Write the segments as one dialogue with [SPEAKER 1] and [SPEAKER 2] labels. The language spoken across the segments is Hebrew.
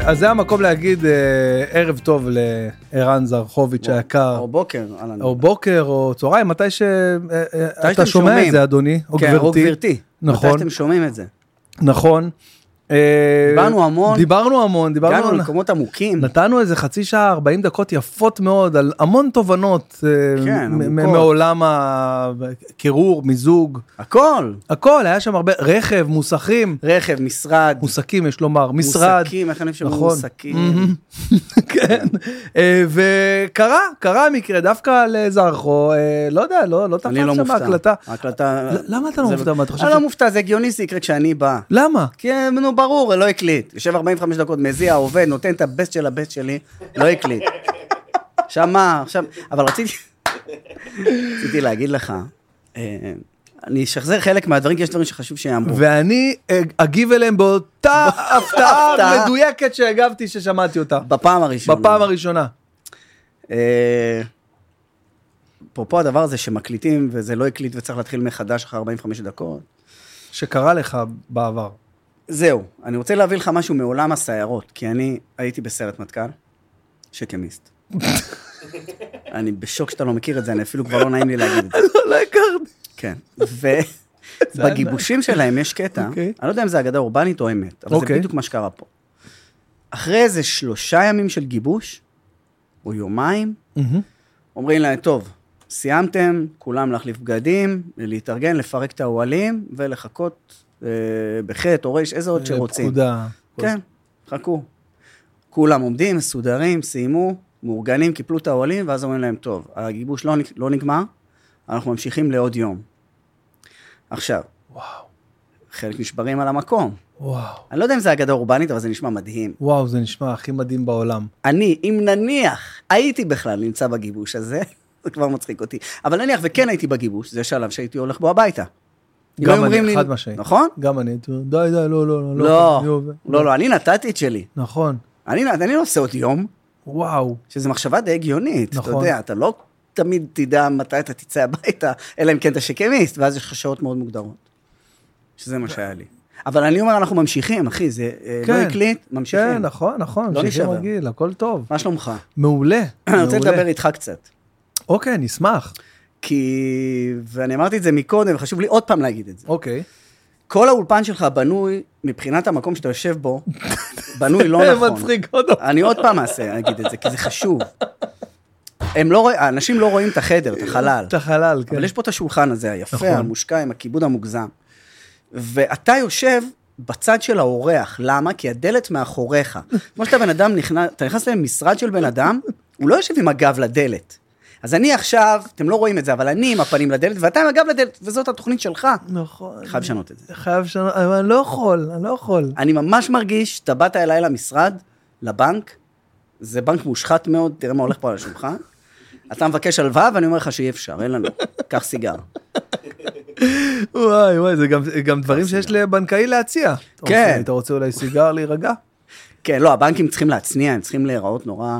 [SPEAKER 1] אז זה המקום להגיד אה, ערב טוב לערן זרחוביץ' היקר,
[SPEAKER 2] או בוקר, אהלן.
[SPEAKER 1] או בוקר או צהריים, מתי שאתה
[SPEAKER 2] שאתם
[SPEAKER 1] שומע
[SPEAKER 2] שומעים.
[SPEAKER 1] את זה אדוני, או
[SPEAKER 2] כן, או גברתי.
[SPEAKER 1] נכון.
[SPEAKER 2] מתי שאתם שומעים את זה.
[SPEAKER 1] נכון. אה,
[SPEAKER 2] דיברנו המון.
[SPEAKER 1] דיברנו המון, דיברנו,
[SPEAKER 2] הגענו
[SPEAKER 1] על-
[SPEAKER 2] למקומות עמוקים.
[SPEAKER 1] נתנו איזה חצי שעה, 40 דקות יפות מאוד על המון תובנות אה,
[SPEAKER 2] כן,
[SPEAKER 1] מ- מ-
[SPEAKER 2] עמוקות.
[SPEAKER 1] מעולם הקירור, מיזוג,
[SPEAKER 2] הכל.
[SPEAKER 1] הכל, היה שם הרבה, רכב, מוסכים,
[SPEAKER 2] רכב, משרד.
[SPEAKER 1] מוסכים יש לומר, משרד.
[SPEAKER 2] מוסקים, איך אני חושב
[SPEAKER 1] נכון.
[SPEAKER 2] מוסקים.
[SPEAKER 1] כן, אה, וקרה, קרה מקרה, דווקא לזרחו, אה, לא יודע, לא לא
[SPEAKER 2] אני לא
[SPEAKER 1] תפס שם
[SPEAKER 2] מופתע.
[SPEAKER 1] הקלטה.
[SPEAKER 2] ההקלטה...
[SPEAKER 1] ל- למה אתה לא
[SPEAKER 2] זה
[SPEAKER 1] מופתע? מה, אתה חושב
[SPEAKER 2] אני
[SPEAKER 1] ש-
[SPEAKER 2] לא מופתע, זה הגיוני שזה יקרה כשאני בא.
[SPEAKER 1] למה?
[SPEAKER 2] כי נו ברור, לא הקליט. יושב 45 דקות, מזיע, עובד, נותן את הבסט של הבסט שלי, לא הקליט. עכשיו מה, עכשיו, אבל רציתי, רציתי להגיד לך, אה, אני אשחזר חלק מהדברים, כי יש דברים שחשוב שיאמרו.
[SPEAKER 1] ואני אה, אגיב אליהם באותה הפתעה
[SPEAKER 2] הפתעה.
[SPEAKER 1] מדויקת שהגבתי ששמעתי אותה,
[SPEAKER 2] בפעם הראשונה.
[SPEAKER 1] בפעם הראשונה.
[SPEAKER 2] אה, אפרופו הדבר הזה שמקליטים, וזה לא הקליט וצריך להתחיל מחדש אחרי 45 דקות.
[SPEAKER 1] שקרה לך בעבר.
[SPEAKER 2] זהו, אני רוצה להביא לך משהו מעולם הסיירות, כי אני הייתי בסיירת מטכ"ל, שקמיסט. אני בשוק שאתה לא מכיר את זה, אני אפילו כבר לא נעים לי להגיד את זה.
[SPEAKER 1] לא הכרתי.
[SPEAKER 2] כן. ובגיבושים שלהם יש קטע,
[SPEAKER 1] אוקיי.
[SPEAKER 2] אני לא יודע אם זה אגדה אורבנית או אמת, אבל זה
[SPEAKER 1] אוקיי.
[SPEAKER 2] בדיוק מה שקרה פה. אחרי איזה שלושה ימים של גיבוש, או יומיים, אומרים להם, טוב, סיימתם, כולם להחליף בגדים, להתארגן, לפרק את האוהלים, ולחכות אה, בחטא או רייש, איזה עוד שרוצים.
[SPEAKER 1] אה, פקודה.
[SPEAKER 2] כן, חכו. כולם עומדים, מסודרים, סיימו, מאורגנים, קיפלו את האוהלים, ואז אומרים להם, טוב, הגיבוש לא, נג- לא נגמר, אנחנו ממשיכים לעוד יום. עכשיו,
[SPEAKER 1] וואו,
[SPEAKER 2] חלק נשברים על המקום.
[SPEAKER 1] וואו.
[SPEAKER 2] אני לא יודע אם זה אגדה אורבנית, אבל זה נשמע מדהים.
[SPEAKER 1] וואו, זה נשמע הכי מדהים בעולם.
[SPEAKER 2] אני, אם נניח, הייתי בכלל נמצא בגיבוש הזה, זה כבר מצחיק אותי, אבל נניח וכן הייתי בגיבוש, זה שלב שהייתי הולך בו הביתה. אם
[SPEAKER 1] גם
[SPEAKER 2] היו אומרים
[SPEAKER 1] אני,
[SPEAKER 2] לי-
[SPEAKER 1] חד משמעית.
[SPEAKER 2] נכון?
[SPEAKER 1] גם אני, הייתי אומר, די, די, לא, לא, לא.
[SPEAKER 2] לא,
[SPEAKER 1] אני עובד."
[SPEAKER 2] לא, לא, אני נתתי את שלי.
[SPEAKER 1] נכון.
[SPEAKER 2] אני אני לא עושה עוד יום.
[SPEAKER 1] וואו.
[SPEAKER 2] שזו מחשבה די הגיונית,
[SPEAKER 1] נכון.
[SPEAKER 2] אתה יודע, אתה לא תמיד תדע מתי אתה תצא הביתה, אלא אם כן אתה שקמיסט, ואז יש לך שעות מאוד מוגדרות. שזה מה שהיה לי. אבל אני אומר, אנחנו ממשיכים, אחי, זה אה,
[SPEAKER 1] כן.
[SPEAKER 2] לא הקליט, ממשיכים.
[SPEAKER 1] כן, נכון, נכון.
[SPEAKER 2] לא
[SPEAKER 1] ממשיכים
[SPEAKER 2] נשבר.
[SPEAKER 1] רגיל, הכל טוב.
[SPEAKER 2] מה שלומך?
[SPEAKER 1] מעולה.
[SPEAKER 2] אני רוצה
[SPEAKER 1] מעולה.
[SPEAKER 2] לדבר איתך קצת.
[SPEAKER 1] אוקיי, נשמח.
[SPEAKER 2] כי, ואני אמרתי את זה מקודם, וחשוב לי עוד פעם להגיד את זה.
[SPEAKER 1] אוקיי.
[SPEAKER 2] כל האולפן שלך בנוי, מבחינת המקום שאתה יושב בו, בנוי לא
[SPEAKER 1] אה,
[SPEAKER 2] נכון.
[SPEAKER 1] מצחיק עוד פעם.
[SPEAKER 2] אני עוד פעם אעשה, אגיד את זה, כי זה חשוב. הם לא רואים, האנשים לא רואים את החדר, את החלל.
[SPEAKER 1] את החלל, כן.
[SPEAKER 2] אבל יש פה את השולחן הזה,
[SPEAKER 1] נכון.
[SPEAKER 2] היפה, המושקע, עם הכיבוד המוגזם. ואתה יושב בצד של האורח, למה? כי הדלת מאחוריך. כמו שאתה בן אדם נכנס, אתה נכנס למשרד של בן אדם, הוא לא יושב עם הגב לדלת. אז אני עכשיו, אתם לא רואים את זה, אבל אני עם הפנים לדלת, ואתה עם הגב לדלת, וזאת התוכנית שלך.
[SPEAKER 1] נכון.
[SPEAKER 2] חייב לשנות את זה.
[SPEAKER 1] חייב לשנות, אבל אני לא יכול, אני לא יכול.
[SPEAKER 2] אני ממש מרגיש שאתה באת אליי למשרד, לבנק, זה בנק מושחת מאוד, תראה מה הולך פה על השולחן. אתה מבקש הלוואה, ואני אומר לך שאי אפשר, אין לנו. קח סיגר.
[SPEAKER 1] וואי וואי, זה גם- גם דברים שיש לבנקאי להציע. אתה רוצה-
[SPEAKER 2] כן.
[SPEAKER 1] אתה רוצה אולי סיגר להירגע?
[SPEAKER 2] כן, לא, הבנקים צריכים להצניע, הם צריכים להיראות נורא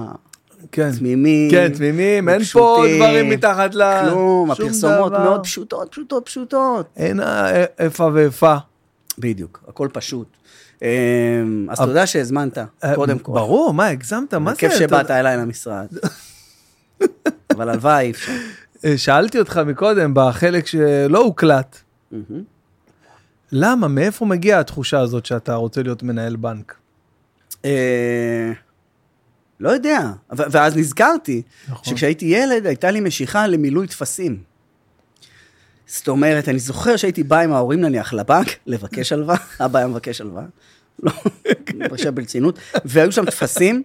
[SPEAKER 1] כן.
[SPEAKER 2] תמימים.
[SPEAKER 1] כן, תמימים, אין פה
[SPEAKER 2] פשוטים.
[SPEAKER 1] דברים מתחת ל...
[SPEAKER 2] כלום,
[SPEAKER 1] שום
[SPEAKER 2] הפרסומות
[SPEAKER 1] דבר.
[SPEAKER 2] מאוד פשוטות, פשוטות, פשוטות.
[SPEAKER 1] אין אה, איפה ואיפה.
[SPEAKER 2] בדיוק, הכל פשוט. אמ, אז תודה שהזמנת,
[SPEAKER 1] אה,
[SPEAKER 2] קודם כל.
[SPEAKER 1] ברור, מה, הגזמת, מה זה?
[SPEAKER 2] כיף
[SPEAKER 1] אתה-
[SPEAKER 2] שבאת אליי למשרד. אבל הלוואי אי אפשר.
[SPEAKER 1] אה, שאלתי אותך מקודם, בחלק שלא הוקלט,
[SPEAKER 2] מהמם.
[SPEAKER 1] למה, מאיפה מגיעה התחושה הזאת שאתה רוצה להיות מנהל בנק?
[SPEAKER 2] אה, לא יודע. ו- ואז נזכרתי,
[SPEAKER 1] נכון.
[SPEAKER 2] שכשהייתי ילד הייתה לי משיכה למילוי טפסים. זאת אומרת, אני זוכר שהייתי בא עם ההורים נניח לבנק, לבקש הלוואה, אבא היה מבקש הלוואה, לא, אני עכשיו ברצינות, והיו שם טפסים,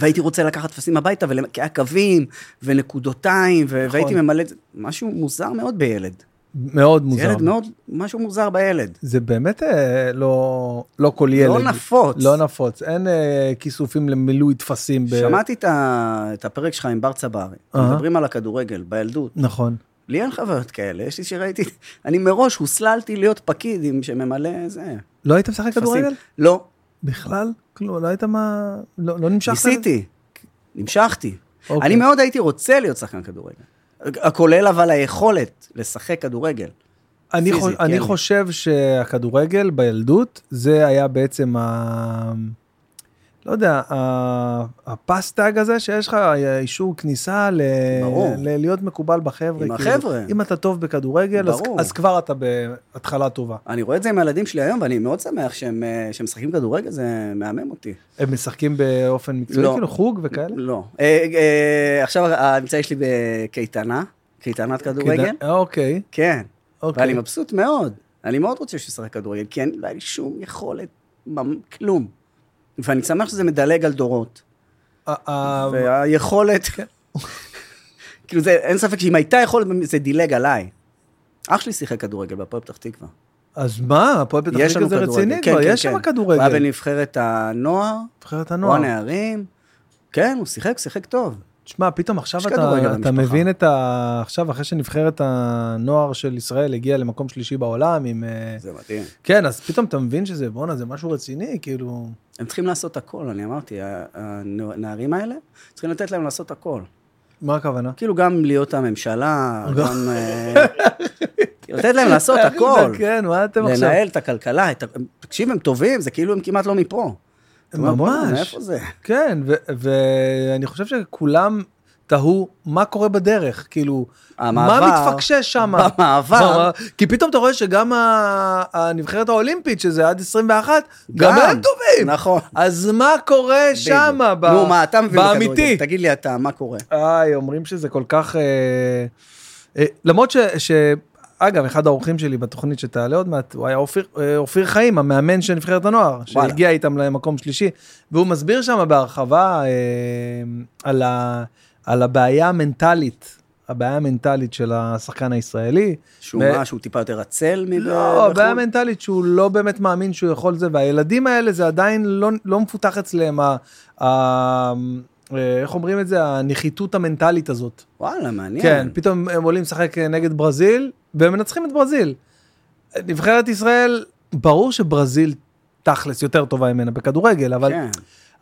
[SPEAKER 2] והייתי רוצה לקחת טפסים הביתה, ול- כי היה קווים, ונקודותיים, ו- והייתי
[SPEAKER 1] נכון.
[SPEAKER 2] ממלא, את זה. משהו מוזר מאוד בילד.
[SPEAKER 1] מאוד מוזר.
[SPEAKER 2] ילד מאוד, משהו מוזר בילד.
[SPEAKER 1] זה באמת אה, לא, לא כל ילד.
[SPEAKER 2] לא נפוץ.
[SPEAKER 1] לא נפוץ. אין אה, כיסופים למילוי טפסים. ב...
[SPEAKER 2] שמעתי את ה- את הפרק שלך עם בר צברי,
[SPEAKER 1] אהה.
[SPEAKER 2] מדברים על הכדורגל, בילדות.
[SPEAKER 1] נכון.
[SPEAKER 2] לי אין חוויות כאלה, יש לי שראיתי, אני מראש הוסללתי להיות פקיד עם שממלא זה.
[SPEAKER 1] לא היית משחק
[SPEAKER 2] טפסים.
[SPEAKER 1] כדורגל?
[SPEAKER 2] לא,
[SPEAKER 1] בכלל? כלום, לא היית מה... לא, לא נמשכת? לזה?
[SPEAKER 2] ניסיתי, נמשכתי.
[SPEAKER 1] אוקיי.
[SPEAKER 2] אני מאוד הייתי רוצה להיות שחקן כדורגל. כולל אבל היכולת לשחק כדורגל.
[SPEAKER 1] אני,
[SPEAKER 2] פיזית,
[SPEAKER 1] חוש...
[SPEAKER 2] כן.
[SPEAKER 1] אני חושב שהכדורגל בילדות זה היה בעצם ה... לא יודע, ה- הפסטג הזה שיש לך אישור כניסה ל...
[SPEAKER 2] ברור.
[SPEAKER 1] ל- להיות מקובל בחבר'ה.
[SPEAKER 2] עם
[SPEAKER 1] כאילו,
[SPEAKER 2] החבר'ה.
[SPEAKER 1] אם אתה טוב בכדורגל, אז,
[SPEAKER 2] ברור.
[SPEAKER 1] אז כבר אתה בהתחלה טובה.
[SPEAKER 2] אני רואה את זה עם הילדים שלי היום, ואני מאוד שמח שהם אה, שהם משחקים כדורגל, זה מהמם אותי.
[SPEAKER 1] הם משחקים באופן מקצועי,
[SPEAKER 2] לא.
[SPEAKER 1] כאילו חוג וכאלה?
[SPEAKER 2] לא. אה, אה, עכשיו האמצעי שלי בקייטנה, קייטנת כדורגל.
[SPEAKER 1] כדא- אוקיי,
[SPEAKER 2] כן. ואני
[SPEAKER 1] אוקיי.
[SPEAKER 2] מבסוט מאוד. אני מאוד רוצה שהוא ישחק כדורגל, כי אין לא היה לי שום יכולת, ממ- כלום. ואני שמח שזה מדלג על דורות.
[SPEAKER 1] ה- ה-
[SPEAKER 2] והיכולת...
[SPEAKER 1] כן.
[SPEAKER 2] כאילו, זה, אין ספק שאם הייתה יכולת, זה דילג עליי. אח שלי שיחק כדורגל בהפועל פתח תקווה.
[SPEAKER 1] אז מה, הפועל פתח
[SPEAKER 2] יש
[SPEAKER 1] תקווה
[SPEAKER 2] לנו
[SPEAKER 1] זה
[SPEAKER 2] כדורגל.
[SPEAKER 1] רציני
[SPEAKER 2] כן,
[SPEAKER 1] כבר,
[SPEAKER 2] כן,
[SPEAKER 1] יש
[SPEAKER 2] כן.
[SPEAKER 1] שם כדורגל.
[SPEAKER 2] הוא היה בנבחרת הנוער,
[SPEAKER 1] נבחרת
[SPEAKER 2] או
[SPEAKER 1] הנוער.
[SPEAKER 2] הנערים. כן, הוא שיחק, שיחק טוב.
[SPEAKER 1] תשמע, פתאום עכשיו
[SPEAKER 2] יש כדורגל
[SPEAKER 1] אתה, אתה
[SPEAKER 2] במשפחה.
[SPEAKER 1] מבין את ה... עכשיו, אחרי שנבחרת הנוער של ישראל הגיעה למקום שלישי בעולם עם... אה,
[SPEAKER 2] זה מדהים.
[SPEAKER 1] כן, אז פתאום אתה מבין שזה, בואנה, זה משהו רציני, כאילו...
[SPEAKER 2] הם צריכים לעשות הכל, אני אמרתי, ה- הנערים האלה, צריכים לתת להם לעשות הכל.
[SPEAKER 1] מה הכוונה?
[SPEAKER 2] כאילו גם להיות הממשלה,
[SPEAKER 1] גם-
[SPEAKER 2] גם... אה, לתת להם לעשות הכל.
[SPEAKER 1] כן, מה אתם עכשיו?
[SPEAKER 2] לנהל את הכלכלה, את ה- תקשיב, הם טובים, זה כאילו הם כמעט לא מפה. אתה אומר, "בוא'נה,
[SPEAKER 1] ממש.
[SPEAKER 2] מאיפה זה?
[SPEAKER 1] כן, ו- ואני חושב שכולם תהו מה קורה בדרך, כאילו,
[SPEAKER 2] המעבר-
[SPEAKER 1] מה מתפקשש שם?
[SPEAKER 2] במעבר,
[SPEAKER 1] כי פתאום אתה רואה שגם ה- הנבחרת האולימפית, שזה עד 21, גם
[SPEAKER 2] גם.
[SPEAKER 1] הם טובים.
[SPEAKER 2] נכון.
[SPEAKER 1] אז מה קורה שמה? ב-
[SPEAKER 2] נו, מה, אתה מבין
[SPEAKER 1] באמיתי.
[SPEAKER 2] בכדורגל? תגיד לי אתה, מה קורה?
[SPEAKER 1] איי, אומרים שזה כל כך... אה, אה, למרות ש... ש... אגב, אחד האורחים שלי בתוכנית שתעלה עוד מעט, הוא היה אופיר, אה, אופיר חיים, המאמן של נבחרת הנוער,
[SPEAKER 2] וואלה.
[SPEAKER 1] שהגיע איתם למקום שלישי, והוא מסביר שם בהרחבה אה, על, ה, על הבעיה המנטלית, הבעיה המנטלית של השחקן הישראלי.
[SPEAKER 2] שהוא
[SPEAKER 1] ב-
[SPEAKER 2] מה, שהוא טיפה יותר עצל מב-
[SPEAKER 1] לא, הבעיה
[SPEAKER 2] בחו"ל?
[SPEAKER 1] המנטלית שהוא לא באמת מאמין שהוא יכול זה, והילדים האלה זה עדיין לא, לא מפותח אצלם, ה, ה, אה, איך אומרים את זה, הנחיתות המנטלית הזאת.
[SPEAKER 2] וואלה, מעניין.
[SPEAKER 1] כן, פתאום הם עולים לשחק נגד ברזיל, והם מנצחים את ברזיל. נבחרת ישראל, ברור שברזיל תכלס יותר טובה ממנה בכדורגל, אבל,
[SPEAKER 2] כן.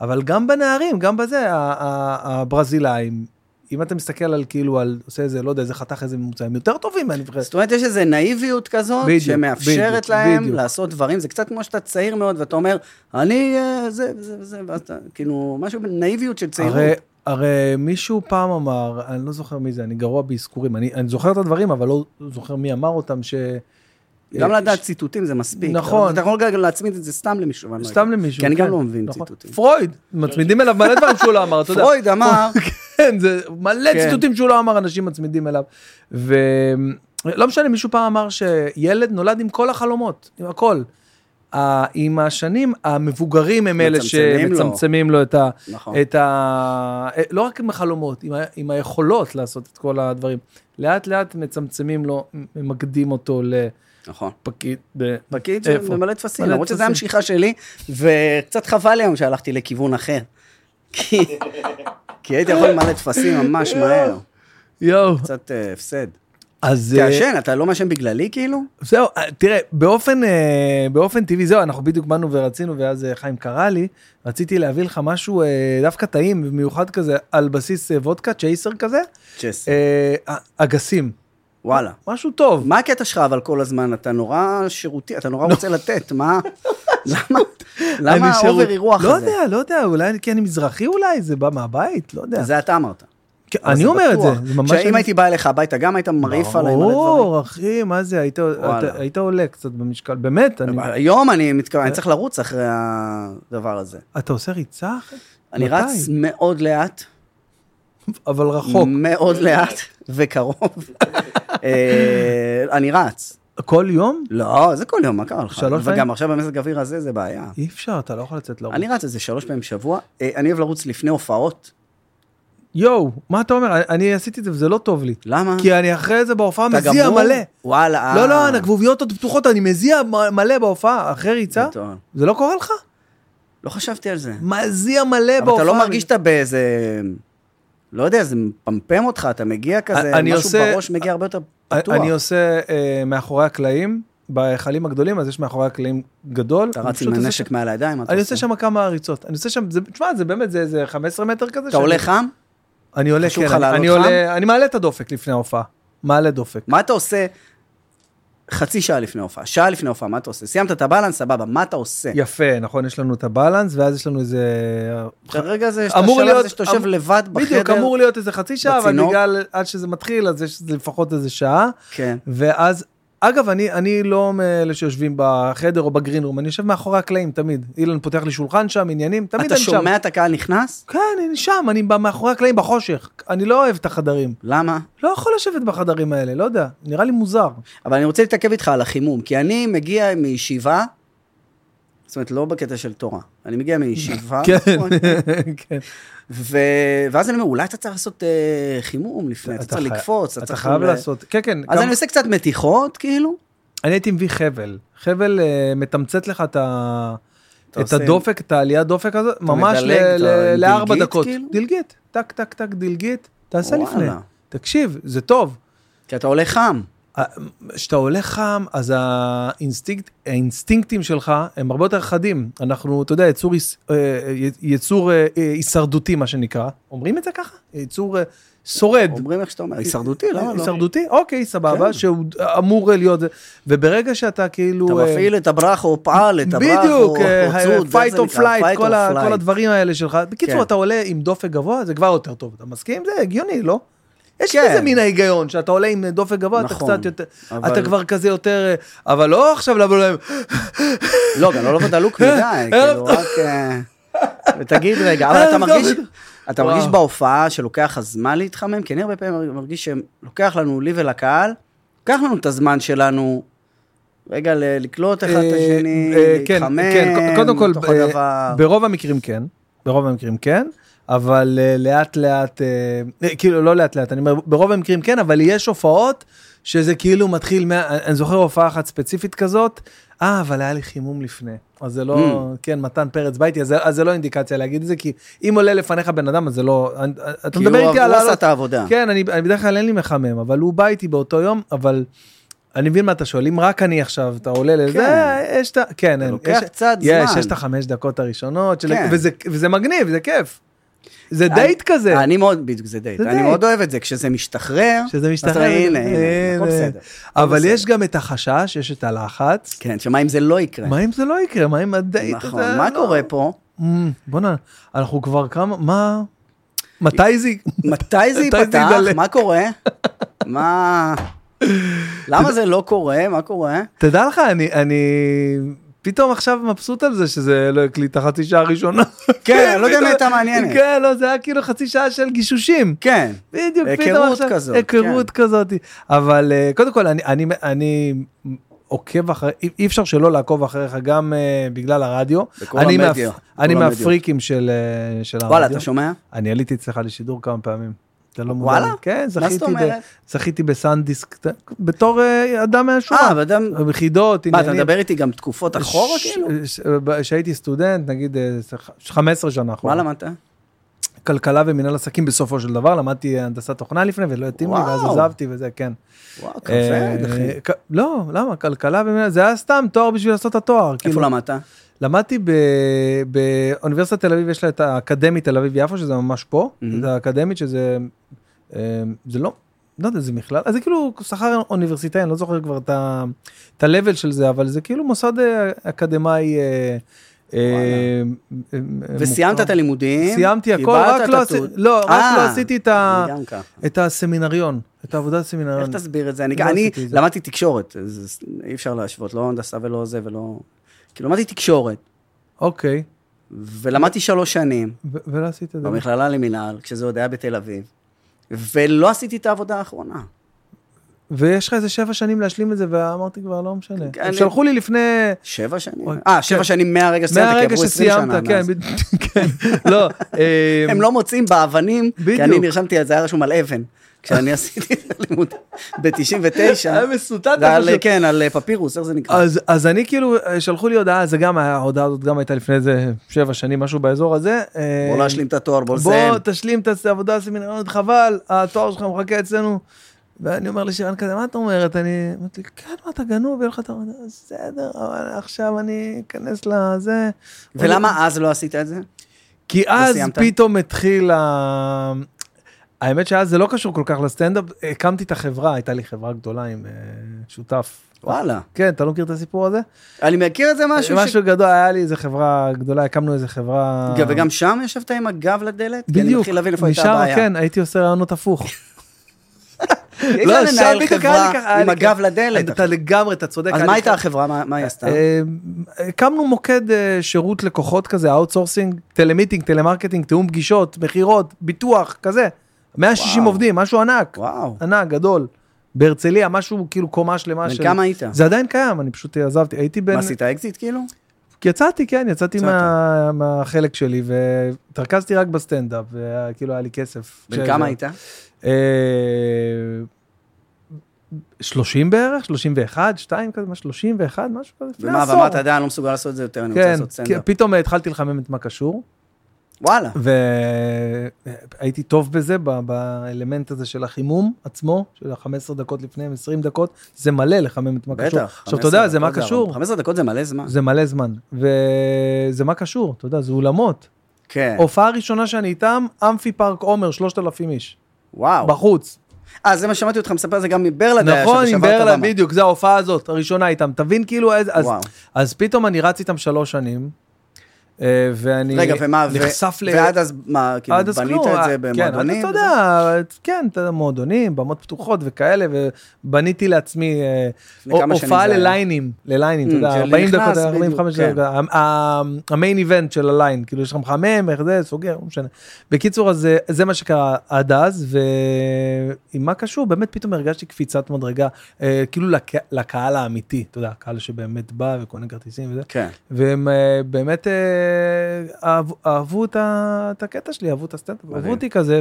[SPEAKER 1] אבל גם בנערים, גם בזה, ה- ה- הברזילאים, אם אתה מסתכל על כאילו, על עושה איזה, לא יודע, איזה חתך, איזה ממוצע, הם יותר טובים מהנבחרת.
[SPEAKER 2] זאת אומרת, יש איזו נאיביות כזאת,
[SPEAKER 1] בדיוק, בדיוק,
[SPEAKER 2] שמאפשרת להם
[SPEAKER 1] בדיוק.
[SPEAKER 2] לעשות דברים. זה קצת כמו שאתה צעיר מאוד, ואתה אומר, אני אה, זה וזה וזה, ואז אתה, כאילו, משהו בנאיביות של צעירות.
[SPEAKER 1] הרי, הרי מישהו פעם אמר, אני לא זוכר מי זה, אני גרוע באזכורים, אני, אני זוכר את הדברים, אבל לא זוכר מי אמר אותם, ש...
[SPEAKER 2] גם
[SPEAKER 1] אה,
[SPEAKER 2] לדעת ציטוטים זה מספיק.
[SPEAKER 1] נכון.
[SPEAKER 2] אתה יכול גם להצמיד את זה סתם למישהו. אבל לא
[SPEAKER 1] סתם
[SPEAKER 2] יודע.
[SPEAKER 1] למישהו.
[SPEAKER 2] כי אני
[SPEAKER 1] כן,
[SPEAKER 2] גם לא מבין
[SPEAKER 1] נכון.
[SPEAKER 2] ציטוטים.
[SPEAKER 1] פרויד, מצמידים אליו מלא דברים שהוא לא אמר, אתה יודע.
[SPEAKER 2] פרויד אמר,
[SPEAKER 1] כן, זה מלא
[SPEAKER 2] כן.
[SPEAKER 1] ציטוטים שהוא לא אמר, אנשים מצמידים אליו. ולא משנה, מישהו פעם אמר שילד נולד עם כל החלומות, עם הכל. ה- עם השנים, המבוגרים הם אלה
[SPEAKER 2] מצמצמים לו.
[SPEAKER 1] שמצמצמים לו את ה...
[SPEAKER 2] נכון.
[SPEAKER 1] את ה... לא רק עם החלומות, עם, ה... עם היכולות לעשות את כל הדברים. לאט לאט מצמצמים לו, ממקדים אותו
[SPEAKER 2] נכון.
[SPEAKER 1] לפקיד. ב-
[SPEAKER 2] פקיד
[SPEAKER 1] איפה?
[SPEAKER 2] שממלא טפסים,
[SPEAKER 1] אה, מלא
[SPEAKER 2] למרות שזו
[SPEAKER 1] טפסים.
[SPEAKER 2] המשיכה שלי, וקצת חבל לי היום שהלכתי לכיוון אחר. כי כי הייתי יכול למלא טפסים ממש מהר.
[SPEAKER 1] יואו.
[SPEAKER 2] קצת אה, הפסד.
[SPEAKER 1] אז... אה,
[SPEAKER 2] תעשן, אתה לא מעשן בגללי כאילו?
[SPEAKER 1] זהו, אה, תראה, באופן, אה, באופן טבעי, זהו, אנחנו בדיוק באנו ורצינו, ואז אה, חיים קרא לי, רציתי להביא לך משהו אה, דווקא טעים ומיוחד כזה, על בסיס אה, וודקה, צ'ייסר כזה,
[SPEAKER 2] צ'ס.
[SPEAKER 1] אה, אגסים,
[SPEAKER 2] וואלה.
[SPEAKER 1] משהו טוב.
[SPEAKER 2] מה הקטע שלך אבל כל הזמן? אתה נורא שירותי, אתה נורא רוצה לתת, מה? למה?
[SPEAKER 1] אני
[SPEAKER 2] למה
[SPEAKER 1] שירות-
[SPEAKER 2] האובר אירוח
[SPEAKER 1] לא
[SPEAKER 2] הזה?
[SPEAKER 1] יודע, לא יודע, אולי כי אני מזרחי אולי, זה בא מהבית, לא יודע.
[SPEAKER 2] זה אתה אמרת.
[SPEAKER 1] כן,
[SPEAKER 2] אבל
[SPEAKER 1] אני אומר את
[SPEAKER 2] בטוח.
[SPEAKER 1] זה, זה ממש...
[SPEAKER 2] שאם
[SPEAKER 1] אני-
[SPEAKER 2] הייתי בא אליך הביתה, גם היית מרעיף עליי מלא דברים.
[SPEAKER 1] ברור, אחי, מה זה, היית-
[SPEAKER 2] וואלה.
[SPEAKER 1] אתה- היית עולה קצת במשקל, באמת, אני- אה.
[SPEAKER 2] היום אני מתכוון, אני צריך לרוץ אחרי הדבר הזה.
[SPEAKER 1] אתה עושה ריצה, אחי?
[SPEAKER 2] אני
[SPEAKER 1] מתי?
[SPEAKER 2] רץ מאוד לאט,
[SPEAKER 1] אבל רחוק,
[SPEAKER 2] מאוד לאט וקרוב. אה, אני רץ.
[SPEAKER 1] כל יום?
[SPEAKER 2] לא, זה כל יום, מה קרה לך?
[SPEAKER 1] שלוש פעמים?
[SPEAKER 2] וגם עכשיו במזג האוויר הזה זה בעיה.
[SPEAKER 1] אי אפשר, אתה לא יכול לצאת לרוץ.
[SPEAKER 2] אני רץ איזה שלוש פעמים בשבוע. אה, אני אוהב לרוץ לפני הופעות.
[SPEAKER 1] יואו, מה אתה אומר? אני- אני עשיתי את זה וזה לא טוב לי.
[SPEAKER 2] למה?
[SPEAKER 1] כי אני אחרי זה בהופעה
[SPEAKER 2] אה. אתה
[SPEAKER 1] מזיע
[SPEAKER 2] גמור?
[SPEAKER 1] מלא.
[SPEAKER 2] וואלה.
[SPEAKER 1] לא, לא,
[SPEAKER 2] אה,
[SPEAKER 1] הנגבוביות עוד פתוחות, אני מזיע מ- מלא בהופעה, אחרי ריצה.
[SPEAKER 2] גדול.
[SPEAKER 1] זה לא קורה לך?
[SPEAKER 2] לא חשבתי על זה.
[SPEAKER 1] מזיע מלא
[SPEAKER 2] אבל
[SPEAKER 1] בהופעה.
[SPEAKER 2] אתה לא מרגיש שאתה באיזה... לא יודע, זה מפמפם אותך, אתה מגיע כזה,
[SPEAKER 1] אני
[SPEAKER 2] משהו
[SPEAKER 1] עושה-
[SPEAKER 2] בראש מגיע הרבה יותר פתוח.
[SPEAKER 1] אני עושה אה, מאחורי הקלעים, בהיכלים הגדולים, אז יש מאחורי הקלעים גדול.
[SPEAKER 2] אתה
[SPEAKER 1] אני
[SPEAKER 2] רץ
[SPEAKER 1] פשוט
[SPEAKER 2] עם
[SPEAKER 1] עושה
[SPEAKER 2] הנשק מעל הידיים, מה
[SPEAKER 1] שם-
[SPEAKER 2] אתה
[SPEAKER 1] אני עושה שם כמה ריצות. אני עושה שם, זה- תשמע, זה באמת, זה איזה 15 מטר כזה.
[SPEAKER 2] אתה
[SPEAKER 1] שאני-
[SPEAKER 2] עולה חם?
[SPEAKER 1] אני עולה,
[SPEAKER 2] חשוב
[SPEAKER 1] כן.
[SPEAKER 2] לך
[SPEAKER 1] אני-
[SPEAKER 2] לעלות
[SPEAKER 1] אני
[SPEAKER 2] חם?
[SPEAKER 1] עולה, אני מעלה את הדופק לפני ההופעה. מעלה דופק.
[SPEAKER 2] מה אתה עושה? חצי שעה לפני הופעה, שעה לפני הופעה, מה אתה עושה? סיימת את הבלנס, סבבה, מה אתה עושה?
[SPEAKER 1] יפה, נכון, יש לנו את הבלנס, ואז יש לנו איזה...
[SPEAKER 2] כרגע זה, יש את
[SPEAKER 1] אמור
[SPEAKER 2] השלב
[SPEAKER 1] להיות-
[SPEAKER 2] הזה שאתה יושב
[SPEAKER 1] אמ-
[SPEAKER 2] לבד בחדר.
[SPEAKER 1] בדיוק, אמור להיות איזה חצי שעה, אבל
[SPEAKER 2] בצינור.
[SPEAKER 1] בגלל, עד שזה מתחיל, אז יש לפחות איזה שעה.
[SPEAKER 2] כן.
[SPEAKER 1] ואז, אגב, אני, אני לא מאלה שיושבים בחדר או בגרינרום, אני יושב מאחורי הקלעים תמיד. אילן פותח לי שולחן שם, עניינים, תמיד
[SPEAKER 2] אתה
[SPEAKER 1] אני שם.
[SPEAKER 2] שומע את הקהל נכנס?
[SPEAKER 1] כן, אני שם, אני בא מאחורי הקלעים בחושך. אני לא אוהב את החדרים.
[SPEAKER 2] למה?
[SPEAKER 1] לא יכול לשבת בחדרים האלה, לא יודע, נראה לי מוזר.
[SPEAKER 2] אבל אני רוצה להתעכב איתך על החימום, כי אני מגיע מישיבה, זאת אומרת, לא בקטע של תורה, אני מגיע מישיבה, נכון?
[SPEAKER 1] כן.
[SPEAKER 2] ו- ואז אני אומר, אולי אתה צריך לעשות אה, חימום לפני, אתה צריך
[SPEAKER 1] חי-
[SPEAKER 2] לקפוץ, אתה
[SPEAKER 1] אתה
[SPEAKER 2] צריך...
[SPEAKER 1] חייב
[SPEAKER 2] אולי-
[SPEAKER 1] לעשות, כן, כן.
[SPEAKER 2] אז
[SPEAKER 1] גם-
[SPEAKER 2] אני עושה קצת מתיחות, כאילו.
[SPEAKER 1] אני הייתי מביא חבל. חבל אה, מתמצת לך את ה...
[SPEAKER 2] אתה
[SPEAKER 1] את
[SPEAKER 2] עושה-
[SPEAKER 1] הדופק, את העלייה דופק הזאת, ממש
[SPEAKER 2] מדלג,
[SPEAKER 1] ל-
[SPEAKER 2] אתה
[SPEAKER 1] ל-
[SPEAKER 2] עם
[SPEAKER 1] לארבע
[SPEAKER 2] דלגית,
[SPEAKER 1] דקות.
[SPEAKER 2] כאילו?
[SPEAKER 1] דלגית, טק, טק, טק, דלגית, תעשה
[SPEAKER 2] וואלה.
[SPEAKER 1] לפני. תקשיב, זה טוב.
[SPEAKER 2] כי אתה עולה חם.
[SPEAKER 1] כשאתה הולך חם, אז האינסטינקט, האינסטינקטים שלך הם הרבה יותר חדים. אנחנו, אתה יודע, יצור, היס- אה, אה, יצור אה, אה, הישרדותי, מה שנקרא. אומרים את זה ככה? יצור אה, שורד.
[SPEAKER 2] אומרים איך שאתה אומר, הישרדותי, למה לא?
[SPEAKER 1] הישרדותי? אוקיי, סבבה,
[SPEAKER 2] כן.
[SPEAKER 1] שהוא אמור להיות... זה. וברגע שאתה כאילו...
[SPEAKER 2] אתה
[SPEAKER 1] אה,
[SPEAKER 2] מפעיל את הברח או פעל, את הברח או
[SPEAKER 1] בדיוק, אה,
[SPEAKER 2] או צוד,
[SPEAKER 1] פייט
[SPEAKER 2] זה
[SPEAKER 1] או
[SPEAKER 2] נקרא, fight
[SPEAKER 1] פלייט,
[SPEAKER 2] or
[SPEAKER 1] כל ה- כל
[SPEAKER 2] flight.
[SPEAKER 1] הדברים האלה שלך. בקיצור,
[SPEAKER 2] כן.
[SPEAKER 1] אתה עולה עם דופק גבוה, זה כבר יותר טוב. אתה מסכים? זה הגיוני, לא? יש
[SPEAKER 2] כן.
[SPEAKER 1] איזה מן ההיגיון, שאתה עולה עם דופק גבוה, אתה
[SPEAKER 2] נכון,
[SPEAKER 1] קצת יותר,
[SPEAKER 2] אבל-
[SPEAKER 1] אתה כבר כזה יותר, אה, אבל לא עכשיו לבוא להם,
[SPEAKER 2] לא, גם לא לבוא דלוק מדי, כאילו, רק... אה, ותגיד רגע, אבל אתה
[SPEAKER 1] ערב אה, טוב.
[SPEAKER 2] מרגיש, אתה
[SPEAKER 1] וואו.
[SPEAKER 2] מרגיש בהופעה שלוקח הזמן להתחמם? כי אני הרבה פעמים מרגיש שלוקח לנו, לי ולקהל, לוקח לנו את הזמן שלנו, רגע, ל- לקלוט אחד את
[SPEAKER 1] אה,
[SPEAKER 2] השני,
[SPEAKER 1] אה, כן,
[SPEAKER 2] להתחמם,
[SPEAKER 1] כן, קודם כל,
[SPEAKER 2] בתוך
[SPEAKER 1] ב-
[SPEAKER 2] הדבר.
[SPEAKER 1] ברוב המקרים כן, ברוב המקרים כן, אבל אה, לאט לאט, אה, אה, כאילו לא לאט לאט, אני אומר ברוב המקרים כן, אבל יש הופעות שזה כאילו מתחיל, מה, אני אני זוכר הופעה אחת ספציפית כזאת, אה אבל היה לי חימום לפני, אז זה לא,
[SPEAKER 2] Mm.
[SPEAKER 1] כן מתן פרץ ביתי, אז זה- אז זה לא אינדיקציה להגיד את זה, כי אם עולה לפניך בן אדם אז זה לא, אני- אתה
[SPEAKER 2] כי
[SPEAKER 1] מדבר
[SPEAKER 2] הוא
[SPEAKER 1] איתי על
[SPEAKER 2] הוא עשה
[SPEAKER 1] לעלות
[SPEAKER 2] את העבודה.
[SPEAKER 1] כן, אני, אני בדרך כלל אין לי מחמם, אבל הוא בא איתי באותו יום, אבל אני מבין מה אתה שואל, אם רק אני עכשיו, אתה עולה לזה,
[SPEAKER 2] כן.
[SPEAKER 1] יש את ה... כן, אין.
[SPEAKER 2] לוקח
[SPEAKER 1] יש-
[SPEAKER 2] קצת
[SPEAKER 1] יש,
[SPEAKER 2] זמן.
[SPEAKER 1] יש את החמש דקות הראשונות, של...
[SPEAKER 2] כן.
[SPEAKER 1] וזה, וזה מגניב, זה כיף. זה
[SPEAKER 2] אני-
[SPEAKER 1] דייט כזה.
[SPEAKER 2] אני מאוד, בדיוק, זה דייט.
[SPEAKER 1] זה
[SPEAKER 2] אני
[SPEAKER 1] דייט.
[SPEAKER 2] מאוד אוהב את זה, כשזה משתחרר,
[SPEAKER 1] שזה
[SPEAKER 2] אז אתה
[SPEAKER 1] משתחרר.
[SPEAKER 2] אומר, הנה, הנה, הכל
[SPEAKER 1] הנה.
[SPEAKER 2] בסדר. הכל
[SPEAKER 1] אבל
[SPEAKER 2] בסדר.
[SPEAKER 1] יש גם את החשש, יש את הלחץ.
[SPEAKER 2] כן, שמה אם זה לא יקרה?
[SPEAKER 1] מה אם זה לא יקרה? מה אם הדייט הזה...
[SPEAKER 2] נכון, מה
[SPEAKER 1] לא-
[SPEAKER 2] קורה פה?
[SPEAKER 1] Mm, בוא'נה, אנחנו כבר כמה... מה... מתי זה...
[SPEAKER 2] מתי זה
[SPEAKER 1] מתי זה
[SPEAKER 2] ייפתח?
[SPEAKER 1] יידלק?
[SPEAKER 2] מה קורה? מה... למה זה לא קורה? מה קורה?
[SPEAKER 1] תדע לך, אני, אני פתאום עכשיו מבסוט על זה שזה לא הקליט את החצי שעה הראשונה.
[SPEAKER 2] כן, אני לא יודע אם
[SPEAKER 1] פתאום-
[SPEAKER 2] הייתה מעניינת.
[SPEAKER 1] כן, לא, זה היה כאילו חצי שעה של גישושים.
[SPEAKER 2] כן.
[SPEAKER 1] בדיוק,
[SPEAKER 2] היכרות כזאת, כן.
[SPEAKER 1] היכרות כזאת. אבל אה, קודם כל, אני, אני, אני עוקב אחרי, אי- אי אפשר שלא לעקוב אחריך גם אה, בגלל הרדיו.
[SPEAKER 2] בכל
[SPEAKER 1] אני
[SPEAKER 2] המדיה,
[SPEAKER 1] מהפ-
[SPEAKER 2] בכל
[SPEAKER 1] אני
[SPEAKER 2] המדיה.
[SPEAKER 1] מהפריקים של, אה, של הרדיו.
[SPEAKER 2] וואלה, אתה שומע?
[SPEAKER 1] אני עליתי אצלך לשידור כמה פעמים. אתה לא מודע.
[SPEAKER 2] וואלה?
[SPEAKER 1] לזה. כן,
[SPEAKER 2] זאת
[SPEAKER 1] זכיתי,
[SPEAKER 2] אומרת?
[SPEAKER 1] ב, זכיתי בסנדיסק, בתור אה, אדם מהשורה.
[SPEAKER 2] אה, אבל אדם...
[SPEAKER 1] חידות,
[SPEAKER 2] מה, אתה מדבר איתי גם תקופות אחורה
[SPEAKER 1] ש- אה,
[SPEAKER 2] כאילו?
[SPEAKER 1] ש- כשהייתי סטודנט, נגיד אה, ש- 15 שנה אחורה.
[SPEAKER 2] וואלה, מה אתה?
[SPEAKER 1] כלכלה ומנהל עסקים בסופו של דבר, למדתי הנדסת תוכנה לפני ולא התאים לי, ואז
[SPEAKER 2] וואו.
[SPEAKER 1] עזבתי וזה, כן.
[SPEAKER 2] וואו,
[SPEAKER 1] אה,
[SPEAKER 2] כבד, אחי.
[SPEAKER 1] כ- לא, למה? כלכלה ומנהל, זה היה סתם תואר בשביל לעשות את התואר.
[SPEAKER 2] איפה
[SPEAKER 1] כאילו,
[SPEAKER 2] למדת?
[SPEAKER 1] למדתי ב- באוניברסיטת תל אביב, יש לה את האקדמית תל אביב-יפו, שזה ממש פה,
[SPEAKER 2] Mhm.
[SPEAKER 1] זה האקדמית שזה, אה, זה לא, לא יודע, זה מכלל, אז זה כאילו שכר אוניברסיטאי, אני לא זוכר כבר את ה- את ה-level של זה, אבל זה כאילו מוסד אה, אקדמאי. אה, אה,
[SPEAKER 2] וואלה.
[SPEAKER 1] אה,
[SPEAKER 2] וסיימת
[SPEAKER 1] מוכר.
[SPEAKER 2] את הלימודים?
[SPEAKER 1] סיימתי הכל,
[SPEAKER 2] קיבלת
[SPEAKER 1] רק
[SPEAKER 2] את
[SPEAKER 1] לא,
[SPEAKER 2] התות.
[SPEAKER 1] עשי- לא, רק
[SPEAKER 2] אה,
[SPEAKER 1] לא עשיתי את, ה,
[SPEAKER 2] אני גם ככה.
[SPEAKER 1] את הסמינריון, את העבודת הסמינריון.
[SPEAKER 2] איך תסביר את זה? אני
[SPEAKER 1] לא
[SPEAKER 2] אני
[SPEAKER 1] עשיתי את זה.
[SPEAKER 2] למדתי תקשורת, אז אי אפשר להשוות, לא הנדסה ולא זה ולא... כאילו, למדתי תקשורת,
[SPEAKER 1] אוקיי,
[SPEAKER 2] ולמדתי שלוש שנים,
[SPEAKER 1] ו- ולא עשית את זה.
[SPEAKER 2] במכללה למינהל, כשזה עוד היה בתל אביב, ולא עשיתי את העבודה האחרונה.
[SPEAKER 1] ויש לך איזה שבע שנים להשלים את זה, ואמרתי כבר, לא משנה.
[SPEAKER 2] כן,
[SPEAKER 1] הם
[SPEAKER 2] אני-
[SPEAKER 1] שלחו לי לפני...
[SPEAKER 2] שבע שנים?
[SPEAKER 1] אוי, כן.
[SPEAKER 2] אה, שבע שנים מהרגע שסיימתי, כי
[SPEAKER 1] מהרגע
[SPEAKER 2] עברו עשרים שנה.
[SPEAKER 1] שסיימת, כן,
[SPEAKER 2] מאז.
[SPEAKER 1] בדיוק, כן, לא, אה,
[SPEAKER 2] הם לא מוצאים באבנים, כי אני
[SPEAKER 1] בדיוק.
[SPEAKER 2] נרשמתי, זה היה רשום על אבן, כשאני עשיתי את הלימוד ב-99.
[SPEAKER 1] היה מסוטט
[SPEAKER 2] זה על-
[SPEAKER 1] משהו.
[SPEAKER 2] כן, על אה, פפירוס, איך זה נקרא?
[SPEAKER 1] אז אז אני כאילו אה, שלחו לי הודעה, זה גם היה- ההודעה הזאת גם הייתה לפני איזה שבע שנים, משהו באזור הזה. אה,
[SPEAKER 2] בוא להשלים את התואר, בוא לסיים.
[SPEAKER 1] בוא תשלים את העבודה הסמינרית, חבל, התואר שלך מחכה אצלנו. ואני אומר לשירן כזה, מה את אומרת? אני אמרתי, כן, מה אתה גנוב, יהיה לך את העבודה, בסדר, אבל עכשיו אני אכנס לזה.
[SPEAKER 2] ולמה אז לא עשית את זה?
[SPEAKER 1] כי אז
[SPEAKER 2] וסיימת?
[SPEAKER 1] פתאום התחיל ה... האמת שאז זה לא קשור כל כך לסטנדאפ, הקמתי את החברה, הייתה לי חברה גדולה עם אה, שותף
[SPEAKER 2] וואלה.
[SPEAKER 1] כן, אתה לא מכיר את הסיפור הזה?
[SPEAKER 2] אני מכיר את זה משהו ש...
[SPEAKER 1] אה, משהו גדול, היה לי איזה חברה גדולה, הקמנו איזה חברה...
[SPEAKER 2] רגע, וגם שם ישבת עם הגב לדלת? כי אני
[SPEAKER 1] בדיוק,
[SPEAKER 2] מתחיל להבין איפה הייתה
[SPEAKER 1] משם,
[SPEAKER 2] הבעיה.
[SPEAKER 1] כן, הייתי עושה רעיונות הפוך.
[SPEAKER 2] אי
[SPEAKER 1] לא, שם
[SPEAKER 2] אפשר לנהל
[SPEAKER 1] בדיוק היה לי ככה,
[SPEAKER 2] חברה
[SPEAKER 1] היה
[SPEAKER 2] עם
[SPEAKER 1] לי
[SPEAKER 2] הגב
[SPEAKER 1] ככה.
[SPEAKER 2] לדלת.
[SPEAKER 1] אתה לגמרי, אתה צודק.
[SPEAKER 2] אז
[SPEAKER 1] היה
[SPEAKER 2] מה
[SPEAKER 1] לי
[SPEAKER 2] הייתה
[SPEAKER 1] חבר-
[SPEAKER 2] החברה? מה- מה היא עשתה?
[SPEAKER 1] אה, הקמנו מוקד אה, שירות לקוחות כזה, אאוטסורסינג, טלמיטינג, טלמרקטינג, תיאום פגישות, מכירות, ביטוח, כזה. 160
[SPEAKER 2] וואו.
[SPEAKER 1] עובדים, משהו ענק,
[SPEAKER 2] וואו.
[SPEAKER 1] ענק, גדול. בהרצליה, משהו כאילו קומה שלמה
[SPEAKER 2] בן
[SPEAKER 1] אה, של...
[SPEAKER 2] כמה היית?
[SPEAKER 1] זה עדיין קיים, אני פשוט עזבתי. הייתי בן...
[SPEAKER 2] מה עשית אקזיט כאילו?
[SPEAKER 1] יצאתי, כן, יצאתי
[SPEAKER 2] יצאת.
[SPEAKER 1] מה, מהחלק שלי, והתרכזתי רק בסטנדאפ, וכאילו היה לי כסף.
[SPEAKER 2] בן כמה היית?
[SPEAKER 1] אה, 30 בערך? 31? 2 כזה? מה? 31? משהו כזה? לפני
[SPEAKER 2] ומה,
[SPEAKER 1] עשור.
[SPEAKER 2] ואמרת, עדיין לא מסוגל לעשות את זה יותר, אני רוצה
[SPEAKER 1] כן,
[SPEAKER 2] לעשות
[SPEAKER 1] כן,
[SPEAKER 2] סטנדאפ.
[SPEAKER 1] פתאום התחלתי לחמם את מה קשור,
[SPEAKER 2] וואלה.
[SPEAKER 1] והייתי טוב בזה, ב- באלמנט הזה של החימום עצמו, של ה-15 דקות לפני, 20 דקות, זה מלא לחמם את מה קשור.
[SPEAKER 2] בטח. לא
[SPEAKER 1] עכשיו, אתה יודע,
[SPEAKER 2] 15
[SPEAKER 1] זה מה
[SPEAKER 2] דקות
[SPEAKER 1] קשור,
[SPEAKER 2] 15 דקות זה מלא זמן.
[SPEAKER 1] זה מלא זמן, וזה מה קשור, אתה יודע, זה אולמות.
[SPEAKER 2] כן.
[SPEAKER 1] הופעה ראשונה שאני איתם, אמפי פארק עומר, 3,000 איש,
[SPEAKER 2] וואו.
[SPEAKER 1] בחוץ.
[SPEAKER 2] אה, זה מה ששמעתי אותך מספר, זה גם מברלד היה,
[SPEAKER 1] נכון,
[SPEAKER 2] שאתה
[SPEAKER 1] עם
[SPEAKER 2] שברת
[SPEAKER 1] ברלן,
[SPEAKER 2] במה.
[SPEAKER 1] בדיוק, זה ההופעה הזאת, הראשונה איתם. תבין כאילו איזה... אז,
[SPEAKER 2] וואו.
[SPEAKER 1] אז פתאום אני רץ איתם שלוש שנים, אה, ואני
[SPEAKER 2] רגע, ומה, ו-
[SPEAKER 1] נחשף ל...
[SPEAKER 2] ועד אז, מה, כאילו,
[SPEAKER 1] עד אז
[SPEAKER 2] בנית
[SPEAKER 1] כלום,
[SPEAKER 2] את זה
[SPEAKER 1] אה,
[SPEAKER 2] במועדונים?
[SPEAKER 1] כן, אתה יודע, כן, אתה יודע, מועדונים, במות פתוחות וכאלה, ובניתי לעצמי אה,
[SPEAKER 2] לפני כמה שנים
[SPEAKER 1] הופעה
[SPEAKER 2] זה היה.
[SPEAKER 1] לליינים, לליינים, אתה
[SPEAKER 2] Mm,
[SPEAKER 1] יודע,
[SPEAKER 2] של
[SPEAKER 1] 40
[SPEAKER 2] נכנס,
[SPEAKER 1] דקות,
[SPEAKER 2] בדיוק,
[SPEAKER 1] 45
[SPEAKER 2] כן.
[SPEAKER 1] דקות, ה- ה- המיין איבנט של הליין, כאילו יש לך מחמם, איך זה, סוגר, לא משנה. בקיצור, אז זה- זה מה שקרה עד אז, ועם מה קשור, באמת פתאום הרגשתי קפיצת מדרגה, אה, כאילו לק- לקהל האמיתי, אתה יודע, הקהל שבאמת בא וקונה כרטיסים וזה.
[SPEAKER 2] כן.
[SPEAKER 1] והם אה, באמת אה, אהב- אהבו את ה- את הקטע שלי, אהבו את הסטנדאפ, אהבו
[SPEAKER 2] מדהים.
[SPEAKER 1] אותי כזה,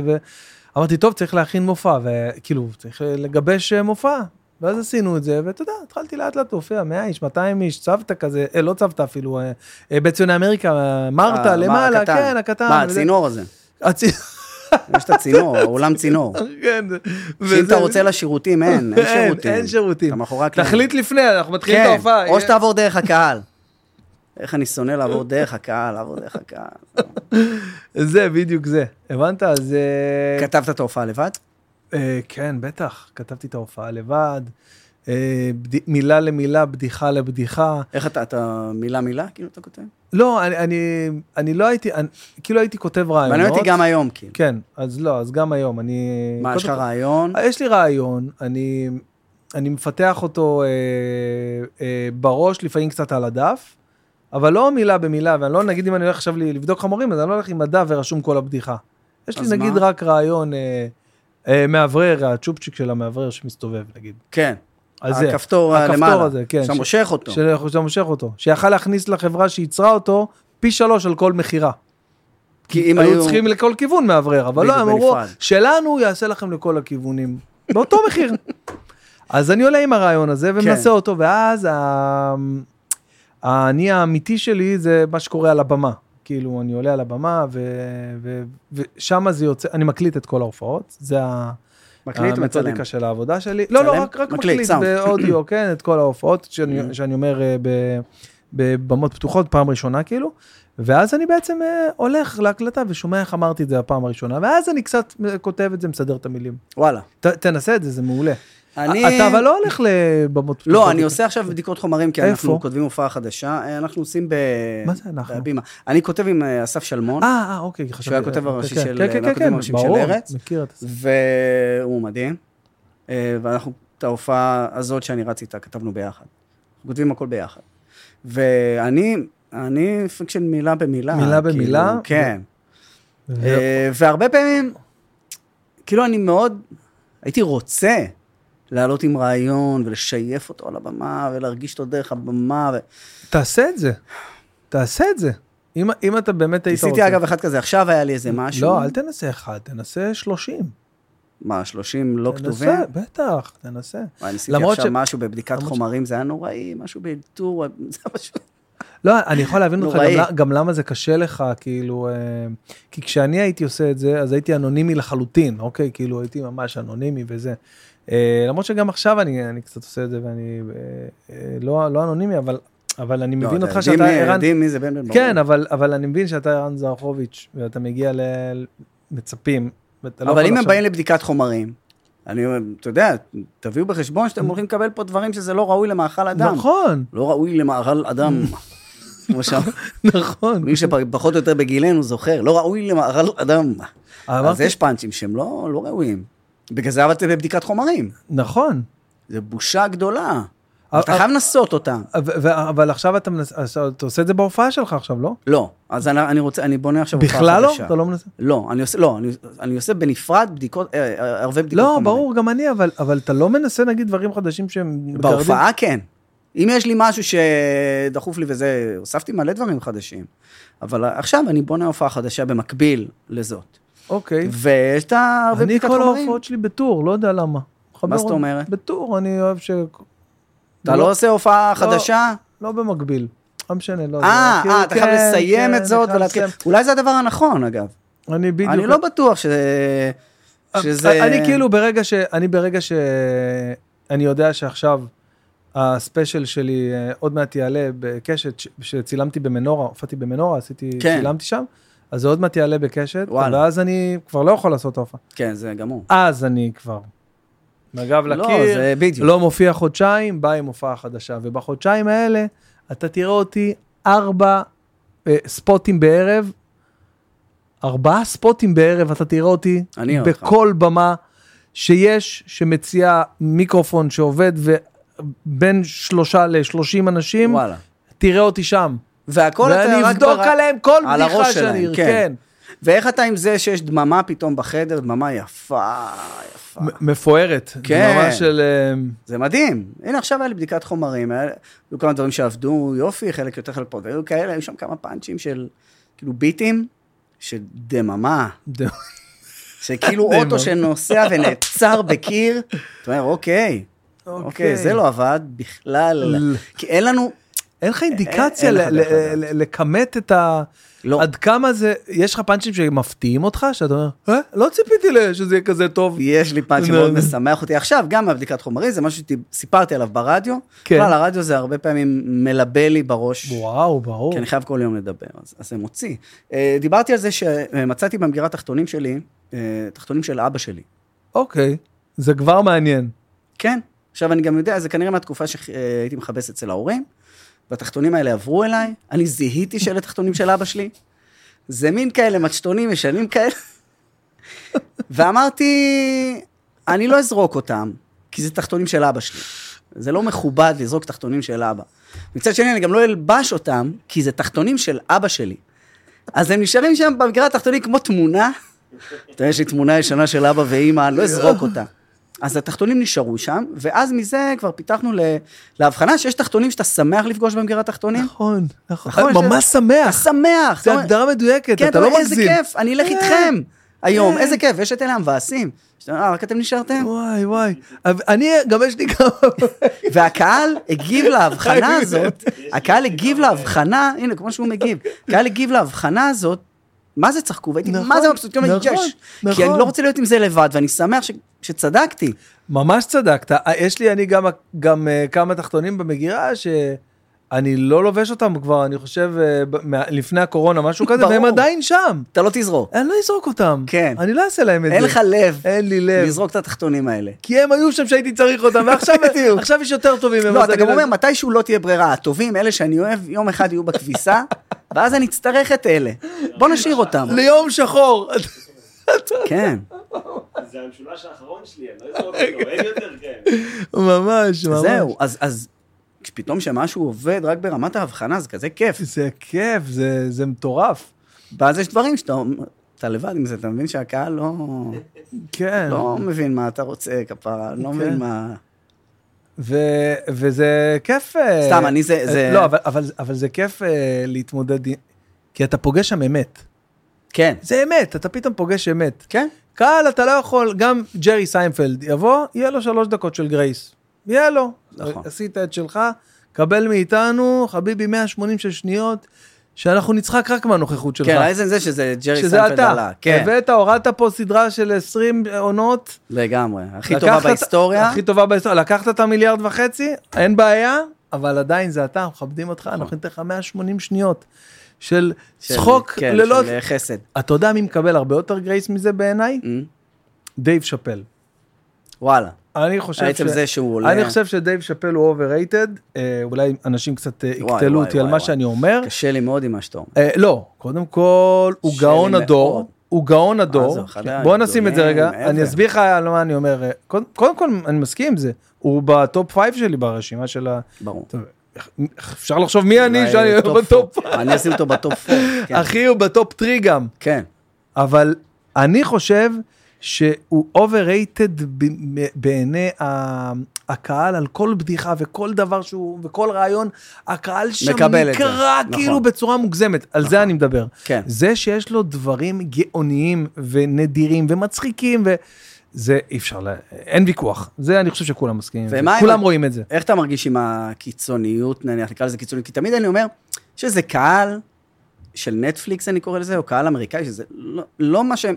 [SPEAKER 1] ואמרתי, טוב, צריך להכין מופע, וכאילו, צריך אה, לגבש אה, מופע. ואז עשינו את זה, ואתה יודע, התחלתי לאט לאט להופיע, 100 איש, 200 איש, צוותא כזה, אה, לא צוותא אפילו, אה, אה, בציוני אמריקה, אה, מרתה,
[SPEAKER 2] אה, מה,
[SPEAKER 1] למעלה,
[SPEAKER 2] הקטן.
[SPEAKER 1] כן, הקטן.
[SPEAKER 2] מה,
[SPEAKER 1] וזה-
[SPEAKER 2] הצינור הזה?
[SPEAKER 1] הצינור.
[SPEAKER 2] יש את הצינור, האולם צינור.
[SPEAKER 1] כן.
[SPEAKER 2] שאם
[SPEAKER 1] וזה-
[SPEAKER 2] אתה רוצה לשירותים, אין, אין שירותים.
[SPEAKER 1] אין שירותים.
[SPEAKER 2] אתה מאחורי הקלעים.
[SPEAKER 1] תחליט לפני, אנחנו מתחילים את
[SPEAKER 2] כן,
[SPEAKER 1] ההופעה.
[SPEAKER 2] או שתעבור דרך הקהל. איך אני שונא לעבור דרך הקהל, לעבור דרך הקהל.
[SPEAKER 1] זה, בדיוק זה. הבנת? אז... אה,
[SPEAKER 2] כתבת את ההופעה לבד?
[SPEAKER 1] אה, כן, בטח, כתבתי את ההופעה לבד, אה, בד... מילה למילה, בדיחה לבדיחה.
[SPEAKER 2] איך אתה, אתה מילה מילה, כאילו, אתה כותב?
[SPEAKER 1] לא, אני, אני, אני לא הייתי, אני, כאילו הייתי כותב רעיונות.
[SPEAKER 2] ואני ראיתי גם היום, כאילו.
[SPEAKER 1] כן, אז לא, אז גם היום, אני...
[SPEAKER 2] מה,
[SPEAKER 1] קודם
[SPEAKER 2] יש לך
[SPEAKER 1] כל- אה,
[SPEAKER 2] רעיון?
[SPEAKER 1] יש לי רעיון, אני, אני מפתח אותו אה, אה, בראש, לפעמים קצת על הדף, אבל לא מילה במילה, ואני לא, נגיד אם אני הולך עכשיו ל- לבדוק חמורים, אז אני לא הולך עם הדף ורשום כל הבדיחה. יש
[SPEAKER 2] אז
[SPEAKER 1] לי נגיד
[SPEAKER 2] מה?
[SPEAKER 1] רק רעיון אה, אה, מאוורר, הצ'ופצ'יק של המאוורר שמסתובב, נגיד.
[SPEAKER 2] כן.
[SPEAKER 1] על זה.
[SPEAKER 2] הכפתור
[SPEAKER 1] הכפתור
[SPEAKER 2] הלמעלה.
[SPEAKER 1] הזה, כן.
[SPEAKER 2] שאתה
[SPEAKER 1] ש-
[SPEAKER 2] מושך אותו.
[SPEAKER 1] של- שאתה מושך אותו. שיכל להכניס לחברה שייצרה אותו פי שלוש על כל מכירה.
[SPEAKER 2] כי אם
[SPEAKER 1] היו
[SPEAKER 2] היו...
[SPEAKER 1] צריכים לכל כיוון מאוורר, אבל לא,
[SPEAKER 2] בדיוק,
[SPEAKER 1] הם אמרו,
[SPEAKER 2] בנפרד.
[SPEAKER 1] שלנו יעשה לכם לכל הכיוונים, באותו מחיר. אז אני עולה עם הרעיון
[SPEAKER 2] כן.
[SPEAKER 1] הזה ומנסה אותו, ואז ה- האני האמיתי שלי זה מה שקורה על הבמה. כאילו, אני עולה על הבמה, ושם זה יוצא, אני מקליט את כל ההופעות, זה ה...
[SPEAKER 2] מקליט ומצלם.
[SPEAKER 1] המתודיקה אה, של העבודה שלי. לא, לא,
[SPEAKER 2] מצלם?
[SPEAKER 1] רק, רק
[SPEAKER 2] מקליט,
[SPEAKER 1] מקליט,
[SPEAKER 2] סאונד. Mm.
[SPEAKER 1] באודיו, כן, את כל ההופעות, שאני, שאני אומר אה, ב- בבמות פתוחות, פעם ראשונה כאילו. ואז אני בעצם אה, הולך להקלטה ושומע איך אמרתי את זה הפעם הראשונה, ואז אני קצת אה, כותב את זה, מסדר את המילים.
[SPEAKER 2] וואלה.
[SPEAKER 1] ת, תנסה את זה, זה מעולה.
[SPEAKER 2] אני...
[SPEAKER 1] אתה אבל לא הולך לבמות פתוחות.
[SPEAKER 2] לא, אני עושה עכשיו בדיקות חומרים, כי
[SPEAKER 1] איפה?
[SPEAKER 2] אנחנו כותבים הופעה חדשה. אה, אנחנו עושים ב...
[SPEAKER 1] מה זה אנחנו?
[SPEAKER 2] בהבימה. אני כותב עם אה, אסף שלמון,
[SPEAKER 1] אה, אה, אוקיי, חשבתי.
[SPEAKER 2] שהוא היה הכותב הראשי
[SPEAKER 1] כן,
[SPEAKER 2] של-
[SPEAKER 1] כן, כן,
[SPEAKER 2] והכותבים
[SPEAKER 1] כן,
[SPEAKER 2] הראשיים של
[SPEAKER 1] ברור,
[SPEAKER 2] ארץ.
[SPEAKER 1] מכיר את זה.
[SPEAKER 2] והוא מדהים. אה, ואנחנו, את ההופעה הזאת שאני רץ איתה, כתבנו ביחד. אנחנו כותבים הכל ביחד. ואני, אני פיקשן מילה במילה.
[SPEAKER 1] מילה במילה?
[SPEAKER 2] כאילו, כן.
[SPEAKER 1] ו-
[SPEAKER 2] אה, והרבה פעמים, כאילו אני מאוד, הייתי רוצה לעלות עם רעיון ולשייף אותו על הבמה ולהרגיש אותו דרך הבמה. ו...
[SPEAKER 1] תעשה את זה. תעשה את זה. אם אם אתה באמת היית רוצה.
[SPEAKER 2] ניסיתי אגב אחד כזה, עכשיו היה לי איזה משהו.
[SPEAKER 1] לא, אל תנסה אחד, תנסה 30.
[SPEAKER 2] מה, 30 לא כתובים?
[SPEAKER 1] תנסה, בטח, תנסה.
[SPEAKER 2] וואי, ניסיתי
[SPEAKER 1] למרות
[SPEAKER 2] עכשיו
[SPEAKER 1] ש-
[SPEAKER 2] משהו בבדיקת
[SPEAKER 1] למרות ש-
[SPEAKER 2] חומרים, זה היה נוראי, משהו באלתור, זה משהו...
[SPEAKER 1] לא, אני יכול להבין אותך
[SPEAKER 2] נוראי.
[SPEAKER 1] גם, ל- גם למה זה קשה לך, כאילו, אה, כי כשאני הייתי עושה את זה, אז הייתי אנונימי לחלוטין, אוקיי? כאילו, הייתי ממש אנונימי וזה. אה, למרות שגם עכשיו אני, אני קצת עושה את זה ואני אה, אה, לא, לא אנונימי, אבל, אבל אני מבין
[SPEAKER 2] לא,
[SPEAKER 1] אותך
[SPEAKER 2] יודעים-
[SPEAKER 1] שאתה ערן...
[SPEAKER 2] יודעים מי זה בן בן ברור.
[SPEAKER 1] כן, אבל, אבל אני מבין שאתה ערן זרחוביץ', ואתה מגיע ל... מצפים. ואתה לא
[SPEAKER 2] אבל
[SPEAKER 1] יכול
[SPEAKER 2] אם הם
[SPEAKER 1] עכשיו-
[SPEAKER 2] באים לבדיקת חומרים, אני אומר, אתה יודע, תביאו בחשבון שאתם הולכים לקבל פה דברים שזה לא ראוי למאכל אדם.
[SPEAKER 1] נכון,
[SPEAKER 2] לא ראוי למאכל אדם. כמו שם,
[SPEAKER 1] נכון.
[SPEAKER 2] מי שפחות או יותר בגילנו זוכר, לא ראוי למאכל אדם. אז
[SPEAKER 1] אמרתי-
[SPEAKER 2] יש פאנצ'ים שהם לא לא ראויים. בגלל זה עבדתי בבדיקת חומרים.
[SPEAKER 1] נכון.
[SPEAKER 2] זו בושה גדולה.
[SPEAKER 1] אבל-
[SPEAKER 2] אתה חייב לנסות אותה.
[SPEAKER 1] ו- ו- אבל עכשיו אתה מנס- אז אתה עושה את זה בהופעה שלך עכשיו, לא?
[SPEAKER 2] לא, אז אני אני רוצה, אני בונה עכשיו הופעה
[SPEAKER 1] בכלל לא?
[SPEAKER 2] חדשה.
[SPEAKER 1] אתה לא מנסה?
[SPEAKER 2] לא, אני עושה, לא, אני, אני עושה בנפרד בדיקות, אה, אה, הרבה בדיקות.
[SPEAKER 1] לא,
[SPEAKER 2] חומרים.
[SPEAKER 1] ברור, גם אני, אבל- אבל אתה לא מנסה נגיד דברים חדשים שהם... מקרבים?
[SPEAKER 2] בהופעה כן. אם יש לי משהו שדחוף לי וזה, הוספתי מלא דברים חדשים. אבל עכשיו אני בונה הופעה חדשה במקביל לזאת.
[SPEAKER 1] אוקיי.
[SPEAKER 2] ויש את הרבה
[SPEAKER 1] אני
[SPEAKER 2] בדיקת
[SPEAKER 1] כל
[SPEAKER 2] חומרים.
[SPEAKER 1] ההופעות שלי בטור, לא יודע למה. חבר-
[SPEAKER 2] זאת אומרת?
[SPEAKER 1] בטור, אני אוהב ש...
[SPEAKER 2] אתה לא עושה הופעה חדשה?
[SPEAKER 1] לא במקביל. לא משנה, לא...
[SPEAKER 2] אה,
[SPEAKER 1] כאילו,
[SPEAKER 2] אה, אתה חייב
[SPEAKER 1] כן, כן,
[SPEAKER 2] לסיים את
[SPEAKER 1] אני
[SPEAKER 2] זאת
[SPEAKER 1] חייב
[SPEAKER 2] ולהתחיל.
[SPEAKER 1] לסיים.
[SPEAKER 2] אולי זה הדבר הנכון, אגב.
[SPEAKER 1] אני בדיוק...
[SPEAKER 2] אני לא בטוח שזה... שזה...
[SPEAKER 1] אני כאילו ברגע ש... אני ברגע ש... אני יודע שעכשיו הספיישל שלי אה, עוד מעט יעלה בקשת, ש- שצילמתי במנורה, הופעתי במנורה, עשיתי...
[SPEAKER 2] כן.
[SPEAKER 1] צילמתי שם, אז זה עוד מעט יעלה בקשת,
[SPEAKER 2] וואלה.
[SPEAKER 1] ואז אני כבר לא יכול לעשות הופעה.
[SPEAKER 2] כן, זה גמור.
[SPEAKER 1] אז אני כבר... מגב
[SPEAKER 2] לא,
[SPEAKER 1] לקיר,
[SPEAKER 2] זה בדיוק.
[SPEAKER 1] לא מופיע חודשיים, בא עם הופעה חדשה. ובחודשיים האלה, אתה תראה אותי ארבע אה, ספוטים בערב, ארבעה ספוטים בערב, אתה תראה אותי
[SPEAKER 2] אני אוהב אותך.
[SPEAKER 1] בכל במה שיש, שמציעה מיקרופון שעובד, ובין שלושה לשלושים אנשים, וואלה.
[SPEAKER 2] וואלה.
[SPEAKER 1] תראה אותי שם.
[SPEAKER 2] והכל אתה
[SPEAKER 1] ואני
[SPEAKER 2] רק
[SPEAKER 1] אבדוק
[SPEAKER 2] ברק-
[SPEAKER 1] עליהם כל
[SPEAKER 2] על
[SPEAKER 1] בדיחה
[SPEAKER 2] הראש
[SPEAKER 1] שאני
[SPEAKER 2] שלהם,
[SPEAKER 1] אראה,
[SPEAKER 2] כן.
[SPEAKER 1] כן.
[SPEAKER 2] ואיך אתה עם זה שיש דממה פתאום בחדר, דממה יפה, יפה.
[SPEAKER 1] מ- מפוארת.
[SPEAKER 2] כן.
[SPEAKER 1] ממש של... אה,
[SPEAKER 2] זה מדהים. הנה, עכשיו היה לי בדיקת חומרים, היה- היו כמה דברים שעבדו יופי, חלק יותר חלק פחות, היו כאלה, היו שם כמה פאנצ'ים של, כאילו ביטים, של דממה,
[SPEAKER 1] ד-
[SPEAKER 2] שכאילו
[SPEAKER 1] דממה.
[SPEAKER 2] אוטו שנוסע ונעצר בקיר, אתה אומר, אוקיי, אוקיי, זה לא עבד בכלל,
[SPEAKER 1] ל-
[SPEAKER 2] כי אין לנו,
[SPEAKER 1] אין לך אינדיקציה
[SPEAKER 2] אין לך
[SPEAKER 1] ל-
[SPEAKER 2] דרך
[SPEAKER 1] ל- ל- לכמת את ה...
[SPEAKER 2] לא.
[SPEAKER 1] עד כמה זה, יש לך פאנצ'ים שמפתיעים אותך, שאתה אומר, "אה, לא ציפיתי ל- שזה יהיה כזה טוב.
[SPEAKER 2] יש לי פאנץ'
[SPEAKER 1] נו,
[SPEAKER 2] שמאוד
[SPEAKER 1] נו.
[SPEAKER 2] משמח אותי עכשיו, גם הבדיקת חומרים, זה משהו שסיפרתי עליו ברדיו.
[SPEAKER 1] כן.
[SPEAKER 2] בכלל, הרדיו זה הרבה פעמים מלבה לי בראש.
[SPEAKER 1] וואו, ברור.
[SPEAKER 2] כי אני חייב כל יום לדבר, אז, אז זה מוציא. אה, דיברתי על זה שמצאתי במגירת תחתונים שלי, אה, תחתונים של אבא שלי.
[SPEAKER 1] אוקיי, זה כבר מעניין.
[SPEAKER 2] כן. עכשיו, אני גם יודע, זה כנראה מהתקופה שהייתי מכבס אצל ההורים, והתחתונים האלה עברו אליי, אני זיהיתי שאלה תחתונים של אבא שלי. זה מין כאלה מצ'תונים ישנים כאלה. ואמרתי, אני לא אזרוק אותם, כי זה תחתונים של אבא שלי. זה לא מכובד לזרוק תחתונים של אבא. מצד שני, אני גם לא אלבש אותם, כי זה תחתונים של אבא שלי. אז הם נשארים שם במגירת התחתונים כמו תמונה. אתה יודע, יש לי תמונה ישנה של אבא ואימא, אני לא אזרוק אותה. אז התחתונים נשארו שם, ואז מזה כבר פיתחנו ל- להבחנה שיש תחתונים שאתה שמח לפגוש במגירת תחתונים.
[SPEAKER 1] נכון, נכון.
[SPEAKER 2] נכון, יש-
[SPEAKER 1] ממש
[SPEAKER 2] אתה
[SPEAKER 1] שמח,
[SPEAKER 2] שמח. אתה
[SPEAKER 1] זו
[SPEAKER 2] אומר-
[SPEAKER 1] הגדרה מדויקת,
[SPEAKER 2] כן,
[SPEAKER 1] אתה לא
[SPEAKER 2] אומר,
[SPEAKER 1] מגזים.
[SPEAKER 2] איזה כיף, אני אלך
[SPEAKER 1] כן.
[SPEAKER 2] איתכם היום,
[SPEAKER 1] כן.
[SPEAKER 2] איזה כיף, יש את אלה המבאסים. שאתה אומר, אה, רק אתם נשארתם?
[SPEAKER 1] וואי, וואי. אבל אני, גם יש לי כמה...
[SPEAKER 2] והקהל הגיב להבחנה
[SPEAKER 1] חייבים.
[SPEAKER 2] הזאת, הקהל הגיב להבחנה, הנה, כמו שהוא מגיב, הקהל הגיב להבחנה הזאת, מה זה צחקו, והייתי,
[SPEAKER 1] נכון,
[SPEAKER 2] מה זה מבסוט, כאילו,
[SPEAKER 1] נכון,
[SPEAKER 2] ג'ש, כי
[SPEAKER 1] נכון.
[SPEAKER 2] אני לא רוצה להיות עם זה לבד, ואני שמח ש- שצדקתי.
[SPEAKER 1] ממש צדקת. אה, יש לי אני גם, גם אה, כמה תחתונים במגירה שאני לא לובש אותם כבר, אני חושב, אה, ב- מה- לפני הקורונה, משהו כזה,
[SPEAKER 2] ברור.
[SPEAKER 1] והם עדיין שם.
[SPEAKER 2] אתה לא תזרוק,
[SPEAKER 1] אני לא אזרוק אותם.
[SPEAKER 2] כן.
[SPEAKER 1] אני לא אעשה להם את זה.
[SPEAKER 2] אין לך לב
[SPEAKER 1] אין לי לב.
[SPEAKER 2] לזרוק את התחתונים האלה.
[SPEAKER 1] כי הם היו שם שהייתי צריך אותם, ועכשיו
[SPEAKER 2] בדיוק.
[SPEAKER 1] עכשיו יש יותר טובים. כאילו,
[SPEAKER 2] לא,
[SPEAKER 1] אז
[SPEAKER 2] אתה
[SPEAKER 1] אני
[SPEAKER 2] גם אומר, מתישהו לא תהיה ברירה, הטובים, אלה שאני אוהב, יום אחד יהיו בכביסה, ואז אני אצטרך את אלה. בוא נשאיר אותם.
[SPEAKER 1] ליום שחור.
[SPEAKER 2] כן.
[SPEAKER 3] זה המשולש האחרון שלי, אני לא אזרוק אותו, אין יותר כן. כאלה.
[SPEAKER 1] ממש, ממש.
[SPEAKER 2] זהו, אז, אז פתאום שמשהו עובד רק ברמת ההבחנה, זה כזה כיף.
[SPEAKER 1] זה כיף, זה, זה מטורף.
[SPEAKER 2] ואז יש דברים שאתה אומר, אתה לבד עם זה, אתה מבין שהקהל לא,
[SPEAKER 1] כן.
[SPEAKER 2] לא מבין מה אתה רוצה, כפרה, לא
[SPEAKER 1] כן.
[SPEAKER 2] מבין מה...
[SPEAKER 1] ו, וזה כיף... אה,
[SPEAKER 2] סתם, אני זה-
[SPEAKER 1] אה,
[SPEAKER 2] זה-
[SPEAKER 1] לא, אבל, אבל, אבל זה כיף אה, להתמודד, עם- כי אתה פוגש שם אמת.
[SPEAKER 2] כן.
[SPEAKER 1] זה אמת, אתה פתאום פוגש אמת.
[SPEAKER 2] כן?
[SPEAKER 1] קהל אתה לא יכול, גם ג'רי סיינפלד יבוא, יהיה לו שלוש דקות של גרייס. יהיה לו.
[SPEAKER 2] נכון.
[SPEAKER 1] עשית את שלך, קבל מאיתנו, חביבי 180 של שניות, שאנחנו נצחק רק מהנוכחות שלך.
[SPEAKER 2] כן, אייזן זה שזה ג'רי
[SPEAKER 1] שזה
[SPEAKER 2] סנפלד
[SPEAKER 1] אתה.
[SPEAKER 2] עלה. כן,
[SPEAKER 1] הבאת, הורדת פה סדרה של 20 עונות.
[SPEAKER 2] לגמרי. הכי טובה
[SPEAKER 1] לקחת את-
[SPEAKER 2] בהיסטוריה.
[SPEAKER 1] הכי טובה בהיסטוריה. לקחת את המיליארד וחצי, אין בעיה, אבל עדיין זה אתה, מכבדים אותך, אנחנו ניתן לך 180 שניות של
[SPEAKER 2] נכון. של-
[SPEAKER 1] צחוק
[SPEAKER 2] כן,
[SPEAKER 1] ללא...
[SPEAKER 2] של חסד.
[SPEAKER 1] אתה יודע מי מקבל הרבה יותר גרייס מזה בעיניי?
[SPEAKER 2] אמ?
[SPEAKER 1] דייב שאפל.
[SPEAKER 2] וואלה.
[SPEAKER 1] אני חושב
[SPEAKER 2] עצם זה שהוא עולה-
[SPEAKER 1] אני חושב שדייב שאפל הוא overrated, אה, אולי אנשים קצת אה,
[SPEAKER 2] וואי,
[SPEAKER 1] יקטלו
[SPEAKER 2] וואי,
[SPEAKER 1] אותי על
[SPEAKER 2] וואי,
[SPEAKER 1] מה
[SPEAKER 2] וואי.
[SPEAKER 1] שאני אומר.
[SPEAKER 2] קשה לי מאוד עם מה שאתה אומר.
[SPEAKER 1] אה, לא, קודם כל, הוא
[SPEAKER 2] שלי
[SPEAKER 1] גאון
[SPEAKER 2] מאוד.
[SPEAKER 1] הדור, הוא גאון הדור. כן,
[SPEAKER 2] זה חדש,
[SPEAKER 1] בוא נשים את זה
[SPEAKER 2] דומם,
[SPEAKER 1] רגע,
[SPEAKER 2] מעבר.
[SPEAKER 1] אני אסביר לך על מה אני אומר. אה, קוד- קודם כל, אני מסכים עם זה, הוא בטופ 5 שלי ברשימה של ה...
[SPEAKER 2] ברור.
[SPEAKER 1] טוב, איך- אפשר לחשוב מי אני
[SPEAKER 2] אולי
[SPEAKER 1] שאני
[SPEAKER 2] טופ
[SPEAKER 1] בטופ.
[SPEAKER 2] פור. אני אשים אותו בטופ פור. כן.
[SPEAKER 1] אחי, הוא בטופ 3 גם.
[SPEAKER 2] כן.
[SPEAKER 1] אבל אני חושב שהוא overrated ב- ב- בעיני ה- הקהל על כל בדיחה וכל דבר שהוא, וכל רעיון, הקהל שם
[SPEAKER 2] מקבל את זה,
[SPEAKER 1] נקרע
[SPEAKER 2] נכון.
[SPEAKER 1] כאילו בצורה מוגזמת, על זה אני מדבר.
[SPEAKER 2] כן.
[SPEAKER 1] זה שיש לו דברים גאוניים ונדירים ומצחיקים, וזה אי אפשר, לה... אין ויכוח, זה אני חושב שכולם מסכימים, עם
[SPEAKER 2] ומה
[SPEAKER 1] זה.
[SPEAKER 2] עם-
[SPEAKER 1] כולם רואים את זה.
[SPEAKER 2] איך אתה מרגיש עם הקיצוניות, נניח, נקרא לזה קיצוניות? כי תמיד אני אומר שזה קהל של נטפליקס, אני קורא לזה, או קהל אמריקאי, שזה לא, לא מה שהם...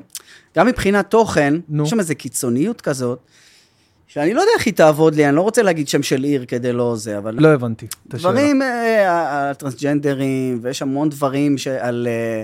[SPEAKER 2] גם מבחינת תוכן,
[SPEAKER 1] נו.
[SPEAKER 2] יש שם איזו קיצוניות כזאת, שאני לא יודע איך היא תעבוד לי, אני לא רוצה להגיד שם של עיר כדי לא זה, אבל...
[SPEAKER 1] לא הבנתי את השאלה.
[SPEAKER 2] דברים אה, על טרנסג'נדרים, ויש המון דברים שעל... אה,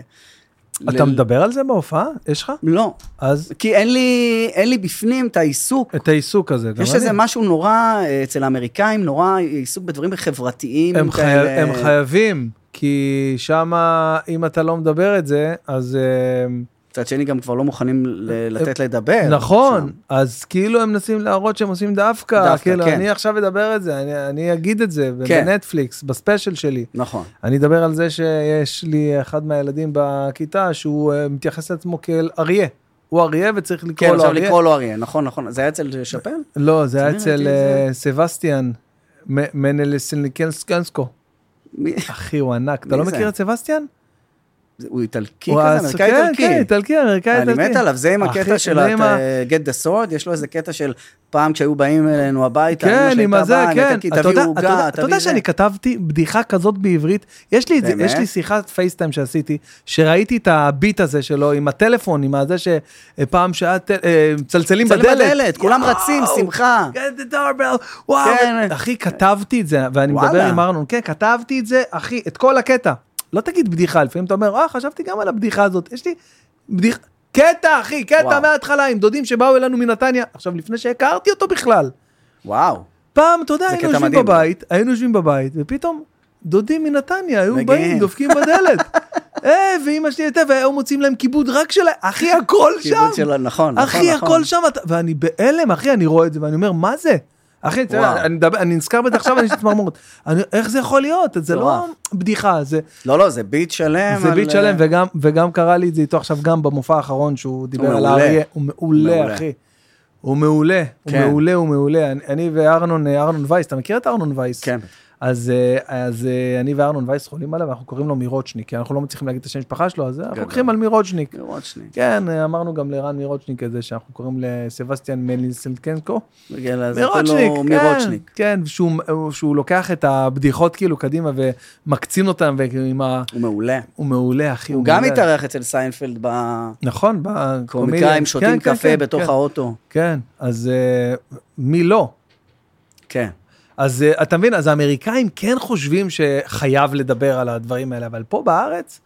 [SPEAKER 1] אתה
[SPEAKER 2] ל-
[SPEAKER 1] מדבר על זה בהופעה? יש לך?
[SPEAKER 2] לא.
[SPEAKER 1] אז
[SPEAKER 2] כי אין לי, אין לי בפנים את העיסוק.
[SPEAKER 1] את העיסוק הזה, גם
[SPEAKER 2] יש
[SPEAKER 1] אני.
[SPEAKER 2] איזה משהו נורא, אה, אצל האמריקאים, נורא עיסוק בדברים חברתיים.
[SPEAKER 1] הם, חי...
[SPEAKER 2] כאלה.
[SPEAKER 1] הם חייבים, כי שמה, אם אתה לא מדבר את זה, אז אמ,
[SPEAKER 2] מצד שני, גם כבר לא מוכנים ל- לתת לדבר.
[SPEAKER 1] נכון,
[SPEAKER 2] כן, שם.
[SPEAKER 1] אז כאילו הם מנסים להראות שהם עושים דווקא,
[SPEAKER 2] דווקא,
[SPEAKER 1] כאילו
[SPEAKER 2] כן.
[SPEAKER 1] אני עכשיו אדבר את זה, אני, אני אגיד את זה
[SPEAKER 2] כן.
[SPEAKER 1] בנטפליקס, בספיישל שלי.
[SPEAKER 2] נכון.
[SPEAKER 1] אני אדבר על זה שיש לי אחד מהילדים בכיתה שהוא אה, מתייחס לעצמו כאל אריה. הוא אריה וצריך לקרוא
[SPEAKER 2] כן,
[SPEAKER 1] לו
[SPEAKER 2] עכשיו
[SPEAKER 1] אריה.
[SPEAKER 2] לקרוא לו אריה, נכון, נכון. זה היה אצל שאפל?
[SPEAKER 1] לא, זה היה
[SPEAKER 2] צמרת,
[SPEAKER 1] אצל
[SPEAKER 2] אה,
[SPEAKER 1] אה, סבסטיאן מ- מנלסניקנסקו.
[SPEAKER 2] מי-
[SPEAKER 1] אחי, הוא ענק. אתה
[SPEAKER 2] מי
[SPEAKER 1] לא
[SPEAKER 2] זה?
[SPEAKER 1] מכיר את סבסטיאן?
[SPEAKER 2] הוא איטלקי
[SPEAKER 1] הוא
[SPEAKER 2] כזה,
[SPEAKER 1] אז-
[SPEAKER 2] אמריקאי
[SPEAKER 1] כן,
[SPEAKER 2] איטלקי.
[SPEAKER 1] כן, איטלקי, אמריקאי
[SPEAKER 2] אני
[SPEAKER 1] איטלקי.
[SPEAKER 2] מת עליו, זה עם
[SPEAKER 1] אחי,
[SPEAKER 2] הקטע של
[SPEAKER 1] זה עם ה-
[SPEAKER 2] ה- אה, Get the Sword, יש לו איזה קטע של פעם כשהיו באים אלינו הביתה, אמא
[SPEAKER 1] כן,
[SPEAKER 2] שהייתה
[SPEAKER 1] עם הזה,
[SPEAKER 2] באה, אני
[SPEAKER 1] כן.
[SPEAKER 2] איטלקי,
[SPEAKER 1] אתה יודע-
[SPEAKER 2] תביאו
[SPEAKER 1] אתה יודע-
[SPEAKER 2] עוגה,
[SPEAKER 1] אתה יודע
[SPEAKER 2] תביאו זה.
[SPEAKER 1] שאני כתבתי בדיחה כזאת בעברית? יש לי את זה,
[SPEAKER 2] באמת?
[SPEAKER 1] יש לי שיחת פייסטיים שעשיתי, שראיתי את הביט הזה שלו עם הטלפון, עם הזה שפעם שהיה, טל- אה, מצלצלים
[SPEAKER 2] מצלצלים
[SPEAKER 1] בדלת.
[SPEAKER 2] בדלת, כולם רצים, שמחה.
[SPEAKER 1] get the doorbell, וואו,
[SPEAKER 2] כן.
[SPEAKER 1] אחי, כתבתי את זה, ואני
[SPEAKER 2] וואלה.
[SPEAKER 1] מדבר עם ארנון, כן, כתבתי את זה, אחי, את כל הקטע. לא תגיד בדיחה, לפעמים אתה אומר, אה, חשבתי גם על הבדיחה הזאת, יש לי בדיחה, קטע, אחי, קטע
[SPEAKER 2] וואו.
[SPEAKER 1] מההתחלה, עם דודים שבאו אלינו מנתניה, עכשיו, לפני שהכרתי אותו בכלל.
[SPEAKER 2] וואו.
[SPEAKER 1] פעם, אתה יודע,
[SPEAKER 2] זה
[SPEAKER 1] היינו
[SPEAKER 2] קטע
[SPEAKER 1] יושבים
[SPEAKER 2] מדהים.
[SPEAKER 1] בבית, היינו יושבים בבית, ופתאום דודים מנתניה היו
[SPEAKER 2] מגיעים.
[SPEAKER 1] באים, דופקים בדלת. אה, ואימא שלי הייתה, והיו מוצאים להם כיבוד רק שלה, אחי, הכל
[SPEAKER 2] כיוון
[SPEAKER 1] שם.
[SPEAKER 2] שלו, נכון, נכון,
[SPEAKER 1] אחי,
[SPEAKER 2] נכון.
[SPEAKER 1] הכל שם, אתה- ואני בהלם, אחי, אני רואה את זה, ואני אומר, מה זה? אחי, אתה יודע,
[SPEAKER 2] וואו.
[SPEAKER 1] אני מדבר- אני נזכר בזה עכשיו, אני צמרמורת. אני- איך זה יכול להיות? זה לא
[SPEAKER 2] מטורף.
[SPEAKER 1] בדיחה, זה
[SPEAKER 2] לא, לא, זה ביט שלם.
[SPEAKER 1] זה
[SPEAKER 2] על- אה,
[SPEAKER 1] ביט שלם, וגם- וגם קרה לי את זה איתו עכשיו, גם במופע האחרון שהוא דיבר על
[SPEAKER 2] מעולה.
[SPEAKER 1] האריה. הוא מעולה,
[SPEAKER 2] מעולה.
[SPEAKER 1] אחי. הוא מעולה, הוא
[SPEAKER 2] כן.
[SPEAKER 1] מעולה, הוא מעולה. אני- אני וארנון, אה, ארנון וייס, אתה מכיר את ארנון וייס?
[SPEAKER 2] כן.
[SPEAKER 1] אז אה, אז, אה, אני וארנון וייס חולים עליו, אנחנו קוראים לו מירוצ'ניק, כי אנחנו לא מצליחים להגיד את השם משפחה שלו, אז אנחנו
[SPEAKER 2] גדול.
[SPEAKER 1] לוקחים על מירוצ'ניק.
[SPEAKER 2] לראות שנייה.
[SPEAKER 1] כן, אה, אמרנו גם לרן מירוצ'ניק את זה, שאנחנו קוראים לסבסטיאן מלינסלקנקו.
[SPEAKER 2] רגע, אז אתה לא-
[SPEAKER 1] מירוצ'ניק,
[SPEAKER 2] מירוצ'ניק.
[SPEAKER 1] כן, כן, שהוא- שהוא לוקח את הבדיחות כאילו קדימה ומקצין אותן, ועם ה...
[SPEAKER 2] הוא מעולה.
[SPEAKER 1] הוא מעולה, אחי.
[SPEAKER 2] הוא גם
[SPEAKER 1] מעולה.
[SPEAKER 2] התארח אצל סיינפלד
[SPEAKER 1] נכון, בקומדיה.
[SPEAKER 2] בקומיקאים, שותים
[SPEAKER 1] כן, כן,
[SPEAKER 2] קפה
[SPEAKER 1] כן,
[SPEAKER 2] בתוך
[SPEAKER 1] כן.
[SPEAKER 2] האוטו.
[SPEAKER 1] כן, אז אה, מי לא?
[SPEAKER 2] כן.
[SPEAKER 1] אז אה, אתה מבין, אז האמריקאים כן חושבים שחייב לדבר על הדברים האלה, אבל פה בארץ,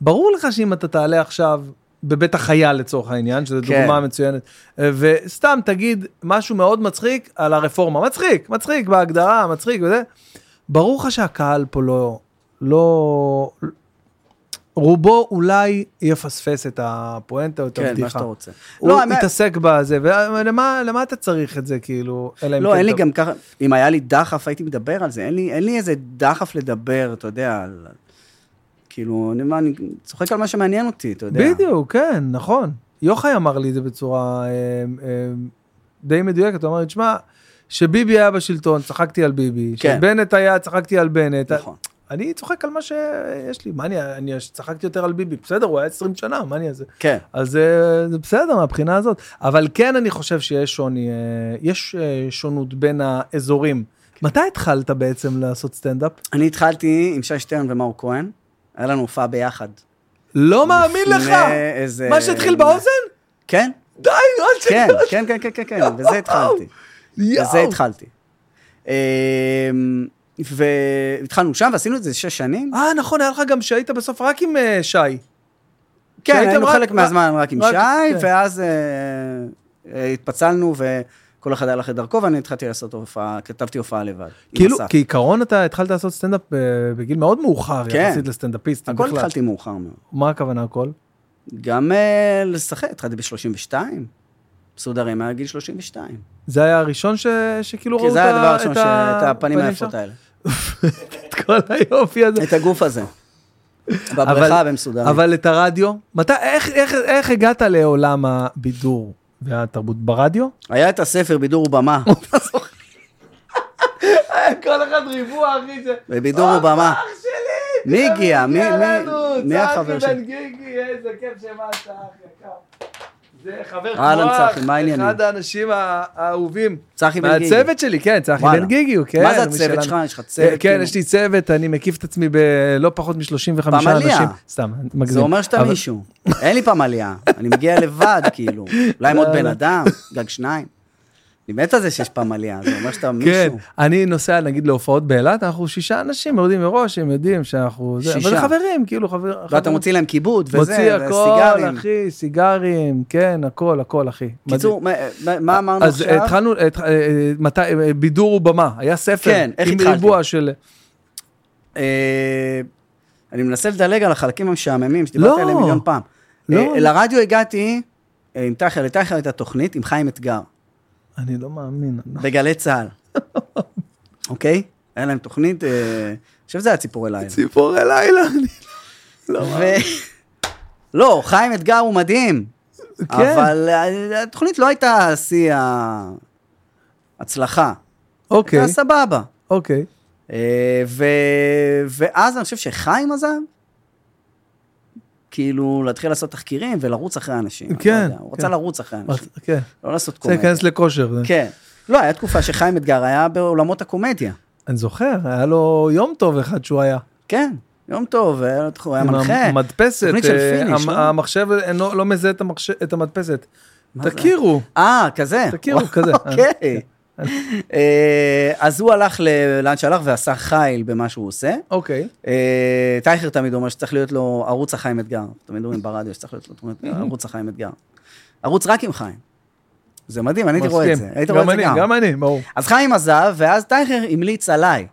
[SPEAKER 1] ברור לך שאם אתה תעלה עכשיו בבית החייל לצורך העניין, שזו
[SPEAKER 2] כן.
[SPEAKER 1] דוגמה מצוינת, אה, וסתם תגיד משהו מאוד מצחיק על הרפורמה, מצחיק, מצחיק בהגדרה, מצחיק וזה, ברור לך שהקהל פה לא, לא, רובו אולי יפספס את הפואנטה או את
[SPEAKER 2] כן, מה
[SPEAKER 1] הבדיחה.
[SPEAKER 2] שאתה רוצה.
[SPEAKER 1] הוא
[SPEAKER 2] לא,
[SPEAKER 1] לא,
[SPEAKER 2] האמת-
[SPEAKER 1] התעסק בזה, ולמה למה אתה צריך את זה כאילו? אלא אם
[SPEAKER 2] לא,
[SPEAKER 1] כן
[SPEAKER 2] אין לי
[SPEAKER 1] אתה-
[SPEAKER 2] גם ככה, אם היה לי דחף הייתי מדבר על זה, אין לי, אין לי איזה דחף לדבר, אתה יודע, על... כאילו, אני, מה, אני צוחק על מה שמעניין אותי, אתה יודע.
[SPEAKER 1] בדיוק, כן, נכון. יוחאי אמר לי את זה בצורה אה, אה, די מדויקת, הוא אמר לי, תשמע, שביבי היה בשלטון, צחקתי על ביבי,
[SPEAKER 2] כן.
[SPEAKER 1] שבנט היה, צחקתי על בנט.
[SPEAKER 2] נכון.
[SPEAKER 1] אני צוחק על מה שיש לי, מה אני, אני צחקתי יותר על ביבי, בסדר, הוא היה 20 שנה, מה אני אעשה?
[SPEAKER 2] כן.
[SPEAKER 1] אז אה, זה בסדר מהבחינה הזאת. אבל כן, אני חושב שיש שוני, אה, יש אה, שונות בין האזורים.
[SPEAKER 2] כן.
[SPEAKER 1] מתי התחלת בעצם לעשות סטנדאפ?
[SPEAKER 2] אני התחלתי עם שי שטרן ומאור כהן, היה לנו הופעה ביחד.
[SPEAKER 1] לא מאמין
[SPEAKER 2] לפני
[SPEAKER 1] לך!
[SPEAKER 2] איזה-
[SPEAKER 1] מה שהתחיל באוזן?
[SPEAKER 2] כן?
[SPEAKER 1] די, אל
[SPEAKER 2] כן,
[SPEAKER 1] תגיד.
[SPEAKER 2] כן, כן, כן, כן, כן, בזה התחלתי.
[SPEAKER 1] יואו.
[SPEAKER 2] בזה התחלתי. אמ, והתחלנו שם ועשינו את זה שש שנים.
[SPEAKER 1] אה, נכון, היה לך גם שהיית בסוף רק עם אה, שי.
[SPEAKER 2] כן,
[SPEAKER 1] שהייתם
[SPEAKER 2] היינו
[SPEAKER 1] רק- אה,
[SPEAKER 2] חלק
[SPEAKER 1] רק- כן.
[SPEAKER 2] מהזמן רק עם
[SPEAKER 1] רק-
[SPEAKER 2] שי,
[SPEAKER 1] כן.
[SPEAKER 2] ואז אה, אה, התפצלנו כל אחד הלך לדרכו, ואני התחלתי לעשות הופעה, כתבתי הופעה לבד. עם
[SPEAKER 1] כאילו,
[SPEAKER 2] אסף.
[SPEAKER 1] כעיקרון אתה התחלת לעשות סטנדאפ אה, בגיל מאוד מאוחר,
[SPEAKER 2] כן.
[SPEAKER 1] יחסית לסטנדאפיסטים
[SPEAKER 2] הכל
[SPEAKER 1] בכלל.
[SPEAKER 2] התחלתי מאוחר מאוד.
[SPEAKER 1] מה הכוונה הכל?
[SPEAKER 2] גם אה, לשחק, התחלתי ב-32. מסודרים היה גיל 32.
[SPEAKER 1] זה היה הראשון ש... שכאילו ראו
[SPEAKER 2] כי
[SPEAKER 1] את
[SPEAKER 2] כן, זה
[SPEAKER 1] ה-
[SPEAKER 2] היה הדבר הראשון, ש- את הפנים
[SPEAKER 1] שלך?
[SPEAKER 2] היפות האלה.
[SPEAKER 1] את כל היופי הזה.
[SPEAKER 2] את הגוף הזה. בבריכה
[SPEAKER 1] אבל-
[SPEAKER 2] במסודרים.
[SPEAKER 1] אבל את הרדיו, מתי, איך, איך, איך הגעת לעולם הבידור והתרבות ברדיו?
[SPEAKER 2] היה את הספר בידור ובמה.
[SPEAKER 1] אה, כל אחד ריבוע, אחי, זה...
[SPEAKER 2] בבידור ובמה.
[SPEAKER 1] אח שלי!
[SPEAKER 2] מי הגיע? מי- מי- מי החבר
[SPEAKER 1] צחי
[SPEAKER 2] שלי?
[SPEAKER 1] בן גיגי, איזה כיף שבאת, אח יקר. זה חבר כמו
[SPEAKER 2] אהלן, צחי, מה העניינים?
[SPEAKER 1] אחד האנשים הא- האהובים.
[SPEAKER 2] צחי בן גיגי.
[SPEAKER 1] מהצוות שלי, כן, צחי
[SPEAKER 2] וואלה.
[SPEAKER 1] בן גיגי, הוא כן.
[SPEAKER 2] מה זה
[SPEAKER 1] הוא
[SPEAKER 2] הצוות
[SPEAKER 1] משלנו.
[SPEAKER 2] שלך? יש לך צוות,
[SPEAKER 1] אה, כן,
[SPEAKER 2] כאילו?
[SPEAKER 1] יש לי צוות, אני מקיף את עצמי בלא פחות מ-35
[SPEAKER 2] פמליה.
[SPEAKER 1] אנשים. סתם, אני מגזים.
[SPEAKER 2] זה אומר שאתה
[SPEAKER 1] אבל-
[SPEAKER 2] מישהו. אין לי פמליה, אני מגיע לבד, כאילו. אולי עם
[SPEAKER 1] לא,
[SPEAKER 2] עוד בן אדם, גג שניים. אני מת על זה שיש פמליה, זה אומר שאתה
[SPEAKER 1] כן,
[SPEAKER 2] מישהו.
[SPEAKER 1] אני נוסע נגיד להופעות באילת, אנחנו שישה אנשים, יודעים מראש, הם יודעים שאנחנו... זה, אבל
[SPEAKER 2] שישה.
[SPEAKER 1] חברים, כאילו חבר...
[SPEAKER 2] ואתה
[SPEAKER 1] חבר-
[SPEAKER 2] מוציא להם כיבוד
[SPEAKER 1] מוציא
[SPEAKER 2] וזה,
[SPEAKER 1] הכל,
[SPEAKER 2] וסיגרים.
[SPEAKER 1] אחי, סיגרים, כן, הכל, הכל, אחי.
[SPEAKER 2] קיצור, מה- מה- מה אמרנו
[SPEAKER 1] אז
[SPEAKER 2] עכשיו?
[SPEAKER 1] התחלנו, התח- אה, אה, מתי, אה, בידור ובמה, היה ספר.
[SPEAKER 2] כן, איך
[SPEAKER 1] עם
[SPEAKER 2] התחלתי?
[SPEAKER 1] ריבוע של...
[SPEAKER 2] אה, אני מנסה לדלג על החלקים המשעממים שדיברתי
[SPEAKER 1] לא.
[SPEAKER 2] עליהם מיליון פעם.
[SPEAKER 1] לא.
[SPEAKER 2] אה, לרדיו הגעתי אה, עם טייכר, לטייכר הייתה תוכנית עם חיים אתגר,
[SPEAKER 1] אני לא מאמין.
[SPEAKER 2] בגלי צה"ל. אוקיי? היה להם תוכנית, אה, אני חושב שזה היה ציפורי לילה.
[SPEAKER 1] ציפורי לילה.
[SPEAKER 2] ו... לא, חיים אתגר הוא מדהים.
[SPEAKER 1] כן.
[SPEAKER 2] אבל אה, התוכנית לא הייתה שיא ההצלחה.
[SPEAKER 1] אוקיי,
[SPEAKER 2] הייתה סבבה.
[SPEAKER 1] אוקיי.
[SPEAKER 2] אה, ו... ואז אני חושב שחיים עזב, כאילו להתחיל לעשות תחקירים ולרוץ אחרי אנשים. אני
[SPEAKER 1] כן,
[SPEAKER 2] לא יודע, הוא
[SPEAKER 1] כן.
[SPEAKER 2] רצה לרוץ אחרי אנשים,
[SPEAKER 1] כן,
[SPEAKER 2] לא לעשות
[SPEAKER 1] צריך
[SPEAKER 2] קומדיה.
[SPEAKER 1] להיכנס לכושר. זה.
[SPEAKER 2] כן. לא, היה תקופה שחיים אתגר היה בעולמות הקומדיה.
[SPEAKER 1] אני זוכר, היה לו יום טוב אחד שהוא היה.
[SPEAKER 2] כן, יום טוב, היה לו תחום, הוא היה מנחה.
[SPEAKER 1] עם המדפסת,
[SPEAKER 2] תוכנית של
[SPEAKER 1] אה,
[SPEAKER 2] פיניש,
[SPEAKER 1] המ-
[SPEAKER 2] לא?
[SPEAKER 1] המחשב אינו- לא מזהה את המחש- את המדפסת.
[SPEAKER 2] מה זה?
[SPEAKER 1] תכירו.
[SPEAKER 2] אה, כזה.
[SPEAKER 1] תכירו,
[SPEAKER 2] וואו,
[SPEAKER 1] כזה. כן.
[SPEAKER 2] אוקיי. אה, אז הוא הלך ל- לאן שהלך ועשה חיל במה שהוא עושה.
[SPEAKER 1] אוקיי.
[SPEAKER 2] אה, טייכר תמיד אומר שצריך להיות לו ערוץ החיים אתגר. תמיד אומרים ברדיו שצריך להיות לו תמיד ערוץ החיים אתגר. ערוץ רק עם חיים. זה מדהים, אני הייתי רואה את זה.
[SPEAKER 1] מסכים.
[SPEAKER 2] היית רואה את זה
[SPEAKER 1] אני,
[SPEAKER 2] גם.
[SPEAKER 1] גם אני, ברור.
[SPEAKER 2] אז חיים עזב, ואז טייכר המליץ עליי.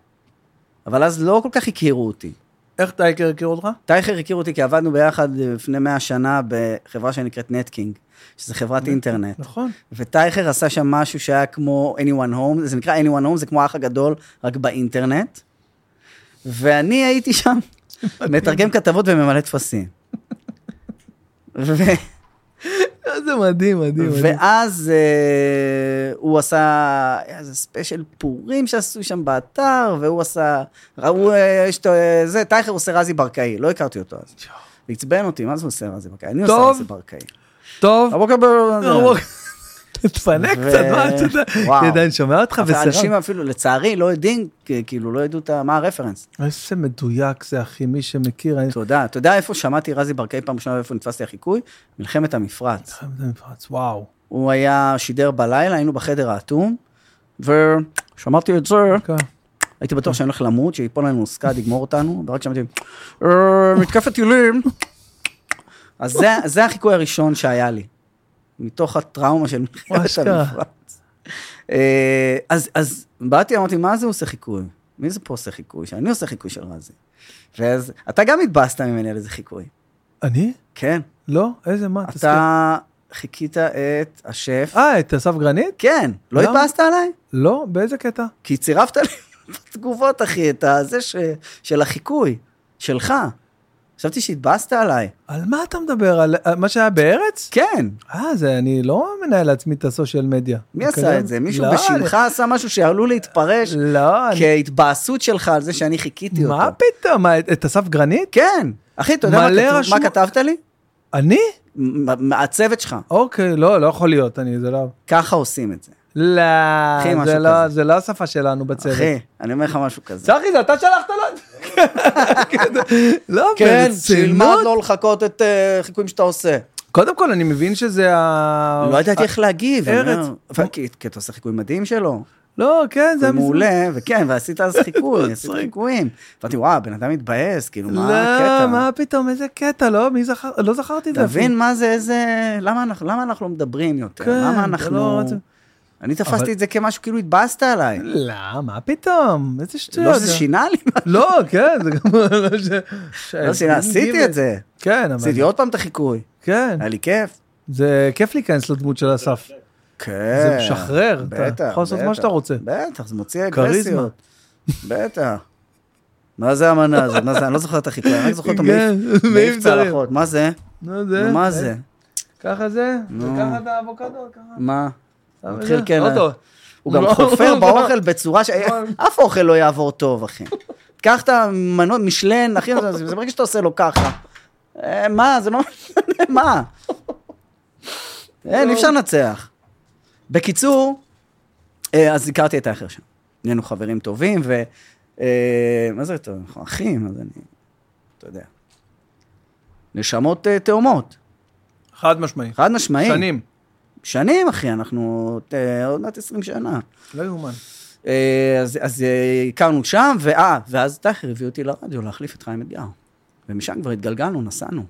[SPEAKER 2] אבל אז לא כל כך הכירו אותי.
[SPEAKER 1] איך טייקר הכיר אותך?
[SPEAKER 2] טייכר הכיר אותי כי עבדנו ביחד לפני 100 שנה בחברה שנקראת נטקינג, שזו חברת אינטרנט.
[SPEAKER 1] נכון.
[SPEAKER 2] וטייכר עשה שם משהו שהיה כמו anyone home, זה נקרא anyone home, זה כמו האח הגדול, רק באינטרנט. ואני הייתי שם, מתרגם כתבות וממלא טפסים. ו...
[SPEAKER 1] זה מדהים, מדהים. מדהים.
[SPEAKER 2] ואז אה, הוא עשה איזה ספיישל פורים שעשו שם באתר, והוא עשה, ראו, אה, יש את אה, זה, טייכר עושה רזי ברקאי, לא הכרתי אותו אז. ועצבן אותי, מה זה עושה רזי ברקאי? אני עושה
[SPEAKER 1] טוב.
[SPEAKER 2] רזי ברקאי.
[SPEAKER 1] טוב. לא,
[SPEAKER 2] הבוקר ב...
[SPEAKER 1] רוח. תתפנק
[SPEAKER 2] ו-
[SPEAKER 1] קצת, מה אתה
[SPEAKER 2] וואו.
[SPEAKER 1] יודע, עדיין שומע אותך
[SPEAKER 2] אבל אנשים
[SPEAKER 1] וסירב.
[SPEAKER 2] אפילו, לצערי, לא יודעים, כ- כאילו, לא ידעו את ה- מה הרפרנס.
[SPEAKER 1] איזה מדויק זה, אחי, מי שמכיר. אני-
[SPEAKER 2] תודה. אתה יודע איפה שמעתי רזי ברקאי פעם ראשונה ואיפה נתפסתי החיקוי? מלחמת המפרץ.
[SPEAKER 1] וואו.
[SPEAKER 2] הוא היה שידר בלילה, היינו בחדר האטום, ושמעתי את זה, הייתי בטוח שאני הולך למות, שיפול עלינו סקאד, יגמור אותנו, ורק שמעתי, "אה, מתקפת טילים. אז זה- זה החיקוי הראשון שהיה לי, מתוך הטראומה של מלחמת
[SPEAKER 1] אשכרה.
[SPEAKER 2] המפרץ. אה, אז- אז באתי, אמרתי, מה זה הוא עושה חיקוי? מי זה פה עושה חיקוי? שאני עושה חיקוי של רזי. ואז, אתה גם התבאסת ממני על איזה חיקוי.
[SPEAKER 1] אני?
[SPEAKER 2] כן.
[SPEAKER 1] לא? איזה, מה? תזכיר.
[SPEAKER 2] אתה חיכית את השף.
[SPEAKER 1] אה, את אסף גרנית?
[SPEAKER 2] כן, לא
[SPEAKER 1] למה?
[SPEAKER 2] התבאסת עליי?
[SPEAKER 1] לא? באיזה קטע?
[SPEAKER 2] כי צירפת לי בתגובות, אחי, את הזה ש... של החיקוי, שלך. חשבתי שהתבאסת עליי.
[SPEAKER 1] על מה אתה מדבר? על על מה שהיה בארץ?
[SPEAKER 2] כן,
[SPEAKER 1] אה, זה, אני לא מנהל לעצמי את הסושיאל מדיה.
[SPEAKER 2] מי
[SPEAKER 1] אני כזה-
[SPEAKER 2] עשה את זה? מישהו
[SPEAKER 1] לא,
[SPEAKER 2] בשמך עשה משהו שעלול להתפרש
[SPEAKER 1] אני- לא, אני-
[SPEAKER 2] כהתבאסות שלך על זה שאני חיכיתי אותו.
[SPEAKER 1] מה פתאום? מה, את- את אסף גרנית?
[SPEAKER 2] כן. אחי, אתה יודע מה
[SPEAKER 1] מלא
[SPEAKER 2] כתוב-
[SPEAKER 1] רשמו-
[SPEAKER 2] מה כתבת לי?
[SPEAKER 1] אני?
[SPEAKER 2] מ- מהצוות שלך.
[SPEAKER 1] אוקיי, לא, לא יכול להיות, אני, זה לא...
[SPEAKER 2] ככה עושים את זה.
[SPEAKER 1] לא,
[SPEAKER 2] אחי,
[SPEAKER 1] זה
[SPEAKER 2] משהו
[SPEAKER 1] לא-
[SPEAKER 2] כזה.
[SPEAKER 1] זה לא השפה שלנו בצוות.
[SPEAKER 2] אחי, אני אומר לך משהו כזה.
[SPEAKER 1] צחי, זה אתה שלחת לו? לא,
[SPEAKER 2] כן, שילמד
[SPEAKER 1] ברצינות.
[SPEAKER 2] לא לחכות את אה, חיקויים שאתה עושה.
[SPEAKER 1] קודם כל, אני מבין שזה ה...
[SPEAKER 2] לא ידעתי איך להגיב. אני אומר,
[SPEAKER 1] אה, ארץ.
[SPEAKER 2] ו- כי כי אתה עושה חיקוי מדהים שלו.
[SPEAKER 1] לא, כן, זה
[SPEAKER 2] זה
[SPEAKER 1] המזמן.
[SPEAKER 2] מעולה, וכן, ועשית אז חיקוי, עשית
[SPEAKER 1] מצחיק.
[SPEAKER 2] חיקויים. אמרתי, וואו, הבן אדם מתבאס, כאילו, מה
[SPEAKER 1] לא, מה
[SPEAKER 2] הקטע?
[SPEAKER 1] פתאום, איזה קטע, לא? מי זכר? לא זכרתי את זה.
[SPEAKER 2] תבין מה זה, איזה... למה אנחנו למה אנחנו לא מדברים יותר?
[SPEAKER 1] כן,
[SPEAKER 2] למה
[SPEAKER 1] אתה לא
[SPEAKER 2] אנחנו...
[SPEAKER 1] רוצה-
[SPEAKER 2] אני תפסתי את זה כמשהו כאילו התבאסת עליי.
[SPEAKER 1] לא, מה פתאום? איזה שטויות.
[SPEAKER 2] לא שזה שינה לי,
[SPEAKER 1] לא, כן, זה גם... לא ש- ש-
[SPEAKER 2] לא שינה, עשיתי את זה.
[SPEAKER 1] כן, אבל...
[SPEAKER 2] עשיתי עוד פעם את החיקוי.
[SPEAKER 1] כן,
[SPEAKER 2] היה לי כיף.
[SPEAKER 1] זה כיף להיכנס לדמות של אסף.
[SPEAKER 2] כן.
[SPEAKER 1] זה משחרר, אתה
[SPEAKER 2] בטח,
[SPEAKER 1] יכול לעשות מה
[SPEAKER 2] בטח.
[SPEAKER 1] שאתה רוצה.
[SPEAKER 2] בטח, זה מוציא
[SPEAKER 1] כריזמה.
[SPEAKER 2] אגרסיות. בטח. מה זה המנה הזאת? מה זה? אני לא זוכר את החיקוי, אני רק זוכר את
[SPEAKER 1] כן, מעיף
[SPEAKER 2] המעיף- מעיף
[SPEAKER 1] דברים.
[SPEAKER 2] צלחות. מה זה?
[SPEAKER 1] נו,
[SPEAKER 2] נו, מה זה?
[SPEAKER 1] ככה זה?
[SPEAKER 2] נו.
[SPEAKER 1] וככה את האבוקדו, ככה.
[SPEAKER 2] מה?
[SPEAKER 1] אתה מבין?
[SPEAKER 2] מתחיל, כן,
[SPEAKER 1] אוטו.
[SPEAKER 2] הוא גם
[SPEAKER 1] לא,
[SPEAKER 2] חופר
[SPEAKER 1] לא.
[SPEAKER 2] באוכל בצורה ש... אף אוכל לא יעבור טוב, אחי. קח את המנות משלן, אחי, זה- זה ברגע שאתה עושה לו ככה. אה, מה, זה לא משנה, מה? אין, אי אפשר לנצח. בקיצור, אה, אז הכרתי את האחר שם. נהיינו חברים טובים, ו... אה, מה זה טוב? אנחנו אחים, אז אני... אתה יודע. נשמות אה, תאומות,
[SPEAKER 1] חד משמעי.
[SPEAKER 2] חד משמעי.
[SPEAKER 1] שנים.
[SPEAKER 2] שנים, אחי, אנחנו אה, עוד מעט 20 שנה.
[SPEAKER 1] לא יאומן.
[SPEAKER 2] אה, אז, אז אה, הכרנו שם, ואה, ואז טאחר הביא אותי לרדיו להחליף את חיים אתגר. ומשם כבר התגלגלנו, נסענו.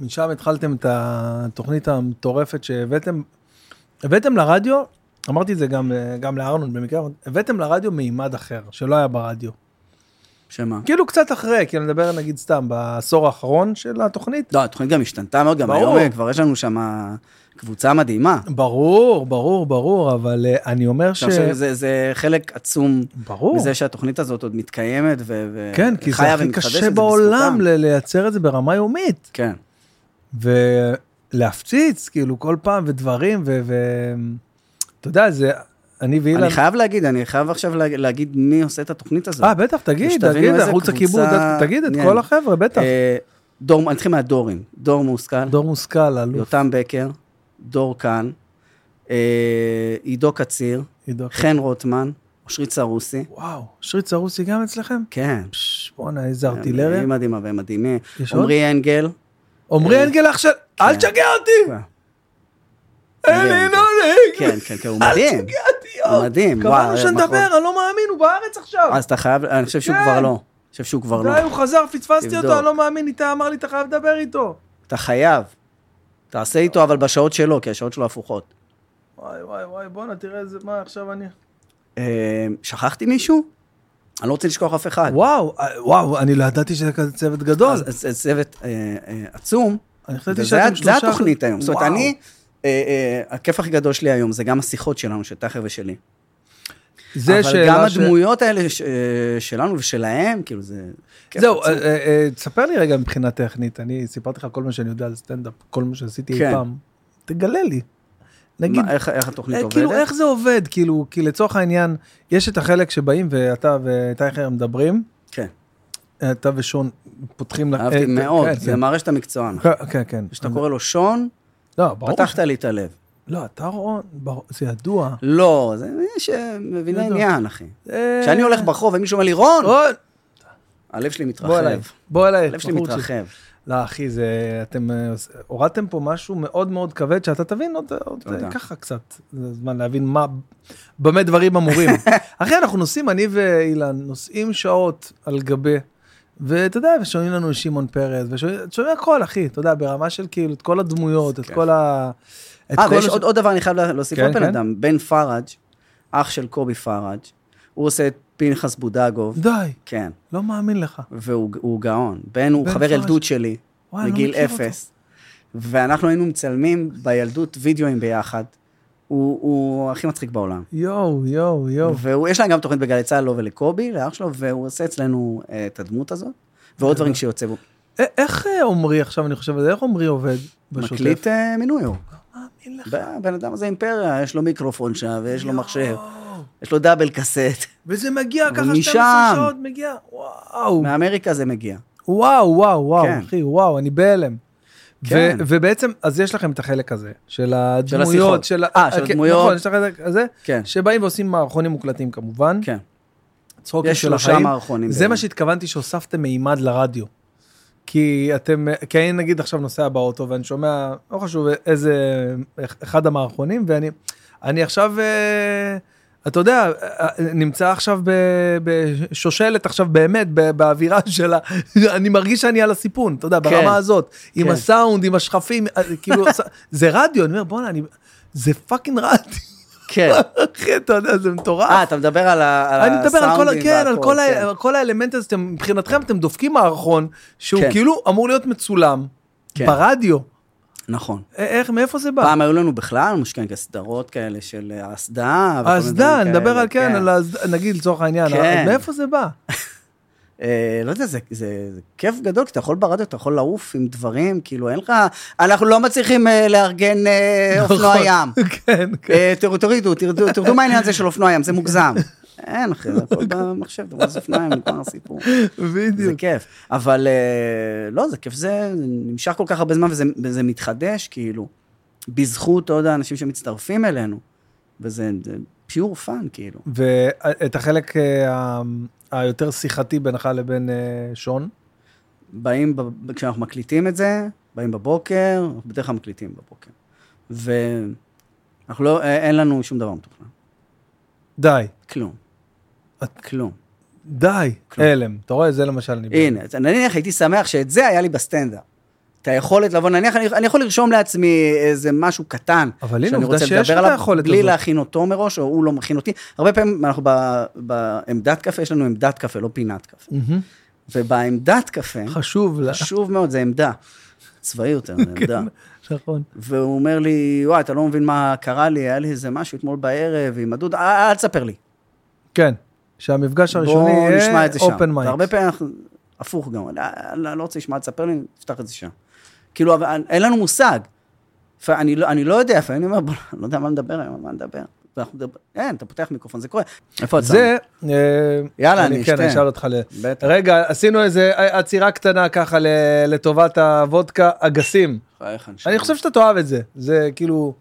[SPEAKER 1] משם התחלתם את התוכנית המטורפת שהבאתם. הבאתם לרדיו, אמרתי את זה גם, גם לארנון במקרה, הבאתם לרדיו מימד אחר, שלא היה ברדיו.
[SPEAKER 2] שמה?
[SPEAKER 1] כאילו קצת אחרי, כי אני מדבר נגיד סתם, בעשור האחרון של התוכנית.
[SPEAKER 2] לא, התוכנית גם השתנתה מאוד, גם
[SPEAKER 1] ברור.
[SPEAKER 2] היום אה, כבר יש לנו שם קבוצה מדהימה.
[SPEAKER 1] ברור, ברור, ברור, אבל אה, אני אומר ש...
[SPEAKER 2] ש... זה, זה חלק עצום
[SPEAKER 1] ברור.
[SPEAKER 2] מזה שהתוכנית הזאת עוד מתקיימת ו... ו-
[SPEAKER 1] כן, כי זה
[SPEAKER 2] חיה
[SPEAKER 1] הכי
[SPEAKER 2] ומתחדשת,
[SPEAKER 1] קשה
[SPEAKER 2] זה
[SPEAKER 1] בעולם
[SPEAKER 2] בזכותם.
[SPEAKER 1] ל- לייצר את זה ברמה יומית.
[SPEAKER 2] כן,
[SPEAKER 1] ולהפציץ, כאילו, כל פעם, ודברים, ו... ו- אתה יודע, זה... אני ואילן...
[SPEAKER 2] אני חייב להגיד, אני חייב עכשיו לה- להגיד מי עושה את התוכנית הזאת.
[SPEAKER 1] אה, בטח, תגיד,
[SPEAKER 2] ושתבינו
[SPEAKER 1] תגיד,
[SPEAKER 2] איזה
[SPEAKER 1] ערוץ
[SPEAKER 2] קבוצה-
[SPEAKER 1] הכיבוד, תגיד את
[SPEAKER 2] כן.
[SPEAKER 1] כל החבר'ה, בטח.
[SPEAKER 2] אה, דור, אני אתחיל מהדורים, דור מושכל,
[SPEAKER 1] דור מושכל, אלוף,
[SPEAKER 2] יותם בקר, דור קאן, אה, עידו קציר,
[SPEAKER 1] עידו.
[SPEAKER 2] חן רוטמן, אושרית סרוסי.
[SPEAKER 1] וואו, שרית סרוסי גם אצלכם?
[SPEAKER 2] כן.
[SPEAKER 1] פש, בואנה, איזה
[SPEAKER 2] אה,
[SPEAKER 1] ארטילריה.
[SPEAKER 2] היא מדהימה והם מדהימים.
[SPEAKER 1] יש עוד?
[SPEAKER 2] עמרי אנגל. אה,
[SPEAKER 1] עמרי אנגל אח של... אל תשגע אותי!
[SPEAKER 2] עמרי
[SPEAKER 1] אלי לא, כאילו,
[SPEAKER 2] אנגל.
[SPEAKER 1] נולי!
[SPEAKER 2] כן. אה. כן, כן, כן, הוא מדהים.
[SPEAKER 1] אל תשגע אותי, יואו!
[SPEAKER 2] הוא מדהים.
[SPEAKER 1] קבענו
[SPEAKER 2] וואי,
[SPEAKER 1] שנדבר,
[SPEAKER 2] מחוז-
[SPEAKER 1] אני לא מאמין, הוא בארץ עכשיו!
[SPEAKER 2] אז אתה חייב, אני חושב שהוא
[SPEAKER 1] כן.
[SPEAKER 2] כבר לא. אני חושב שהוא כבר לא.
[SPEAKER 1] די, הוא חזר, פספסתי
[SPEAKER 2] תבדוק.
[SPEAKER 1] אותו, אני לא מאמין, איתה אמר לי, אתה חייב לדבר איתו.
[SPEAKER 2] אתה חייב. תעשה איתו, אבל בשעות שלו, כי השעות שלו הפוכות.
[SPEAKER 1] וואי, וואי, וואי, בואנה, תראה איזה... מה, עכשיו אני...
[SPEAKER 2] אה, שכחתי מישהו? אני לא רוצה לשכוח אף אחד.
[SPEAKER 1] וואו, אה, וואו, אני לא ידעתי שזה כזה צוות גדול.
[SPEAKER 2] אז- אז זה צוות אה, אה, עצום.
[SPEAKER 1] אני חשבתי
[SPEAKER 2] וזה
[SPEAKER 1] שאתם
[SPEAKER 2] זה
[SPEAKER 1] שלושה...
[SPEAKER 2] התוכנית היום. זאת אומרת,
[SPEAKER 1] וואו.
[SPEAKER 2] אני, אה, אה, הכיף הכי גדול שלי היום זה גם השיחות שלנו, של טאחר ושלי.
[SPEAKER 1] זה
[SPEAKER 2] אבל גם
[SPEAKER 1] שאלה ש-
[SPEAKER 2] הדמויות האלה ש- אה, שלנו ושלהם, כאילו זה... כיף
[SPEAKER 1] זהו, אה,
[SPEAKER 2] עצום.
[SPEAKER 1] אה, אה, תספר לי רגע מבחינה טכנית, אני סיפרתי לך כל מה שאני יודע על סטנדאפ, כל מה שעשיתי אי
[SPEAKER 2] כן.
[SPEAKER 1] פעם, תגלה לי. נגיד,
[SPEAKER 2] מה, איך- איך התוכנית
[SPEAKER 1] אה,
[SPEAKER 2] עובדת?
[SPEAKER 1] כאילו, איך זה עובד? כאילו, כי לצורך העניין, יש את החלק שבאים ואתה וטייכר מדברים,
[SPEAKER 2] כן,
[SPEAKER 1] אה, אתה ושון פותחים... ל-
[SPEAKER 2] אהבתי
[SPEAKER 1] אה,
[SPEAKER 2] מאוד,
[SPEAKER 1] כן,
[SPEAKER 2] זה
[SPEAKER 1] כן.
[SPEAKER 2] מראה שאתה מקצוען.
[SPEAKER 1] כן, כן, כן.
[SPEAKER 2] כשאתה קורא לו שון,
[SPEAKER 1] לא, ברור.
[SPEAKER 2] פתחת לי את הלב.
[SPEAKER 1] לא, אתה רון, ברור, זה ידוע.
[SPEAKER 2] לא, זה יש אה, מביני
[SPEAKER 1] גדול.
[SPEAKER 2] עניין, אחי.
[SPEAKER 1] אה,
[SPEAKER 2] כשאני הולך ברחוב ומישהו אומר לי, רון,
[SPEAKER 1] רון,
[SPEAKER 2] הלב שלי
[SPEAKER 1] בוא אליי,
[SPEAKER 2] מתרחב.
[SPEAKER 1] בוא אליי.
[SPEAKER 2] הלב שלי
[SPEAKER 1] בחור צעיר.
[SPEAKER 2] מתרחב.
[SPEAKER 1] לא, אחי, זה... אתם אה, עוש- הורדתם פה משהו מאוד מאוד כבד, שאתה תבין עוד, עוד
[SPEAKER 2] תודה.
[SPEAKER 1] אה, ככה קצת. זה זמן להבין מה... במה דברים אמורים. אחי, אנחנו נוסעים, אני ואילן, נוסעים שעות על גבי, ואתה יודע, ושומעים לנו שמעון פרס, ושומעים הכל, אחי, אתה יודע, ברמה של כאילו, את כל הדמויות, את
[SPEAKER 2] כיף.
[SPEAKER 1] כל ה... את
[SPEAKER 2] אה,
[SPEAKER 1] כל
[SPEAKER 2] ויש
[SPEAKER 1] הש-
[SPEAKER 2] עוד עוד דבר, אני חייב לה- להוסיף
[SPEAKER 1] כן,
[SPEAKER 2] עוד בן
[SPEAKER 1] כן.
[SPEAKER 2] אדם, בן פראג', אח של קובי פראג', הוא עושה את פנחס בודגוב,
[SPEAKER 1] די,
[SPEAKER 2] כן,
[SPEAKER 1] לא מאמין לך.
[SPEAKER 2] והוא הוא גאון. בן הוא
[SPEAKER 1] בן
[SPEAKER 2] חבר
[SPEAKER 1] פראג'.
[SPEAKER 2] ילדות שלי,
[SPEAKER 1] וואי, אני לא
[SPEAKER 2] מגיל
[SPEAKER 1] מכיר אותו.
[SPEAKER 2] אפס, ואנחנו היינו מצלמים בילדות וידאוים ביחד. הוא- הוא הכי מצחיק בעולם.
[SPEAKER 1] יואו, יואו, יואו.
[SPEAKER 2] ויש להם גם תוכנית בגלי צהל, לו ולקובי, לאח שלו, והוא עושה אצלנו אה, את הדמות הזאת, ועוד דברים שיוצא בו.
[SPEAKER 1] א- איך אה, עמרי עכשיו, אני חושב על זה, איך עמרי עובד? בשוטף?
[SPEAKER 2] מקליט אה, מינוי הוא.
[SPEAKER 1] לא מאמין לך.
[SPEAKER 2] הבן אדם הזה אימפריה, יש לו מיקרופון שם, ויש לו מחשב,
[SPEAKER 1] יואו.
[SPEAKER 2] יש לו דאבל קסט.
[SPEAKER 1] וזה מגיע ככה 12
[SPEAKER 2] ומשם.
[SPEAKER 1] שעות, מגיע, וואו,
[SPEAKER 2] מאמריקה זה מגיע.
[SPEAKER 1] וואו, וואו, וואו,
[SPEAKER 2] כן.
[SPEAKER 1] אחי, וואו, אני בהלם.
[SPEAKER 2] כן.
[SPEAKER 1] ו- ובעצם, אז יש לכם את החלק הזה, של הדמויות,
[SPEAKER 2] השיחות. אה, של
[SPEAKER 1] כן,
[SPEAKER 2] הדמויות.
[SPEAKER 1] נכון, יש את החלק הזה,
[SPEAKER 2] כן.
[SPEAKER 1] שבאים ועושים מערכונים מוקלטים כמובן,
[SPEAKER 2] כן.
[SPEAKER 1] צחוקים
[SPEAKER 2] יש
[SPEAKER 1] של
[SPEAKER 2] שלושה
[SPEAKER 1] החיים.
[SPEAKER 2] מערכונים.
[SPEAKER 1] זה
[SPEAKER 2] בעיניי.
[SPEAKER 1] מה שהתכוונתי שהוספתם מימד לרדיו. כי אתם, כי אני נגיד עכשיו נוסע באוטו ואני שומע, לא חשוב איזה, אחד המערכונים, ואני אני עכשיו, אה, אתה יודע, אה, נמצא עכשיו ב- בשושלת עכשיו באמת, ב- באווירה של ה... אני מרגיש שאני על הסיפון, אתה יודע,
[SPEAKER 2] כן.
[SPEAKER 1] ברמה הזאת, עם
[SPEAKER 2] כן.
[SPEAKER 1] הסאונד, עם השכפים, אה, כאילו, זה רדיו, אני אומר, בואנה, אני- זה פאקינג רדיו.
[SPEAKER 2] כן.
[SPEAKER 1] אחי, אתה יודע, זה מטורף.
[SPEAKER 2] אה, אתה מדבר על ה- על
[SPEAKER 1] אני מדבר על כל, ה-
[SPEAKER 2] אה, הסאונדים
[SPEAKER 1] כן, על
[SPEAKER 2] והכל,
[SPEAKER 1] כל, ה-
[SPEAKER 2] כן.
[SPEAKER 1] על כל האלמנט הזה, שאתם, מבחינתכם אתם דופקים מערכון שהוא
[SPEAKER 2] כן.
[SPEAKER 1] כאילו אמור להיות מצולם
[SPEAKER 2] כן.
[SPEAKER 1] ברדיו.
[SPEAKER 2] נכון.
[SPEAKER 1] א- איך, מאיפה זה בא?
[SPEAKER 2] פעם היו לנו בכלל מושקעים סדרות כאלה של אה, האסדה. וכל מיני
[SPEAKER 1] האסדה,
[SPEAKER 2] דברים
[SPEAKER 1] נדבר
[SPEAKER 2] כאלה,
[SPEAKER 1] על כן, על האסדה, נגיד לצורך העניין,
[SPEAKER 2] כן.
[SPEAKER 1] אז מאיפה זה בא?
[SPEAKER 2] אה, לא יודע, זה, זה, זה כיף גדול, כי אתה יכול ברדיו, אתה יכול לעוף עם דברים, כאילו אין לך... אנחנו לא מצליחים אה, לארגן אה, אופנוע ים.
[SPEAKER 1] כן, נכון. כן.
[SPEAKER 2] אה, תראו, תורידו, תרדו, תרדו מהעניין הזה של אופנוע ים, זה מוגזם. אין, אחי, זה הכל במחשב, אתה רואה אופנוע ים, נגמר הסיפור. זה כן.
[SPEAKER 1] בדיוק.
[SPEAKER 2] כיף. אבל אה, לא, זה כיף, זה זה נמשך כל כך הרבה זמן וזה- וזה מתחדש, כאילו, בזכות עוד האנשים שמצטרפים אלינו. וזה פיור פאן, כאילו.
[SPEAKER 1] ואת החלק אה, ה- היותר שיחתי בינך לבין אה, שון,
[SPEAKER 2] באים, ב- כשאנחנו מקליטים את זה, באים בבוקר, אנחנו בדרך כלל מקליטים בבוקר. ואנחנו לא, אה, אין לנו שום דבר מתוכנן.
[SPEAKER 1] די,
[SPEAKER 2] כלום.
[SPEAKER 1] את-
[SPEAKER 2] כלום.
[SPEAKER 1] די,
[SPEAKER 2] כלום.
[SPEAKER 1] הלם. אתה רואה, זה למשל אני...
[SPEAKER 2] הנה, אז נניח הייתי שמח שאת זה היה לי בסטנדאפ. את היכולת לבוא, נניח, אני, אני יכול לרשום לעצמי איזה משהו קטן.
[SPEAKER 1] אבל הנה,
[SPEAKER 2] שאני
[SPEAKER 1] עובדה
[SPEAKER 2] רוצה
[SPEAKER 1] שיש
[SPEAKER 2] לדבר
[SPEAKER 1] לך את
[SPEAKER 2] עליו,
[SPEAKER 1] היכולת
[SPEAKER 2] בלי
[SPEAKER 1] הזאת.
[SPEAKER 2] להכין אותו מראש, או הוא לא מכין אותי. הרבה פעמים אנחנו ב- בעמדת קפה, יש לנו עמדת קפה, לא פינת קפה.
[SPEAKER 1] מהמם.
[SPEAKER 2] ובעמדת קפה,
[SPEAKER 1] חשוב, לה-
[SPEAKER 2] חשוב מאוד, זה עמדה. צבאי יותר,
[SPEAKER 1] כן.
[SPEAKER 2] זה עמדה.
[SPEAKER 1] נכון.
[SPEAKER 2] והוא אומר לי, וואי, אתה לא מבין מה קרה לי, היה לי איזה משהו אתמול בערב עם הדוד, "אה, אל תספר לי.
[SPEAKER 1] כן, שהמפגש הראשוני
[SPEAKER 2] בוא נשמע
[SPEAKER 1] יהיה
[SPEAKER 2] את זה שם.
[SPEAKER 1] אופן מייק.
[SPEAKER 2] והרבה פעמים אנחנו, הפוך גם, אני לא, לא רוצה לשמוע, תספר לי, נפתח את זה שם. כאילו, אבל אין- אין לנו מושג. לפעמים- אני לא, אני לא יודע, לפעמים אני אומר, בוא, אני לא יודע מה נדבר היום, על מה נדבר. ואנחנו מדבר, אין, אתה פותח מיקרופון, זה קורה. איפה אתה?
[SPEAKER 1] זה, אה,
[SPEAKER 2] יאללה, אני
[SPEAKER 1] כן,
[SPEAKER 2] אשתה.
[SPEAKER 1] אני אשאל אותך ל...
[SPEAKER 2] בטח.
[SPEAKER 1] רגע, עשינו איזה עצירה קטנה ככה ל- לטובת הוודקה אגסים.
[SPEAKER 2] חייך, אנשי.
[SPEAKER 1] אני חושב שאתה תאהב את זה. זה כאילו...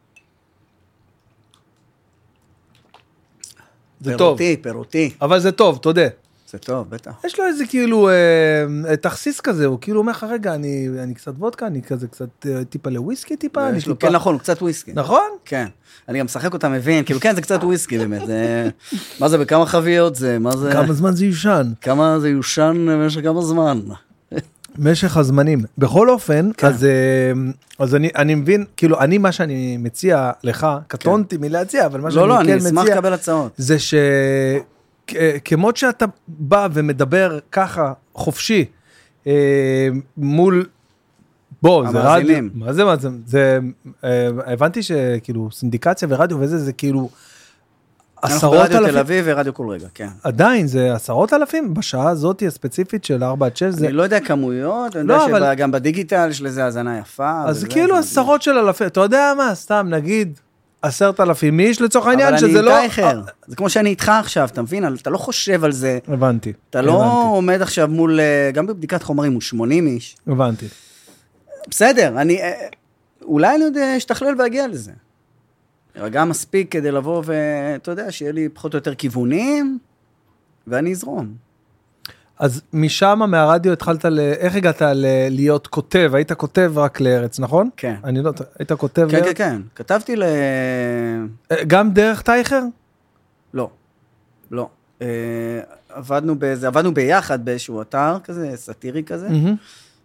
[SPEAKER 1] זה טוב,
[SPEAKER 2] פירותי, פירותי.
[SPEAKER 1] אבל זה טוב, תודה.
[SPEAKER 2] זה טוב, בטח.
[SPEAKER 1] יש לו איזה כאילו אה, תכסיס כזה, הוא כאילו אומר לך, רגע, אני, אני קצת וודקה, אני כזה קצת אה, טיפה לוויסקי טיפה, אני
[SPEAKER 2] יש לו-
[SPEAKER 1] טיפה...
[SPEAKER 2] כן, נכון, הוא קצת וויסקי.
[SPEAKER 1] נכון?
[SPEAKER 2] כן. אני גם משחק אותה מבין, כאילו, כן, זה קצת וויסקי באמת. זה... מה זה, בכמה חביות זה? מה זה...
[SPEAKER 1] כמה זמן זה יושן?
[SPEAKER 2] כמה זה יושן במשך כמה זמן?
[SPEAKER 1] משך הזמנים. בכל אופן,
[SPEAKER 2] כן.
[SPEAKER 1] אז, אה, אז אני, אני מבין, כאילו, אני, מה שאני מציע לך, קטונתי מלהציע, אבל מה שאני
[SPEAKER 2] לא, לא,
[SPEAKER 1] כן
[SPEAKER 2] אני
[SPEAKER 1] מציע...
[SPEAKER 2] אשמח לקבל הצעות.
[SPEAKER 1] זה שכמות שאתה בא ומדבר ככה חופשי אה, מול בוא זה רדיו
[SPEAKER 2] המאזינים.
[SPEAKER 1] מה זה מה זה זה אה, הבנתי שכאילו סינדיקציה ורדיו וזה זה כאילו
[SPEAKER 2] אנחנו
[SPEAKER 1] עשרות
[SPEAKER 2] ברדיו תל
[SPEAKER 1] אלפים
[SPEAKER 2] אביב ורדיו כל רגע, כן.
[SPEAKER 1] עדיין זה עשרות אלפים בשעה הזאת הספציפית של 4 עד 6 זה
[SPEAKER 2] אני לא יודע כמויות, אני
[SPEAKER 1] לא,
[SPEAKER 2] יודע
[SPEAKER 1] אבל-
[SPEAKER 2] שגם בדיגיטל יש לזה האזנה יפה.
[SPEAKER 1] אז
[SPEAKER 2] וזה,
[SPEAKER 1] כאילו
[SPEAKER 2] זה-
[SPEAKER 1] עשרות של אלפים אתה יודע מה סתם נגיד עשרת אלפים איש לצורך העניין
[SPEAKER 2] אבל אני
[SPEAKER 1] שזה לא
[SPEAKER 2] איתך אחר. זה כמו שאני איתך עכשיו, אתה מבין? אתה לא חושב על זה.
[SPEAKER 1] הבנתי
[SPEAKER 2] אתה לא
[SPEAKER 1] הבנתי,
[SPEAKER 2] עומד עכשיו מול, אה, גם בבדיקת חומרים הוא 80 איש.
[SPEAKER 1] הבנתי
[SPEAKER 2] בסדר, אני... אה, אולי אני עוד אה, אשתכלל ואגיע לזה. ארגע מספיק כדי לבוא ואתה יודע, שיהיה לי פחות או יותר כיוונים, ואני אזרום.
[SPEAKER 1] אז משם, מהרדיו, התחלת ל... איך הגעת ל... להיות כותב? היית כותב רק לארץ, נכון?
[SPEAKER 2] כן.
[SPEAKER 1] אני לא... היית כותב...
[SPEAKER 2] כן, כן,
[SPEAKER 1] לארץ?
[SPEAKER 2] כן. כתבתי ל...
[SPEAKER 1] אה, גם דרך טייכר?
[SPEAKER 2] לא. לא. אה, עבדנו באיזה, עבדנו ביחד באיזשהו אתר כזה, סאטירי כזה,
[SPEAKER 1] מהמם.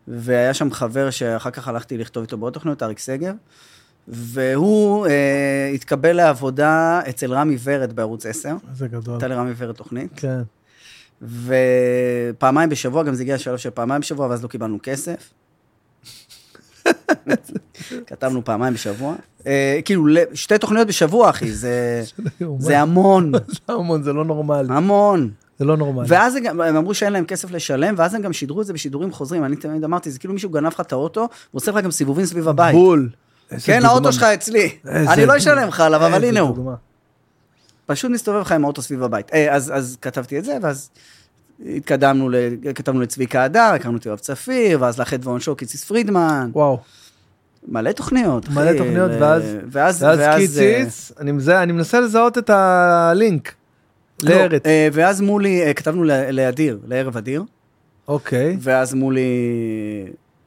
[SPEAKER 2] והיה שם חבר שאחר כך הלכתי לכתוב איתו בעוד תוכניות, אריק שגב, והוא אה, התקבל לעבודה אצל רמי ורד בערוץ 10.
[SPEAKER 1] איזה גדול.
[SPEAKER 2] הייתה לרמי ורד תוכנית.
[SPEAKER 1] כן.
[SPEAKER 2] ופעמיים בשבוע, גם זה הגיע לשלב של פעמיים בשבוע, ואז לא קיבלנו כסף. כתבנו פעמיים בשבוע. אה, כאילו, ל- שתי תוכניות בשבוע, אחי, זה, זה המון,
[SPEAKER 1] זה המון, זה לא נורמלי.
[SPEAKER 2] המון.
[SPEAKER 1] זה לא נורמלי.
[SPEAKER 2] ואז הם גם- הם אמרו שאין להם כסף לשלם, ואז הם גם שידרו את זה בשידורים חוזרים. אני תמיד אמרתי, זה כאילו מישהו גנב לך את האוטו, ועושה לך גם סיבובים סביב הבית.
[SPEAKER 1] בול. איזה
[SPEAKER 2] כן,
[SPEAKER 1] דוגמה.
[SPEAKER 2] האוטו שלך אצלי.
[SPEAKER 1] איזה
[SPEAKER 2] אני לא
[SPEAKER 1] דוגמה.
[SPEAKER 2] אשלם לך עליו, אבל
[SPEAKER 1] איזה
[SPEAKER 2] הנה הוא.
[SPEAKER 1] דוגמה.
[SPEAKER 2] פשוט מסתובב לך עם האוטו סביב הבית. אה, אז, אז כתבתי את זה, ואז התקדמנו, ל... כתבנו לצביקה הדר, הכרנו את יואב צפיר, ואז לחטא ועונשו, קיציס פרידמן,
[SPEAKER 1] וואו.
[SPEAKER 2] מלא תוכניות.
[SPEAKER 1] מלא
[SPEAKER 2] אחי,
[SPEAKER 1] תוכניות,
[SPEAKER 2] ו-
[SPEAKER 1] ואז-
[SPEAKER 2] ואז,
[SPEAKER 1] ואז
[SPEAKER 2] אה,
[SPEAKER 1] קיציץ, אני מזהה- אני מנסה לזהות את הלינק.
[SPEAKER 2] לא,
[SPEAKER 1] לארץ.
[SPEAKER 2] אה, ואז מולי, אה, כתבנו ל- לאדיר, לערב אדיר,
[SPEAKER 1] אוקיי.
[SPEAKER 2] ואז מולי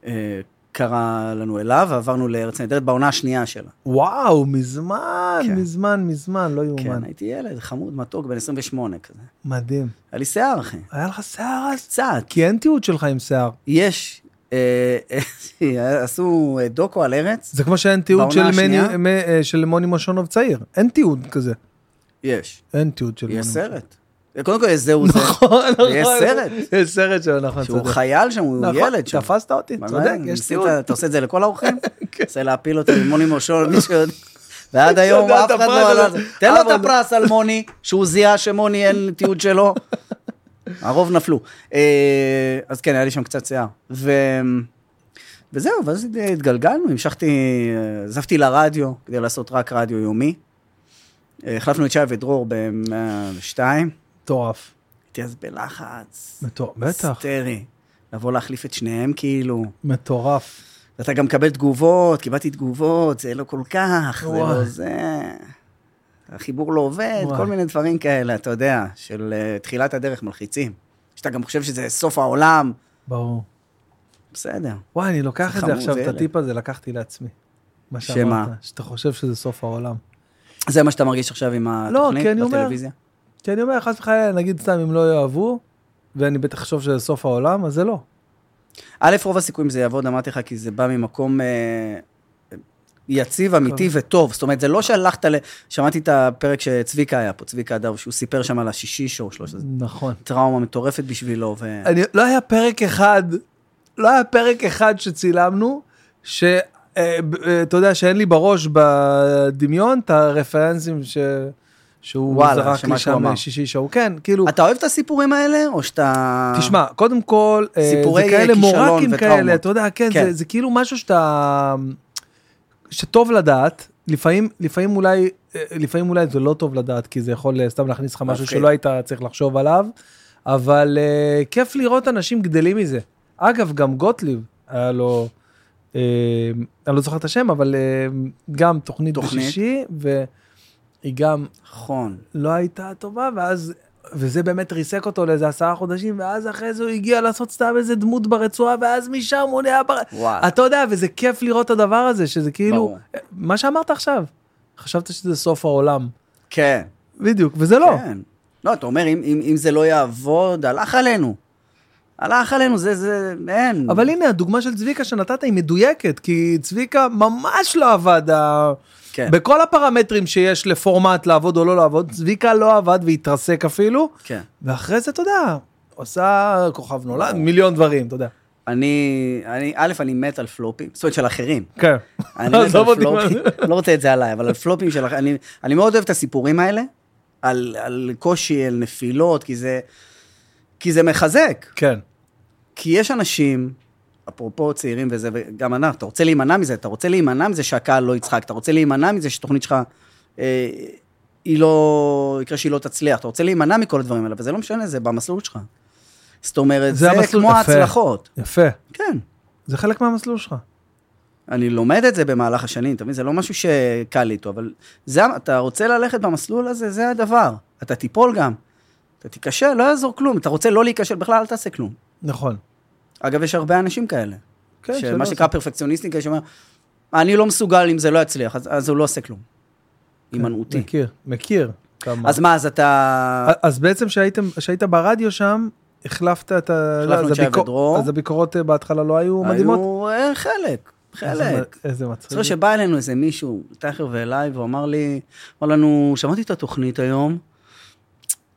[SPEAKER 2] אה, קרא לנו אליו, ועברנו לארץ נהדרת בעונה השנייה שלה.
[SPEAKER 1] וואו, מזמן,
[SPEAKER 2] כן.
[SPEAKER 1] מזמן, מזמן, לא
[SPEAKER 2] כן,
[SPEAKER 1] יאומן.
[SPEAKER 2] הייתי ילד חמוד, מתוק, בן 28 כזה.
[SPEAKER 1] מדהים.
[SPEAKER 2] היה לי שיער, אחי.
[SPEAKER 1] היה לך שיער אז?
[SPEAKER 2] קצת.
[SPEAKER 1] כי אין תיעוד שלך עם שיער.
[SPEAKER 2] יש, אה, אה, עשו אה, דוקו על ארץ.
[SPEAKER 1] זה כמו שאין תיעוד
[SPEAKER 2] בעונה
[SPEAKER 1] של, מני,
[SPEAKER 2] השנייה?
[SPEAKER 1] מ, אה, של מוני מושונוב צעיר, אין תיעוד כזה.
[SPEAKER 2] יש.
[SPEAKER 1] אין תיעוד של
[SPEAKER 2] יש
[SPEAKER 1] מנוי.
[SPEAKER 2] סרט. קודם כל, יש זהו זה.
[SPEAKER 1] נכון, נכון.
[SPEAKER 2] יש סרט.
[SPEAKER 1] יש סרט שלו, נכון,
[SPEAKER 2] שהוא
[SPEAKER 1] צודק.
[SPEAKER 2] חייל שם, הוא
[SPEAKER 1] נכון,
[SPEAKER 2] ילד שם.
[SPEAKER 1] תפסת אותי,
[SPEAKER 2] מה,
[SPEAKER 1] צודק,
[SPEAKER 2] מה,
[SPEAKER 1] יש כן.
[SPEAKER 2] ניסית-
[SPEAKER 1] תיעוד.
[SPEAKER 2] אתה עושה את זה לכל האורחים? רוצה להפיל אותו עם מוני מושול, מי שיודע. ועד היום
[SPEAKER 1] יודע,
[SPEAKER 2] אף
[SPEAKER 1] את
[SPEAKER 2] אחד לא
[SPEAKER 1] הפרס
[SPEAKER 2] עלה על
[SPEAKER 1] הזה.
[SPEAKER 2] זה. תן לו
[SPEAKER 1] אבל-
[SPEAKER 2] את הפרס על מוני, שהוא זיהה שמוני אין תיעוד שלו. הרוב נפלו. אה, אז כן, היה לי שם קצת שיער. ו- וזהו, ואז התגלגלנו, המשכתי, אה, עזבתי לרדיו כדי לעשות רק רדיו יומי. אה, החלפנו את שי ודרור ב-102.
[SPEAKER 1] מטורף.
[SPEAKER 2] הייתי אז בלחץ.
[SPEAKER 1] מטורף, בטח,
[SPEAKER 2] היסטרי. לבוא להחליף את שניהם כאילו.
[SPEAKER 1] מטורף.
[SPEAKER 2] ואתה גם מקבל תגובות, קיבלתי תגובות, זה לא כל כך, זה
[SPEAKER 1] וואי.
[SPEAKER 2] לא זה. החיבור לא עובד,
[SPEAKER 1] וואי.
[SPEAKER 2] כל מיני דברים כאלה, אתה יודע, של אה, תחילת הדרך מלחיצים. שאתה גם חושב שזה סוף העולם,
[SPEAKER 1] ברור.
[SPEAKER 2] בסדר.
[SPEAKER 1] וואי, אני לוקח את
[SPEAKER 2] זה
[SPEAKER 1] זה
[SPEAKER 2] חמוד,
[SPEAKER 1] עכשיו,
[SPEAKER 2] זה
[SPEAKER 1] את
[SPEAKER 2] ילד.
[SPEAKER 1] הטיפ הזה לקחתי לעצמי. מה
[SPEAKER 2] שמה?
[SPEAKER 1] שאמרת, שאתה חושב שזה סוף העולם.
[SPEAKER 2] זה מה שאתה מרגיש עכשיו עם התוכנית
[SPEAKER 1] כי לא, כן, אני אומר-
[SPEAKER 2] בטלוויזיה?
[SPEAKER 1] כי אני אומר, חס וחלילה, נגיד סתם אם לא יאהבו, ואני בטח אחשוב שזה סוף העולם, אז זה לא.
[SPEAKER 2] א', רוב הסיכויים זה יעבוד, אמרתי לך, כי זה בא ממקום אה, יציב, אמיתי
[SPEAKER 1] אוקיי.
[SPEAKER 2] וטוב. זאת אומרת, זה לא שהלכת ל... שמעתי את הפרק שצביקה היה פה, צביקה הדר, שהוא סיפר שם על השישי שואו שלו, שזו
[SPEAKER 1] נכון.
[SPEAKER 2] טראומה מטורפת בשבילו, ו...
[SPEAKER 1] אני, לא היה פרק אחד, לא היה פרק אחד שצילמנו, ש... אה, ב- אה, אתה יודע שאין לי בראש בדמיון את הרפרנסים ש... שהוא
[SPEAKER 2] וואלה,
[SPEAKER 1] זרק
[SPEAKER 2] שמה
[SPEAKER 1] לי
[SPEAKER 2] שהוא
[SPEAKER 1] שם
[SPEAKER 2] אמר.
[SPEAKER 1] שישי שהוא, כן, כאילו,
[SPEAKER 2] אתה אוהב את הסיפורים האלה, או שאתה...
[SPEAKER 1] תשמע, קודם כל, אה,
[SPEAKER 2] סיפורי,
[SPEAKER 1] זה
[SPEAKER 2] אה,
[SPEAKER 1] כאלה
[SPEAKER 2] כישלון
[SPEAKER 1] מורקים
[SPEAKER 2] וטראומות.
[SPEAKER 1] כאלה, אתה יודע, כן,
[SPEAKER 2] כן.
[SPEAKER 1] זה, זה כאילו משהו שאתה, שטוב לדעת, לפעמים, לפעמים אולי, אה, לפעמים אולי זה לא טוב לדעת, כי זה יכול אה, סתם להכניס לך משהו
[SPEAKER 2] מפחיד.
[SPEAKER 1] שלא היית צריך לחשוב עליו, אבל אה, כיף לראות אנשים גדלים מזה. אגב, גם גוטליב היה לו, אה, אני לא זוכר את השם, אבל אה, גם תוכנית,
[SPEAKER 2] תוכנית.
[SPEAKER 1] בשישי, והיא גם
[SPEAKER 2] נכון.
[SPEAKER 1] לא הייתה טובה, ואז, וזה באמת ריסק אותו לאיזה עשרה חודשים, ואז אחרי זה הוא הגיע לעשות סתם איזה דמות ברצועה, ואז משם הוא נהיה בר...
[SPEAKER 2] וואו.
[SPEAKER 1] אתה יודע, וזה כיף לראות את הדבר הזה, שזה כאילו,
[SPEAKER 2] ברור.
[SPEAKER 1] מה שאמרת עכשיו, חשבת שזה סוף העולם.
[SPEAKER 2] כן.
[SPEAKER 1] בדיוק, וזה לא.
[SPEAKER 2] כן. לא, אתה אומר, אם, אם, אם זה לא יעבוד, הלך עלינו. הלך עלינו, זה, זה, אין.
[SPEAKER 1] אבל הנה, הדוגמה של צביקה שנתת היא מדויקת, כי צביקה ממש לא עבד. ה-
[SPEAKER 2] כן.
[SPEAKER 1] בכל הפרמטרים שיש לפורמט לעבוד או לא לעבוד, צביקה לא עבד והתרסק אפילו,
[SPEAKER 2] כן.
[SPEAKER 1] ואחרי זה, אתה יודע, עושה כוכב נולד, מיליון דברים, אתה יודע.
[SPEAKER 2] אני, אני, א', אני מת על פלופים, זאת אומרת של אחרים.
[SPEAKER 1] כן.
[SPEAKER 2] אני מת
[SPEAKER 1] עזוב
[SPEAKER 2] על
[SPEAKER 1] אותי
[SPEAKER 2] פלופים,
[SPEAKER 1] מה זה.
[SPEAKER 2] לא רוצה את זה עליי, אבל על פלופים של... אני, אני מאוד אוהב את הסיפורים האלה, על, על קושי, על נפילות, כי זה, כי זה מחזק.
[SPEAKER 1] כן.
[SPEAKER 2] כי יש אנשים, אפרופו צעירים וזה, וגם אנחנו, אתה רוצה להימנע מזה, אתה רוצה להימנע מזה שהקהל לא יצחק, אתה רוצה להימנע מזה שתוכנית שלך, אה, היא לא, יקרה שהיא לא תצליח, אתה רוצה להימנע מכל הדברים האלה, וזה לא משנה, זה במסלול שלך. זאת אומרת,
[SPEAKER 1] זה
[SPEAKER 2] זה, זה
[SPEAKER 1] המסלול,
[SPEAKER 2] כמו
[SPEAKER 1] יפה.
[SPEAKER 2] ההצלחות.
[SPEAKER 1] יפה.
[SPEAKER 2] כן.
[SPEAKER 1] זה חלק מהמסלול שלך.
[SPEAKER 2] אני לומד את זה במהלך השנים, אתה מבין? זה לא משהו שקל לי איתו, אבל זה, אתה רוצה ללכת במסלול הזה, זה הדבר. אתה תיפול גם. אתה תיכשל, לא יעזור כלום. אתה רוצה לא להיכשל, בכלל אל תעשה כלום.
[SPEAKER 1] נכון.
[SPEAKER 2] אגב, יש הרבה אנשים כאלה.
[SPEAKER 1] כן,
[SPEAKER 2] כן, של
[SPEAKER 1] שלא
[SPEAKER 2] מה
[SPEAKER 1] זה.
[SPEAKER 2] שנקרא פרפקציוניסטים, כאלה שאומר, אני לא מסוגל אם זה לא יצליח, אז, אז הוא לא עושה כלום.
[SPEAKER 1] כן.
[SPEAKER 2] הימנעותי.
[SPEAKER 1] מכיר, מכיר. כמה.
[SPEAKER 2] אז מה, אז אתה...
[SPEAKER 1] אז בעצם שהייתם- שהיית ברדיו שם, החלפת את ה... לא,
[SPEAKER 2] החלפנו
[SPEAKER 1] אז
[SPEAKER 2] את שי
[SPEAKER 1] הביקור-
[SPEAKER 2] ודרור.
[SPEAKER 1] אז הביקורות אה, בהתחלה לא היו מדהימות?
[SPEAKER 2] היו אה, חלק,
[SPEAKER 1] איזה
[SPEAKER 2] חלק.
[SPEAKER 1] מ- איזה
[SPEAKER 2] אני זוכר
[SPEAKER 1] מצחיק.
[SPEAKER 2] שבא אלינו איזה מישהו, טייכר ואליי, והוא אמר לי, אמר לנו, שמעתי את התוכנית היום,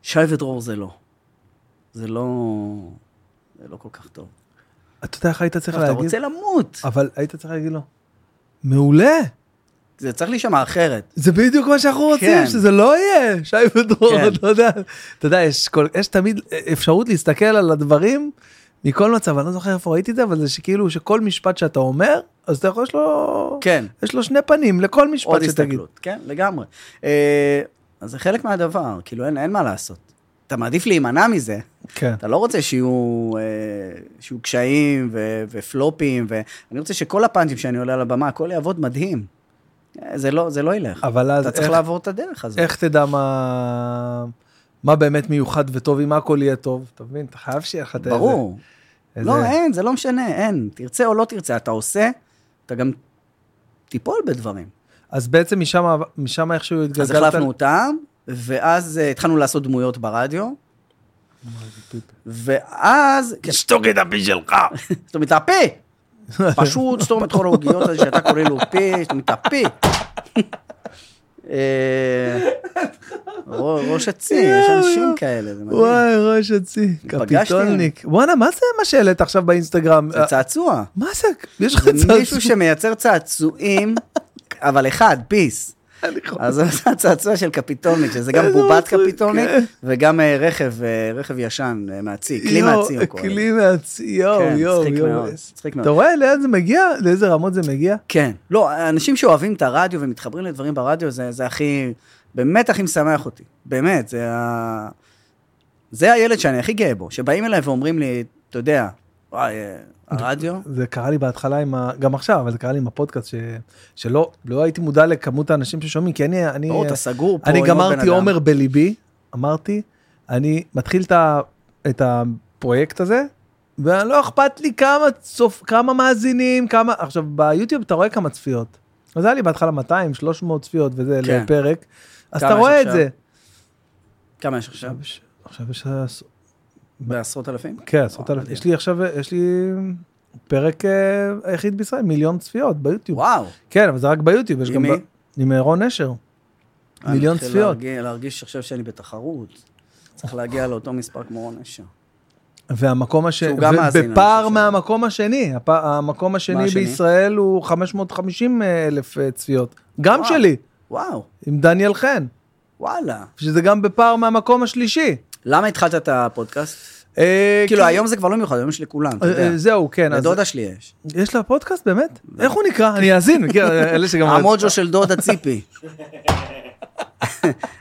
[SPEAKER 2] שי ודרור זה לא. זה לא... זה לא כל כך טוב.
[SPEAKER 1] אתה יודע איך היית צריך
[SPEAKER 2] אתה
[SPEAKER 1] להגיד? אה.
[SPEAKER 2] רוצה למות.
[SPEAKER 1] אבל היית צריך להגיד לו. מעולה,
[SPEAKER 2] זה צריך להישמע אחרת.
[SPEAKER 1] זה בדיוק מה שאנחנו רוצים,
[SPEAKER 2] כן.
[SPEAKER 1] שזה לא יהיה, שי ודרור,
[SPEAKER 2] כן.
[SPEAKER 1] אתה יודע, אתה יודע, יש כל- יש תמיד אפשרות להסתכל על הדברים מכל מצב, אני לא זוכר איפה ראיתי את זה, אבל זה שכאילו שכל משפט שאתה אומר, אז אתה יכול, יש לו...
[SPEAKER 2] כן.
[SPEAKER 1] יש לו שני פנים לכל משפט
[SPEAKER 2] עוד
[SPEAKER 1] שתגיד.
[SPEAKER 2] הסתכלות. כן, לגמרי. אה, אז זה חלק מהדבר, כאילו אין, אין מה לעשות. אתה מעדיף להימנע מזה,
[SPEAKER 1] כן.
[SPEAKER 2] אתה לא רוצה שיהיו, אה, שיהיו קשיים ו, ופלופים, ואני רוצה שכל הפאנצ'ים שאני עולה על הבמה, הכל יעבוד מדהים. אה, זה לא, זה לא ילך.
[SPEAKER 1] אבל אז
[SPEAKER 2] אתה צריך
[SPEAKER 1] איך-
[SPEAKER 2] לעבור את הדרך הזאת.
[SPEAKER 1] איך תדע מה... מה באמת מיוחד וטוב, אם הכל יהיה טוב, אתה מבין? אתה חייב שיהיה לך את איזה-
[SPEAKER 2] ברור.
[SPEAKER 1] איזה...
[SPEAKER 2] לא, אין, זה לא משנה, אין. תרצה או לא תרצה, אתה עושה, אתה גם תיפול בדברים.
[SPEAKER 1] אז בעצם משם, משם איכשהו
[SPEAKER 2] אז
[SPEAKER 1] התגלגלת...
[SPEAKER 2] החלפנו אותם, ואז אה, התחלנו לעשות דמויות ברדיו, ואז
[SPEAKER 1] תשתוק את הפי שלך.
[SPEAKER 2] זאת אומרת, הפה. פשוט סתום את כל העוגיות האלה שאתה קורא לו פה, זאת אומרת, הפה. אה, ר- ראש הצי, יש אנשים כאלה, זה מדהים.
[SPEAKER 1] וואי, ראש הצי,
[SPEAKER 2] פגשתי.
[SPEAKER 1] קפיטולניק. וואנה, מה זה מה שהעלית עכשיו באינסטגרם?
[SPEAKER 2] זה צעצוע.
[SPEAKER 1] מה זה? יש לך
[SPEAKER 2] זה מישהו
[SPEAKER 1] צעצוע.
[SPEAKER 2] שמייצר צעצועים, אבל אחד, ביס. אז זה עשה צעצוע של קפיטולניק, שזה גם
[SPEAKER 1] איזה
[SPEAKER 2] בובת
[SPEAKER 1] מצחיק,
[SPEAKER 2] קפיטולניק,
[SPEAKER 1] כן.
[SPEAKER 2] וגם אה, רכב, אה, רכב ישן אה, מהצי, כלי
[SPEAKER 1] יואו,
[SPEAKER 2] מהצי הוא קורא. לזה.
[SPEAKER 1] כלי מהצי, יואו,
[SPEAKER 2] כן,
[SPEAKER 1] יואו,
[SPEAKER 2] מצחיק
[SPEAKER 1] יואו.
[SPEAKER 2] מאוד, מצחיק מאוד.
[SPEAKER 1] אתה רואה לאן זה מגיע? לאיזה רמות זה מגיע?
[SPEAKER 2] כן. לא, אנשים שאוהבים את הרדיו ומתחברים לדברים ברדיו, זה, זה הכי, באמת הכי משמח אותי. באמת, זה ה... זה הילד שאני הכי גאה בו, שבאים אליי ואומרים לי, אתה יודע, וואי, אה, הרדיו?
[SPEAKER 1] זה קרה לי בהתחלה עם ה... גם עכשיו, אבל זה קרה לי עם הפודקאסט, ש... שלא לא הייתי מודע לכמות האנשים ששומעים, כי אני... אני
[SPEAKER 2] ברור, אתה סגור פה
[SPEAKER 1] אה, אני
[SPEAKER 2] עם עוד בן
[SPEAKER 1] גמרתי
[SPEAKER 2] אדם.
[SPEAKER 1] עומר בליבי, אמרתי, אני מתחיל את ה- את הפרויקט הזה, ולא אכפת לי כמה צופ... כמה מאזינים, כמה... עכשיו, ביוטיוב אתה רואה כמה צפיות. אז היה לי בהתחלה 200, 300 צפיות וזה
[SPEAKER 2] כן.
[SPEAKER 1] לפרק, אז
[SPEAKER 2] כמה
[SPEAKER 1] אתה
[SPEAKER 2] יש
[SPEAKER 1] רואה את
[SPEAKER 2] עכשיו?
[SPEAKER 1] זה.
[SPEAKER 2] כמה יש עכשיו?
[SPEAKER 1] עכשיו יש- עכשיו יש... עש-
[SPEAKER 2] בעשרות אלפים?
[SPEAKER 1] כן, עשרות
[SPEAKER 2] וואו,
[SPEAKER 1] אלף. יש לי עכשיו, יש לי פרק אה, היחיד בישראל, מיליון צפיות ביוטיוב.
[SPEAKER 2] וואו.
[SPEAKER 1] כן, אבל זה רק ביוטיוב, יש
[SPEAKER 2] עם
[SPEAKER 1] גם...
[SPEAKER 2] מי?
[SPEAKER 1] ב- עם אה, רון נשר.
[SPEAKER 2] אני
[SPEAKER 1] מיליון
[SPEAKER 2] מתחיל
[SPEAKER 1] צפיות.
[SPEAKER 2] להרגיש- להרגיש עכשיו שאני בתחרות. צריך להגיע לאותו מספר כמו רון אשר.
[SPEAKER 1] והמקום השני,
[SPEAKER 2] שהוא גם מאזין, אני
[SPEAKER 1] בפער
[SPEAKER 2] חושב.
[SPEAKER 1] מהמקום השני, הפ... המקום השני
[SPEAKER 2] השני?
[SPEAKER 1] בישראל הוא 550 אלף אה, צפיות, גם
[SPEAKER 2] וואו.
[SPEAKER 1] שלי,
[SPEAKER 2] וואו,
[SPEAKER 1] עם דניאל חן,
[SPEAKER 2] וואלה.
[SPEAKER 1] שזה גם בפער מהמקום השלישי.
[SPEAKER 2] למה התחלת את הפודקאסט?
[SPEAKER 1] אה,
[SPEAKER 2] כאילו
[SPEAKER 1] כי-
[SPEAKER 2] היום זה כבר לא מיוחד, היום יש לכולם, אתה
[SPEAKER 1] אה, אה,
[SPEAKER 2] יודע.
[SPEAKER 1] זהו, כן, אז
[SPEAKER 2] לדודה כן. שלי יש.
[SPEAKER 1] יש לה פודקאסט באמת? איך הוא נקרא? אני אאזין, מכיר, אלה שגם...
[SPEAKER 2] המוג'ו של דודה ציפי.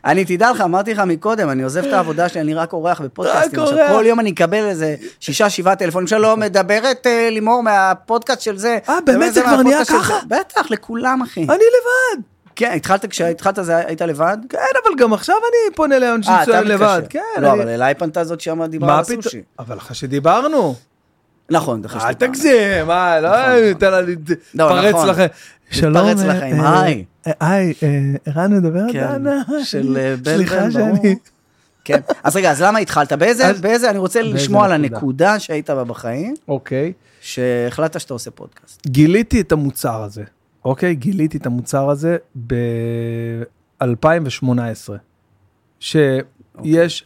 [SPEAKER 2] אני תדע לך, אמרתי לך מקודם, אני עוזב את העבודה שלי, אני רק אורח בפודקאסטים.
[SPEAKER 1] רק
[SPEAKER 2] עכשיו,
[SPEAKER 1] אורח.
[SPEAKER 2] כל יום אני אקבל איזה שישה, שבעה טלפונים שלו, מדברת אה, לימור מהפודקאסט של זה.
[SPEAKER 1] אה, באמת
[SPEAKER 2] מדברת
[SPEAKER 1] זה כבר נהיה
[SPEAKER 2] מהפודקאסט של
[SPEAKER 1] ככה?
[SPEAKER 2] זה." בטח, לכולם, אחי.
[SPEAKER 1] אני לבד,
[SPEAKER 2] כן, התחלת, כשהתחלת זה היית לבד?
[SPEAKER 1] כן, אבל גם עכשיו אני פונה לאן
[SPEAKER 2] אה, אתה
[SPEAKER 1] שצועק
[SPEAKER 2] מתקשר.
[SPEAKER 1] לבד, כן,
[SPEAKER 2] לא,
[SPEAKER 1] אני-
[SPEAKER 2] אבל אליי פנתה זאת שאמרה דיברה
[SPEAKER 1] מה
[SPEAKER 2] על
[SPEAKER 1] פתאום,
[SPEAKER 2] סושי.
[SPEAKER 1] אבל אחרי שדיברנו.
[SPEAKER 2] נכון, דרך
[SPEAKER 1] אל תגזים, אה, לא, תן לה להתפרץ
[SPEAKER 2] נכון.
[SPEAKER 1] לכם.
[SPEAKER 2] להתפרץ
[SPEAKER 1] אה,
[SPEAKER 2] לחיים,
[SPEAKER 1] אה,
[SPEAKER 2] היי.
[SPEAKER 1] אה, היי, אה, ערן מדבר?
[SPEAKER 2] כן,
[SPEAKER 1] דנה,
[SPEAKER 2] של אה,
[SPEAKER 1] אני-
[SPEAKER 2] בן בן,
[SPEAKER 1] סליחה
[SPEAKER 2] ברור.
[SPEAKER 1] שאני...
[SPEAKER 2] כן, אז רגע, אז למה התחלת? באיזה,
[SPEAKER 1] אז-
[SPEAKER 2] באיזה, אני רוצה
[SPEAKER 1] באיזה
[SPEAKER 2] לשמוע על
[SPEAKER 1] נקודה?
[SPEAKER 2] הנקודה שהיית בה בחיים,
[SPEAKER 1] אוקיי.
[SPEAKER 2] שהחלטת שאתה עושה פודקאסט.
[SPEAKER 1] גיליתי את המוצר הזה, אוקיי? גיליתי את המוצר הזה ב-2018. שיש...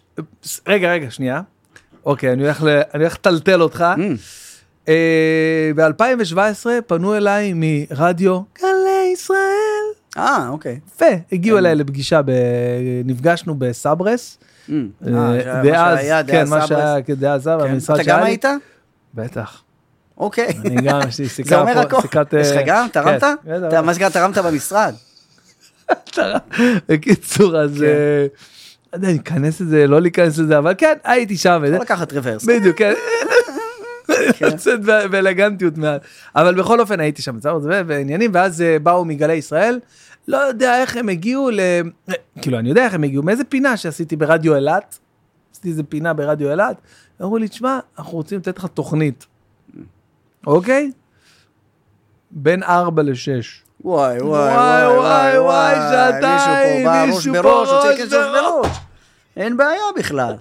[SPEAKER 1] רגע, רגע, שנייה. אוקיי, אני הולך ל- אני הולך לטלטל אותך. אה, ב-2017 פנו אליי מרדיו גלי ישראל.
[SPEAKER 2] אה, אוקיי.
[SPEAKER 1] והגיעו אליי לפגישה, ב... נפגשנו בסברס.
[SPEAKER 2] Mm.
[SPEAKER 1] אה,
[SPEAKER 2] אה, זה- מה
[SPEAKER 1] דאז,
[SPEAKER 2] שהיה,
[SPEAKER 1] כן,
[SPEAKER 2] דאז
[SPEAKER 1] מה
[SPEAKER 2] סברס.
[SPEAKER 1] שהיה כדעה זב,
[SPEAKER 2] כן.
[SPEAKER 1] המשרד
[SPEAKER 2] אתה
[SPEAKER 1] שהיה
[SPEAKER 2] גם
[SPEAKER 1] לי.
[SPEAKER 2] היית?
[SPEAKER 1] בטח.
[SPEAKER 2] אוקיי.
[SPEAKER 1] אני גם, יש לי סיכה
[SPEAKER 2] זה אומר
[SPEAKER 1] פה,
[SPEAKER 2] הכל.
[SPEAKER 1] סיכת...
[SPEAKER 2] יש לך
[SPEAKER 1] אה,
[SPEAKER 2] גם?
[SPEAKER 1] כן,
[SPEAKER 2] תרמת?
[SPEAKER 1] בטח,
[SPEAKER 2] אתה מה שנקרא תרמת במשרד.
[SPEAKER 1] בקיצור, אז...
[SPEAKER 2] כן.
[SPEAKER 1] אה, לא יודע, להיכנס לזה, לא להיכנס לזה, אבל כן, הייתי שם. וזה.
[SPEAKER 2] לא לקחת רוורס.
[SPEAKER 1] בדיוק, כן. לצאת בא- באלגנטיות מעל. אבל בכל אופן הייתי שם, זהו, זה ועניינים, ואז אה, באו מגלי ישראל, לא יודע איך הם הגיעו ל... אה, כאילו, אני יודע איך הם הגיעו, מאיזה פינה שעשיתי ברדיו אילת, עשיתי איזה פינה ברדיו אילת, אמרו לי, תשמע, אנחנו רוצים לתת לך תוכנית, אוקיי? בין 4 ל-6.
[SPEAKER 2] וואי, וואי,
[SPEAKER 1] וואי,
[SPEAKER 2] וואי,
[SPEAKER 1] וואי,
[SPEAKER 2] וואי,
[SPEAKER 1] וואי, שעתיים,
[SPEAKER 2] מישהו פה בא ראש
[SPEAKER 1] מישהו פה
[SPEAKER 2] בראש, רוצה
[SPEAKER 1] ראש
[SPEAKER 2] להיכנס
[SPEAKER 1] בראש.
[SPEAKER 2] בראש. אין בעיה בכלל.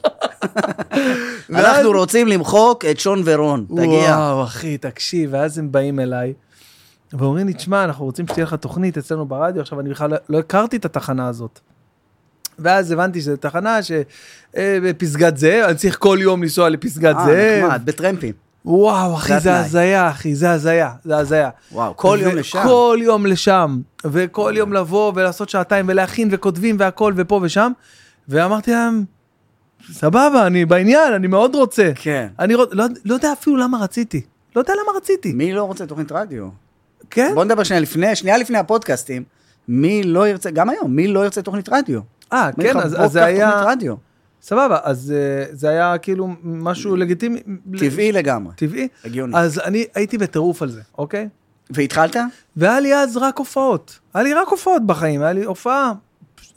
[SPEAKER 2] אנחנו רוצים למחוק את שון ורון, תגיע.
[SPEAKER 1] וואו, אחי, תקשיב, ואז הם באים אליי, ואומרים לי, תשמע, אנחנו רוצים שתהיה לך תוכנית אצלנו ברדיו, עכשיו אני בכלל לא- לא הכרתי את התחנה הזאת. ואז הבנתי שזו תחנה שבפסגת זאב, אני צריך כל יום לנסוע לפסגת
[SPEAKER 2] אה,
[SPEAKER 1] זאב.
[SPEAKER 2] נחמד, בטרמפים.
[SPEAKER 1] וואו, אחי,
[SPEAKER 2] זה
[SPEAKER 1] זה
[SPEAKER 2] התנאי.
[SPEAKER 1] הזיה, אחי, זה הזיה, זה הזיה.
[SPEAKER 2] וואו, כל יום לשם.
[SPEAKER 1] כל יום לשם, וכל יום לבוא ולעשות שעתיים ולהכין וכותבים והכל ופה ושם. ואמרתי להם, סבבה, אני בעניין, אני מאוד רוצה.
[SPEAKER 2] כן.
[SPEAKER 1] אני רוצ... לא, לא יודע אפילו למה רציתי. לא יודע למה רציתי.
[SPEAKER 2] מי לא רוצה תוכנית רדיו?
[SPEAKER 1] כן?
[SPEAKER 2] בוא נדבר שנייה לפני, שנייה לפני הפודקאסטים. מי לא ירצה, גם היום, מי לא ירצה תוכנית רדיו?
[SPEAKER 1] אה,
[SPEAKER 2] אומרים
[SPEAKER 1] כן,
[SPEAKER 2] לך,
[SPEAKER 1] אז,
[SPEAKER 2] בוא,
[SPEAKER 1] אז זה
[SPEAKER 2] קח
[SPEAKER 1] היה...
[SPEAKER 2] תוכנית רדיו.
[SPEAKER 1] סבבה, אז אה, זה היה כאילו משהו לגיטימי.
[SPEAKER 2] טבעי לגמרי.
[SPEAKER 1] טבעי.
[SPEAKER 2] הגיוני.
[SPEAKER 1] אז אני הייתי בטירוף על זה, אוקיי?
[SPEAKER 2] והתחלת?
[SPEAKER 1] והיה לי אז רק הופעות. היה לי רק הופעות בחיים, היה לי הופעה,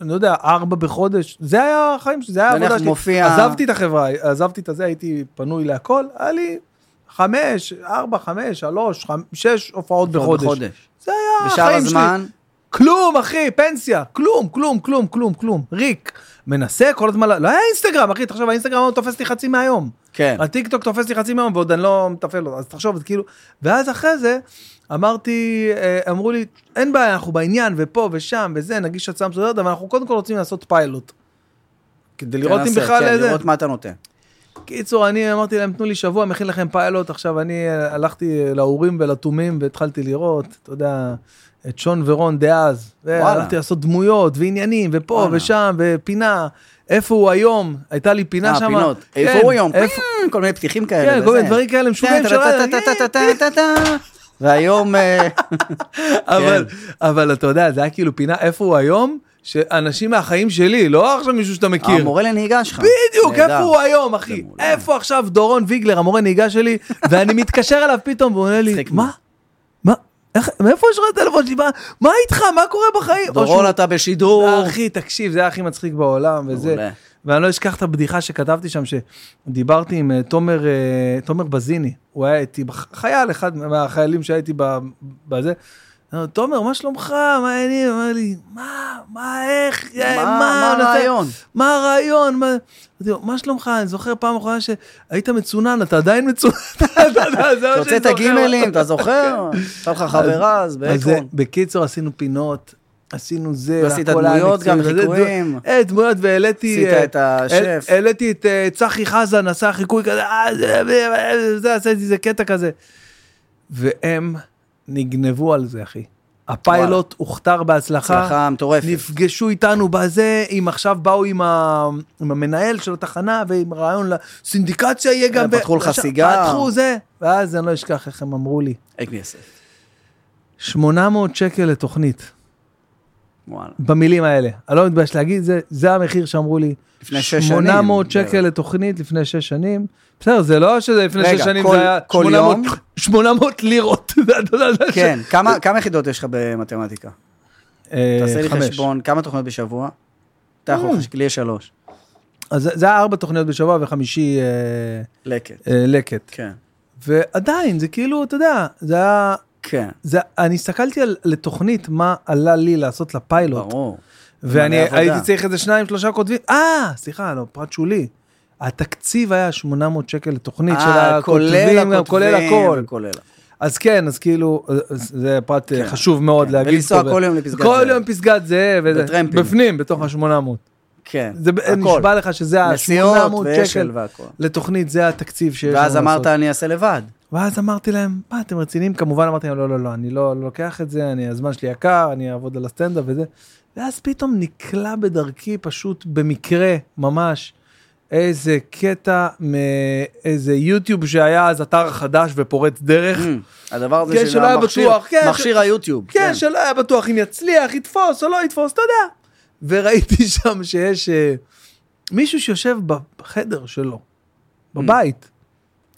[SPEAKER 1] אני לא יודע, ארבע בחודש, זה היה החיים שלי, זה היה
[SPEAKER 2] נניח
[SPEAKER 1] העבודה שלי.
[SPEAKER 2] מופיע-
[SPEAKER 1] עזבתי את החברה, עזבתי את הזה, הייתי פנוי להכל, היה לי חמש, ארבע, חמש, שלוש, חמ- שש הופעות בחודש.
[SPEAKER 2] בחודש.
[SPEAKER 1] זה היה
[SPEAKER 2] ושאר
[SPEAKER 1] החיים שלי.
[SPEAKER 2] הזמן?
[SPEAKER 1] כלום, אחי, פנסיה, כלום, כלום, כלום, כלום, כלום, ריק. מנסה כל הזמן, לא היה אינסטגרם, אחי, תחשוב, האינסטגרם היום תופס לי חצי מהיום.
[SPEAKER 2] כן.
[SPEAKER 1] הטיק טוק תופס לי חצי מהיום ועוד אני לא מתפעל לו, אז תחשוב, זה כאילו, ואז אחרי זה, אמרתי, אה, אמרו לי, אין בעיה, אנחנו בעניין, ופה ושם, וזה, נגיש הצעה מסודרת, אבל אנחנו קודם כל רוצים לעשות פיילוט. כדי לראות אם
[SPEAKER 2] תנסה,
[SPEAKER 1] בכלל
[SPEAKER 2] כן,
[SPEAKER 1] איזה...
[SPEAKER 2] לראות מה אתה נותן.
[SPEAKER 1] קיצור, אני אמרתי להם, תנו לי שבוע, מכין לכם פיילוט. עכשיו אני אה, הלכתי אה, לאורים ולתומים והתחלתי לראות, אתה יודע, את שון ורון דאז.
[SPEAKER 2] וואלה.
[SPEAKER 1] והלכתי לעשות דמויות ועניינים, ופה
[SPEAKER 2] וואלה.
[SPEAKER 1] ושם, ופינה. איפה הוא היום? הייתה לי פינה
[SPEAKER 2] אה,
[SPEAKER 1] שם.
[SPEAKER 2] פינות. איפה הוא היום? פים, כל מיני פתיחים כאלה.
[SPEAKER 1] כן, כל
[SPEAKER 2] וזה.
[SPEAKER 1] מיני דברים כאלה משוגעים
[SPEAKER 2] טה,
[SPEAKER 1] שלא
[SPEAKER 2] טה,
[SPEAKER 1] ידעתי.
[SPEAKER 2] טה, טה, טה, טה, טה. והיום... אה,
[SPEAKER 1] אבל, אבל אתה יודע, זה היה כאילו פינה, איפה הוא היום? שאנשים מהחיים שלי, לא עכשיו מישהו שאתה מכיר.
[SPEAKER 2] המורה לנהיגה שלך.
[SPEAKER 1] בדיוק,
[SPEAKER 2] נהדר.
[SPEAKER 1] איפה הוא היום,
[SPEAKER 2] זה
[SPEAKER 1] אחי?
[SPEAKER 2] מעולה.
[SPEAKER 1] איפה עכשיו דורון ויגלר, המורה נהיגה שלי, ואני מתקשר אליו פתאום, והוא עונה לי,
[SPEAKER 2] מצחיק
[SPEAKER 1] מה?
[SPEAKER 2] מאוד.
[SPEAKER 1] מה? איך- מאיפה יש לך את הטלפון שלי? מה- מה איתך? מה קורה בחיים? או שהוא-
[SPEAKER 2] דורון, אתה בשידור.
[SPEAKER 1] אחי, תקשיב, זה היה הכי מצחיק בעולם, וזה...
[SPEAKER 2] מעולה.
[SPEAKER 1] ואני לא אשכח את הבדיחה שכתבתי שם, שדיברתי עם אה, תומר, אה, תומר בזיני, הוא היה איתי, בח- חייל, אחד מהחיילים שהייתי ב- בזה. אמרתי לו, תומר, מה שלומך? מה העניינים? הוא אמר לי, מה, מה, איך, אה,
[SPEAKER 2] מה-
[SPEAKER 1] מה,
[SPEAKER 2] מה
[SPEAKER 1] נתן-
[SPEAKER 2] הרעיון?"
[SPEAKER 1] מה הרעיון? מה... אמרתי לו, מה שלומך? אני זוכר פעם אחרונה שהיית מצונן, אתה עדיין מצונן. אתה יודע, זה מה
[SPEAKER 2] אתה רוצה
[SPEAKER 1] שאני
[SPEAKER 2] את
[SPEAKER 1] זוכר.
[SPEAKER 2] הגימלים, אתה זוכר? עשה לך חברה אז
[SPEAKER 1] אז זה-
[SPEAKER 2] בעקרון.
[SPEAKER 1] בקיצור, עשינו פינות, עשינו זה,
[SPEAKER 2] ועשית
[SPEAKER 1] והכל היה
[SPEAKER 2] דמויות גם,
[SPEAKER 1] מקצועי, וזה
[SPEAKER 2] חיקויים.
[SPEAKER 1] דמו- אה, דמויות, והעליתי...
[SPEAKER 2] עשית
[SPEAKER 1] אה,
[SPEAKER 2] את השף.
[SPEAKER 1] אה, העליתי את אה, צחי חזן, עשה חיקוי כזה, אה, זה, זה, זה, זה, עשיתי איזה קטע כזה. והם נגנבו על זה, אחי. הפיילוט הוכתר בהצלחה.
[SPEAKER 2] הצלחה מטורפת.
[SPEAKER 1] נפגשו איתנו בזה, אם עכשיו באו עם, ה... עם המנהל של התחנה ועם רעיון לסינדיקציה יהיה גם...
[SPEAKER 2] אה, פתחו לך
[SPEAKER 1] ועכשיו-
[SPEAKER 2] סיגר.
[SPEAKER 1] פתחו זה, ואז אני לא אשכח איך הם אמרו לי.
[SPEAKER 2] איך כסף.
[SPEAKER 1] 800 שקל לתוכנית,
[SPEAKER 2] וואלה.
[SPEAKER 1] במילים האלה. אני לא מתבייש להגיד, זה, זה המחיר שאמרו לי.
[SPEAKER 2] לפני שש שנים.
[SPEAKER 1] 800 שקל לתוכנית לפני 6 שנים. בסדר, זה לא שזה לפני
[SPEAKER 2] רגע,
[SPEAKER 1] 6 שנים,
[SPEAKER 2] כל-
[SPEAKER 1] זה היה
[SPEAKER 2] כל
[SPEAKER 1] 800
[SPEAKER 2] יום?
[SPEAKER 1] 800 לירות. אתה יודע, זה-
[SPEAKER 2] כן, כמה- כמה יחידות יש לך במתמטיקה?
[SPEAKER 1] אה,
[SPEAKER 2] תעשה לי
[SPEAKER 1] חמש.
[SPEAKER 2] חשבון, כמה תוכניות בשבוע? אתה יכול,
[SPEAKER 1] Mm.
[SPEAKER 2] חש- לי יש שלוש.
[SPEAKER 1] אז זה היה 4 תוכניות בשבוע וחמישי אה,
[SPEAKER 2] לקט.
[SPEAKER 1] אה, לקט.
[SPEAKER 2] כן.
[SPEAKER 1] ועדיין, זה כאילו, אתה יודע, זה היה...
[SPEAKER 2] כן.
[SPEAKER 1] זה, אני הסתכלתי על לתוכנית מה עלה לי לעשות לפיילוט.
[SPEAKER 2] ברור.
[SPEAKER 1] ואני
[SPEAKER 2] מלא עבודה.
[SPEAKER 1] הייתי צריך איזה שניים שלושה כותבים אה סליחה לא פרט שולי. התקציב היה 800 שקל לתוכנית של
[SPEAKER 2] אה,
[SPEAKER 1] הכותבים, גם כולל הכל.
[SPEAKER 2] כולל הכל.
[SPEAKER 1] אז כן, אז כאילו, אה, זה פרט אה,
[SPEAKER 2] כן,
[SPEAKER 1] חשוב מאוד
[SPEAKER 2] כן.
[SPEAKER 1] להגיד.
[SPEAKER 2] ולנסוע
[SPEAKER 1] פה.
[SPEAKER 2] כל יום לפסגת
[SPEAKER 1] כל
[SPEAKER 2] זאב.
[SPEAKER 1] יום פסגת זאב, וזה-
[SPEAKER 2] בטרמפים.
[SPEAKER 1] בפנים, בתוך ה-800.
[SPEAKER 2] כן.
[SPEAKER 1] זה ב-
[SPEAKER 2] הכל.
[SPEAKER 1] נשבע לך שזה
[SPEAKER 2] נסיעות
[SPEAKER 1] ה-800 שקל
[SPEAKER 2] ואשל והכל.
[SPEAKER 1] לתוכנית, זה התקציב שיש
[SPEAKER 2] ואז
[SPEAKER 1] לנו
[SPEAKER 2] אמרת,
[SPEAKER 1] לעשות.
[SPEAKER 2] אני אעשה לבד.
[SPEAKER 1] ואז אמרתי להם, מה, אתם רציניים? כמובן אמרתי להם, לא, לא, לא, אני לא לא לוקח את זה, אני, הזמן שלי יקר, אני אעבוד על הסטנדאפ וזה. ואז פתאום נקלע בדרכי, פשוט במקרה, ממש, איזה קטע מאיזה יוטיוב שהיה אז אתר חדש ופורץ דרך.
[SPEAKER 2] Mm, הדבר הזה
[SPEAKER 1] כן,
[SPEAKER 2] של
[SPEAKER 1] שלא היה
[SPEAKER 2] המכשיר-
[SPEAKER 1] בטוח, כן,
[SPEAKER 2] מכשיר
[SPEAKER 1] ש-
[SPEAKER 2] היוטיוב.
[SPEAKER 1] כן, שלא היה בטוח אם יצליח, יתפוס או לא יתפוס, אתה יודע. וראיתי שם שיש אה, מישהו שיושב בחדר שלו, בבית.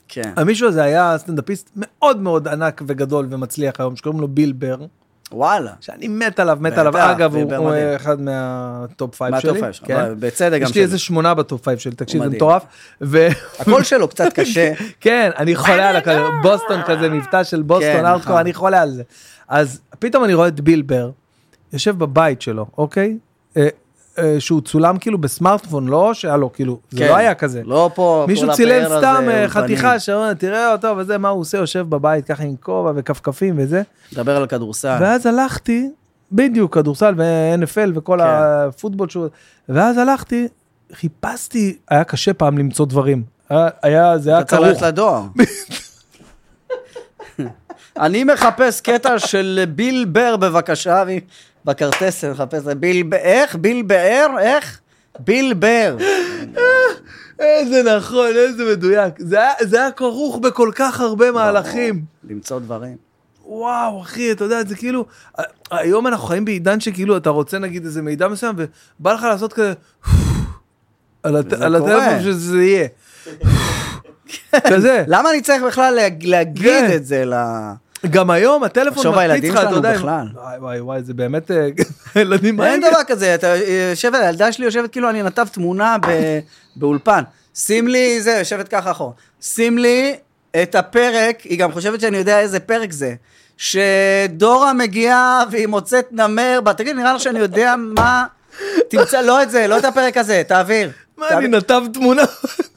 [SPEAKER 2] כן.
[SPEAKER 1] המישהו הזה היה סטנדאפיסט מאוד מאוד ענק וגדול ומצליח היום, שקוראים לו ביל בר,
[SPEAKER 2] וואלה.
[SPEAKER 1] שאני מת עליו, מת
[SPEAKER 2] בטח,
[SPEAKER 1] עליו. אגב,
[SPEAKER 2] ביל
[SPEAKER 1] הוא
[SPEAKER 2] בר
[SPEAKER 1] הוא
[SPEAKER 2] מדהים.
[SPEAKER 1] אחד מהטופ פייב שלי.
[SPEAKER 2] מהטופ פייב שלך,
[SPEAKER 1] כן.
[SPEAKER 2] בצדק גם
[SPEAKER 1] יש לי
[SPEAKER 2] שלי.
[SPEAKER 1] איזה שמונה בטופ פייב שלי, תקשיב,
[SPEAKER 2] הוא
[SPEAKER 1] זה
[SPEAKER 2] מדהים.
[SPEAKER 1] מטורף. ו-
[SPEAKER 2] הקול שלו קצת קשה.
[SPEAKER 1] כן, אני חולה על הכל, בוסטון כזה, מבטא של בוסטון,
[SPEAKER 2] כן,
[SPEAKER 1] ארטקור,
[SPEAKER 2] נכון.
[SPEAKER 1] אני חולה על זה. אז פתאום אני רואה את ביל בר, יושב בבית שלו, אוקיי? אה, אה, שהוא צולם כאילו בסמארטפון, לא שהיה לו, כאילו, זה
[SPEAKER 2] כן.
[SPEAKER 1] לא היה כזה.
[SPEAKER 2] לא פה, כל
[SPEAKER 1] מישהו
[SPEAKER 2] הפאר
[SPEAKER 1] צילם
[SPEAKER 2] הזה,
[SPEAKER 1] סתם אה,
[SPEAKER 2] אולפנים.
[SPEAKER 1] חתיכה שאומרת תראה אותו וזה מה הוא עושה יושב בבית ככה עם כובע וכפכפים וזה
[SPEAKER 2] דבר על כדורסל.
[SPEAKER 1] ואז הלכתי בדיוק כדורסל ו-NFL וכל
[SPEAKER 2] כן.
[SPEAKER 1] הפוטבול שהוא ואז הלכתי חיפשתי היה קשה פעם למצוא דברים היה- היה זה היה
[SPEAKER 2] אתה צריך
[SPEAKER 1] כרוך
[SPEAKER 2] ללכת לדואר. אני מחפש קטע של ביל בר בבקשה, אני בכרטס אני מחפש, ביל ב... איך? ביל באר? איך? ביל בר.
[SPEAKER 1] איזה נכון איזה מדויק זה היה- זה היה כרוך בכל כך הרבה מהלכים.
[SPEAKER 2] למצוא דברים.
[SPEAKER 1] וואו אחי אתה יודע זה כאילו ה- היום אנחנו חיים בעידן שכאילו אתה רוצה נגיד איזה מידע מסוים ובא לך לעשות כזה על, הט...
[SPEAKER 2] וזה
[SPEAKER 1] על
[SPEAKER 2] קורה.
[SPEAKER 1] הטלפון שזה יהיה. כזה
[SPEAKER 2] למה אני צריך בכלל להג- להגיד
[SPEAKER 1] כן.
[SPEAKER 2] את זה ל...
[SPEAKER 1] גם היום הטלפון
[SPEAKER 2] תחשוב,
[SPEAKER 1] מקפיץ
[SPEAKER 2] הילדים
[SPEAKER 1] לך אתה
[SPEAKER 2] שלנו
[SPEAKER 1] יודע.
[SPEAKER 2] בכלל.
[SPEAKER 1] וואי וואי וואי זה באמת אה, הילדים
[SPEAKER 2] אין
[SPEAKER 1] האלה.
[SPEAKER 2] דבר כזה, אתה יושב, הילדה שלי יושבת כאילו אני נתב תמונה ב- באולפן. שים לי זה, יושבת ככה אחורה. שים לי את הפרק, היא גם חושבת שאני יודע איזה פרק זה, שדורה מגיעה והיא מוצאת נמר, ב- תגיד, נראה לך שאני יודע מה... תמצא, לא את זה, לא את הפרק הזה, תעביר.
[SPEAKER 1] מה,
[SPEAKER 2] תעביר.
[SPEAKER 1] אני נתב תמונה?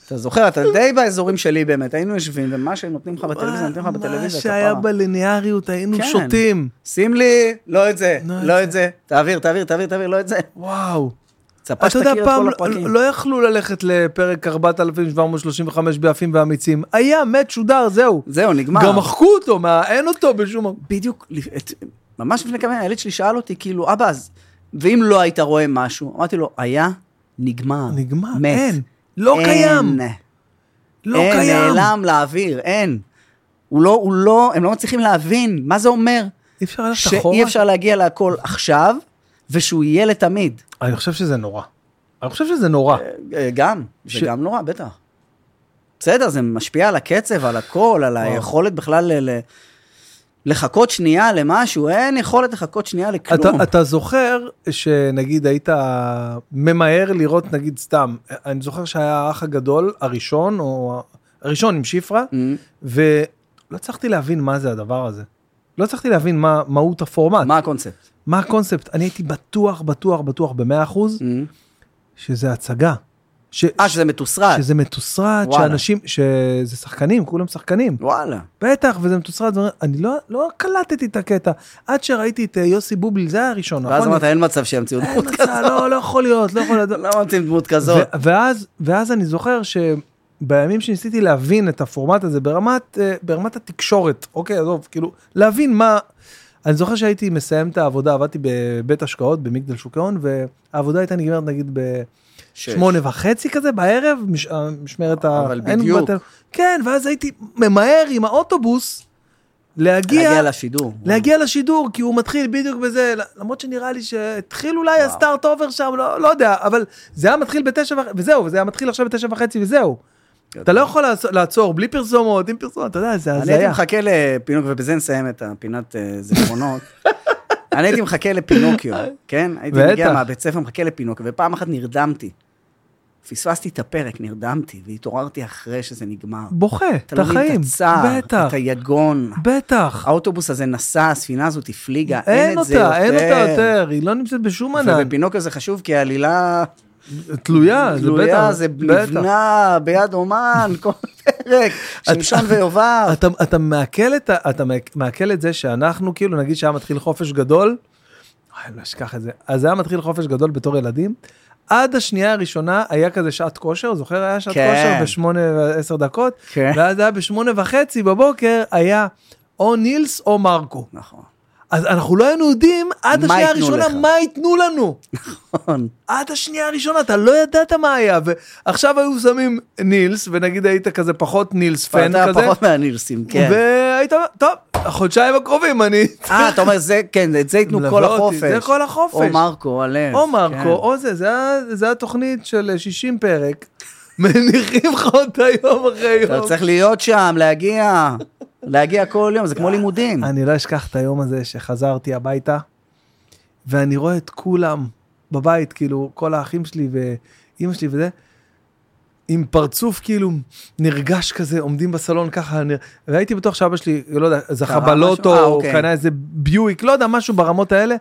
[SPEAKER 2] אתה זוכר, אתה די באזורים שלי באמת, היינו יושבים, ומה שנותנים לך בטלוויזיה, נותנים
[SPEAKER 1] מה
[SPEAKER 2] לך בטלוויזיה,
[SPEAKER 1] שהיה
[SPEAKER 2] כפרה.
[SPEAKER 1] בליניאריות, היינו
[SPEAKER 2] כן.
[SPEAKER 1] שותים.
[SPEAKER 2] שים לי, לא את זה,
[SPEAKER 1] לא את
[SPEAKER 2] לא
[SPEAKER 1] זה.
[SPEAKER 2] את זה, תעביר, תעביר, תעביר, תעביר, לא את זה.
[SPEAKER 1] וואו.
[SPEAKER 2] צפה
[SPEAKER 1] אתה יודע,
[SPEAKER 2] שתכיר את
[SPEAKER 1] פעם
[SPEAKER 2] כל
[SPEAKER 1] לא-
[SPEAKER 2] הפרקים.
[SPEAKER 1] לא יכלו ללכת לפרק 4735 ביפים ואמיצים. היה מת, שודר, זהו.
[SPEAKER 2] זהו, נגמר.
[SPEAKER 1] גם מחקו אותו, מה- אין אותו בשום... מקום.
[SPEAKER 2] בדיוק, את, ממש לפני כמה ימים, הילד שלי שאל אותי, כאילו, אבא, אז, ואם לא היית רואה משהו, אמרתי לו, היה, נגמר.
[SPEAKER 1] נגמר,
[SPEAKER 2] מת.
[SPEAKER 1] אין. לא קיים.
[SPEAKER 2] אין,
[SPEAKER 1] לא
[SPEAKER 2] אין,
[SPEAKER 1] קיים.
[SPEAKER 2] נעלם לאוויר, אין. הוא לא, הוא לא, הם לא מצליחים להבין מה זה אומר.
[SPEAKER 1] אי אפשר ללכת אחורה?
[SPEAKER 2] שאי אפשר להגיע להכל עכשיו, ושהוא יהיה לתמיד.
[SPEAKER 1] אני חושב שזה נורא. אני חושב שזה נורא.
[SPEAKER 2] אה, גם,
[SPEAKER 1] ש-
[SPEAKER 2] זה גם נורא, בטח. בסדר, זה משפיע על הקצב, על הכל, על היכולת בכלל ל- ל- לחכות שנייה למשהו, אין יכולת לחכות שנייה לכלום.
[SPEAKER 1] אתה, אתה זוכר שנגיד היית ממהר לראות נגיד סתם, אני זוכר שהיה האח הגדול הראשון, או הראשון עם שפרה,
[SPEAKER 2] אמ,
[SPEAKER 1] ולא הצלחתי להבין מה זה הדבר הזה. לא הצלחתי להבין מה מהות הפורמט, מה,
[SPEAKER 2] מה הקונספט?
[SPEAKER 1] מה הקונספט. אני הייתי בטוח, בטוח, בטוח במאה אחוז,
[SPEAKER 2] אמ.
[SPEAKER 1] שזה הצגה. ש,
[SPEAKER 2] אה, שזה מתוסרט.
[SPEAKER 1] שזה מתוסרט,
[SPEAKER 2] וואלה.
[SPEAKER 1] שאנשים, שזה שחקנים, כולם שחקנים.
[SPEAKER 2] וואלה.
[SPEAKER 1] בטח, וזה מתוסרט, ואני- אני לא, לא קלטתי את הקטע. עד שראיתי את אה, יוסי בובליל, זה היה הראשון,
[SPEAKER 2] ואז
[SPEAKER 1] נכון?
[SPEAKER 2] אמרת, אין מצב שימציאו
[SPEAKER 1] אין
[SPEAKER 2] דמות
[SPEAKER 1] מצב, לא, לא יכול להיות, לא יכול להיות.
[SPEAKER 2] לא ממציאים דמות כזאת.
[SPEAKER 1] ו- ואז, ואז אני זוכר שבימים שניסיתי להבין את הפורמט הזה ברמת, אה, ברמת התקשורת, אוקיי, עזוב, כאילו, להבין מה... אני זוכר שהייתי מסיים את העבודה, עבדתי בבית השקעות במגדל שוק ההון, והעבודה הייתה נגמרת נגיד
[SPEAKER 2] שש.
[SPEAKER 1] בשמונה וחצי כזה בערב, מש- המשמרת ה...
[SPEAKER 2] אבל
[SPEAKER 1] אין
[SPEAKER 2] בדיוק.
[SPEAKER 1] בטל- כן, ואז הייתי ממהר עם האוטובוס להגיע,
[SPEAKER 2] להגיע לשידור.
[SPEAKER 1] להגיע לשידור, כי הוא מתחיל בדיוק בזה, למרות שנראה לי שהתחיל אולי
[SPEAKER 2] וואו.
[SPEAKER 1] הסטארט אובר שם, לא, לא יודע, אבל זה היה מתחיל בתשע וחצי, וזהו, וזה היה מתחיל עכשיו בתשע וחצי וזהו. אתה לא יכול לעצור, לעצור בלי פרסומות, עם פרסומות, אתה יודע, זה
[SPEAKER 2] אני הייתי
[SPEAKER 1] הזיה.
[SPEAKER 2] מחכה לפינוק, ובזה נסיים את הפינת אה, זיכרונות. אני הייתי מחכה לפינוקיו, כן? הייתי מגיע
[SPEAKER 1] בטח.
[SPEAKER 2] מהבית ספר, מחכה לפינוקיו, ופעם אחת נרדמתי. פספסתי את הפרק, נרדמתי, והתעוררתי אחרי שזה נגמר.
[SPEAKER 1] בוכה, את
[SPEAKER 2] אתה לא מבין
[SPEAKER 1] החיים,
[SPEAKER 2] את הצער,
[SPEAKER 1] בטח,
[SPEAKER 2] את היגון.
[SPEAKER 1] בטח.
[SPEAKER 2] האוטובוס הזה נסע, הספינה הזאת הפליגה,
[SPEAKER 1] אין
[SPEAKER 2] אוקיי, אין את זה יותר.
[SPEAKER 1] אותה, אין אותה יותר, היא לא נמצאת בשום ענן,
[SPEAKER 2] ובפינוקיו זה חשוב, כי העלילה
[SPEAKER 1] תלויה, זה בטח,
[SPEAKER 2] גלויה, זה
[SPEAKER 1] בטח.
[SPEAKER 2] נבנה ביד אומן, כל פרק, שמשון ויובב.
[SPEAKER 1] אתה, אתה מעכל את, ה- אתה מעק- מעכל את זה שאנחנו כאילו נגיד שהיה מתחיל חופש גדול, אוי, לא אשכח את זה, אז היה מתחיל חופש גדול בתור ילדים, עד השנייה הראשונה היה כזה שעת כושר, זוכר היה שעת
[SPEAKER 2] כן.
[SPEAKER 1] כושר בשמונה ועשר דקות,
[SPEAKER 2] כן.
[SPEAKER 1] ואז היה בשמונה וחצי בבוקר היה או נילס או מרקו.
[SPEAKER 2] נכון,
[SPEAKER 1] אז אנחנו לא היינו יודעים עד
[SPEAKER 2] מה
[SPEAKER 1] השנייה
[SPEAKER 2] ייתנו
[SPEAKER 1] הראשונה
[SPEAKER 2] לך?
[SPEAKER 1] מה ייתנו לנו.
[SPEAKER 2] נכון.
[SPEAKER 1] עד השנייה הראשונה אתה לא ידעת מה היה, ועכשיו היו שמים נילס, ונגיד היית כזה פחות נילס פן
[SPEAKER 2] אתה
[SPEAKER 1] כזה.
[SPEAKER 2] פחות מהנילסים, כן.
[SPEAKER 1] והיית אומר, טוב, החודשיים הקרובים אני...
[SPEAKER 2] אה, אתה אומר, זה, כן, את זה ייתנו
[SPEAKER 1] מלווה
[SPEAKER 2] כל
[SPEAKER 1] אותי,
[SPEAKER 2] החופש.
[SPEAKER 1] זה כל החופש.
[SPEAKER 2] או מרקו, הלב.
[SPEAKER 1] או מרקו,
[SPEAKER 2] כן.
[SPEAKER 1] או זה, זה ה- זה התוכנית של 60 פרק, מניחים לך אותה יום אחרי
[SPEAKER 2] אתה
[SPEAKER 1] יום.
[SPEAKER 2] צריך להיות שם, להגיע, להגיע כל יום, זה כמו לימודים.
[SPEAKER 1] אני לא אשכח את היום הזה שחזרתי הביתה, ואני רואה את כולם בבית, כאילו, כל האחים שלי ואימא שלי וזה, עם פרצוף כאילו נרגש כזה, עומדים בסלון ככה, נר... והייתי בטוח שאבא שלי, לא יודע, זכה
[SPEAKER 2] קרה משהו?
[SPEAKER 1] בלוטו,
[SPEAKER 2] אה,
[SPEAKER 1] או
[SPEAKER 2] אוקיי.
[SPEAKER 1] קנה איזה ביואיק, לא יודע, משהו ברמות האלה.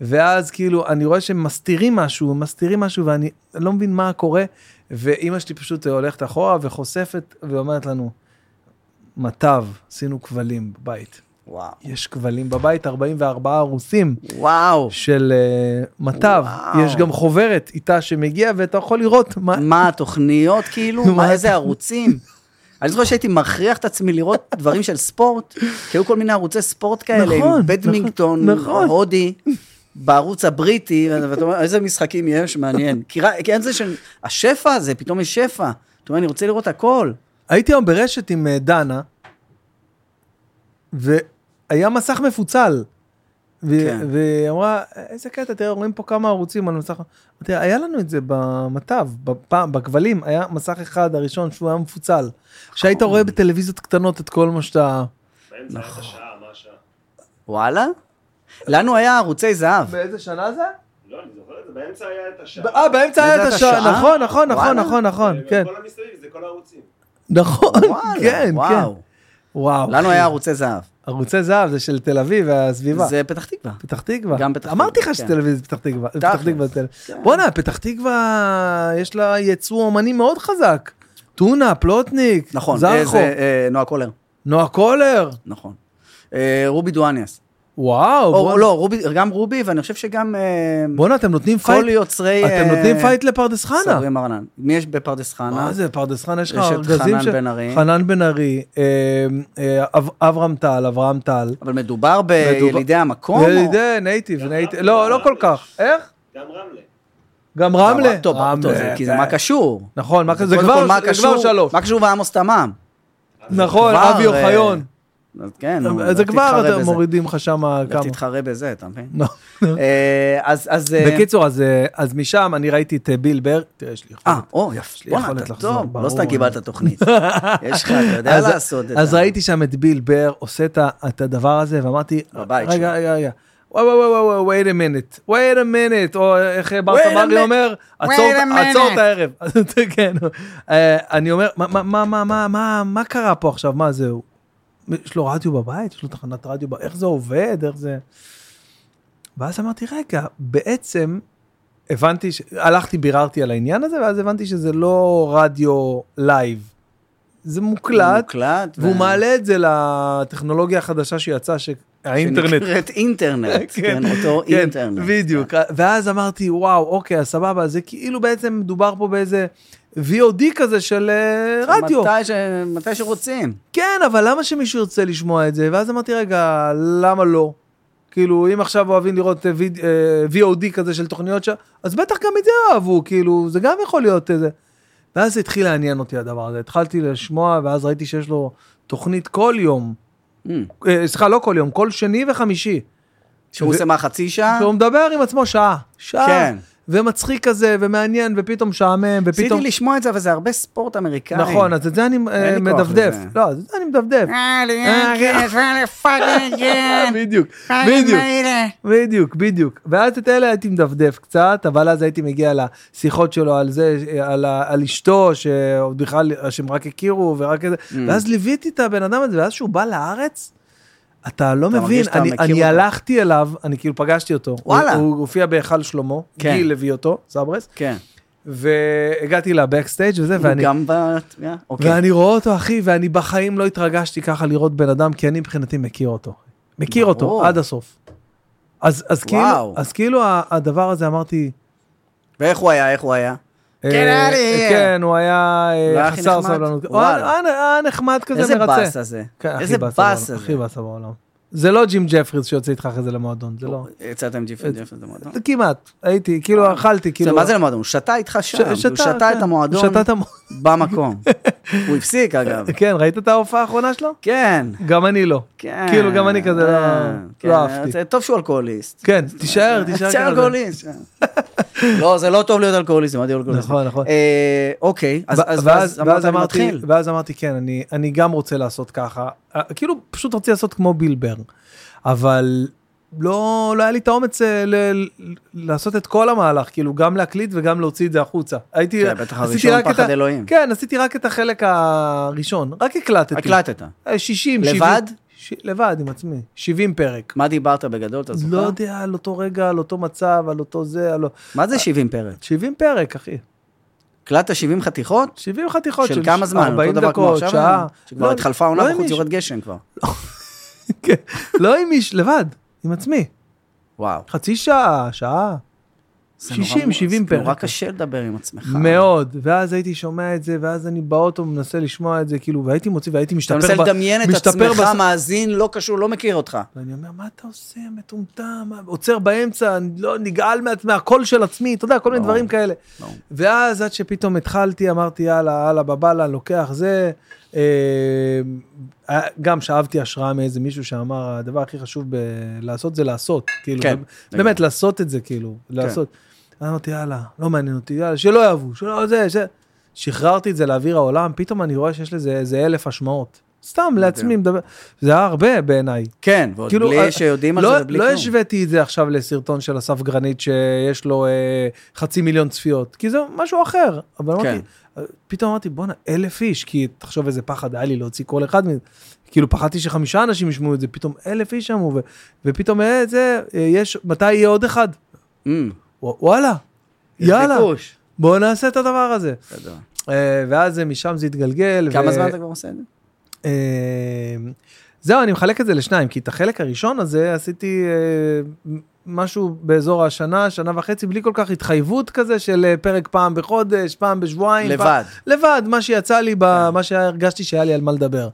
[SPEAKER 1] ואז כאילו, אני רואה שהם מסתירים משהו, מסתירים משהו, ואני לא מבין מה קורה, ואימא שלי פשוט הולכת אחורה וחושפת, ואומרת לנו, מטב, עשינו כבלים בבית.
[SPEAKER 2] וואו.
[SPEAKER 1] יש כבלים בבית, 44 ערוסים
[SPEAKER 2] וואו.
[SPEAKER 1] של uh, מטב.
[SPEAKER 2] וואו.
[SPEAKER 1] יש גם חוברת איתה שמגיע ואתה יכול לראות מה...
[SPEAKER 2] מה התוכניות, כאילו?
[SPEAKER 1] מה
[SPEAKER 2] מה, איזה ערוצים? אני זוכר שהייתי מכריח את עצמי לראות דברים של ספורט, כי היו כל מיני ערוצי ספורט כאלה,
[SPEAKER 1] נכון,
[SPEAKER 2] עם בדמינגטון,
[SPEAKER 1] נכון.
[SPEAKER 2] הודי, בערוץ הבריטי, ואתה אומר, איזה משחקים יש, מעניין. כי רק- כי אין זה של... השפע הזה, פתאום יש שפע. אתה אומר, אני רוצה לראות הכל.
[SPEAKER 1] הייתי היום ברשת עם אה, דנה, והיה מסך מפוצל. ו-
[SPEAKER 2] כן.
[SPEAKER 1] והיא אמרה, איזה קטע, תראה, רואים פה כמה ערוצים על מסך. אמרתי, לה, היה לנו את זה במטב, בפעם, בכבלים, היה מסך אחד הראשון שהוא היה מפוצל. שהיית רואה בטלוויזיות קטנות את כל מה שאתה...
[SPEAKER 3] באמצע
[SPEAKER 1] נכון.
[SPEAKER 3] הייתה שעה, מה השעה?
[SPEAKER 2] וואלה? לנו היה ערוצי זהב.
[SPEAKER 1] באיזה שנה זה?
[SPEAKER 3] לא, אני זוכר את זה, באמצע היה את השעה.
[SPEAKER 1] אה, באמצע
[SPEAKER 2] באמצע
[SPEAKER 1] היה את
[SPEAKER 2] את
[SPEAKER 1] השעה,
[SPEAKER 2] השעה?
[SPEAKER 1] נכון, נכון, נכון,
[SPEAKER 2] וואלה.
[SPEAKER 1] נכון, נכון, כן.
[SPEAKER 3] כל המסביב זה כל הערוצים.
[SPEAKER 1] נכון,
[SPEAKER 2] וואלה,
[SPEAKER 1] כן, אוקיי. כן.
[SPEAKER 2] וואו.
[SPEAKER 1] וואו.
[SPEAKER 2] לנו
[SPEAKER 1] אחי.
[SPEAKER 2] היה ערוצי זהב.
[SPEAKER 1] ערוצי זהב זה של תל אביב והסביבה.
[SPEAKER 2] זה פתח תקווה.
[SPEAKER 1] פתח תקווה.
[SPEAKER 2] גם פתח
[SPEAKER 1] אמרתי
[SPEAKER 2] תקווה,
[SPEAKER 1] לך
[SPEAKER 2] כן.
[SPEAKER 1] שתל אביב זה פתח תקווה.
[SPEAKER 2] תכלס,
[SPEAKER 1] פתח תקווה. זה תל-
[SPEAKER 2] כן.
[SPEAKER 1] בואנה, פתח תקווה יש לה יצוא אומני מאוד חזק. טונה, פלוטניק,
[SPEAKER 2] נכון, אה,
[SPEAKER 1] זרחו,
[SPEAKER 2] זה אה, נועה קולר,
[SPEAKER 1] נועה קולר.
[SPEAKER 2] נכון. אה, רובי דואניאס.
[SPEAKER 1] וואו,
[SPEAKER 2] או
[SPEAKER 1] בואנה-
[SPEAKER 2] לא, רובי- גם רובי, ואני חושב שגם אה,
[SPEAKER 1] בואנה, אתם נותנים
[SPEAKER 2] כל
[SPEAKER 1] פייט,
[SPEAKER 2] יוצרי...
[SPEAKER 1] אתם
[SPEAKER 2] אה,
[SPEAKER 1] נותנים פייט לפרדס חנה.
[SPEAKER 2] סוגרים ארנן. מי יש בפרדס חנה?
[SPEAKER 1] מה זה, פרדס חנה, יש לך
[SPEAKER 2] יש את
[SPEAKER 1] ארגזים
[SPEAKER 2] חנן בן ארי.
[SPEAKER 1] חנן בן ארי, אה, אה, אב- אברהם טל, אברהם טל. אה,
[SPEAKER 2] אבל מדובר בילידי המקום? או-
[SPEAKER 1] ילידי, נייטיב, נייטיב, לא, לא כל כך. איך?
[SPEAKER 3] גם רמלה.
[SPEAKER 1] גם רמלה.
[SPEAKER 2] לא, טוב, טוב, זה-
[SPEAKER 1] רמלה,
[SPEAKER 2] כי זה מה קשור.
[SPEAKER 1] נכון, מה- זה
[SPEAKER 2] קודם
[SPEAKER 1] כבר
[SPEAKER 2] כל, מה
[SPEAKER 1] זה כבר
[SPEAKER 2] קשור-
[SPEAKER 1] שלוש.
[SPEAKER 2] מה קשור ועמוס תמם?
[SPEAKER 1] נכון,
[SPEAKER 2] כבר,
[SPEAKER 1] אבי
[SPEAKER 2] אה,
[SPEAKER 1] אוחיון. אה,
[SPEAKER 2] אז כן, נו,
[SPEAKER 1] זה
[SPEAKER 2] לך
[SPEAKER 1] כבר
[SPEAKER 2] תתחרה
[SPEAKER 1] אתם
[SPEAKER 2] בזה.
[SPEAKER 1] מורידים לך שם
[SPEAKER 2] לך
[SPEAKER 1] כמה.
[SPEAKER 2] תתחרה בזה, אתה מבין?
[SPEAKER 1] נו.
[SPEAKER 2] אה, אז, אז... אה,
[SPEAKER 1] בקיצור, אז, אה, אז משם אני ראיתי את אה, ביל בר, תראה, יש לי
[SPEAKER 2] אה, או, יפה.
[SPEAKER 1] לי
[SPEAKER 2] בואנה,
[SPEAKER 1] יכולת
[SPEAKER 2] אתה
[SPEAKER 1] לחזור,
[SPEAKER 2] טוב,
[SPEAKER 1] ברור.
[SPEAKER 2] לא סתם קיבלת תוכנית. יש לך, אתה יודע
[SPEAKER 1] אז-
[SPEAKER 2] לעשות את
[SPEAKER 1] אז
[SPEAKER 2] ה-
[SPEAKER 1] ראיתי שם את ביל בר עושה את ה- את הדבר הזה, ואמרתי,
[SPEAKER 2] בבית
[SPEAKER 1] רגע,
[SPEAKER 2] שלו.
[SPEAKER 1] רגע, רגע. וואו וואו וואו וואו, wait a minute, wait a minute, או איך ברטה
[SPEAKER 2] a
[SPEAKER 1] מרי
[SPEAKER 2] minute.
[SPEAKER 1] אומר, עצור
[SPEAKER 2] Wait a
[SPEAKER 1] עצור את
[SPEAKER 2] minute.
[SPEAKER 1] הערב. אז אתה- כן, אה, אני אומר, "מה- מה- מה- מה- מה- מה- מה קרה פה עכשיו, מה זהו? יש לו רדיו בבית? יש לו תחנת רדיו, ב- איך זה עובד, איך זה... ואז אמרתי, רגע, בעצם הבנתי, ש... הלכתי, ביררתי על העניין הזה, ואז הבנתי שזה לא רדיו לייב. זה מוקלט,
[SPEAKER 2] מוקלט.
[SPEAKER 1] והוא
[SPEAKER 2] ו-
[SPEAKER 1] מעלה את זה לטכנולוגיה החדשה שיצאה, שהאינטרנט.
[SPEAKER 2] שנקראת אינטרנט. כן, אותו
[SPEAKER 1] כן,
[SPEAKER 2] אינטרנט.
[SPEAKER 1] בדיוק. ואז אמרתי, וואו, אוקיי, אז סבבה, זה כאילו בעצם מדובר פה באיזה VOD כזה של אה, רדיו.
[SPEAKER 2] כן. מתי ש- מתי שרוצים.
[SPEAKER 1] כן, אבל למה שמישהו ירצה לשמוע את זה? ואז אמרתי, רגע, למה לא? כאילו, אם עכשיו אוהבים לראות אה, ויד- אה, VOD כזה של תוכניות ש... אז בטח גם את זה אהבו, כאילו, זה גם יכול להיות איזה... ואז זה התחיל לעניין אותי הדבר הזה. התחלתי לשמוע, ואז ראיתי שיש לו תוכנית כל יום.
[SPEAKER 2] Mm.
[SPEAKER 1] אה, סליחה, לא כל יום, כל שני וחמישי.
[SPEAKER 2] שהוא
[SPEAKER 1] ו-
[SPEAKER 2] עושה מה, חצי שעה?
[SPEAKER 1] שהוא מדבר עם עצמו שעה. שעה.
[SPEAKER 2] כן.
[SPEAKER 1] ומצחיק כזה, ומעניין, ופתאום משעמם, ופתאום...
[SPEAKER 2] רציתי לשמוע את זה, אבל זה הרבה ספורט אמריקאי.
[SPEAKER 1] נכון, אז את זה אני אה,
[SPEAKER 2] לי כוח
[SPEAKER 1] מדפדף.
[SPEAKER 2] לזה.
[SPEAKER 1] לא, את זה אני מדפדף.
[SPEAKER 2] אה,
[SPEAKER 4] Alien, get motherfucking again.
[SPEAKER 1] אה, כן. בדיוק,
[SPEAKER 2] אה,
[SPEAKER 4] Fucking
[SPEAKER 1] בדיוק.
[SPEAKER 4] made it.
[SPEAKER 1] בדיוק, בדיוק. ואז את אלה הייתי מדפדף קצת, אבל אז הייתי מגיע לשיחות שלו על זה, על, ה- על אשתו, שעוד בכלל, שהם רק הכירו ורק כזה, mm. ואז ליוויתי את הבן אדם הזה, ואז שהוא בא לארץ, אתה לא
[SPEAKER 2] אתה
[SPEAKER 1] מבין,
[SPEAKER 2] מרגיש שאתה
[SPEAKER 1] אני,
[SPEAKER 2] מכיר
[SPEAKER 1] אני
[SPEAKER 2] אותו.
[SPEAKER 1] הלכתי אליו, אני כאילו פגשתי אותו.
[SPEAKER 2] וואלה.
[SPEAKER 1] הוא, הוא הופיע בהיכל שלמה,
[SPEAKER 2] כן.
[SPEAKER 1] גיל הביא אותו, סברס,
[SPEAKER 2] כן.
[SPEAKER 1] והגעתי לבקסטייג' וזה, ואני...
[SPEAKER 2] גם בתביעה? אוקיי.
[SPEAKER 1] ואני רואה אותו, אחי, ואני בחיים לא התרגשתי ככה לראות בן אדם, כי אני מבחינתי מכיר אותו. מכיר אותו
[SPEAKER 2] ברור.
[SPEAKER 1] עד הסוף. אז, אז כאילו,
[SPEAKER 2] וואו.
[SPEAKER 1] אז כאילו ה- הדבר הזה אמרתי,
[SPEAKER 2] ואיך הוא היה? איך הוא היה?
[SPEAKER 1] אה,
[SPEAKER 4] out of here.
[SPEAKER 1] כן, הוא היה אה,
[SPEAKER 2] לא היה הכי
[SPEAKER 1] חסר
[SPEAKER 2] נחמד?
[SPEAKER 1] סבלנות. הוא
[SPEAKER 2] וואלה.
[SPEAKER 1] היה- היה היה נחמד כזה
[SPEAKER 2] איזה
[SPEAKER 1] מרצה.
[SPEAKER 2] באסה זה.
[SPEAKER 1] כן, הכי
[SPEAKER 2] איזה
[SPEAKER 1] באסה בעולם,
[SPEAKER 2] באסה
[SPEAKER 1] הכי
[SPEAKER 2] זה.
[SPEAKER 1] באסה בעולם. זה לא ג'ים ג'פריס שיוצא איתך אחרי זה למועדון, זה לא.
[SPEAKER 2] יצאת עם ג'יפן ג'פן למועדון.
[SPEAKER 1] זה כמעט, הייתי, כאילו אכלתי, כאילו.
[SPEAKER 2] זה מה זה למועדון? הוא שתה איתך שם, הוא שתה
[SPEAKER 1] כן.
[SPEAKER 2] את המועדון
[SPEAKER 1] הוא שתה את המועדון.
[SPEAKER 2] במקום. הוא הפסיק אגב.
[SPEAKER 1] כן, ראית את ההופעה האחרונה שלו?
[SPEAKER 2] כן,
[SPEAKER 1] גם אני לא.
[SPEAKER 2] כן.
[SPEAKER 1] כאילו, גם אני כזה לא-
[SPEAKER 2] אה, כן.
[SPEAKER 1] לא אהבתי.
[SPEAKER 2] זה טוב שהוא אלכוהוליסט.
[SPEAKER 1] כן, תישאר, תישאר.
[SPEAKER 2] תישאר
[SPEAKER 1] ככה.
[SPEAKER 2] אלכוהוליסט. לא, זה לא טוב להיות אלכוהוליסט, אמרתי אלכוהוליסט.
[SPEAKER 1] נכון, נכון.
[SPEAKER 2] אה, אוקיי, אז-
[SPEAKER 1] ו- ואז
[SPEAKER 2] אז
[SPEAKER 1] ואז
[SPEAKER 2] ואז אמרת, אני
[SPEAKER 1] אמרתי,
[SPEAKER 2] מתחיל.
[SPEAKER 1] ואז אמרתי, כן, אני- אני גם רוצה לעשות ככה. אה, כאילו, פשוט רציתי לעשות כמו בילבר. אבל לא לא היה לי את האומץ אה, ל- ל- לעשות את כל המהלך, כאילו, גם להקליט וגם להוציא את זה החוצה. הייתי,
[SPEAKER 2] כן, בטח
[SPEAKER 1] עשיתי
[SPEAKER 2] הראשון,
[SPEAKER 1] רק את
[SPEAKER 2] פחד
[SPEAKER 1] ה-
[SPEAKER 2] אלוהים.
[SPEAKER 1] כן, עשיתי רק את החלק הראשון, רק הקלטתי.
[SPEAKER 2] הקלטת.
[SPEAKER 1] אה, 60, 70.
[SPEAKER 2] לבד?
[SPEAKER 1] ש- לבד, עם עצמי. 70 פרק.
[SPEAKER 2] מה דיברת בגדול, אתה זוכר?
[SPEAKER 1] לא יודע, על אותו רגע, על אותו מצב, על אותו זה, על...
[SPEAKER 2] מה זה 70 פרק?
[SPEAKER 1] 70 פרק, אחי.
[SPEAKER 2] הקלטת 70 חתיכות?
[SPEAKER 1] 70 חתיכות
[SPEAKER 2] של כמה זמן?
[SPEAKER 1] 40
[SPEAKER 2] אותו דבר כמו
[SPEAKER 1] דקות,
[SPEAKER 2] עכשיו? אה?
[SPEAKER 1] שעה.
[SPEAKER 2] שכבר
[SPEAKER 1] לא,
[SPEAKER 2] התחלפה
[SPEAKER 1] לא
[SPEAKER 2] עונה
[SPEAKER 1] עם
[SPEAKER 2] בחוץ
[SPEAKER 1] מישהו.
[SPEAKER 2] יורד גשם כבר.
[SPEAKER 1] כן. לא עם מישהו, לבד, עם עצמי.
[SPEAKER 2] וואו.
[SPEAKER 1] חצי שעה, שעה.
[SPEAKER 2] זה נורא
[SPEAKER 1] 60,
[SPEAKER 2] מ-
[SPEAKER 1] 70
[SPEAKER 2] זה נורא
[SPEAKER 1] פרק.
[SPEAKER 2] קשה לדבר עם עצמך.
[SPEAKER 1] מאוד. ואז הייתי שומע את זה, ואז אני באוטו מנסה לשמוע את זה, כאילו, והייתי מוציא, והייתי
[SPEAKER 2] אתה
[SPEAKER 1] משתפר.
[SPEAKER 2] מנסה
[SPEAKER 1] ב-
[SPEAKER 2] לדמיין את
[SPEAKER 1] משתפר
[SPEAKER 2] עצמך,
[SPEAKER 1] בס-
[SPEAKER 2] מאזין, לא קשור, לא מכיר אותך.
[SPEAKER 1] ואני אומר, מה אתה עושה, מטומטם, מה- עוצר באמצע, אני לא נגעל מעצמי, מהקול של עצמי, אתה יודע, כל מיני
[SPEAKER 2] ברור,
[SPEAKER 1] דברים כאלה.
[SPEAKER 2] ברור.
[SPEAKER 1] ואז עד שפתאום התחלתי, אמרתי, יאללה, יאללה, בבאללה, לוקח זה. אה, אה, גם שאבתי השראה מאיזה מישהו שאמר, הדבר הכי חשוב בלעשות זה לעשות. כאילו,
[SPEAKER 2] כן,
[SPEAKER 1] באמת,
[SPEAKER 2] לגמרי. כן.
[SPEAKER 1] לעשות את זה, כאילו, לעשות. אז אמרתי, יאללה, לא מעניין אותי, יאללה, שלא יאהבו, שלא זה, ש... שחררתי את זה לאוויר העולם, פתאום אני רואה שיש לזה איזה אלף השמעות. סתם לעצמי מדבר, זה היה הרבה בעיניי.
[SPEAKER 2] כן, ועוד
[SPEAKER 1] כאילו,
[SPEAKER 2] בלי
[SPEAKER 1] אה,
[SPEAKER 2] שיודעים על
[SPEAKER 1] לא-
[SPEAKER 2] זה ובלי
[SPEAKER 1] לא
[SPEAKER 2] כלום.
[SPEAKER 1] השוויתי את זה עכשיו לסרטון של אסף גרנית שיש לו אה, חצי מיליון צפיות, כי זה משהו אחר. אבל
[SPEAKER 2] כן.
[SPEAKER 1] אמרתי, אה, פתאום אמרתי, בואנה, אלף איש, כי תחשוב איזה פחד היה לי להוציא כל אחד מזה. כאילו פחדתי שחמישה אנשים ישמעו את זה, פתאום אלף איש אמרו, ו- ופתאום אה, זה, אה, יש, מתי יהיה עוד אחד?
[SPEAKER 2] אמ,
[SPEAKER 1] ווא- וואלה,
[SPEAKER 2] יש
[SPEAKER 1] יאללה,
[SPEAKER 2] ביקוש.
[SPEAKER 1] בואו נעשה את הדבר הזה.
[SPEAKER 2] בסדר.
[SPEAKER 1] אה, ואז זה- משם זה התגלגל.
[SPEAKER 2] כמה
[SPEAKER 1] ו-
[SPEAKER 2] זמן אתה כבר עושה את זה?
[SPEAKER 1] אה, זהו, אני מחלק את זה לשניים, כי את החלק הראשון הזה עשיתי אה, משהו באזור השנה, שנה וחצי, בלי כל כך התחייבות כזה של אה, פרק פעם בחודש, פעם בשבועיים. פעם-
[SPEAKER 2] לבד. כן.
[SPEAKER 1] לבד, מה שיצא לי, ב- מה שהרגשתי שהיה לי על מה לדבר.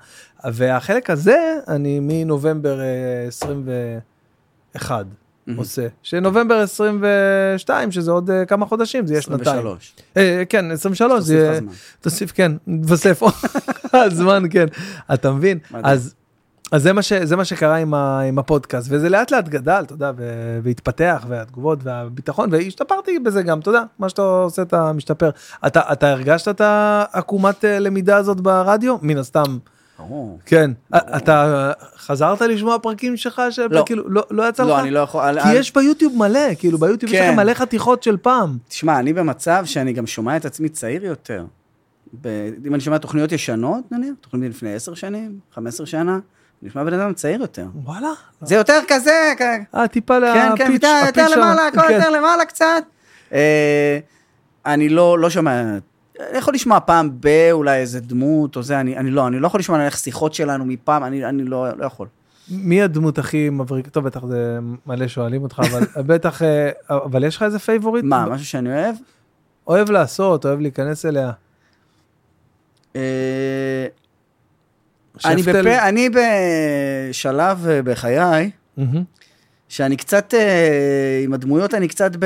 [SPEAKER 1] והחלק הזה, אני מנובמבר אה, 21
[SPEAKER 2] מהמם.
[SPEAKER 1] עושה. שנובמבר 22, שזה עוד אה, כמה חודשים, זה יהיה שנתיים.
[SPEAKER 2] 23.
[SPEAKER 1] אה, כן, 23,
[SPEAKER 2] תוסיף לך
[SPEAKER 1] זה...
[SPEAKER 2] זמן.
[SPEAKER 1] תוסיף, כן, תווסף עוד זמן, כן. אתה מבין?
[SPEAKER 2] מדהים.
[SPEAKER 1] אז... אז זה מה, ש, זה מה שקרה עם, ה, עם הפודקאסט, וזה לאט לאט גדל, אתה יודע, ו- והתפתח, והתגובות והביטחון, והשתפרתי בזה גם, אתה יודע, מה שאתה עושה אתה משתפר. אתה, אתה הרגשת את העקומת אה, למידה הזאת ברדיו? מן הסתם,
[SPEAKER 2] ברור.
[SPEAKER 1] כן. א- אתה חזרת לשמוע פרקים שלך? של,
[SPEAKER 2] לא.
[SPEAKER 1] כאילו, לא, לא יצא לך?
[SPEAKER 2] לא, אני לא יכול... אל-
[SPEAKER 1] כי
[SPEAKER 2] אל-
[SPEAKER 1] יש ביוטיוב מלא, כאילו ביוטיוב יש
[SPEAKER 2] כן.
[SPEAKER 1] לך מלא חתיכות של פעם.
[SPEAKER 2] תשמע, אני במצב שאני גם שומע את עצמי צעיר יותר. ב... אם אני שומע תוכניות ישנות, נניח, תוכניות לפני עשר שנים, חמש עשר שנה, נשמע בן אדם צעיר יותר.
[SPEAKER 1] וואלה.
[SPEAKER 2] זה יותר כזה, כ-
[SPEAKER 1] אה, טיפה
[SPEAKER 2] כן, כן,
[SPEAKER 1] הפיץ'-
[SPEAKER 2] יותר, יותר
[SPEAKER 1] הפיץ' ה-
[SPEAKER 2] למעלה, הכל
[SPEAKER 1] כן.
[SPEAKER 2] יותר למעלה קצת. אה, אני לא, לא שומע, אני יכול לשמוע פעם ב... אולי איזה דמות או זה, אני, אני לא, אני לא יכול לשמוע נניח שיחות שלנו מפעם, אני, אני לא, לא יכול.
[SPEAKER 1] מי הדמות הכי מבריק? טוב, בטח זה מלא שואלים אותך, אבל בטח, אה, אבל יש לך איזה פייבוריט?
[SPEAKER 2] מה, משהו שאני אוהב?
[SPEAKER 1] אוהב לעשות, אוהב להיכנס אליה.
[SPEAKER 2] אה, אני,
[SPEAKER 1] שפטל?
[SPEAKER 2] בפ... אני בשלב אה, בחיי,
[SPEAKER 1] מהמם.
[SPEAKER 2] שאני קצת, אה, עם הדמויות אני קצת ב...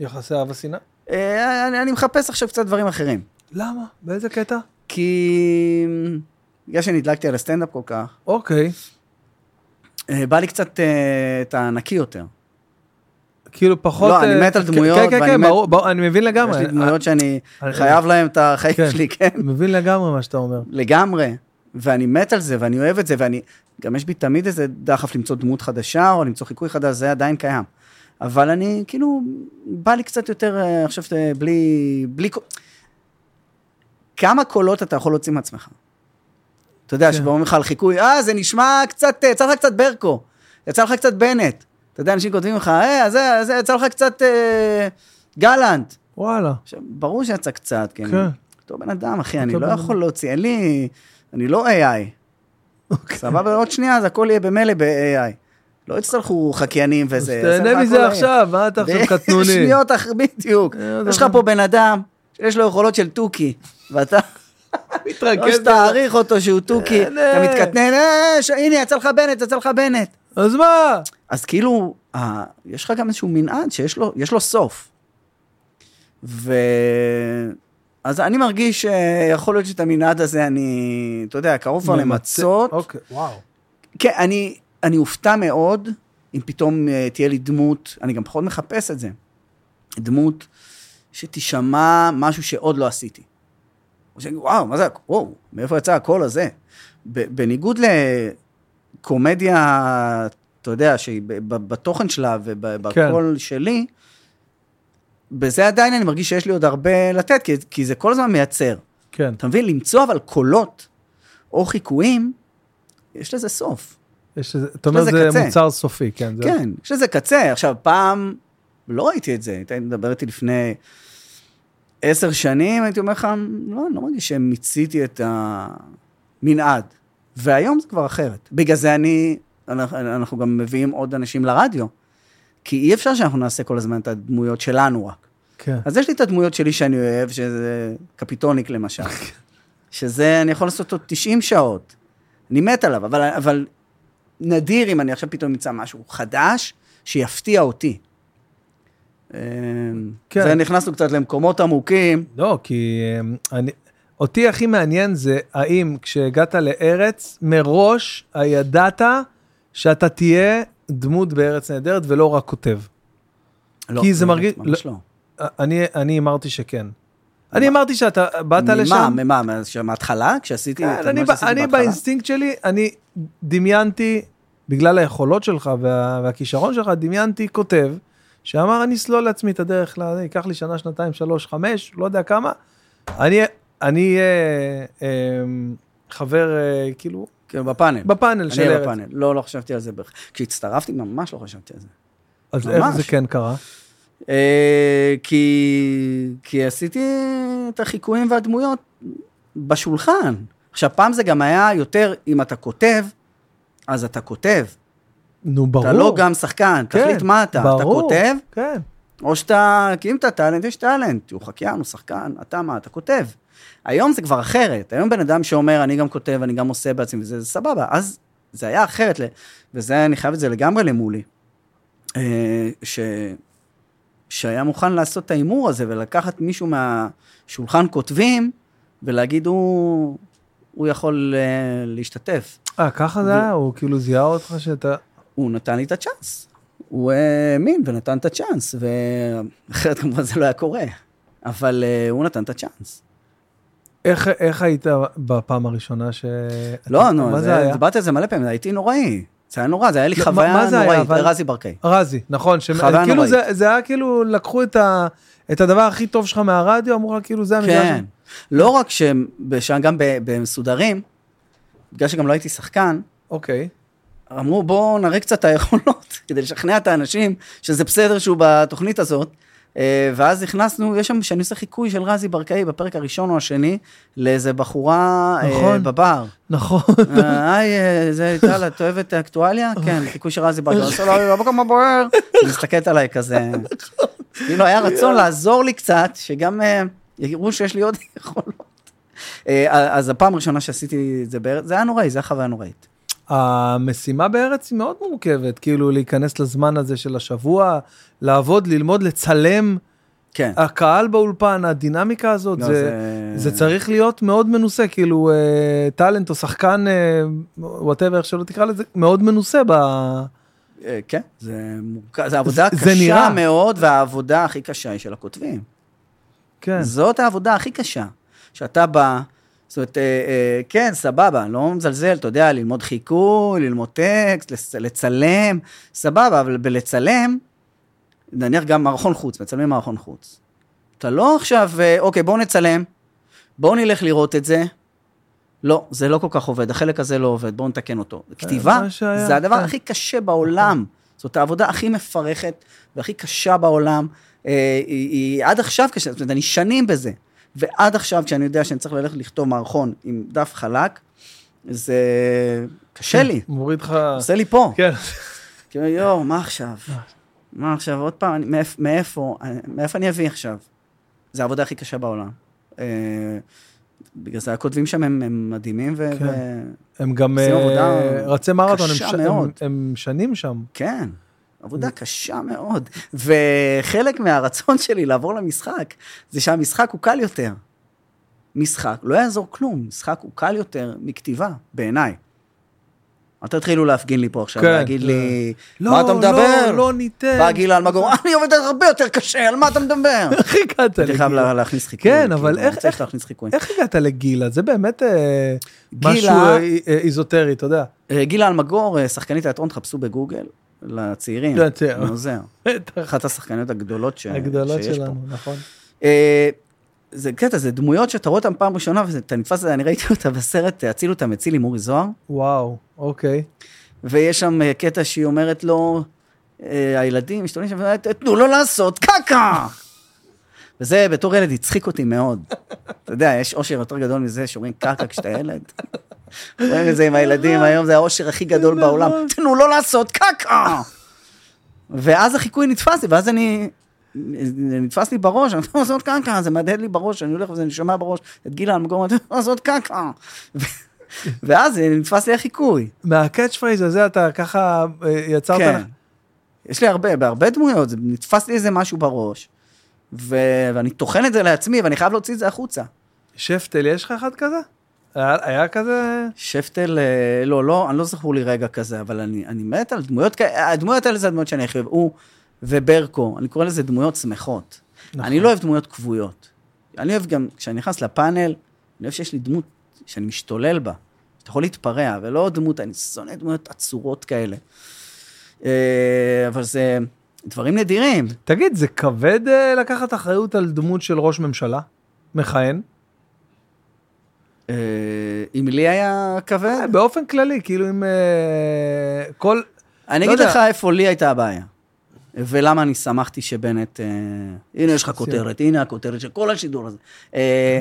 [SPEAKER 1] יחסי אהבה שנאה?
[SPEAKER 2] אה, אני, אני מחפש עכשיו קצת דברים אחרים.
[SPEAKER 1] למה? באיזה קטע?
[SPEAKER 2] כי בגלל שנדלקתי על הסטנדאפ כל כך,
[SPEAKER 1] אוקיי.
[SPEAKER 2] אה, בא לי קצת אה, את הענקי יותר.
[SPEAKER 1] כאילו פחות...
[SPEAKER 2] לא, אני
[SPEAKER 1] אה,
[SPEAKER 2] מת על
[SPEAKER 1] כן,
[SPEAKER 2] דמויות,
[SPEAKER 1] כן, כן,
[SPEAKER 2] ואני
[SPEAKER 1] כן,
[SPEAKER 2] מת-
[SPEAKER 1] ברור, ברור, אני מבין
[SPEAKER 2] יש
[SPEAKER 1] לגמרי.
[SPEAKER 2] לי דמויות שאני
[SPEAKER 1] אני-
[SPEAKER 2] חייב להם את החיים
[SPEAKER 1] כן.
[SPEAKER 2] שלי, כן,
[SPEAKER 1] אני מבין לגמרי מה שאתה אומר.
[SPEAKER 2] לגמרי. ואני מת על זה, ואני אוהב את זה, ואני... גם יש בי תמיד איזה דחף למצוא דמות חדשה, או למצוא חיקוי חדש, זה עדיין קיים. אבל אני, כאילו, בא לי קצת יותר, אה, עכשיו, אה, בלי... בלי... קו- כמה קולות אתה יכול להוציא מעצמך? אתה יודע,
[SPEAKER 1] כן.
[SPEAKER 2] שאומרים לך על חיקוי, אה, זה נשמע קצת, אה, יצא לך קצת ברקו, יצא לך קצת בנט. אתה יודע, אנשים כותבים לך, אה, זה, זה, יצא לך קצת אה, גלנט.
[SPEAKER 1] וואלה.
[SPEAKER 2] עכשיו, ברור שיצא קצת, כן.
[SPEAKER 1] כן.
[SPEAKER 2] אותו בן אדם, אחי, אני
[SPEAKER 1] אותו
[SPEAKER 2] לא
[SPEAKER 1] בן
[SPEAKER 2] יכול להוציא, אין לי, אני לא AI.
[SPEAKER 1] אוקיי.
[SPEAKER 2] סבבה, עוד שנייה, אז הכל יהיה במילא ב-AI. לא יצטרכו חקיינים וזה. יעשה לך
[SPEAKER 1] תהנה
[SPEAKER 2] הכל
[SPEAKER 1] מזה
[SPEAKER 2] AI.
[SPEAKER 1] עכשיו, מה אתה עכשיו
[SPEAKER 2] ב-
[SPEAKER 1] קטנוני?
[SPEAKER 2] שניות אחרי, בדיוק.
[SPEAKER 1] אה,
[SPEAKER 2] יש לך
[SPEAKER 1] נכון.
[SPEAKER 2] פה בן אדם שיש לו יכולות של תוכי, ואתה... או לא,
[SPEAKER 1] מתרכז.
[SPEAKER 2] שתעריך אותו שהוא תוכי,
[SPEAKER 1] כן, נכון. תהנה.
[SPEAKER 2] אתה מתקטנן, "אה, ש- הנה, יצא לך בנט, יצא לך בנט.
[SPEAKER 1] אז מה?
[SPEAKER 2] אז כאילו, אה, יש לך גם איזשהו מנעד שיש לו, יש לו סוף. ו... אז אני מרגיש שיכול להיות שאת המנעד הזה אני, אתה יודע, קרוב כבר למצות.
[SPEAKER 1] אוקיי, וואו.
[SPEAKER 2] כן, אני, אני אופתע מאוד אם פתאום אה, תהיה לי דמות, אני גם פחות מחפש את זה, דמות שתישמע משהו שעוד לא עשיתי. או שאני, וואו, מה זה, וואו, מאיפה יצא הקול הזה? ב- בניגוד לקומדיה, אתה יודע, שהיא ב- ב- בתוכן שלה ובקול כן. שלי, בזה עדיין אני מרגיש שיש לי עוד הרבה לתת, כי, כי זה כל הזמן מייצר.
[SPEAKER 1] כן.
[SPEAKER 2] אתה מבין? למצוא אבל קולות או חיקויים, יש לזה סוף.
[SPEAKER 1] יש איזה- אתה אומר
[SPEAKER 2] לזה
[SPEAKER 1] זה
[SPEAKER 2] קצה.
[SPEAKER 1] מוצר סופי, כן. זה-
[SPEAKER 2] כן, יש לזה קצה. עכשיו, פעם לא ראיתי את זה. היית מדבר איתי לפני עשר שנים, הייתי אומר לך, לא, אני לא מרגיש שמיציתי את המנעד. והיום זה כבר אחרת. בגלל זה אני, אנחנו, אנחנו גם מביאים עוד אנשים לרדיו. כי אי אפשר שאנחנו נעשה כל הזמן את הדמויות שלנו רק.
[SPEAKER 1] כן.
[SPEAKER 2] אז יש לי את הדמויות שלי שאני אוהב, שזה קפיטוניק למשל. שזה, אני יכול לעשות אותו 90 שעות. אני מת עליו, אבל, אבל נדיר אם אני עכשיו פתאום אמצא משהו חדש, שיפתיע אותי.
[SPEAKER 1] כן.
[SPEAKER 2] כן. זה נכנסנו קצת למקומות עמוקים.
[SPEAKER 1] לא, כי אמ, אני, אותי הכי מעניין זה האם כשהגעת לארץ, מראש ידעת שאתה תהיה דמות בארץ נהדרת ולא רק כותב.
[SPEAKER 2] לא,
[SPEAKER 1] כי זה
[SPEAKER 2] לא,
[SPEAKER 1] מרגיש-
[SPEAKER 2] ממש לא.
[SPEAKER 1] אני, אני אמרתי שכן. אני אמרתי שאתה באת
[SPEAKER 2] ממה,
[SPEAKER 1] לשם.
[SPEAKER 2] ממה, מה- שמההתחלה? כשעשיתי
[SPEAKER 1] כן,
[SPEAKER 2] את
[SPEAKER 1] אני
[SPEAKER 2] מה
[SPEAKER 1] ב-
[SPEAKER 2] שעשיתי
[SPEAKER 1] אני
[SPEAKER 2] בהתחלה?
[SPEAKER 1] באינסטינקט שלי, אני דמיינתי, בגלל היכולות שלך וה- והכישרון שלך, דמיינתי כותב, שאמר אני אסלול לעצמי את הדרך, ל- זה ייקח לי שנה, שנתיים, שלוש, חמש, לא יודע כמה. אני אני אהיה אה, חבר, אה, כאילו,
[SPEAKER 2] כן, בפאנל.
[SPEAKER 1] בפאנל של
[SPEAKER 2] אני
[SPEAKER 1] ארץ.
[SPEAKER 2] בפאנל. לא, לא חשבתי על זה בערך. כשהצטרפתי, ממש לא חשבתי על זה.
[SPEAKER 1] אז איך
[SPEAKER 2] ממש.
[SPEAKER 1] זה כן קרה?
[SPEAKER 2] אה, כי, כי עשיתי את החיקויים והדמויות בשולחן. עכשיו, פעם זה גם היה יותר, אם אתה כותב, אז אתה כותב.
[SPEAKER 1] נו, ברור.
[SPEAKER 2] אתה לא גם שחקן,
[SPEAKER 1] כן,
[SPEAKER 2] תחליט מה אתה. אתה
[SPEAKER 1] ברור,
[SPEAKER 2] כותב,
[SPEAKER 1] כן.
[SPEAKER 2] או שאתה, כי אם אתה טאלנט, יש טאלנט. הוא חקיין, הוא שחקן, אתה מה, אתה כותב. היום זה כבר אחרת. היום בן אדם שאומר, אני גם כותב, אני גם עושה בעצמי, וזה זה סבבה. אז זה היה אחרת, ל- וזה, אני חייב את זה לגמרי למולי. אה, ש... שהיה מוכן לעשות את ההימור הזה ולקחת מישהו מהשולחן כותבים ולהגיד, הוא, הוא יכול אה, להשתתף.
[SPEAKER 1] אה, ככה זה היה? הוא כאילו זיהה אותך שאתה...
[SPEAKER 2] הוא נתן לי את הצ'אנס. הוא אה, האמין ונתן את הצ'אנס, ואחרת כמובן זה לא היה קורה. אבל אה, הוא נתן את הצ'אנס.
[SPEAKER 1] איך, איך היית בפעם הראשונה ש...
[SPEAKER 2] לא, נו,
[SPEAKER 1] מה
[SPEAKER 2] זה-
[SPEAKER 1] זה היה?
[SPEAKER 2] דיברתי על זה מלא פעמים, הייתי נוראי. זה היה נורא, זה היה לי
[SPEAKER 1] לא,
[SPEAKER 2] חוויה
[SPEAKER 1] מה- מה זה היה,
[SPEAKER 2] נוראית,
[SPEAKER 1] אבל?
[SPEAKER 2] רזי ברקאי.
[SPEAKER 1] רזי, נכון, ש...
[SPEAKER 2] חוויה
[SPEAKER 1] כאילו
[SPEAKER 2] נוראית.
[SPEAKER 1] זה, זה היה כאילו לקחו את, ה... את הדבר הכי טוב שלך מהרדיו, אמרו לך כאילו זה המגרש.
[SPEAKER 2] כן. לא רק שהם, גם ב- במסודרים, בגלל שגם לא הייתי שחקן,
[SPEAKER 1] אוקיי.
[SPEAKER 2] אמרו בואו נראה קצת את היכולות, כדי לשכנע את האנשים שזה בסדר שהוא בתוכנית הזאת. אה, ואז נכנסנו, יש שם, שאני עושה חיקוי של רזי ברקאי בפרק הראשון או השני, לאיזה בחורה אה,
[SPEAKER 1] נכון.
[SPEAKER 2] בבר.
[SPEAKER 1] נכון.
[SPEAKER 2] אה, היי, אה, זה טל, את אוהבת אקטואליה? כן, חיקוי של רזי ברקאי. עושה לו, "אוי, הבוקר מה בוער? היא מסתכלת עליי כזה. כאילו היה רצון לעזור לי קצת, שגם אה, יראו שיש לי עוד יכולות. אה, אז הפעם הראשונה שעשיתי את זה בארץ, זה היה נוראי, זה היה חוויה נוראית.
[SPEAKER 1] המשימה בארץ היא מאוד מורכבת, כאילו להיכנס לזמן הזה של השבוע, לעבוד, ללמוד, לצלם,
[SPEAKER 2] כן.
[SPEAKER 1] הקהל באולפן, הדינמיקה הזאת,
[SPEAKER 2] לא,
[SPEAKER 1] זה,
[SPEAKER 2] זה-
[SPEAKER 1] זה... זה צריך להיות מאוד מנוסה, כאילו אה, טאלנט או שחקן, וואטאבר, איך שלא תקרא לזה, מאוד מנוסה ב...
[SPEAKER 2] אה, כן, זה מורכב, זו עבודה
[SPEAKER 1] זה
[SPEAKER 2] קשה
[SPEAKER 1] נראה.
[SPEAKER 2] מאוד, והעבודה הכי קשה היא של הכותבים.
[SPEAKER 1] כן.
[SPEAKER 2] זאת העבודה הכי קשה, שאתה בא, זאת אומרת, אה, אה, כן, סבבה, אני לא מזלזל, אתה יודע, ללמוד חיקוי, ללמוד טקסט, לצ- לצלם, סבבה, אבל בלצלם, נניח גם מערכון חוץ, מצלמים מערכון חוץ. אתה לא עכשיו, אה, אוקיי, בואו נצלם, בואו נלך לראות את זה. לא, זה לא כל כך עובד, החלק הזה לא עובד, בואו נתקן אותו. כתיבה,
[SPEAKER 1] אה, מה שהיה,
[SPEAKER 2] זה הדבר
[SPEAKER 1] כן.
[SPEAKER 2] הכי קשה בעולם. זאת העבודה הכי מפרכת והכי קשה בעולם. אה, היא, היא עד עכשיו קשה, זאת אומרת, אני שנים בזה. ועד עכשיו, כשאני יודע שאני צריך ללכת לכתוב מערכון עם דף חלק, זה
[SPEAKER 1] כן.
[SPEAKER 2] קשה לי,
[SPEAKER 1] מוריד לך...
[SPEAKER 2] עושה לי פה.
[SPEAKER 1] כן.
[SPEAKER 2] כאילו, יואו, מה עכשיו? מה עכשיו, עוד פעם, אני- מאיפ- מאיפה, מאיפה אני אביא עכשיו? זו העבודה הכי קשה בעולם. אה, בגלל זה הכותבים שם הם, הם מדהימים, ו...
[SPEAKER 1] כן.
[SPEAKER 2] ו-
[SPEAKER 1] הם גם
[SPEAKER 2] עושים
[SPEAKER 1] אה,
[SPEAKER 2] עבודה
[SPEAKER 1] רצי מרתון, הם
[SPEAKER 2] קשה
[SPEAKER 1] ש- הם-
[SPEAKER 2] מאוד.
[SPEAKER 1] הם שנים שם.
[SPEAKER 2] כן, עבודה קשה מאוד. וחלק מהרצון שלי לעבור למשחק, זה שהמשחק הוא קל יותר. משחק, לא יעזור כלום, משחק הוא קל יותר מכתיבה, בעיניי. אל תתחילו להפגין לי פה עכשיו,
[SPEAKER 1] כן.
[SPEAKER 2] להגיד לי,
[SPEAKER 1] לא,
[SPEAKER 2] מה אתה מדבר?
[SPEAKER 1] לא, לא ניתן.
[SPEAKER 2] בא גילה אלמגור, אני עובד הרבה יותר קשה, על מה אתה מדבר?
[SPEAKER 1] איך הגעת
[SPEAKER 2] הייתי חייב
[SPEAKER 1] לגילה?
[SPEAKER 2] לה- להכניס חיקוי.
[SPEAKER 1] כן, אבל
[SPEAKER 2] כאילו,
[SPEAKER 1] איך-
[SPEAKER 2] צריך
[SPEAKER 1] איך-
[SPEAKER 2] להכניס חיקוי.
[SPEAKER 1] איך הגעת לגילה? זה באמת אה,
[SPEAKER 2] גילה-
[SPEAKER 1] משהו אה, אה, איזוטרי, אתה יודע.
[SPEAKER 2] אה, גילה אלמגור, אה, שחקנית תיאטרון, תחפשו בגוגל, לצעירים.
[SPEAKER 1] לא, תראה.
[SPEAKER 2] אני עוזר. אחת השחקניות הגדולות ש-
[SPEAKER 1] הגדולות
[SPEAKER 2] כן, שיש פה.
[SPEAKER 1] שלנו, נכון.
[SPEAKER 2] אה, זה קטע, זה דמויות שאתה רואה אותן פעם ראשונה, ואתה נתפס, אני ראיתי אותה בסרט, אה, הצילו אותה מציל עם אורי זוהר,
[SPEAKER 1] וואו, אוקיי.
[SPEAKER 2] ויש שם אה, קטע שהיא אומרת לו, אה, הילדים משתוללים שם, ואומרת, תנו לו לעשות קקה! וזה בתור ילד הצחיק אותי מאוד. אתה יודע, יש אושר יותר גדול מזה שאומרים קקה כשאתה ילד. רואים את זה עם הילדים, היום זה האושר הכי גדול בעולם. תנו לו לעשות קקה! ואז החיקוי נתפס לי, ואז אני... אה, נתפס לי בראש, אני אומר, זאת קקה, זה מהדהד לי בראש, אני הולך וזה, אני שומע בראש את גילה אלמגור, אני אומר, זאת קקה. ואז נתפס לי החיקוי.
[SPEAKER 1] מהקאץ' פרייז הזה אתה ככה אה, יצרת
[SPEAKER 2] כן.
[SPEAKER 1] לך.
[SPEAKER 2] יש לי הרבה, בהרבה דמויות, זה- נתפס לי איזה משהו בראש, ו... ואני טוחן את זה לעצמי, ואני חייב להוציא את זה החוצה.
[SPEAKER 1] שפטל, יש לך אחד כזה? היה היה כזה?
[SPEAKER 2] שפטל, אה, לא, לא, אני לא זכור לי רגע כזה, אבל אני, אני מת על דמויות כאלה, הדמויות האלה זה הדמויות שאני הכי אוהב, הוא וברקו, אני קורא לזה דמויות שמחות.
[SPEAKER 1] נכון.
[SPEAKER 2] אני לא אוהב דמויות כבויות. אני אוהב גם, כשאני נכנס לפאנל, אני אוהב שיש לי דמות שאני משתולל בה, שאתה יכול להתפרע, ולא דמות, אני שונא דמויות עצורות כאלה. אה, אבל זה דברים נדירים.
[SPEAKER 1] תגיד, זה כבד אה, לקחת אחריות על דמות של ראש ממשלה מכהן?
[SPEAKER 2] אה, אם לי היה כבד,
[SPEAKER 1] אה, באופן כללי, כאילו אם אה, כל...
[SPEAKER 2] אני
[SPEAKER 1] לא
[SPEAKER 2] אגיד
[SPEAKER 1] יודע.
[SPEAKER 2] לך איפה לי הייתה הבעיה. ולמה אני שמחתי שבנט... אה, הנה יש לך כותרת, הנה הכותרת של כל השידור הזה. אה,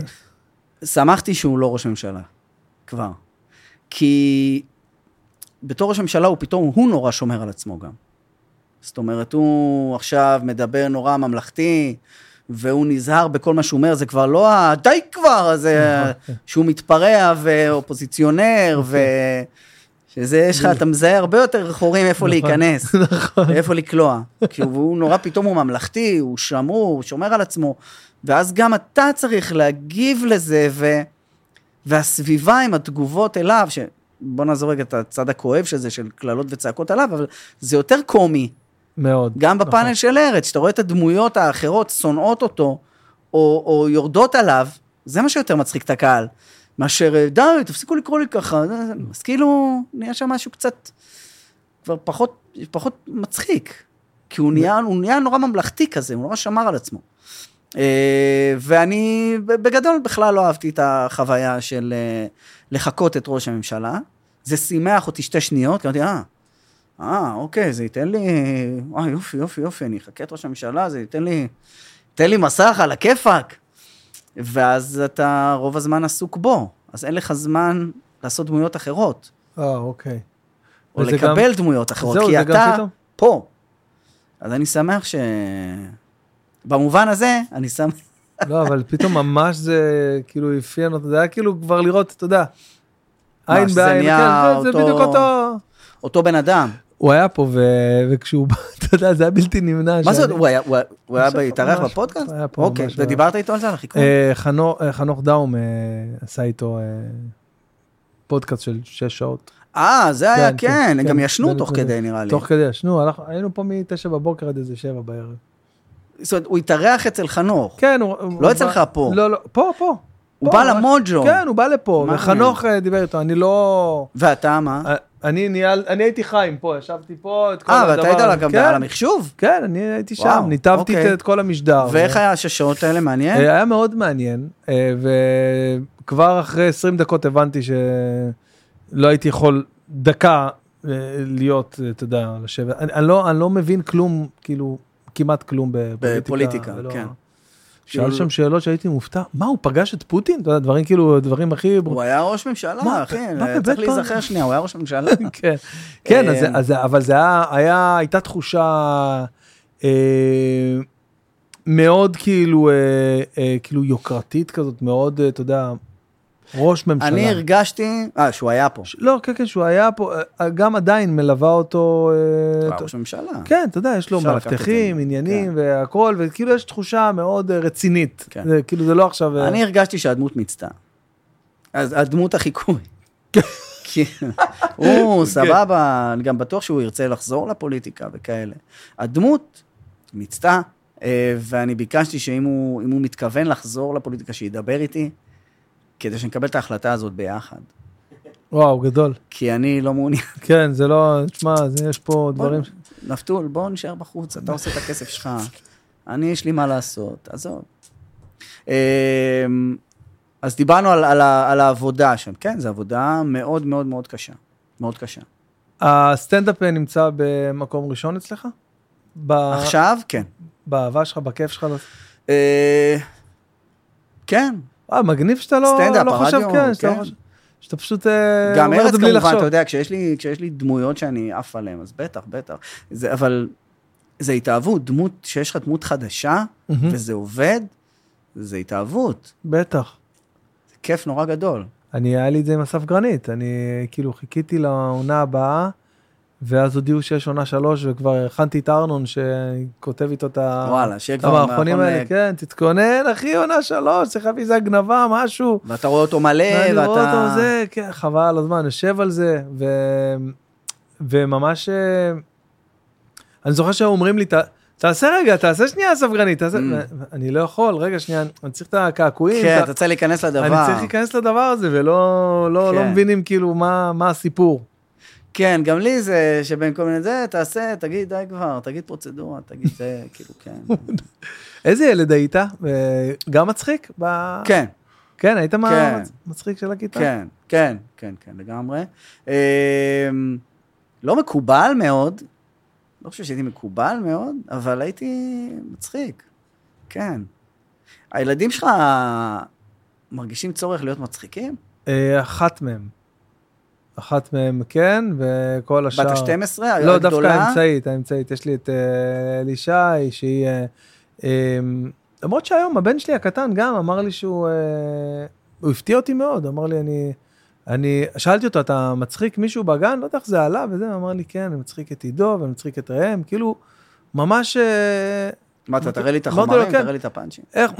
[SPEAKER 2] שמחתי שהוא לא ראש ממשלה, כבר. כי בתור ראש ממשלה הוא פתאום, הוא נורא שומר על עצמו גם. זאת אומרת, הוא עכשיו מדבר נורא ממלכתי, והוא נזהר בכל מה שהוא אומר, זה כבר לא ה... די כבר! זה
[SPEAKER 1] נכון.
[SPEAKER 2] שהוא מתפרע ואופוזיציונר, ו... שזה, יש לך, אתה מזהה הרבה יותר חורים איפה להיכנס, ואיפה לקלוע. כי הוא- הוא נורא, פתאום הוא ממלכתי, הוא שמור, הוא שומר על עצמו, ואז גם אתה צריך להגיב לזה, ו... והסביבה עם התגובות אליו, ש... בוא נעזוב רגע את הצד הכואב של זה, של קללות וצעקות עליו, אבל זה יותר קומי,
[SPEAKER 1] מאוד.
[SPEAKER 2] גם
[SPEAKER 1] נכון.
[SPEAKER 2] בפאנל של ארץ, שאתה רואה את הדמויות האחרות שונאות אותו, או, או יורדות עליו, זה מה שיותר מצחיק את הקהל, מאשר, אה, די, תפסיקו לקרוא לי ככה, זה- אז כאילו, נהיה שם משהו קצת, כבר פחות, פחות מצחיק, כי הוא נהיה, הוא נהיה נורא ממלכתי כזה, הוא נורא שמר על עצמו. אה, ואני בגדול בכלל לא אהבתי את החוויה של אה, לחקות את ראש הממשלה. זה שימח אותי שתי שניות, כי אמרתי, אה, אה, אוקיי, זה ייתן לי... אה, יופי, יופי, יופי, אני אחכה את ראש הממשלה, זה ייתן לי... ייתן לי מסך על הכיפאק. ואז אתה רוב הזמן עסוק בו, אז אין לך זמן לעשות דמויות אחרות,
[SPEAKER 1] אה, אוקיי.
[SPEAKER 2] או
[SPEAKER 1] וזה
[SPEAKER 2] לקבל דמויות אחרות,
[SPEAKER 1] זהו,
[SPEAKER 2] כי
[SPEAKER 1] זה גם
[SPEAKER 2] אתה
[SPEAKER 1] פתאום.
[SPEAKER 2] פה. אז אני שמח ש... במובן הזה, אני שמח...
[SPEAKER 1] לא, אבל פתאום ממש זה כאילו אפיין אותו, זה היה כאילו כבר לראות, אתה יודע,
[SPEAKER 2] מה,
[SPEAKER 1] עין
[SPEAKER 2] שזה
[SPEAKER 1] בעין,
[SPEAKER 2] נהיה
[SPEAKER 1] כן, זה- זה
[SPEAKER 2] אותו-
[SPEAKER 1] בדיוק אותו.
[SPEAKER 2] אותו בן אדם.
[SPEAKER 1] הוא היה פה, ו- וכשהוא בא, אתה יודע, זה היה בלתי נמנע.
[SPEAKER 2] מה זה,
[SPEAKER 1] שאני-
[SPEAKER 2] הוא היה- הוא היה- הוא היה
[SPEAKER 1] עכשיו
[SPEAKER 2] בהתארח
[SPEAKER 1] ממש-
[SPEAKER 2] בפודקאסט?
[SPEAKER 1] היה פה
[SPEAKER 2] אוקיי,
[SPEAKER 1] ממש-
[SPEAKER 2] ודיברת איתו על זה, על החיקוי?
[SPEAKER 1] אה, חנו- אה, חנוך דאום אה, עשה איתו אה, פודקאסט של שש שעות.
[SPEAKER 2] אה, זה היה,
[SPEAKER 1] כן,
[SPEAKER 2] כן,
[SPEAKER 1] כן,
[SPEAKER 2] הם גם ישנו
[SPEAKER 1] בדיוק,
[SPEAKER 2] תוך
[SPEAKER 1] בדיוק.
[SPEAKER 2] כדי, נראה לי.
[SPEAKER 1] תוך כדי, שנו, הלך- היינו פה מתשע בבוקר עד איזה שבע בערב.
[SPEAKER 2] זאת אומרת, הוא התארח אצל חנוך.
[SPEAKER 1] כן, הוא... הוא
[SPEAKER 2] לא אצל
[SPEAKER 1] בא-
[SPEAKER 2] לך פה.
[SPEAKER 1] לא, לא, פה, פה.
[SPEAKER 2] הוא
[SPEAKER 1] פה,
[SPEAKER 2] בא
[SPEAKER 1] ממש.
[SPEAKER 2] למוג'ו.
[SPEAKER 1] כן, הוא בא לפה,
[SPEAKER 2] מה?
[SPEAKER 1] וחנוך אה, דיבר איתו, אני לא...
[SPEAKER 2] ואתה מה?
[SPEAKER 1] אה, אני ניהל, אני הייתי חיים פה, ישבתי פה, את כל
[SPEAKER 2] אה,
[SPEAKER 1] הדבר
[SPEAKER 2] ואתה היית
[SPEAKER 1] הזה.
[SPEAKER 2] גם
[SPEAKER 1] כן,
[SPEAKER 2] על המחשוב?
[SPEAKER 1] כן, אני הייתי
[SPEAKER 2] וואו,
[SPEAKER 1] שם, ניתבתי
[SPEAKER 2] אוקיי.
[SPEAKER 1] את- את כל המשדר.
[SPEAKER 2] ואיך היה השש שעות האלה,
[SPEAKER 1] אה,
[SPEAKER 2] מעניין?
[SPEAKER 1] היה מאוד מעניין, אה, וכבר אחרי 20 דקות הבנתי שלא הייתי יכול דקה אה, להיות, אה, אתה יודע, לשבת. אני, אני, לא, אני לא מבין כלום, כאילו, כמעט כלום בפוליטיקה.
[SPEAKER 2] בפוליטיקה,
[SPEAKER 1] ולא-
[SPEAKER 2] כן.
[SPEAKER 1] שאל
[SPEAKER 2] כאילו-
[SPEAKER 1] שם שאלות שהייתי מופתע, מה, הוא פגש את פוטין? אתה יודע, דברים כאילו, דברים הכי...
[SPEAKER 2] הוא היה ראש ממשלה,
[SPEAKER 1] מה,
[SPEAKER 2] אחי,
[SPEAKER 1] מה, באמת
[SPEAKER 2] צריך
[SPEAKER 1] פעם?
[SPEAKER 2] להיזכר שנייה, הוא היה ראש ממשלה.
[SPEAKER 1] כן, כן, אז,
[SPEAKER 2] אה,
[SPEAKER 1] זה- אז, זה- אבל זה היה, היה, הייתה תחושה אה, מאוד כאילו, אה, אה, כאילו יוקרתית כזאת, מאוד, אה, אתה יודע, ראש ממשלה.
[SPEAKER 2] אני הרגשתי, אה, שהוא היה פה.
[SPEAKER 1] ש- לא, כן, כן, שהוא היה פה, אה, גם עדיין מלווה אותו, אה,
[SPEAKER 2] הוא היה
[SPEAKER 1] אתה-
[SPEAKER 2] ראש ממשלה.
[SPEAKER 1] כן, אתה יודע, יש לו
[SPEAKER 2] אפשר לקחת את זה.
[SPEAKER 1] מאבטחים, עניינים והכל, וכאילו יש תחושה מאוד אה, רצינית.
[SPEAKER 2] כן.
[SPEAKER 1] זה, כאילו זה לא עכשיו... אה,
[SPEAKER 2] אני הרגשתי שהדמות מיצתה. אז הדמות החיקוי. כי הוא סבבה, אני גם בטוח שהוא ירצה לחזור לפוליטיקה וכאלה. הדמות מיצתה, אה, ואני ביקשתי שאם הוא, אם הוא מתכוון לחזור לפוליטיקה, שידבר איתי, כדי שנקבל את ההחלטה הזאת ביחד.
[SPEAKER 1] וואו, גדול.
[SPEAKER 2] כי אני לא מעוניין.
[SPEAKER 1] כן, זה לא, תשמע, זה- יש פה
[SPEAKER 2] בוא,
[SPEAKER 1] דברים...
[SPEAKER 2] נפתול, בוא נשאר בחוץ, אתה עושה את הכסף שלך, אני, יש לי מה לעשות, עזוב. אמ, אז דיברנו על, על, ה- על העבודה שם, כן, זו עבודה מאוד מאוד מאוד קשה, מאוד קשה.
[SPEAKER 1] הסטנדאפ אה, נמצא במקום ראשון אצלך? ב...
[SPEAKER 2] עכשיו, כן.
[SPEAKER 1] באהבה שלך, בכיף שלך? לס-
[SPEAKER 2] אה, כן,
[SPEAKER 1] אה, מגניב שאתה לא,
[SPEAKER 2] סטנדאפ,
[SPEAKER 1] לא חושב,
[SPEAKER 2] הרדיו,
[SPEAKER 1] כן, שאתה, לא
[SPEAKER 2] כן.
[SPEAKER 1] חושב, שאתה פשוט אה,
[SPEAKER 2] גם
[SPEAKER 1] אומר את
[SPEAKER 2] ארץ
[SPEAKER 1] זה בלי
[SPEAKER 2] כמובן,
[SPEAKER 1] לחשוב.
[SPEAKER 2] אתה יודע, כשיש לי, כשיש לי דמויות שאני עף עליהן, אז בטח, בטח. זה, אבל זה התאהבות, דמות, שיש לך דמות חדשה,
[SPEAKER 1] מהמם.
[SPEAKER 2] וזה עובד, זה התאהבות,
[SPEAKER 1] בטח.
[SPEAKER 2] זה כיף נורא גדול.
[SPEAKER 1] אני, היה לי את זה עם אסף גרנית, אני אה, כאילו חיכיתי לעונה הבאה, ואז הודיעו שיש עונה שלוש, וכבר הכנתי את ארנון שכותב איתו את ה...
[SPEAKER 2] וואלה, שיהיה
[SPEAKER 1] את
[SPEAKER 2] כבר
[SPEAKER 1] המערכונים
[SPEAKER 2] מערכון,
[SPEAKER 1] האלה,
[SPEAKER 2] אה,
[SPEAKER 1] כן, תתכונן, אחי, עונה שלוש, צריך להביא איזה הגנבה, משהו.
[SPEAKER 2] ואתה רואה אותו מלא,
[SPEAKER 1] אה,
[SPEAKER 2] ואתה...
[SPEAKER 1] לראות אותו זה, כן, חבל על הזמן, יושב על זה, ו... וממש... אה, אני זוכר שהיו אומרים לי, "ת- תעשה רגע, תעשה שנייה סבלנית, תעשה... אני לא יכול, רגע, שנייה, אני צריך את הקעקועים.
[SPEAKER 2] Mm. כן,
[SPEAKER 1] את ה-
[SPEAKER 2] אתה צריך להיכנס לדבר.
[SPEAKER 1] אני צריך להיכנס לדבר הזה, ולא לא, לא
[SPEAKER 2] כן.
[SPEAKER 1] מבינים כאילו מה, מה הסיפור.
[SPEAKER 2] כן, גם לי זה שבין כל מיני זה, תעשה, תגיד די כבר, תגיד פרוצדורה, תגיד זה, כאילו, כן.
[SPEAKER 1] איזה ילד היית? אה, גם מצחיק? ב...
[SPEAKER 2] כן,
[SPEAKER 1] כן, היית מה-
[SPEAKER 2] כן.
[SPEAKER 1] מצחיק של הכיתה?
[SPEAKER 2] כן, כן, כן, כן, לגמרי. אמ, לא מקובל מאוד, לא חושב שהייתי מקובל מאוד, אבל הייתי מצחיק, כן. הילדים שלך מרגישים צורך להיות מצחיקים?
[SPEAKER 1] אה, אחת מהם. אחת מהם כן, וכל השאר...
[SPEAKER 2] בת ה-12,
[SPEAKER 1] לא,
[SPEAKER 2] הגדולה?
[SPEAKER 1] דווקא האמצעית, האמצעית. יש לי את אה, אלישי, שהיא... אה, אה, למרות שהיום הבן שלי הקטן גם אמר לי שהוא... אה, הוא הפתיע אותי מאוד, אמר לי, אני... אני שאלתי אותו, אתה מצחיק מישהו בגן? לא יודע איך זה עלה וזה, הוא אמר לי, כן, אני מצחיק את עידו ואני מצחיק את ראם, כאילו, ממש... אה,
[SPEAKER 2] מה, אתה תראה לי את
[SPEAKER 1] אמרתי לו,
[SPEAKER 2] החומרים?
[SPEAKER 1] כן.
[SPEAKER 2] תראה לי את הפאנצ'ים?
[SPEAKER 1] איך...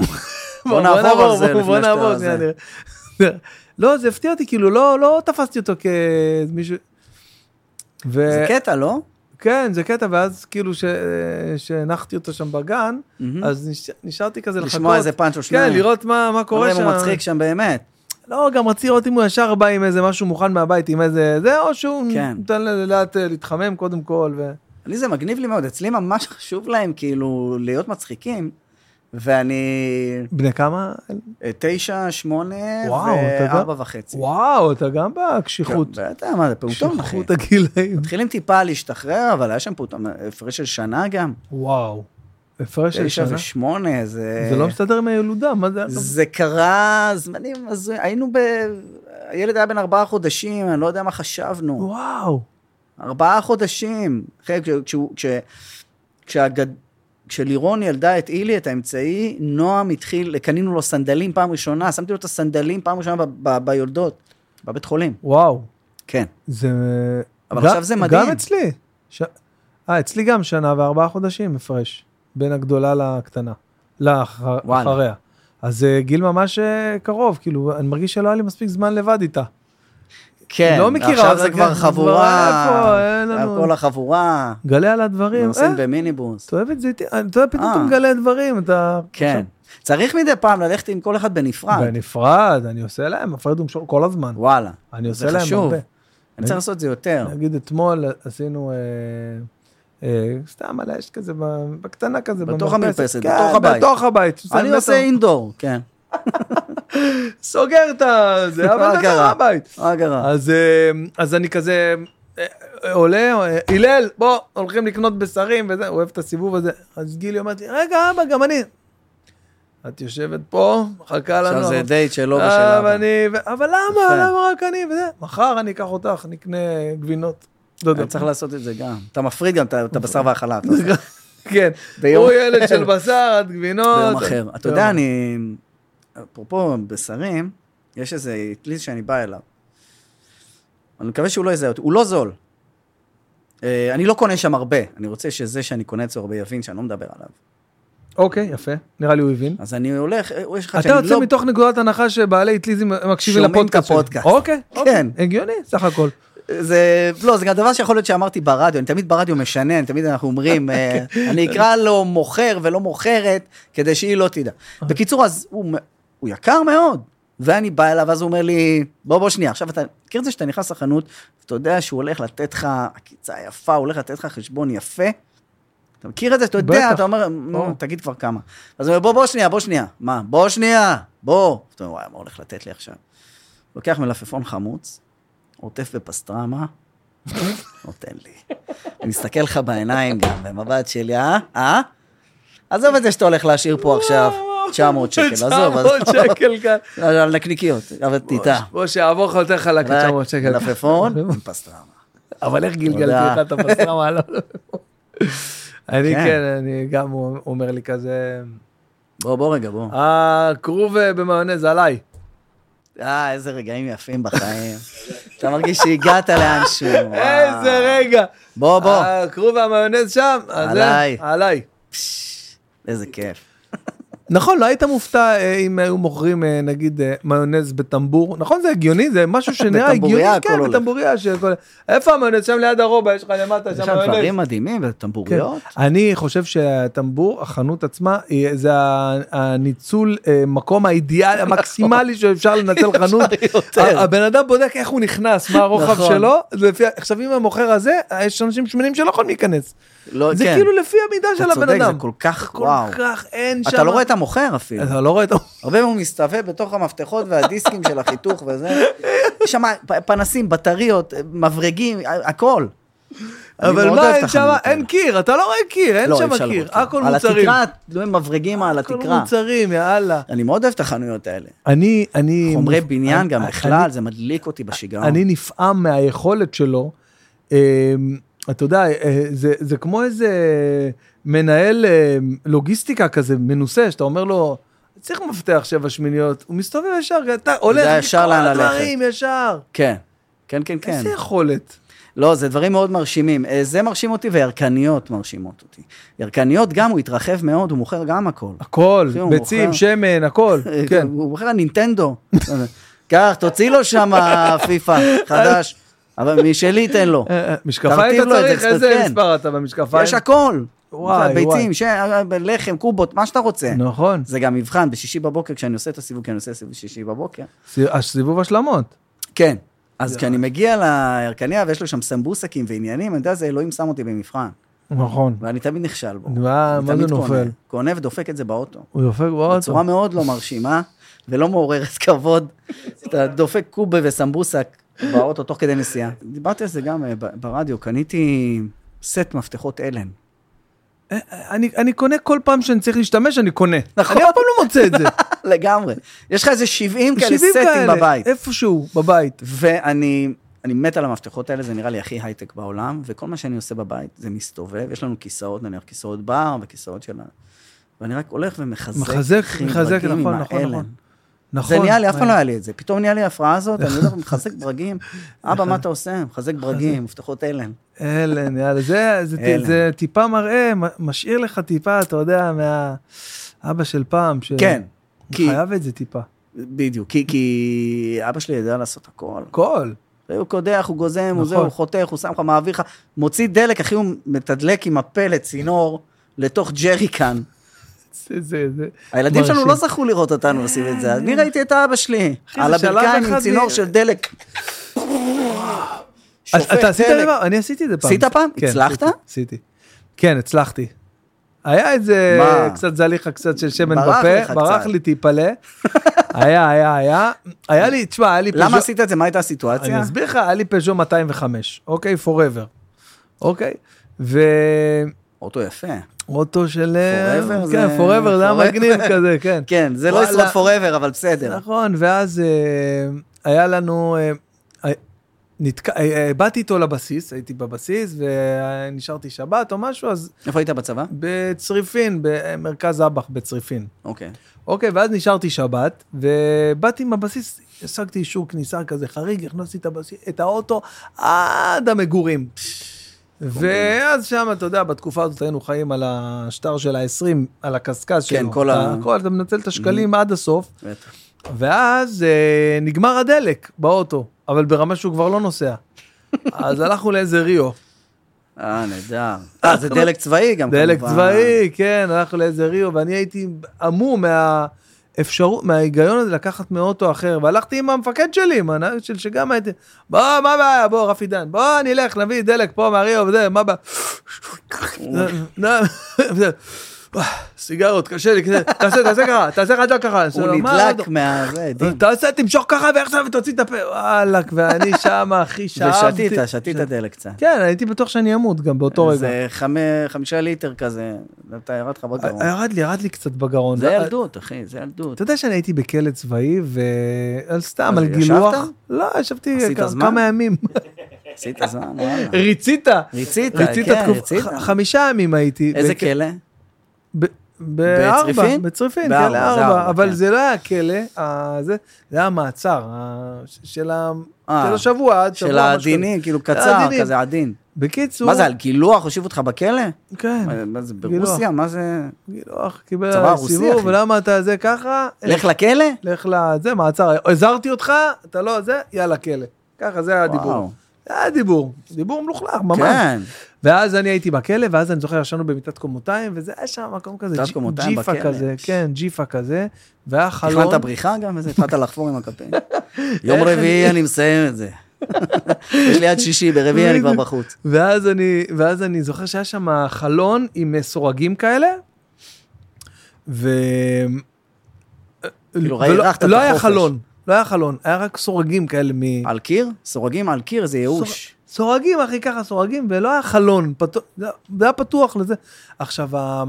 [SPEAKER 2] בוא נעבור על זה
[SPEAKER 1] בוא-
[SPEAKER 2] לפני
[SPEAKER 1] בוא
[SPEAKER 2] שאתה-
[SPEAKER 1] נעבור,
[SPEAKER 2] זה.
[SPEAKER 1] שנייה, נראה. לא, זה הפתיע אותי, כאילו, לא לא תפסתי אותו כמישהו... ו-
[SPEAKER 2] זה קטע, לא?
[SPEAKER 1] כן, זה קטע, ואז כאילו ש- שהנחתי אותו שם בגן, אז נש- נשארתי כזה לחכות.
[SPEAKER 2] Mm-hmm. לשמוע איזה פאנץ' או שניים.
[SPEAKER 1] כן, לראות מה מה קורה
[SPEAKER 2] נראה
[SPEAKER 1] שם.
[SPEAKER 2] אם הוא מצחיק שם באמת.
[SPEAKER 1] לא, גם רציתי לראות אם הוא ישר בא עם איזה משהו מוכן מהבית, עם איזה זה, או שהוא
[SPEAKER 2] כן.
[SPEAKER 1] נותן ל- לאט אה, להתחמם קודם כל. ו-
[SPEAKER 2] לי זה מגניב לי מאוד, אצלי ממש חשוב להם כאילו להיות מצחיקים, ואני
[SPEAKER 1] בני כמה?
[SPEAKER 2] אה, תשע, שמונה,
[SPEAKER 1] וואו, אתה יודע-
[SPEAKER 2] וארבע וחצי.
[SPEAKER 1] וואו, אתה גם בקשיחות.
[SPEAKER 2] כן, ואתה, מה זה פעוטון, אחי.
[SPEAKER 1] קשיחות הגילאים.
[SPEAKER 2] מתחילים טיפה להשתחרר, אבל היה שם פעוטון, הפרש של שנה גם.
[SPEAKER 1] וואו. הפרש של
[SPEAKER 2] תשע
[SPEAKER 1] שנה?
[SPEAKER 2] ושמונה, זה...
[SPEAKER 1] זה לא מסתדר עם הילודה, מה זה?
[SPEAKER 2] זה קרה זמנים, אז היינו ב... הילד היה בן ארבעה חודשים, אני לא יודע מה חשבנו.
[SPEAKER 1] וואו.
[SPEAKER 2] ארבעה חודשים. אחרי, כש- כשהוא- כש- כשהגד... כשלירון ילדה את אילי, את האמצעי, נועם התחיל, קנינו לו סנדלים פעם ראשונה, שמתי לו את הסנדלים פעם ראשונה ב- ב- ביולדות, בבית חולים.
[SPEAKER 1] וואו.
[SPEAKER 2] כן.
[SPEAKER 1] זה...
[SPEAKER 2] אבל
[SPEAKER 1] גם-
[SPEAKER 2] עכשיו זה מדהים.
[SPEAKER 1] גם אצלי. ש- אה, אצלי גם שנה וארבעה חודשים הפרש. בין הגדולה לקטנה.
[SPEAKER 2] וואלה.
[SPEAKER 1] לאחריה. אז זה גיל ממש אה, קרוב, כאילו, אני מרגיש שלא היה לי מספיק זמן לבד איתה.
[SPEAKER 2] כן,
[SPEAKER 1] לא מכירה,
[SPEAKER 2] עכשיו
[SPEAKER 1] אבל
[SPEAKER 2] זה כבר
[SPEAKER 1] כבר
[SPEAKER 2] חבורה,
[SPEAKER 1] היה פה, אין לנו-
[SPEAKER 2] על כל החבורה,
[SPEAKER 1] גלה על הדברים.
[SPEAKER 2] נוסעים
[SPEAKER 1] אה,
[SPEAKER 2] במיניבוס.
[SPEAKER 1] אתה אוהב את זה איתי? אתה יודע, פתאום
[SPEAKER 2] אה.
[SPEAKER 1] אתה מגלה דברים, אתה...
[SPEAKER 2] כן. צריך מדי פעם ללכת עם כל אחד בנפרד.
[SPEAKER 1] בנפרד, אני עושה להם הפרד ומשול כל הזמן.
[SPEAKER 2] וואלה.
[SPEAKER 1] אני
[SPEAKER 2] זה
[SPEAKER 1] עושה להם
[SPEAKER 2] חשוב.
[SPEAKER 1] הרבה.
[SPEAKER 2] אני צריך לעשות את זה יותר.
[SPEAKER 1] נגיד אתמול עשינו אה, אה, סתם על האש כזה, ב- בקטנה כזה,
[SPEAKER 2] בתוך
[SPEAKER 1] במרפסת.
[SPEAKER 2] המרפסת,
[SPEAKER 1] כן,
[SPEAKER 2] בתוך הבית.
[SPEAKER 1] בתוך הבית.
[SPEAKER 2] אני
[SPEAKER 1] זה
[SPEAKER 2] עושה
[SPEAKER 1] מטר-
[SPEAKER 2] אינדור, כן.
[SPEAKER 1] סוגר את זה, אבל
[SPEAKER 2] מה
[SPEAKER 1] בתוך
[SPEAKER 2] קרה?
[SPEAKER 1] הבית.
[SPEAKER 2] מה קרה?
[SPEAKER 1] אז אה, אז אני כזה אה, אה, עולה, אה, הלל, בוא, הולכים לקנות בשרים וזה, הוא אוהב את הסיבוב הזה. אז גילי אומרת לי, רגע, אבא, גם אני. את יושבת פה, מחכה לנו.
[SPEAKER 2] עכשיו זה דייט שלו ושל
[SPEAKER 1] אה,
[SPEAKER 2] אבא.
[SPEAKER 1] ואני- ו- אבל
[SPEAKER 2] יפה.
[SPEAKER 1] למה, למה רק אני וזה? מחר אני אקח אותך, נקנה גבינות. לא יודע.
[SPEAKER 2] אתה צריך לעשות את זה גם. אתה מפריד גם את ה- את הבשר והחלב. אתה עושה
[SPEAKER 1] כן,
[SPEAKER 2] ביום-
[SPEAKER 1] הוא ילד של בשר, את גבינות.
[SPEAKER 2] ביום אחר. אתה
[SPEAKER 1] ביום
[SPEAKER 2] יודע,
[SPEAKER 1] אחר.
[SPEAKER 2] אני... אפרופו בשרים, יש איזה אטליז שאני בא אליו. אני מקווה שהוא לא יזהה אותי. הוא לא זול. אה, אני לא קונה שם הרבה. אני רוצה שזה שאני קונה אצלו הרבה יבין שאני לא מדבר עליו.
[SPEAKER 1] אוקיי, יפה, נראה לי הוא הבין.
[SPEAKER 2] אז אני הולך, אה, יש אחד
[SPEAKER 1] אתה
[SPEAKER 2] שאני לא...
[SPEAKER 1] יוצא מתוך נקודת הנחה שבעלי אטליזים מקשיבים
[SPEAKER 2] שומעים
[SPEAKER 1] לפודקאסט.
[SPEAKER 2] את הפודקאסט.
[SPEAKER 1] שלי. אוקיי,
[SPEAKER 2] כן.
[SPEAKER 1] אוקיי, הגיוני סך הכל.
[SPEAKER 2] זה, לא, זה גם דבר שיכול להיות שאמרתי ברדיו, אני תמיד ברדיו משנן, תמיד אנחנו אומרים, אה, אני אקרא לו מוכר ולא מוכרת, כדי שהיא לא תדע. בקיצור, אז הוא, מ- הוא יקר מאוד, ואני בא אליו, אז הוא אומר לי, בוא, בוא שנייה, עכשיו אתה, מכיר את זה שאתה נכנס לחנות, אתה יודע שהוא הולך לתת לך עקיצה יפה, הוא הולך לתת לך חשבון יפה. אתה מכיר את זה? אתה יודע,
[SPEAKER 1] בטח.
[SPEAKER 2] אתה אומר,
[SPEAKER 1] ברור.
[SPEAKER 2] "נו, תגיד כבר כמה. אז הוא אומר, בוא, בוא שנייה, בוא שנייה. מה, בוא שנייה, בוא. אתה אומר, וואי, מה הולך לתת לי עכשיו? לוקח מלפפון חמוץ, עוטף בפסטרמה, נותן לי. אני מסתכל לך בעיניים גם, במבט שלי, אה? אה? עזוב את זה שאתה הולך להשאיר פה עכשיו 900 שקל, עזוב, עזוב.
[SPEAKER 1] 900 שקל כאן.
[SPEAKER 2] על נקניקיות, אבל תיטה.
[SPEAKER 1] בוא שיעבור לך יותר חלק, 900 שקל.
[SPEAKER 2] מלפפון עם פסטרמה.
[SPEAKER 1] אבל איך
[SPEAKER 2] תודה.
[SPEAKER 1] גלגלתי לך את הפסטרמה? לא, לא. אני
[SPEAKER 2] כן.
[SPEAKER 1] כן, אני גם, הוא אומר לי כזה,
[SPEAKER 2] בוא, בוא רגע, בוא.
[SPEAKER 1] הכרוב אה, במיונז עליי.
[SPEAKER 2] אה, איזה רגעים יפים בחיים. אתה מרגיש שהגעת לאנשהו. וואו.
[SPEAKER 1] איזה רגע. אה,
[SPEAKER 2] בוא, בוא.
[SPEAKER 1] הכרוב והמיונז שם, אז זה,
[SPEAKER 2] עליי.
[SPEAKER 1] עליי.
[SPEAKER 2] פש, איזה כיף.
[SPEAKER 1] נכון, לא היית מופתע אה, אם היו מוכרים אה, נגיד אה, מיונז בטמבור, נכון זה הגיוני, זה משהו שנראה הגיוני,
[SPEAKER 2] בטמבוריה הכל
[SPEAKER 1] כן,
[SPEAKER 2] הולך.
[SPEAKER 1] בטמבוריה, שהכל- איפה המיונז? שם ליד הרובע, יש לך למטה,
[SPEAKER 2] יש
[SPEAKER 1] שם
[SPEAKER 2] שם לא דברים
[SPEAKER 1] מיונז.
[SPEAKER 2] מדהימים,
[SPEAKER 1] כן.
[SPEAKER 2] וטמבוריות.
[SPEAKER 1] אני חושב שהטמבור, החנות עצמה, אה, זה ה- הניצול אה, מקום האידיאלי, המקסימלי שאפשר לנצל חנות.
[SPEAKER 2] יותר.
[SPEAKER 1] ה- הבן אדם בודק איך הוא נכנס, מה הרוחב
[SPEAKER 2] נכון.
[SPEAKER 1] שלו, לפי, עכשיו אם המוכר הזה, אה, יש אנשים שמנים שלא יכולים להיכנס.
[SPEAKER 2] לא,
[SPEAKER 1] זה
[SPEAKER 2] כן.
[SPEAKER 1] כאילו לפי המידה
[SPEAKER 2] אתה
[SPEAKER 1] של הבן
[SPEAKER 2] צודק,
[SPEAKER 1] אדם.
[SPEAKER 2] זה כל כך,
[SPEAKER 1] כל
[SPEAKER 2] וואו.
[SPEAKER 1] כך אין שם.
[SPEAKER 2] אתה לא רואה את המוכר אפילו.
[SPEAKER 1] אתה לא רואה את ה...
[SPEAKER 2] הרבה פעמים הוא מסתובב בתוך המפתחות והדיסקים של החיתוך וזה. יש שם פ- פנסים, בטריות, מברגים, ה- הכל. אני מאוד
[SPEAKER 1] אבל
[SPEAKER 2] אוהב
[SPEAKER 1] מה,
[SPEAKER 2] את
[SPEAKER 1] אין שם,
[SPEAKER 2] החנויות האלה.
[SPEAKER 1] אין קיר, אתה לא רואה קיר, אין
[SPEAKER 2] לא, אי אפשר
[SPEAKER 1] שם
[SPEAKER 2] לראות
[SPEAKER 1] קיר,
[SPEAKER 2] אותם.
[SPEAKER 1] הכל מוצרים.
[SPEAKER 2] על התקרה, לא, מברגים על
[SPEAKER 1] הכל
[SPEAKER 2] התקרה.
[SPEAKER 1] מוצרים, יאללה.
[SPEAKER 2] אני מאוד אוהב את החנויות האלה.
[SPEAKER 1] אני, אני...
[SPEAKER 2] חומרי
[SPEAKER 1] מופ-
[SPEAKER 2] בניין
[SPEAKER 1] אני-
[SPEAKER 2] גם
[SPEAKER 1] אני-
[SPEAKER 2] בכלל, זה מדליק אותי בשיגעון.
[SPEAKER 1] אני נפעם מהיכולת שלו. אמ, אתה יודע, אה, זה, זה כמו איזה מנהל אה, לוגיסטיקה כזה מנוסה, שאתה אומר לו, צריך מפתח שבע שמיניות, הוא מסתובב ישר, אתה הולך
[SPEAKER 2] יודע ישר לאן ללכת.
[SPEAKER 1] הדברים ישר.
[SPEAKER 2] כן. כן, כן, כן.
[SPEAKER 1] איזה יכולת.
[SPEAKER 2] לא, זה דברים מאוד מרשימים. אה, זה מרשים אותי וירקניות מרשימות אותי. ירקניות גם, הוא התרחב מאוד, הוא מוכר גם הכל.
[SPEAKER 1] הכל,
[SPEAKER 2] אחי, הוא
[SPEAKER 1] ביצים,
[SPEAKER 2] מוכר.
[SPEAKER 1] שמן, הכל, כן.
[SPEAKER 2] הוא מוכר נינטנדו. קח, תוציא לו שם פיפא חדש, אבל משלי תן לו.
[SPEAKER 1] אה, אה, משקפיים
[SPEAKER 2] תרטיב
[SPEAKER 1] אתה
[SPEAKER 2] לו את זה
[SPEAKER 1] צריך?
[SPEAKER 2] קצת,
[SPEAKER 1] איזה
[SPEAKER 2] כן.
[SPEAKER 1] מספר אתה במשקפיים?
[SPEAKER 2] יש הכל.
[SPEAKER 1] וואי,
[SPEAKER 2] ביצים, ש- אה, לחם, קובות, מה שאתה רוצה.
[SPEAKER 1] נכון,
[SPEAKER 2] זה גם מבחן, בשישי בבוקר, כשאני עושה את הסיבוב, כי אני עושה סיבוב שישי בבוקר.
[SPEAKER 1] סי- הסיבוב השלמות.
[SPEAKER 2] כן. אז כשאני
[SPEAKER 1] נכון.
[SPEAKER 2] מגיע לירקניה ויש לו שם סמבוסקים ועניינים, אני יודע, זה אלוהים שם אותי במבחן.
[SPEAKER 1] נכון.
[SPEAKER 2] ואני תמיד נכשל בו.
[SPEAKER 1] מה-
[SPEAKER 2] אני
[SPEAKER 1] מה זה
[SPEAKER 2] תמיד קונה.
[SPEAKER 1] נופל?
[SPEAKER 2] קונה ודופק את זה באוטו.
[SPEAKER 1] הוא דופק באוטו.
[SPEAKER 2] בצורה מאוד לא מרשימה, ולא מעוררת כבוד. אתה דופק קובה וסמבוסק באוטו תוך כדי נסיעה. דיברתי על זה גם אה, ב- ברדיו, קניתי סט מפתחות אלן.
[SPEAKER 1] אני, אני קונה כל פעם שאני צריך להשתמש, אני קונה. נכון. אני אף פעם לא מוצא את זה.
[SPEAKER 2] לגמרי. יש לך איזה 70 כאלה
[SPEAKER 1] 70
[SPEAKER 2] כן, סטים
[SPEAKER 1] כאלה,
[SPEAKER 2] בבית.
[SPEAKER 1] איפשהו, בבית.
[SPEAKER 2] ואני אני מת על המפתחות האלה, זה נראה לי הכי הייטק בעולם, וכל מה שאני עושה בבית זה מסתובב, יש לנו כיסאות, נניח כיסאות בר וכיסאות של ה... ואני רק הולך ומחזק.
[SPEAKER 1] מחזק,
[SPEAKER 2] אחי,
[SPEAKER 1] מחזק,
[SPEAKER 2] ברגים עם
[SPEAKER 1] נכון, נכון,
[SPEAKER 2] האלם.
[SPEAKER 1] נכון. נכון.
[SPEAKER 2] זה נהיה לי, אף פעם לא היה לי את זה. פתאום נהיה לי ההפרעה הזאת, אני הולך ומחזק ברגים. אבא, מה אתה עושה? מחזק
[SPEAKER 1] אה,
[SPEAKER 2] ברגים, מפתחות אלן.
[SPEAKER 1] אלן, יאללה, זה, זה,
[SPEAKER 2] אלן.
[SPEAKER 1] זה טיפה מראה, מ- משאיר לך טיפה, אתה יודע, מה... אבא של פעם, ש...
[SPEAKER 2] כן,
[SPEAKER 1] הוא
[SPEAKER 2] כי-
[SPEAKER 1] חייב את זה טיפה.
[SPEAKER 2] בדיוק. כי- כי אבא שלי ידע לעשות הכל.
[SPEAKER 1] הכל.
[SPEAKER 2] הוא קודח, הוא גוזם, הוא
[SPEAKER 1] נכון.
[SPEAKER 2] זה, הוא חותך, הוא שם לך, מעביר לך, מוציא דלק, אחי, הוא מתדלק עם הפה לצינור לתוך ג'ריקן.
[SPEAKER 1] זה, זה, זה.
[SPEAKER 2] הילדים שלנו
[SPEAKER 1] מרשים. אה.
[SPEAKER 2] לא זכו לראות אותנו עושים את זה, אז אני ראיתי את אבא שלי,
[SPEAKER 1] אחי,
[SPEAKER 2] על
[SPEAKER 1] זה שלב
[SPEAKER 2] הברכיים
[SPEAKER 1] אחד
[SPEAKER 2] עם צינור
[SPEAKER 1] זה-
[SPEAKER 2] של דלק.
[SPEAKER 1] אז
[SPEAKER 2] שופך
[SPEAKER 1] אתה עשית
[SPEAKER 2] דלק.
[SPEAKER 1] דבר? אני עשיתי את זה פעם.
[SPEAKER 2] עשית פעם?
[SPEAKER 1] כן,
[SPEAKER 2] הצלחת?
[SPEAKER 1] עשיתי, עשיתי. כן, הצלחתי. היה איזה
[SPEAKER 2] מה?
[SPEAKER 1] קצת זליכה קצת של שמן
[SPEAKER 2] ברח לך
[SPEAKER 1] בפה, ברח
[SPEAKER 2] קצת.
[SPEAKER 1] לי טיפלה. היה, היה, היה. היה לי, תשמע, היה לי
[SPEAKER 2] למה עשית את זה? מה הייתה הסיטואציה?
[SPEAKER 1] אני אסביר לך, היה לי פז'ו 205, אוקיי? forever. אוקיי? ו...
[SPEAKER 2] אוטו יפה.
[SPEAKER 1] אוטו של... כן,
[SPEAKER 2] Forever זה-
[SPEAKER 1] forever, זה היה
[SPEAKER 2] Forever.
[SPEAKER 1] מגניב כזה, כן.
[SPEAKER 2] כן, זה לא
[SPEAKER 1] וואלה.
[SPEAKER 2] ישרוד forever, אבל בסדר.
[SPEAKER 1] נכון, ואז אה, היה לנו... אה, אה, נתק... אה, אה, באתי איתו לבסיס, הייתי בבסיס ונשארתי שבת או משהו, אז
[SPEAKER 2] איפה היית בצבא?
[SPEAKER 1] בצריפין, במרכז אבח בצריפין.
[SPEAKER 2] אוקיי.
[SPEAKER 1] אוקיי, ואז נשארתי שבת, ובאתי עם הבסיס, השגתי אישור כניסה כזה חריג, הכנסתי את, הבסיס, את האוטו עד המגורים. ואז שם, אתה יודע, בתקופה הזאת היינו חיים על השטר של ה-20, על הקשקש
[SPEAKER 2] כן,
[SPEAKER 1] שלו.
[SPEAKER 2] כל ה- Mm-hmm.
[SPEAKER 1] הכל, אתה מנצל את השקלים עד הסוף,
[SPEAKER 2] בטח.
[SPEAKER 1] ואז אה, נגמר הדלק באוטו, אבל ברמה שהוא כבר לא נוסע. אז הלכנו לאיזה ריו.
[SPEAKER 2] אה, נהדר. אה, זה דלק צבאי גם כמובן.
[SPEAKER 1] דלק צבאי, כן, הלכנו לאיזה ריו, ואני הייתי המום מהאפשרות, מההיגיון הזה לקחת מאוטו אחר, והלכתי עם המפקד שלי, עם הנהג של שגם הייתי, בוא, מה הבעיה, בוא, רפי דן, בוא, נלך, נביא דלק פה מהריו וזה, מה הבעיה? וזה, סיגרות, קשה לי, כזה, תעשה, תעשה ככה, תעשה לך דק ככה.
[SPEAKER 2] הוא נדלק מה... זה, עדים.
[SPEAKER 1] תעשה, תמשוך ככה ועכשיו תוציא את הפה, וואלכ, ואני שם, אחי, שאבתי.
[SPEAKER 2] ושתית, שתית דלק קצת.
[SPEAKER 1] כן, הייתי בטוח שאני אמות גם באותו רגע.
[SPEAKER 2] זה חמ- חמישה ליטר כזה, אתה ירד לך בגרון.
[SPEAKER 1] אה, ירד לי, ירד לי קצת בגרון. אה,
[SPEAKER 2] זה ילדות, אחי, זה ילדות.
[SPEAKER 1] אתה יודע שאני הייתי בכלא צבאי, ועל סתם,
[SPEAKER 2] אז
[SPEAKER 1] על
[SPEAKER 2] אה, ישבת?
[SPEAKER 1] גילוח. לא, ישבתי
[SPEAKER 2] עשית
[SPEAKER 1] כ-
[SPEAKER 2] זמן?
[SPEAKER 1] כמה ימים. אה,
[SPEAKER 2] עשית זמן, וואלה.
[SPEAKER 1] ריצית.
[SPEAKER 2] ריצית,
[SPEAKER 1] אה, ריצית
[SPEAKER 2] כן,
[SPEAKER 1] תקופ-
[SPEAKER 2] רצית.
[SPEAKER 1] ח- חמישה ימים הייתי.
[SPEAKER 2] איזה
[SPEAKER 1] בכ-
[SPEAKER 2] כלא?
[SPEAKER 1] ב- בארבע,
[SPEAKER 2] בצריפין?
[SPEAKER 1] בצריפין,
[SPEAKER 2] בארבע,
[SPEAKER 1] כלא
[SPEAKER 2] זה
[SPEAKER 1] ארבע,
[SPEAKER 2] ארבע,
[SPEAKER 1] אבל
[SPEAKER 2] כן.
[SPEAKER 1] זה לא היה כלא, אה, זה זה היה מעצר אה, ש- של ה-
[SPEAKER 2] אה.
[SPEAKER 1] של השבוע, עד שבוע.
[SPEAKER 2] של
[SPEAKER 1] משהו כזה.
[SPEAKER 2] העדינים, כאילו קצר,
[SPEAKER 1] העדינים.
[SPEAKER 2] כזה עדין.
[SPEAKER 1] בקיצור...
[SPEAKER 2] מה זה, על גילוח הושיב אותך בכלא?
[SPEAKER 1] כן.
[SPEAKER 2] מה- מה זה,
[SPEAKER 1] גילוח. אה.
[SPEAKER 2] ברוסיה? מה זה...
[SPEAKER 1] גילוח קיבל
[SPEAKER 2] צבא
[SPEAKER 1] עליי
[SPEAKER 2] רוסי,
[SPEAKER 1] סיבוב,
[SPEAKER 2] אחי.
[SPEAKER 1] ולמה אתה זה ככה?
[SPEAKER 2] לך לכלא?
[SPEAKER 1] לך לזה, מעצר, הזהרתי אותך, אתה לא זה, יאללה כלא. ככה זה הדיבור.
[SPEAKER 2] וואו.
[SPEAKER 1] זה היה דיבור, דיבור מלוכלך, אה, ממש.
[SPEAKER 2] כן.
[SPEAKER 1] ואז אני הייתי בכלא, ואז אני זוכר, ישנו במיטת קומותיים, וזה היה שם מקום כזה,
[SPEAKER 2] מיטת
[SPEAKER 1] ג'י-
[SPEAKER 2] קומותיים
[SPEAKER 1] ג'יפה
[SPEAKER 2] בכלא.
[SPEAKER 1] כזה, כן, ג'יפה כזה, והיה חלון.
[SPEAKER 2] תכננת בריחה גם וזה? התחלת לחפור עם הכפיים. יום
[SPEAKER 1] איך
[SPEAKER 2] רביעי אני מסיים את זה. יש לי עד שישי, ברביעי אני כבר בחוץ.
[SPEAKER 1] ואז אני, ואז אני זוכר שהיה שם חלון עם סורגים כאלה, ו...
[SPEAKER 2] כאילו,
[SPEAKER 1] ולא-
[SPEAKER 2] הארכת את
[SPEAKER 1] לא היה
[SPEAKER 2] החופש.
[SPEAKER 1] חלון, לא היה חלון, היה רק סורגים כאלה מ...
[SPEAKER 2] על קיר? סורגים על קיר זה ייאוש.
[SPEAKER 1] סורגים, אחי, ככה סורגים, ולא היה חלון, פתוח, זה היה פתוח לזה. עכשיו, ה-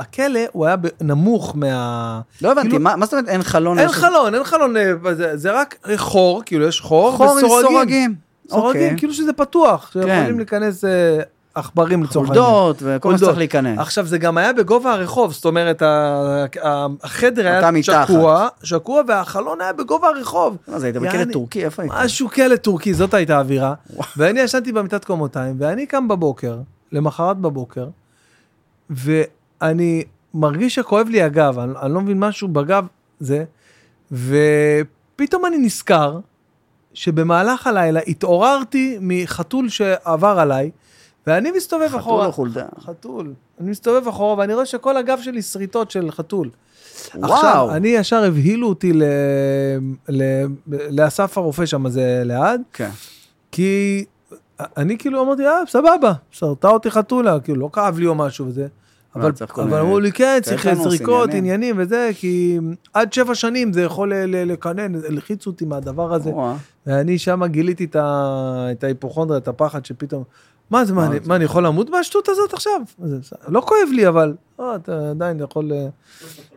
[SPEAKER 1] הכלא, הוא היה ב- נמוך מה...
[SPEAKER 2] לא הבנתי,
[SPEAKER 1] כאילו-
[SPEAKER 2] מה מה זאת אומרת אין חלון?
[SPEAKER 1] אין
[SPEAKER 2] יש-
[SPEAKER 1] חלון, אין חלון, אה, זה- זה רק חור, כאילו, יש חור
[SPEAKER 2] חור עם
[SPEAKER 1] וסורגים.
[SPEAKER 2] סורגים.
[SPEAKER 1] סורגים,
[SPEAKER 2] אוקיי.
[SPEAKER 1] כאילו שזה פתוח, שיכולים
[SPEAKER 2] כן.
[SPEAKER 1] להיכנס אה, עכברים לצורך
[SPEAKER 2] חולדות וכל מה שצריך
[SPEAKER 1] חולדות.
[SPEAKER 2] להיכנס.
[SPEAKER 1] עכשיו זה גם היה בגובה הרחוב, זאת אומרת ה- ה- החדר היה
[SPEAKER 2] אתה מתחת.
[SPEAKER 1] שקוע, שקוע והחלון היה בגובה הרחוב.
[SPEAKER 2] מה זה, היית בכלא
[SPEAKER 1] יעני,
[SPEAKER 2] טורקי? איפה היית?
[SPEAKER 1] משהו כלא טורקי, זאת הייתה האווירה. ואני ישנתי במיטת קומותיים, ואני קם בבוקר, למחרת בבוקר, ואני מרגיש שכואב לי הגב, אני, אני לא מבין משהו בגב זה, ופתאום אני נזכר שבמהלך הלילה התעוררתי מחתול שעבר עליי, ואני מסתובב
[SPEAKER 2] חתול
[SPEAKER 1] אחורה.
[SPEAKER 2] או חולדה?
[SPEAKER 1] חתול. אני מסתובב אחורה ואני רואה שכל הגב שלי שריטות של חתול.
[SPEAKER 2] וואו.
[SPEAKER 1] עכשיו, אני ישר הבהילו אותי ל... ל... לאסף הרופא שם, זה ליד,
[SPEAKER 2] כן.
[SPEAKER 1] כי אני כאילו אמרתי, אה, סבבה, שרטה אותי חתולה, כאילו לא כאב לי או משהו וזה. אבל,
[SPEAKER 2] צריך כל
[SPEAKER 1] אבל
[SPEAKER 2] מיני-
[SPEAKER 1] אמרו לי, כן, צריך
[SPEAKER 2] תנוס,
[SPEAKER 1] זריקות,
[SPEAKER 2] עניינים."
[SPEAKER 1] עניינים וזה, כי עד שבע שנים זה יכול ל- ל- לקנן, הלחיצו אותי מהדבר הזה.
[SPEAKER 2] וואו.
[SPEAKER 1] ואני שם גיליתי את ה- את ההיפוכונדריה, את הפחד שפתאום, מה זה, מה,
[SPEAKER 2] מה
[SPEAKER 1] אני,
[SPEAKER 2] זה?
[SPEAKER 1] מה, אני יכול למות מהשטות הזאת עכשיו? זה, זה- לא כואב לי, אבל, אה, אתה עדיין יכול... אה,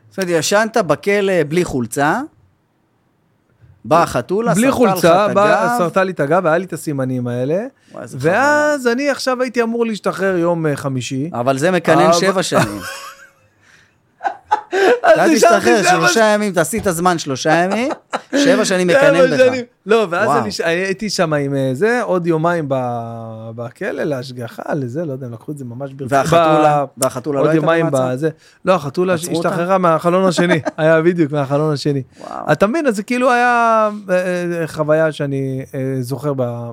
[SPEAKER 2] זאת אומרת, ישנת בכלא בלי חולצה, באה חתולה,
[SPEAKER 1] בלי חולצה, בא-
[SPEAKER 2] סרטה לך את הגב.
[SPEAKER 1] סרטה לי את הגב, והיה לי את הסימנים האלה,
[SPEAKER 2] וואי, איזה חוויה.
[SPEAKER 1] ואז אני עכשיו הייתי אמור להשתחרר יום אה, חמישי.
[SPEAKER 2] אבל זה מקנן
[SPEAKER 1] אבל-
[SPEAKER 2] שבע שנים.
[SPEAKER 1] אז
[SPEAKER 2] אתה
[SPEAKER 1] נשארתי
[SPEAKER 2] תשתחרר
[SPEAKER 1] שבע
[SPEAKER 2] שלושה ימים, תעשי את הזמן שלושה ימים, שבע שנים מקנן
[SPEAKER 1] שבע שנים.
[SPEAKER 2] בך.
[SPEAKER 1] לא, ואז
[SPEAKER 2] וואו.
[SPEAKER 1] אני ש- הייתי שם עם אה, זה, עוד יומיים ב- בכלא להשגחה, לזה, לא יודע, הם לקחו את זה ממש ברצינות.
[SPEAKER 2] והחתולה, והחתולה לא
[SPEAKER 1] עוד
[SPEAKER 2] הייתה
[SPEAKER 1] יומיים
[SPEAKER 2] במעצר.
[SPEAKER 1] בזה. לא, החתולה
[SPEAKER 2] עצרו אותה?
[SPEAKER 1] השתחררה מהחלון השני, היה בדיוק מהחלון השני.
[SPEAKER 2] וואו.
[SPEAKER 1] אתה מבין, אז זה כאילו היה אה, אה, חוויה שאני אה, זוכר ב-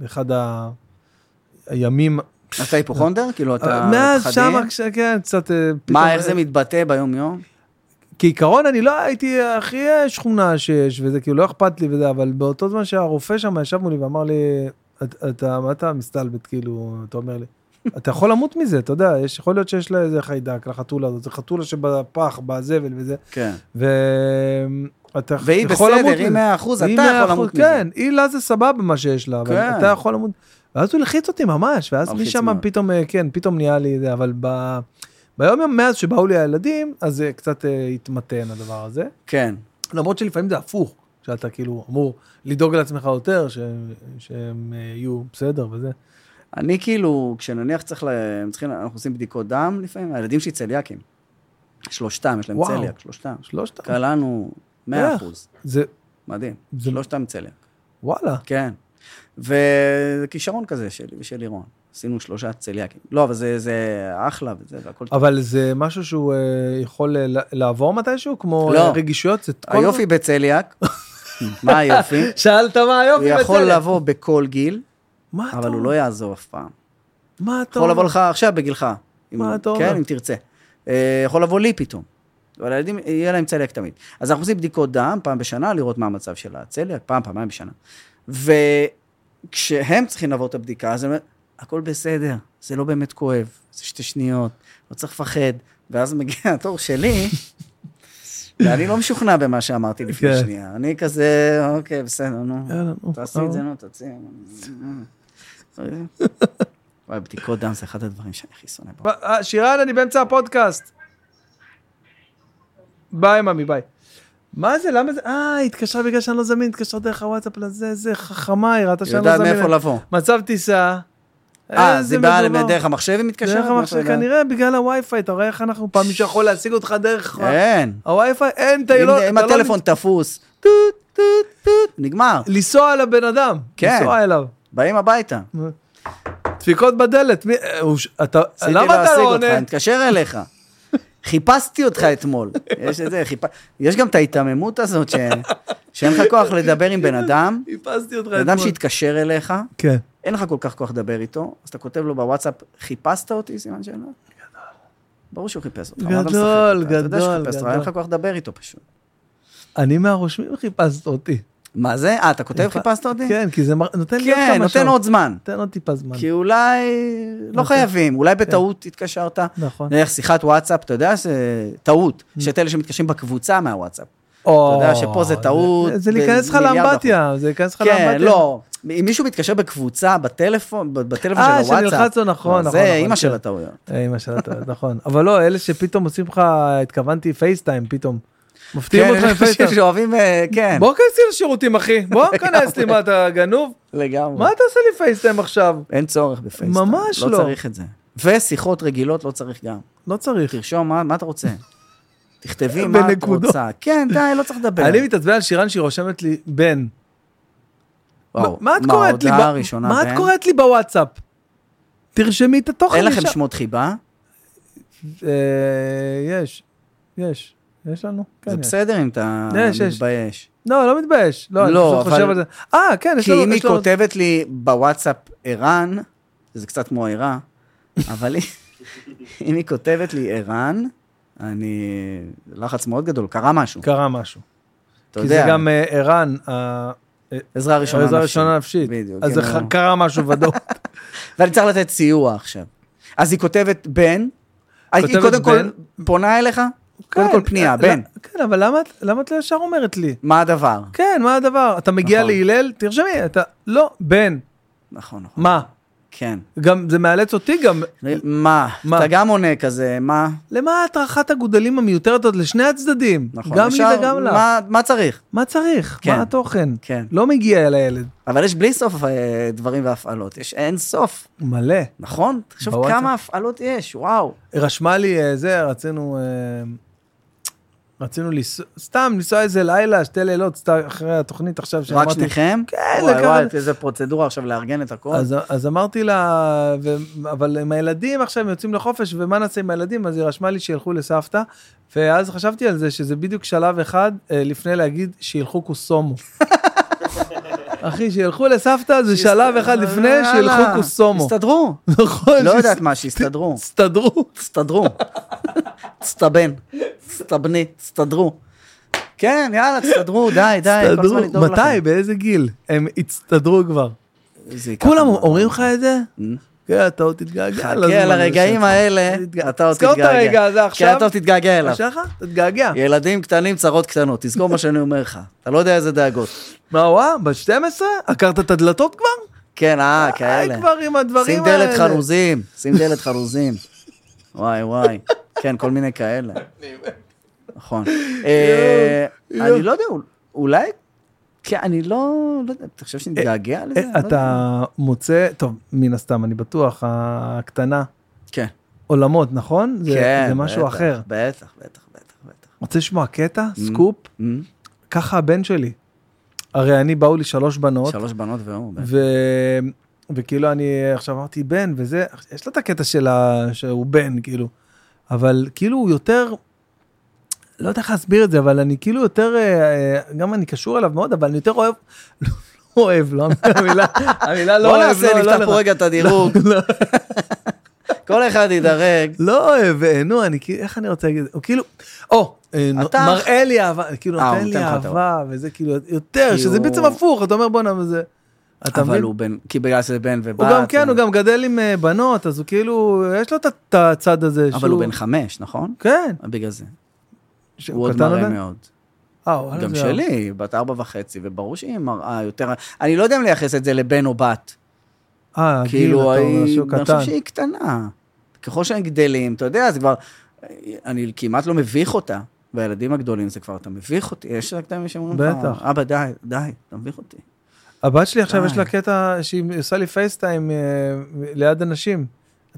[SPEAKER 1] באחד ה- הימים. אה,
[SPEAKER 2] אתה היפוכונדר? כאילו אתה...
[SPEAKER 1] מאז
[SPEAKER 2] פחדים?
[SPEAKER 1] שמה, כש- כן, קצת... אה, פתאום-
[SPEAKER 2] מה, איך זה מתבטא ביום-יום?
[SPEAKER 1] כעיקרון אני לא הייתי הכי אה, שכונה שיש וזה כאילו לא אכפת לי וזה אבל באותו זמן שהרופא שם ישב מולי ואמר לי "את- אתה מה אתה מסתלבט כאילו אתה אומר לי. אתה יכול למות מזה אתה יודע יש יכול להיות שיש לה איזה חיידק לחתולה הזאת זה חתולה שבפח בזבל וזה
[SPEAKER 2] כן.
[SPEAKER 1] ואתה
[SPEAKER 2] והיא
[SPEAKER 1] יכול למות
[SPEAKER 2] בסדר, היא
[SPEAKER 1] מזה.
[SPEAKER 2] 100 אחוז, אתה
[SPEAKER 1] היא מאה
[SPEAKER 2] יכול
[SPEAKER 1] אחוז,
[SPEAKER 2] למות מזה.
[SPEAKER 1] כן, היא לה זה סבבה מה שיש לה, אבל
[SPEAKER 2] כן.
[SPEAKER 1] אתה יכול למות. ואז הוא לחיץ אותי ממש, ואז
[SPEAKER 2] מלחיץ
[SPEAKER 1] משם
[SPEAKER 2] מאוד.
[SPEAKER 1] פתאום, אה, כן, פתאום נהיה לי זה, אבל ב... ביום יום מאז שבאו לי הילדים, אז זה קצת אה, התמתן הדבר הזה.
[SPEAKER 2] כן.
[SPEAKER 1] למרות שלפעמים זה הפוך, שאתה כאילו אמור לדאוג לעצמך יותר, ש... שהם אה, יהיו בסדר וזה.
[SPEAKER 2] אני כאילו, כשנניח צריך, ל... הם צריכים, אנחנו עושים בדיקות דם לפעמים, הילדים שלי צליאקים. שלושתם, יש להם
[SPEAKER 1] וואו.
[SPEAKER 2] צליאק, שלושתם.
[SPEAKER 1] שלושת...
[SPEAKER 2] כן. קלענו 100
[SPEAKER 1] איך?
[SPEAKER 2] אחוז,
[SPEAKER 1] זה...
[SPEAKER 2] מדהים.
[SPEAKER 1] זה-
[SPEAKER 2] שלושתם צליאק,
[SPEAKER 1] וואלה.
[SPEAKER 2] כן. וזה כישרון כזה שלי ושל לירון. עשינו שלושה צליאקים. לא, אבל זה, זה אחלה וזה, והכל טוב.
[SPEAKER 1] אבל זה משהו שהוא אה, יכול אה, לעבור מתישהו? כמו
[SPEAKER 2] לא.
[SPEAKER 1] אה, רגישויות? זה כל-
[SPEAKER 2] היופי בצליאק, מה היופי?
[SPEAKER 1] שאלת מה
[SPEAKER 2] הוא
[SPEAKER 1] היופי
[SPEAKER 2] יכול
[SPEAKER 1] בצדק.
[SPEAKER 2] לבוא בכל גיל,
[SPEAKER 1] מה אתה
[SPEAKER 2] אבל הוא
[SPEAKER 1] אומר?
[SPEAKER 2] לא יעזוב אף פעם.
[SPEAKER 1] מה אתה
[SPEAKER 2] יכול
[SPEAKER 1] אומר?
[SPEAKER 2] לבוא לך עכשיו בגילך. אם-
[SPEAKER 1] מה אתה אומר?
[SPEAKER 2] כן, אם תרצה. אה, יכול לבוא לי פתאום. אבל הילדים, יהיה להם צליאק תמיד. אז אנחנו עושים בדיקות דם פעם בשנה, לראות מה המצב של הצליאק, פעם, פעמיים בשנה. וכשהם צריכים לעבור את הבדיקה, אז הם אומרים, הכל בסדר, זה לא באמת כואב, זה שתי שניות, לא צריך לפחד. ואז מגיע התור שלי, ואני לא משוכנע במה שאמרתי לפני
[SPEAKER 1] כן.
[SPEAKER 2] שנייה. אני כזה, אוקיי, בסדר, נו.
[SPEAKER 1] יאללה, נו.
[SPEAKER 2] תעשי את זה, נו, תעשי. וואי, בדיקות דם זה אחד הדברים שאני הכי שונא בו.
[SPEAKER 1] ב- אה, שירן, אני באמצע הפודקאסט. ביי, ממי, ביי. מה זה? למה זה? אה, היא התקשרה בגלל שאני לא זמין, התקשרה דרך הוואטסאפ לזה, איזה חכמה, היא ראתה
[SPEAKER 2] היא
[SPEAKER 1] שאני לא זמין.
[SPEAKER 2] יודעת מאיפה לבוא.
[SPEAKER 1] מצב טיסה.
[SPEAKER 2] אה,
[SPEAKER 1] איזה
[SPEAKER 2] זה בא
[SPEAKER 1] מדובר.
[SPEAKER 2] דרך המחשב היא מתקשרת?
[SPEAKER 1] דרך המחשב,
[SPEAKER 2] מאיפה היא יודעת?
[SPEAKER 1] כנראה בגלל הווי-פיי, אתה רואה איך אנחנו פעם מישהו יכול להשיג אותך דרך
[SPEAKER 2] אין.
[SPEAKER 1] הווי-פיי, אין, אתה
[SPEAKER 2] אה? אם-
[SPEAKER 1] לא...
[SPEAKER 2] אם
[SPEAKER 1] אתה לא-
[SPEAKER 2] הטלפון תפוס, טוט, טוט, טוט, נגמר.
[SPEAKER 1] לנסוע לבן אדם.
[SPEAKER 2] כן.
[SPEAKER 1] לנסוע אליו.
[SPEAKER 2] באים הביתה.
[SPEAKER 1] דפיקות בדלת, מי, אה, הוא ש- אתה,
[SPEAKER 2] רציתי
[SPEAKER 1] למה אתה
[SPEAKER 2] להשיג
[SPEAKER 1] לא
[SPEAKER 2] אותך,
[SPEAKER 1] עונה?
[SPEAKER 2] אני מתקשר אליך. חיפשתי אותך אתמול. יש את זה, חיפ... יש גם את ההיתממות הזאת, ש... שאין לך כוח לדבר עם בן אדם,
[SPEAKER 1] חיפשתי אותך
[SPEAKER 2] בן אדם שהתקשר אליך,
[SPEAKER 1] כן.
[SPEAKER 2] אין לך כל כך כוח לדבר איתו, אז אתה כותב לו בוואטסאפ, חיפשת אותי? סימן שאלה. ברור שהוא חיפש אותך. מה אתה משחק
[SPEAKER 1] גדול,
[SPEAKER 2] אותה? אתה יודע שהוא
[SPEAKER 1] גדול,
[SPEAKER 2] חיפש אותך,
[SPEAKER 1] גדול.
[SPEAKER 2] אין לך כוח לדבר איתו פשוט.
[SPEAKER 1] אני מהרושמים חיפשת אותי.
[SPEAKER 2] מה זה? אה, אתה כותב חיפשת אותי?
[SPEAKER 1] כן, כי זה מר- נותן לי עוד
[SPEAKER 2] כן,
[SPEAKER 1] כמה
[SPEAKER 2] נותן
[SPEAKER 1] שעות.
[SPEAKER 2] עוד זמן.
[SPEAKER 1] נותן עוד טיפה זמן.
[SPEAKER 2] כי אולי לא
[SPEAKER 1] נותן.
[SPEAKER 2] חייבים, אולי בטעות התקשרת.
[SPEAKER 1] נכון. Mm.
[SPEAKER 2] נניח שיחת וואטסאפ, אתה יודע שזה טעות, יש את אלה שמתקשרים בקבוצה מהוואטסאפ.
[SPEAKER 1] או,
[SPEAKER 2] יודע שפה זה טעות
[SPEAKER 1] זה- זה להיכנס לך
[SPEAKER 2] במיליארד
[SPEAKER 1] לאמבטיה, זה להיכנס לך לאמבטיה.
[SPEAKER 2] כן, לא, אם מישהו מתקשר בקבוצה, בטלפון, ב- בטלפון של
[SPEAKER 1] אה,
[SPEAKER 2] הוואטסאפ.
[SPEAKER 1] שנלחץ לו, נכון,
[SPEAKER 2] לא,
[SPEAKER 1] נכון,
[SPEAKER 2] זה
[SPEAKER 1] נכון,
[SPEAKER 2] אימא של
[SPEAKER 1] כן.
[SPEAKER 2] הטעויות.
[SPEAKER 1] אה, אמא של הטעות, נכון. אבל לא, אלה שפתאום עושים לך, התכוונתי פייסטיים פתאום. מפתיעים
[SPEAKER 2] כן,
[SPEAKER 1] אותך עם
[SPEAKER 2] אני חושב
[SPEAKER 1] פייסטיים.
[SPEAKER 2] שאוהבים, אה, כן,
[SPEAKER 1] בוא כנסי לשירותים אחי, בוא כנס לי, מה אתה גנוב?
[SPEAKER 2] לגמרי.
[SPEAKER 1] מה אתה עושה לי פייסטיים עכשיו?
[SPEAKER 2] אין צורך בפייסטיים.
[SPEAKER 1] ממש לא.
[SPEAKER 2] לא צריך את זה. ושיחות רגילות לא צריך גם.
[SPEAKER 1] לא צריך.
[SPEAKER 2] תרשום מה מה אתה רוצה. תכתבי מה את
[SPEAKER 1] בנקודות.
[SPEAKER 2] רוצה. כן, די, לא צריך לדבר.
[SPEAKER 1] אני מתעצבן על שירן שהיא רושמת לי בן.
[SPEAKER 2] וואו,
[SPEAKER 1] מה את קוראת לי?
[SPEAKER 2] מה ההודעה
[SPEAKER 1] ב-
[SPEAKER 2] הראשונה?
[SPEAKER 1] מה את
[SPEAKER 2] בן?
[SPEAKER 1] קוראת לי בוואטסאפ? תרשמי את התוכן.
[SPEAKER 2] אין לכם
[SPEAKER 1] ישר.
[SPEAKER 2] שמות חיבה?
[SPEAKER 1] אה, יש, יש, יש לנו? כן,
[SPEAKER 2] זה
[SPEAKER 1] יש.
[SPEAKER 2] בסדר אם אתה
[SPEAKER 1] יש, יש.
[SPEAKER 2] מתבייש.
[SPEAKER 1] לא, לא מתבייש. לא, אני
[SPEAKER 2] לא,
[SPEAKER 1] פשוט חושב
[SPEAKER 2] אבל-
[SPEAKER 1] על זה. אה, כן, יש
[SPEAKER 2] כי
[SPEAKER 1] לנו...
[SPEAKER 2] אם היא
[SPEAKER 1] יש לנו-
[SPEAKER 2] כותבת לי בוואטסאפ ערן, זה קצת כמו ערה, אבל היא- אם היא כותבת לי ערן, אני... לחץ מאוד גדול, קרה משהו,
[SPEAKER 1] קרה משהו.
[SPEAKER 2] אתה
[SPEAKER 1] כי זה
[SPEAKER 2] יודע.
[SPEAKER 1] גם אה, ערן, ה-
[SPEAKER 2] עזרה ראשונה
[SPEAKER 1] העזרה
[SPEAKER 2] נפשית.
[SPEAKER 1] הראשונה נפשית.
[SPEAKER 2] בדיוק. כן, לא.
[SPEAKER 1] אז
[SPEAKER 2] אם
[SPEAKER 1] זה
[SPEAKER 2] הוא-
[SPEAKER 1] ח- קרה משהו ודאות.
[SPEAKER 2] ואני צריך לתת סיוע עכשיו. אז היא כותבת בן, היא
[SPEAKER 1] כותבת
[SPEAKER 2] קודם כל
[SPEAKER 1] בן.
[SPEAKER 2] פונה אליך, קודם כל
[SPEAKER 1] כן,
[SPEAKER 2] פנייה,
[SPEAKER 1] אה,
[SPEAKER 2] בן,
[SPEAKER 1] לא- כן, אבל למה את- למה את לא ישר אומרת לי?
[SPEAKER 2] מה הדבר?
[SPEAKER 1] כן, מה הדבר? אתה מגיע
[SPEAKER 2] נכון.
[SPEAKER 1] להלל? תרשמי, אתה... לא, בן,
[SPEAKER 2] נכון, נכון.
[SPEAKER 1] מה?
[SPEAKER 2] כן.
[SPEAKER 1] גם זה מאלץ אותי גם.
[SPEAKER 2] מה?
[SPEAKER 1] מה?
[SPEAKER 2] אתה גם עונה כזה, מה?
[SPEAKER 1] למה הטרחת הגודלים המיותרת עוד לשני הצדדים?
[SPEAKER 2] נכון.
[SPEAKER 1] גם לי
[SPEAKER 2] אפשר-
[SPEAKER 1] וגם לך.
[SPEAKER 2] מה- מה צריך?
[SPEAKER 1] מה צריך?
[SPEAKER 2] כן.
[SPEAKER 1] מה התוכן?
[SPEAKER 2] כן.
[SPEAKER 1] לא מגיע אל הילד.
[SPEAKER 2] אבל יש בלי סוף אה, דברים והפעלות, יש אין סוף,
[SPEAKER 1] מלא.
[SPEAKER 2] נכון? תחשוב
[SPEAKER 1] בוואטסאפ.
[SPEAKER 2] כמה הפעלות יש, וואו.
[SPEAKER 1] רשמה לי אה, זה, רצינו... אה, רצינו לנסוע, סתם לנסוע איזה לילה, שתי לילות, סתם אחרי התוכנית עכשיו
[SPEAKER 2] רק
[SPEAKER 1] שאמרתי.
[SPEAKER 2] שניכם?
[SPEAKER 1] כן,
[SPEAKER 2] וואי
[SPEAKER 1] לקחנו-
[SPEAKER 2] וואי, איזה פרוצדורה עכשיו לארגן את הכל.
[SPEAKER 1] אז, אז אמרתי לה, ו, אבל עם הילדים עכשיו הם יוצאים לחופש, ומה נעשה עם הילדים? אז היא רשמה לי שילכו לסבתא, ואז חשבתי על זה שזה בדיוק שלב אחד אה, לפני להגיד שילכו קוסומו. אחי, שילכו לסבתא זה שלב אחד לפני
[SPEAKER 2] יאללה,
[SPEAKER 1] שילכו קוסומו.
[SPEAKER 2] הסתדרו.
[SPEAKER 1] נכון,
[SPEAKER 2] לא
[SPEAKER 1] שהס-
[SPEAKER 2] יודעת מה, שהסתדרו.
[SPEAKER 1] הסתדרו.
[SPEAKER 2] הסתדרו. הסתבן. הסתבני. הסתדרו. כן, יאללה, תסתדרו, די, די. אה, כל
[SPEAKER 1] הסתדרו.
[SPEAKER 2] הזמן לדאוג
[SPEAKER 1] מתי?
[SPEAKER 2] לכם.
[SPEAKER 1] באיזה גיל? הם הצטדרו כבר.
[SPEAKER 2] זה ייקח
[SPEAKER 1] כולם
[SPEAKER 2] זמן.
[SPEAKER 1] אומרים לך את זה?
[SPEAKER 2] Mm.
[SPEAKER 1] כן, אתה עוד תתגעגע.
[SPEAKER 2] חכה לרגעים האלה, אתה עוד
[SPEAKER 1] תזכור
[SPEAKER 2] תתגעגע.
[SPEAKER 1] את הרגע הזה עכשיו.
[SPEAKER 2] כן, אתה עוד תתגעגע אליו.
[SPEAKER 1] שלך? תתגעגע.
[SPEAKER 2] ילדים קטנים, צרות קטנות, תזכור מה שאני אומר לך. אתה לא יודע איזה דאגות.
[SPEAKER 1] מה, וואה? בת 12? עקרת את הדלתות כבר?
[SPEAKER 2] כן, אה, כאלה.
[SPEAKER 1] די כבר עם הדברים
[SPEAKER 2] שים
[SPEAKER 1] האלה.
[SPEAKER 2] דלת חרוזים, שים דלת חרוזים. וואי, וואי. כן, כל מיני כאלה. נכון. אה, אני לא יודע, אול- אולי... כן, אני לא... לא יודע, אתה חושב שנתגעגע לזה?
[SPEAKER 1] אה,
[SPEAKER 2] אני לא יודע.
[SPEAKER 1] אתה מוצא, טוב, מן הסתם, אני בטוח, הקטנה,
[SPEAKER 2] כן.
[SPEAKER 1] עולמות, נכון? זה-
[SPEAKER 2] כן,
[SPEAKER 1] זה משהו
[SPEAKER 2] בטח,
[SPEAKER 1] אחר.
[SPEAKER 2] בטח, בטח, בטח, בטח.
[SPEAKER 1] רוצה לשמוע קטע? סקופ?
[SPEAKER 2] Mm,
[SPEAKER 1] ככה הבן שלי. הרי אני, באו לי שלוש בנות,
[SPEAKER 2] שלוש בנות והוא. בטח.
[SPEAKER 1] ו... וכאילו אני עכשיו אמרתי בן וזה, יש לו את הקטע של ה... שהוא בן, כאילו. אבל כאילו הוא יותר, לא יודע איך להסביר את זה, אבל אני כאילו יותר, אה, אה, גם אני קשור אליו מאוד, אבל אני יותר אוהב, לא אוהב, לא המילה, המילה לא
[SPEAKER 2] בוא
[SPEAKER 1] אוהב,
[SPEAKER 2] נעשה,
[SPEAKER 1] לא, לא,
[SPEAKER 2] נפתח פה
[SPEAKER 1] לא,
[SPEAKER 2] רגע את הדירוג. כל אחד ידרג.
[SPEAKER 1] לא אוהב, אה, נו, אני כאילו, איך אני רוצה להגיד, הוא כאילו, או, אה, נו,
[SPEAKER 2] אתה-
[SPEAKER 1] מראה לי אהבה, כאילו
[SPEAKER 2] אה, הוא
[SPEAKER 1] נותן לי
[SPEAKER 2] נותן לך את
[SPEAKER 1] אהבה, וזה כאילו יותר,
[SPEAKER 2] כי
[SPEAKER 1] שזה
[SPEAKER 2] הוא-
[SPEAKER 1] בעצם הפוך, אתה אומר בואנה, וזה, אתה
[SPEAKER 2] אבל
[SPEAKER 1] מבין?
[SPEAKER 2] הוא בן, כי בגלל שזה בן ובת.
[SPEAKER 1] הוא גם כן,
[SPEAKER 2] אז-
[SPEAKER 1] הוא גם גדל עם אה, בנות, אז הוא כאילו, יש לו את- את הצד הזה.
[SPEAKER 2] אבל
[SPEAKER 1] שהוא-
[SPEAKER 2] הוא בן חמש, נכון?
[SPEAKER 1] כן.
[SPEAKER 2] בגלל זה.
[SPEAKER 1] שהוא
[SPEAKER 2] הוא עוד
[SPEAKER 1] קטן
[SPEAKER 2] מראה
[SPEAKER 1] עדיין?
[SPEAKER 2] מאוד.
[SPEAKER 1] אה, וואלה,
[SPEAKER 2] גם
[SPEAKER 1] זה-
[SPEAKER 2] שלי, היא בת ארבע וחצי, וברור שהיא מראה יותר... אני לא יודע אם לייחס את זה לבן או בת.
[SPEAKER 1] אה, גיל, אתה
[SPEAKER 2] כאילו,
[SPEAKER 1] אומר,
[SPEAKER 2] היא-
[SPEAKER 1] שהוא
[SPEAKER 2] אני חושב
[SPEAKER 1] קטן.
[SPEAKER 2] שהיא קטנה. ככל שהם גדלים, אתה יודע, זה כבר... אני כמעט לא מביך אותה. והילדים הגדולים זה כבר, אתה מביך אותי. יש רק כאלה שאומרים לך,
[SPEAKER 1] בטח.
[SPEAKER 2] אבא, די, די, אתה מביך אותי.
[SPEAKER 1] הבת שלי עכשיו
[SPEAKER 2] די.
[SPEAKER 1] יש לה קטע שהיא עושה לי פייסטיים אה, ליד אנשים.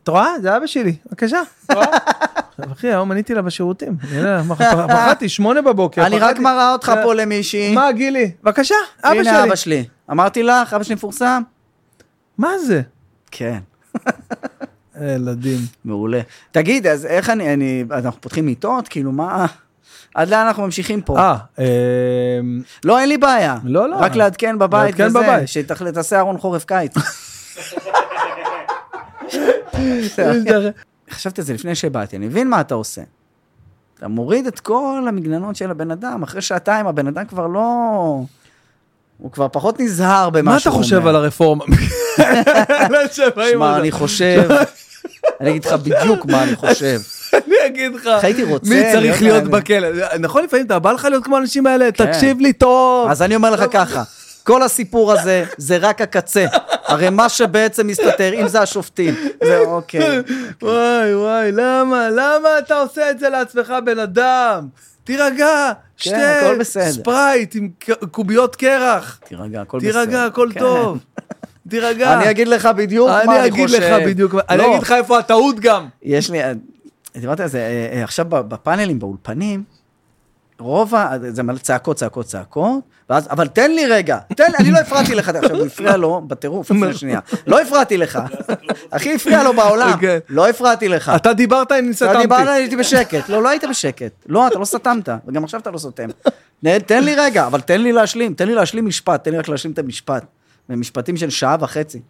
[SPEAKER 1] את רואה? זה אבא שלי, בבקשה. את רואה? עכשיו, אחי, היום עניתי לה בשירותים. אני לא יודע, מה, פח- פחדתי, שמונה בבוקר.
[SPEAKER 2] אני רק
[SPEAKER 1] פחדתי.
[SPEAKER 2] מראה אותך
[SPEAKER 1] אה,
[SPEAKER 2] פה למישהי.
[SPEAKER 1] מה, גילי? בבקשה, אבא
[SPEAKER 2] הנה אבא
[SPEAKER 1] שלי.
[SPEAKER 2] שלי. אמרתי לך, אבא שלי מפורסם?
[SPEAKER 1] מה זה?
[SPEAKER 2] כן.
[SPEAKER 1] ילדים.
[SPEAKER 2] מעולה. תגיד, אז איך אני, אני, אז אנחנו פותחים מיטות? כאילו, מה... עד לאן אנחנו ממשיכים פה?
[SPEAKER 1] אה, אמ,
[SPEAKER 2] לא, אין לי בעיה.
[SPEAKER 1] לא, לא.
[SPEAKER 2] רק לעדכן בבית
[SPEAKER 1] לעדכן
[SPEAKER 2] וזה,
[SPEAKER 1] בבית.
[SPEAKER 2] שתחל- תעשה ארון חורף קיץ. חשבתי על זה לפני שבאתי, אני מבין מה אתה עושה. אתה מוריד את כל המגננות של הבן אדם, אחרי שעתיים הבן אדם כבר לא... הוא כבר פחות נזהר במה שהוא אומר.
[SPEAKER 1] מה אתה חושב על הרפורמה? לא שבאים
[SPEAKER 2] שמע,
[SPEAKER 1] על
[SPEAKER 2] אני
[SPEAKER 1] זה.
[SPEAKER 2] חושב... אני אגיד לך בדיוק מה אני חושב.
[SPEAKER 1] אני אגיד לך,
[SPEAKER 2] איך הייתי רוצה
[SPEAKER 1] מי צריך להיות
[SPEAKER 2] להיות כן.
[SPEAKER 1] בכלא? נכון, לפעמים אתה בא לך להיות כמו האנשים האלה, תקשיב לי טוב.
[SPEAKER 2] אז אני אומר לך ככה, כל הסיפור הזה זה רק הקצה. הרי מה שבעצם מסתתר, אם זה השופטים, זה אוקיי.
[SPEAKER 1] וואי וואי, למה? למה אתה עושה את זה לעצמך, בן אדם? תירגע, שתה
[SPEAKER 2] כן, הכל בסדר.
[SPEAKER 1] ספרייט עם ק- קוביות קרח,
[SPEAKER 2] תירגע, הכל בסדר.
[SPEAKER 1] תירגע, הכל
[SPEAKER 2] כן.
[SPEAKER 1] טוב. תירגע.
[SPEAKER 2] אני אגיד לך בדיוק מה
[SPEAKER 1] אני
[SPEAKER 2] אני
[SPEAKER 1] אגיד
[SPEAKER 2] חושב.
[SPEAKER 1] לך בדיוק, מה- אני
[SPEAKER 2] לא,
[SPEAKER 1] אגיד לך איפה הטעות גם.
[SPEAKER 2] יש לי, דיברתי על זה אה, אה, עכשיו ב- בפאנלים, באולפנים, רוב ה... זה מלא צעקות, צעקות, צעקות, ואז, אבל תן לי רגע, תן לי, אני לא הפרעתי לך, עכשיו הוא הפריע לו בטירוף לפני שנייה, לא הפרעתי לך, הכי הפריע לו בעולם,
[SPEAKER 1] כן.
[SPEAKER 2] לא הפרעתי לך.
[SPEAKER 1] אתה דיברת, אני
[SPEAKER 2] אתה
[SPEAKER 1] סתמתי.
[SPEAKER 2] דיברת, הייתי בשקט. לא, לא היית בשקט. לא, אתה לא סתמת, וגם עכשיו אתה לא סותם. נ- תן לי רגע, אבל תן לי להשלים, תן לי להשלים משפט, תן לי רק להשלים את המשפט. זה משפטים של שעה וחצי.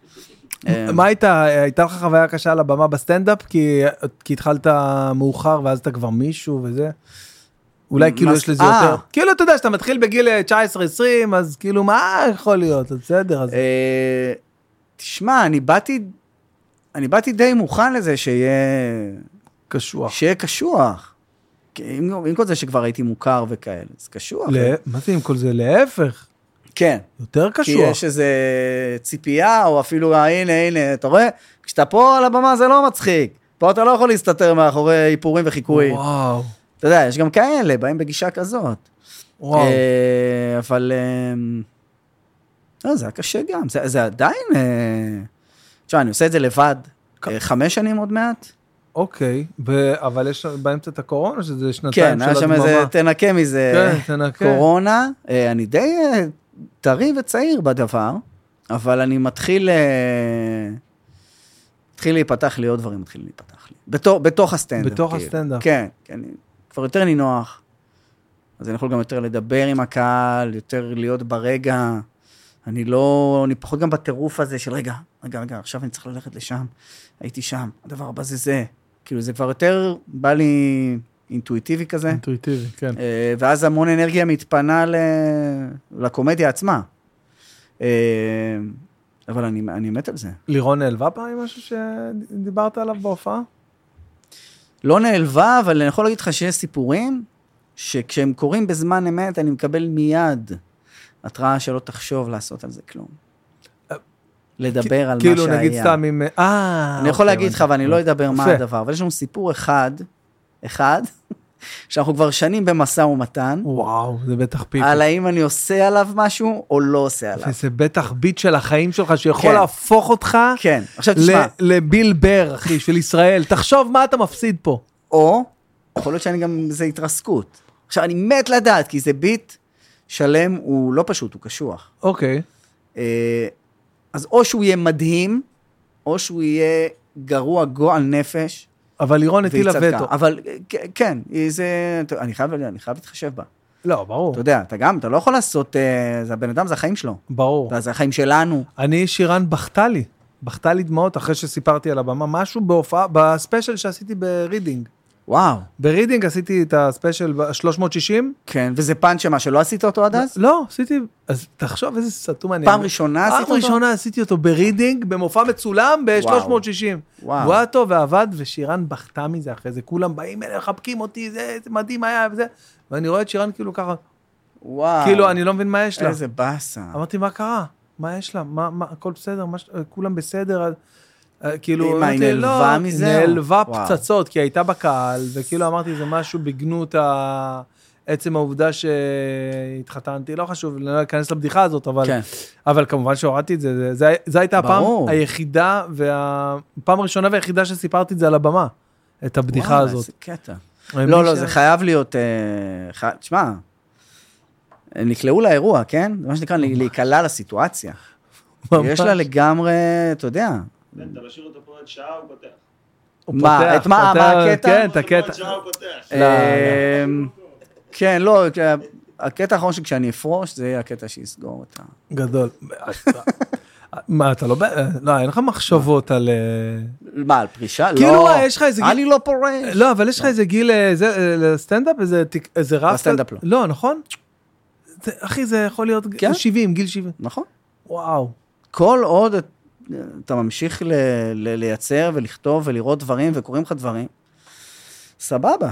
[SPEAKER 2] אה,
[SPEAKER 1] מה הייתה, הייתה לך חוויה קשה על הבמה בסטנדאפ? כי, כי התחלת מאוחר ואז אתה כבר מישהו וזה? אולי
[SPEAKER 2] מה
[SPEAKER 1] כאילו
[SPEAKER 2] זה-
[SPEAKER 1] יש לזה
[SPEAKER 2] אה.
[SPEAKER 1] יותר... כאילו אתה יודע, שאתה מתחיל בגיל אה, 19-20, אז כאילו מה יכול להיות? אז בסדר, אז...
[SPEAKER 2] אה, תשמע, אני באתי, אני באתי די מוכן לזה שיהיה...
[SPEAKER 1] קשוח.
[SPEAKER 2] שיהיה קשוח. כי עם, עם כל זה שכבר הייתי מוכר וכאלה, זה קשוח.
[SPEAKER 1] ל- מה זה עם כל זה? להפך,
[SPEAKER 2] כן.
[SPEAKER 1] יותר
[SPEAKER 2] אה. כי
[SPEAKER 1] קשוח.
[SPEAKER 2] יש איזה ציפייה, או אפילו, "אה, הנה, הנה, אתה רואה? כשאתה פה על הבמה זה לא מצחיק. פה אתה לא יכול להסתתר מאחורי איפורים וחיקויים.
[SPEAKER 1] וואו,
[SPEAKER 2] אתה יודע, יש גם כאלה, באים בגישה כזאת.
[SPEAKER 1] וואו.
[SPEAKER 2] אה, אבל... אה, לא, זה היה קשה גם. זה, זה עדיין... אה, תשמע, אני עושה את זה לבד. אה, חמש שנים עוד מעט?
[SPEAKER 1] אוקיי, ו- אבל יש באמצע את הקורונה, שזה שנתיים
[SPEAKER 2] כן,
[SPEAKER 1] של
[SPEAKER 2] היה שם
[SPEAKER 1] הדממה.
[SPEAKER 2] איזה תנקה מזה.
[SPEAKER 1] כן, תנקה.
[SPEAKER 2] קורונה, אה, אני די אה, טרי וצעיר בדבר, אבל אני מתחיל... אה, מתחיל להיפתח לי עוד דברים, מתחילים להיפתח לי. בתור- בתוך הסטנדאפ.
[SPEAKER 1] בתוך
[SPEAKER 2] כאילו.
[SPEAKER 1] הסטנדאפ.
[SPEAKER 2] כן, כי אני כבר יותר נינוח. אז אני יכול גם יותר לדבר עם הקהל, יותר להיות ברגע. אני לא, אני פחות גם בטירוף הזה של רגע, רגע, רגע, עכשיו אני צריך ללכת לשם, הייתי שם, הדבר הבא זה זה. כאילו זה כבר יותר בא לי אינטואיטיבי כזה.
[SPEAKER 1] אינטואיטיבי, כן.
[SPEAKER 2] אה, ואז המון אנרגיה מתפנה ל... לקומדיה עצמה. אה, אבל אני, אני מת על זה.
[SPEAKER 1] לירון נעלבה פעם עם משהו שדיברת עליו בהופעה?
[SPEAKER 2] לא נעלבה, אבל אני יכול להגיד לך שיש סיפורים שכשהם קורים בזמן אמת, אני מקבל מיד התראה שלא תחשוב לעשות על זה כלום. לדבר על מה שהיה.
[SPEAKER 1] אה, כאילו נגיד סתם עם... אה...
[SPEAKER 2] אני יכול
[SPEAKER 1] אוקיי,
[SPEAKER 2] להגיד לך, ואני לא אדבר מה
[SPEAKER 1] יפה.
[SPEAKER 2] הדבר, אבל יש לנו סיפור אחד, אחד, שאנחנו כבר שנים במשא ומתן,
[SPEAKER 1] וואו, זה בטח פיק.
[SPEAKER 2] על האם אני עושה עליו משהו או לא עושה עליו.
[SPEAKER 1] זה בטח ביט של החיים שלך שיכול
[SPEAKER 2] כן.
[SPEAKER 1] להפוך אותך
[SPEAKER 2] כן, עכשיו תשמע,
[SPEAKER 1] ל- לביל בר, אחי, של ישראל. תחשוב מה אתה מפסיד פה.
[SPEAKER 2] או, יכול להיות שאני גם, זה התרסקות. עכשיו, אני מת לדעת, כי זה ביט שלם, הוא לא פשוט, הוא קשוח.
[SPEAKER 1] אוקיי.
[SPEAKER 2] אה, אז או שהוא יהיה מדהים, או שהוא יהיה גרוע גועל נפש.
[SPEAKER 1] אבל לירון הטילה
[SPEAKER 2] והיא צדקה.
[SPEAKER 1] וטו.
[SPEAKER 2] אבל אה, כ- כן, אה, זה, אתה- אני חייב, אני חייב להתחשב בה.
[SPEAKER 1] לא, ברור.
[SPEAKER 2] אתה יודע, אתה גם, אתה לא יכול לעשות, אה, זה הבן אדם, זה החיים שלו.
[SPEAKER 1] ברור.
[SPEAKER 2] אתה- זה החיים שלנו.
[SPEAKER 1] אני, שירן בכתה לי. בכתה לי דמעות אחרי שסיפרתי על הבמה משהו בהופעה, בספיישל שעשיתי ברידינג.
[SPEAKER 2] וואו.
[SPEAKER 1] ברידינג עשיתי את הספיישל ב- 360?
[SPEAKER 2] כן, וזה פאנץ' שמה, שלא עשית אותו עד אז?
[SPEAKER 1] לא, עשיתי... אז תחשוב איזה סתום אני...
[SPEAKER 2] פעם ראשונה אה, עשית
[SPEAKER 1] פעם
[SPEAKER 2] אותו?
[SPEAKER 1] ראשונה עשיתי אותו ברידינג, במופע מצולם ב-360.
[SPEAKER 2] וואו.
[SPEAKER 1] בואטו ועבד, ושירן בכתה מזה אחרי זה. כולם באים אליי, מחבקים אותי, זה זה מדהים היה וזה. ואני רואה את שירן כאילו ככה,
[SPEAKER 2] וואו.
[SPEAKER 1] כאילו, אני לא מבין מה יש לה.
[SPEAKER 2] אה. איזה באסה.
[SPEAKER 1] אמרתי, מה קרה? מה יש לה? מה, מה, הכל בסדר? מה, ש- אה, כולם בסדר? אה, אה, כאילו,
[SPEAKER 2] מה, היא
[SPEAKER 1] אמרתי,
[SPEAKER 2] נעלבה
[SPEAKER 1] לא,
[SPEAKER 2] מזה?
[SPEAKER 1] נעלבה
[SPEAKER 2] וואו.
[SPEAKER 1] פצצות, כי היא הייתה בקהל, וכאילו אמרתי, זה משהו בגנות ה... עצם העובדה שהתחתנתי, לא חשוב, לא אכנס לבדיחה הזאת, אבל,
[SPEAKER 2] כן.
[SPEAKER 1] אבל כמובן שהורדתי את זה, זה, זה, זה הייתה הפעם
[SPEAKER 2] ברור.
[SPEAKER 1] היחידה, וה- הפעם הראשונה והיחידה שסיפרתי את זה על הבמה, את הבדיחה
[SPEAKER 2] וואו,
[SPEAKER 1] הזאת.
[SPEAKER 2] איזה קטע.
[SPEAKER 1] מי
[SPEAKER 2] לא, לא,
[SPEAKER 1] ש-
[SPEAKER 2] זה חייב להיות... אה, חי- תשמע, הם נקלעו לאירוע, כן? זה מה שנקרא להיקלע לסיטואציה.
[SPEAKER 1] ממש.
[SPEAKER 2] יש לה לגמרי, אתה יודע,
[SPEAKER 3] כן, אתה משאיר אותו פה עד שעה, הוא פותח.
[SPEAKER 1] הוא
[SPEAKER 2] מה,
[SPEAKER 1] פותח,
[SPEAKER 2] את מה-
[SPEAKER 1] פותח,
[SPEAKER 2] מה הקטע?
[SPEAKER 1] כן, את
[SPEAKER 3] עד
[SPEAKER 1] הקטע.
[SPEAKER 3] שעה הוא פותח.
[SPEAKER 1] לא,
[SPEAKER 2] אמ, כן, לא, כשה- הקטע האחרון שכשאני אפרוש, זה יהיה הקטע שיסגור את ה...
[SPEAKER 1] גדול. מה, אתה לא... ב- לא, אין לך מחשבות על... אה,
[SPEAKER 2] מה, על פרישה? לא.
[SPEAKER 1] כאילו, אה, יש לך איזה גיל-
[SPEAKER 2] אני לא פורש.
[SPEAKER 1] לא, אבל יש לך איזה גיל, אה, זה, אה, לסטנדאפ, איזה תיק- איזה רף?
[SPEAKER 2] לסטנדאפ לא.
[SPEAKER 1] לא, נכון? זה- אחי, זה יכול להיות ג-
[SPEAKER 2] כן?
[SPEAKER 1] 70, גיל 70.
[SPEAKER 2] נכון.
[SPEAKER 1] וואו.
[SPEAKER 2] כל עוד את- אתה ממשיך ל, ל, לייצר ולכתוב ולראות דברים וקוראים לך דברים, סבבה.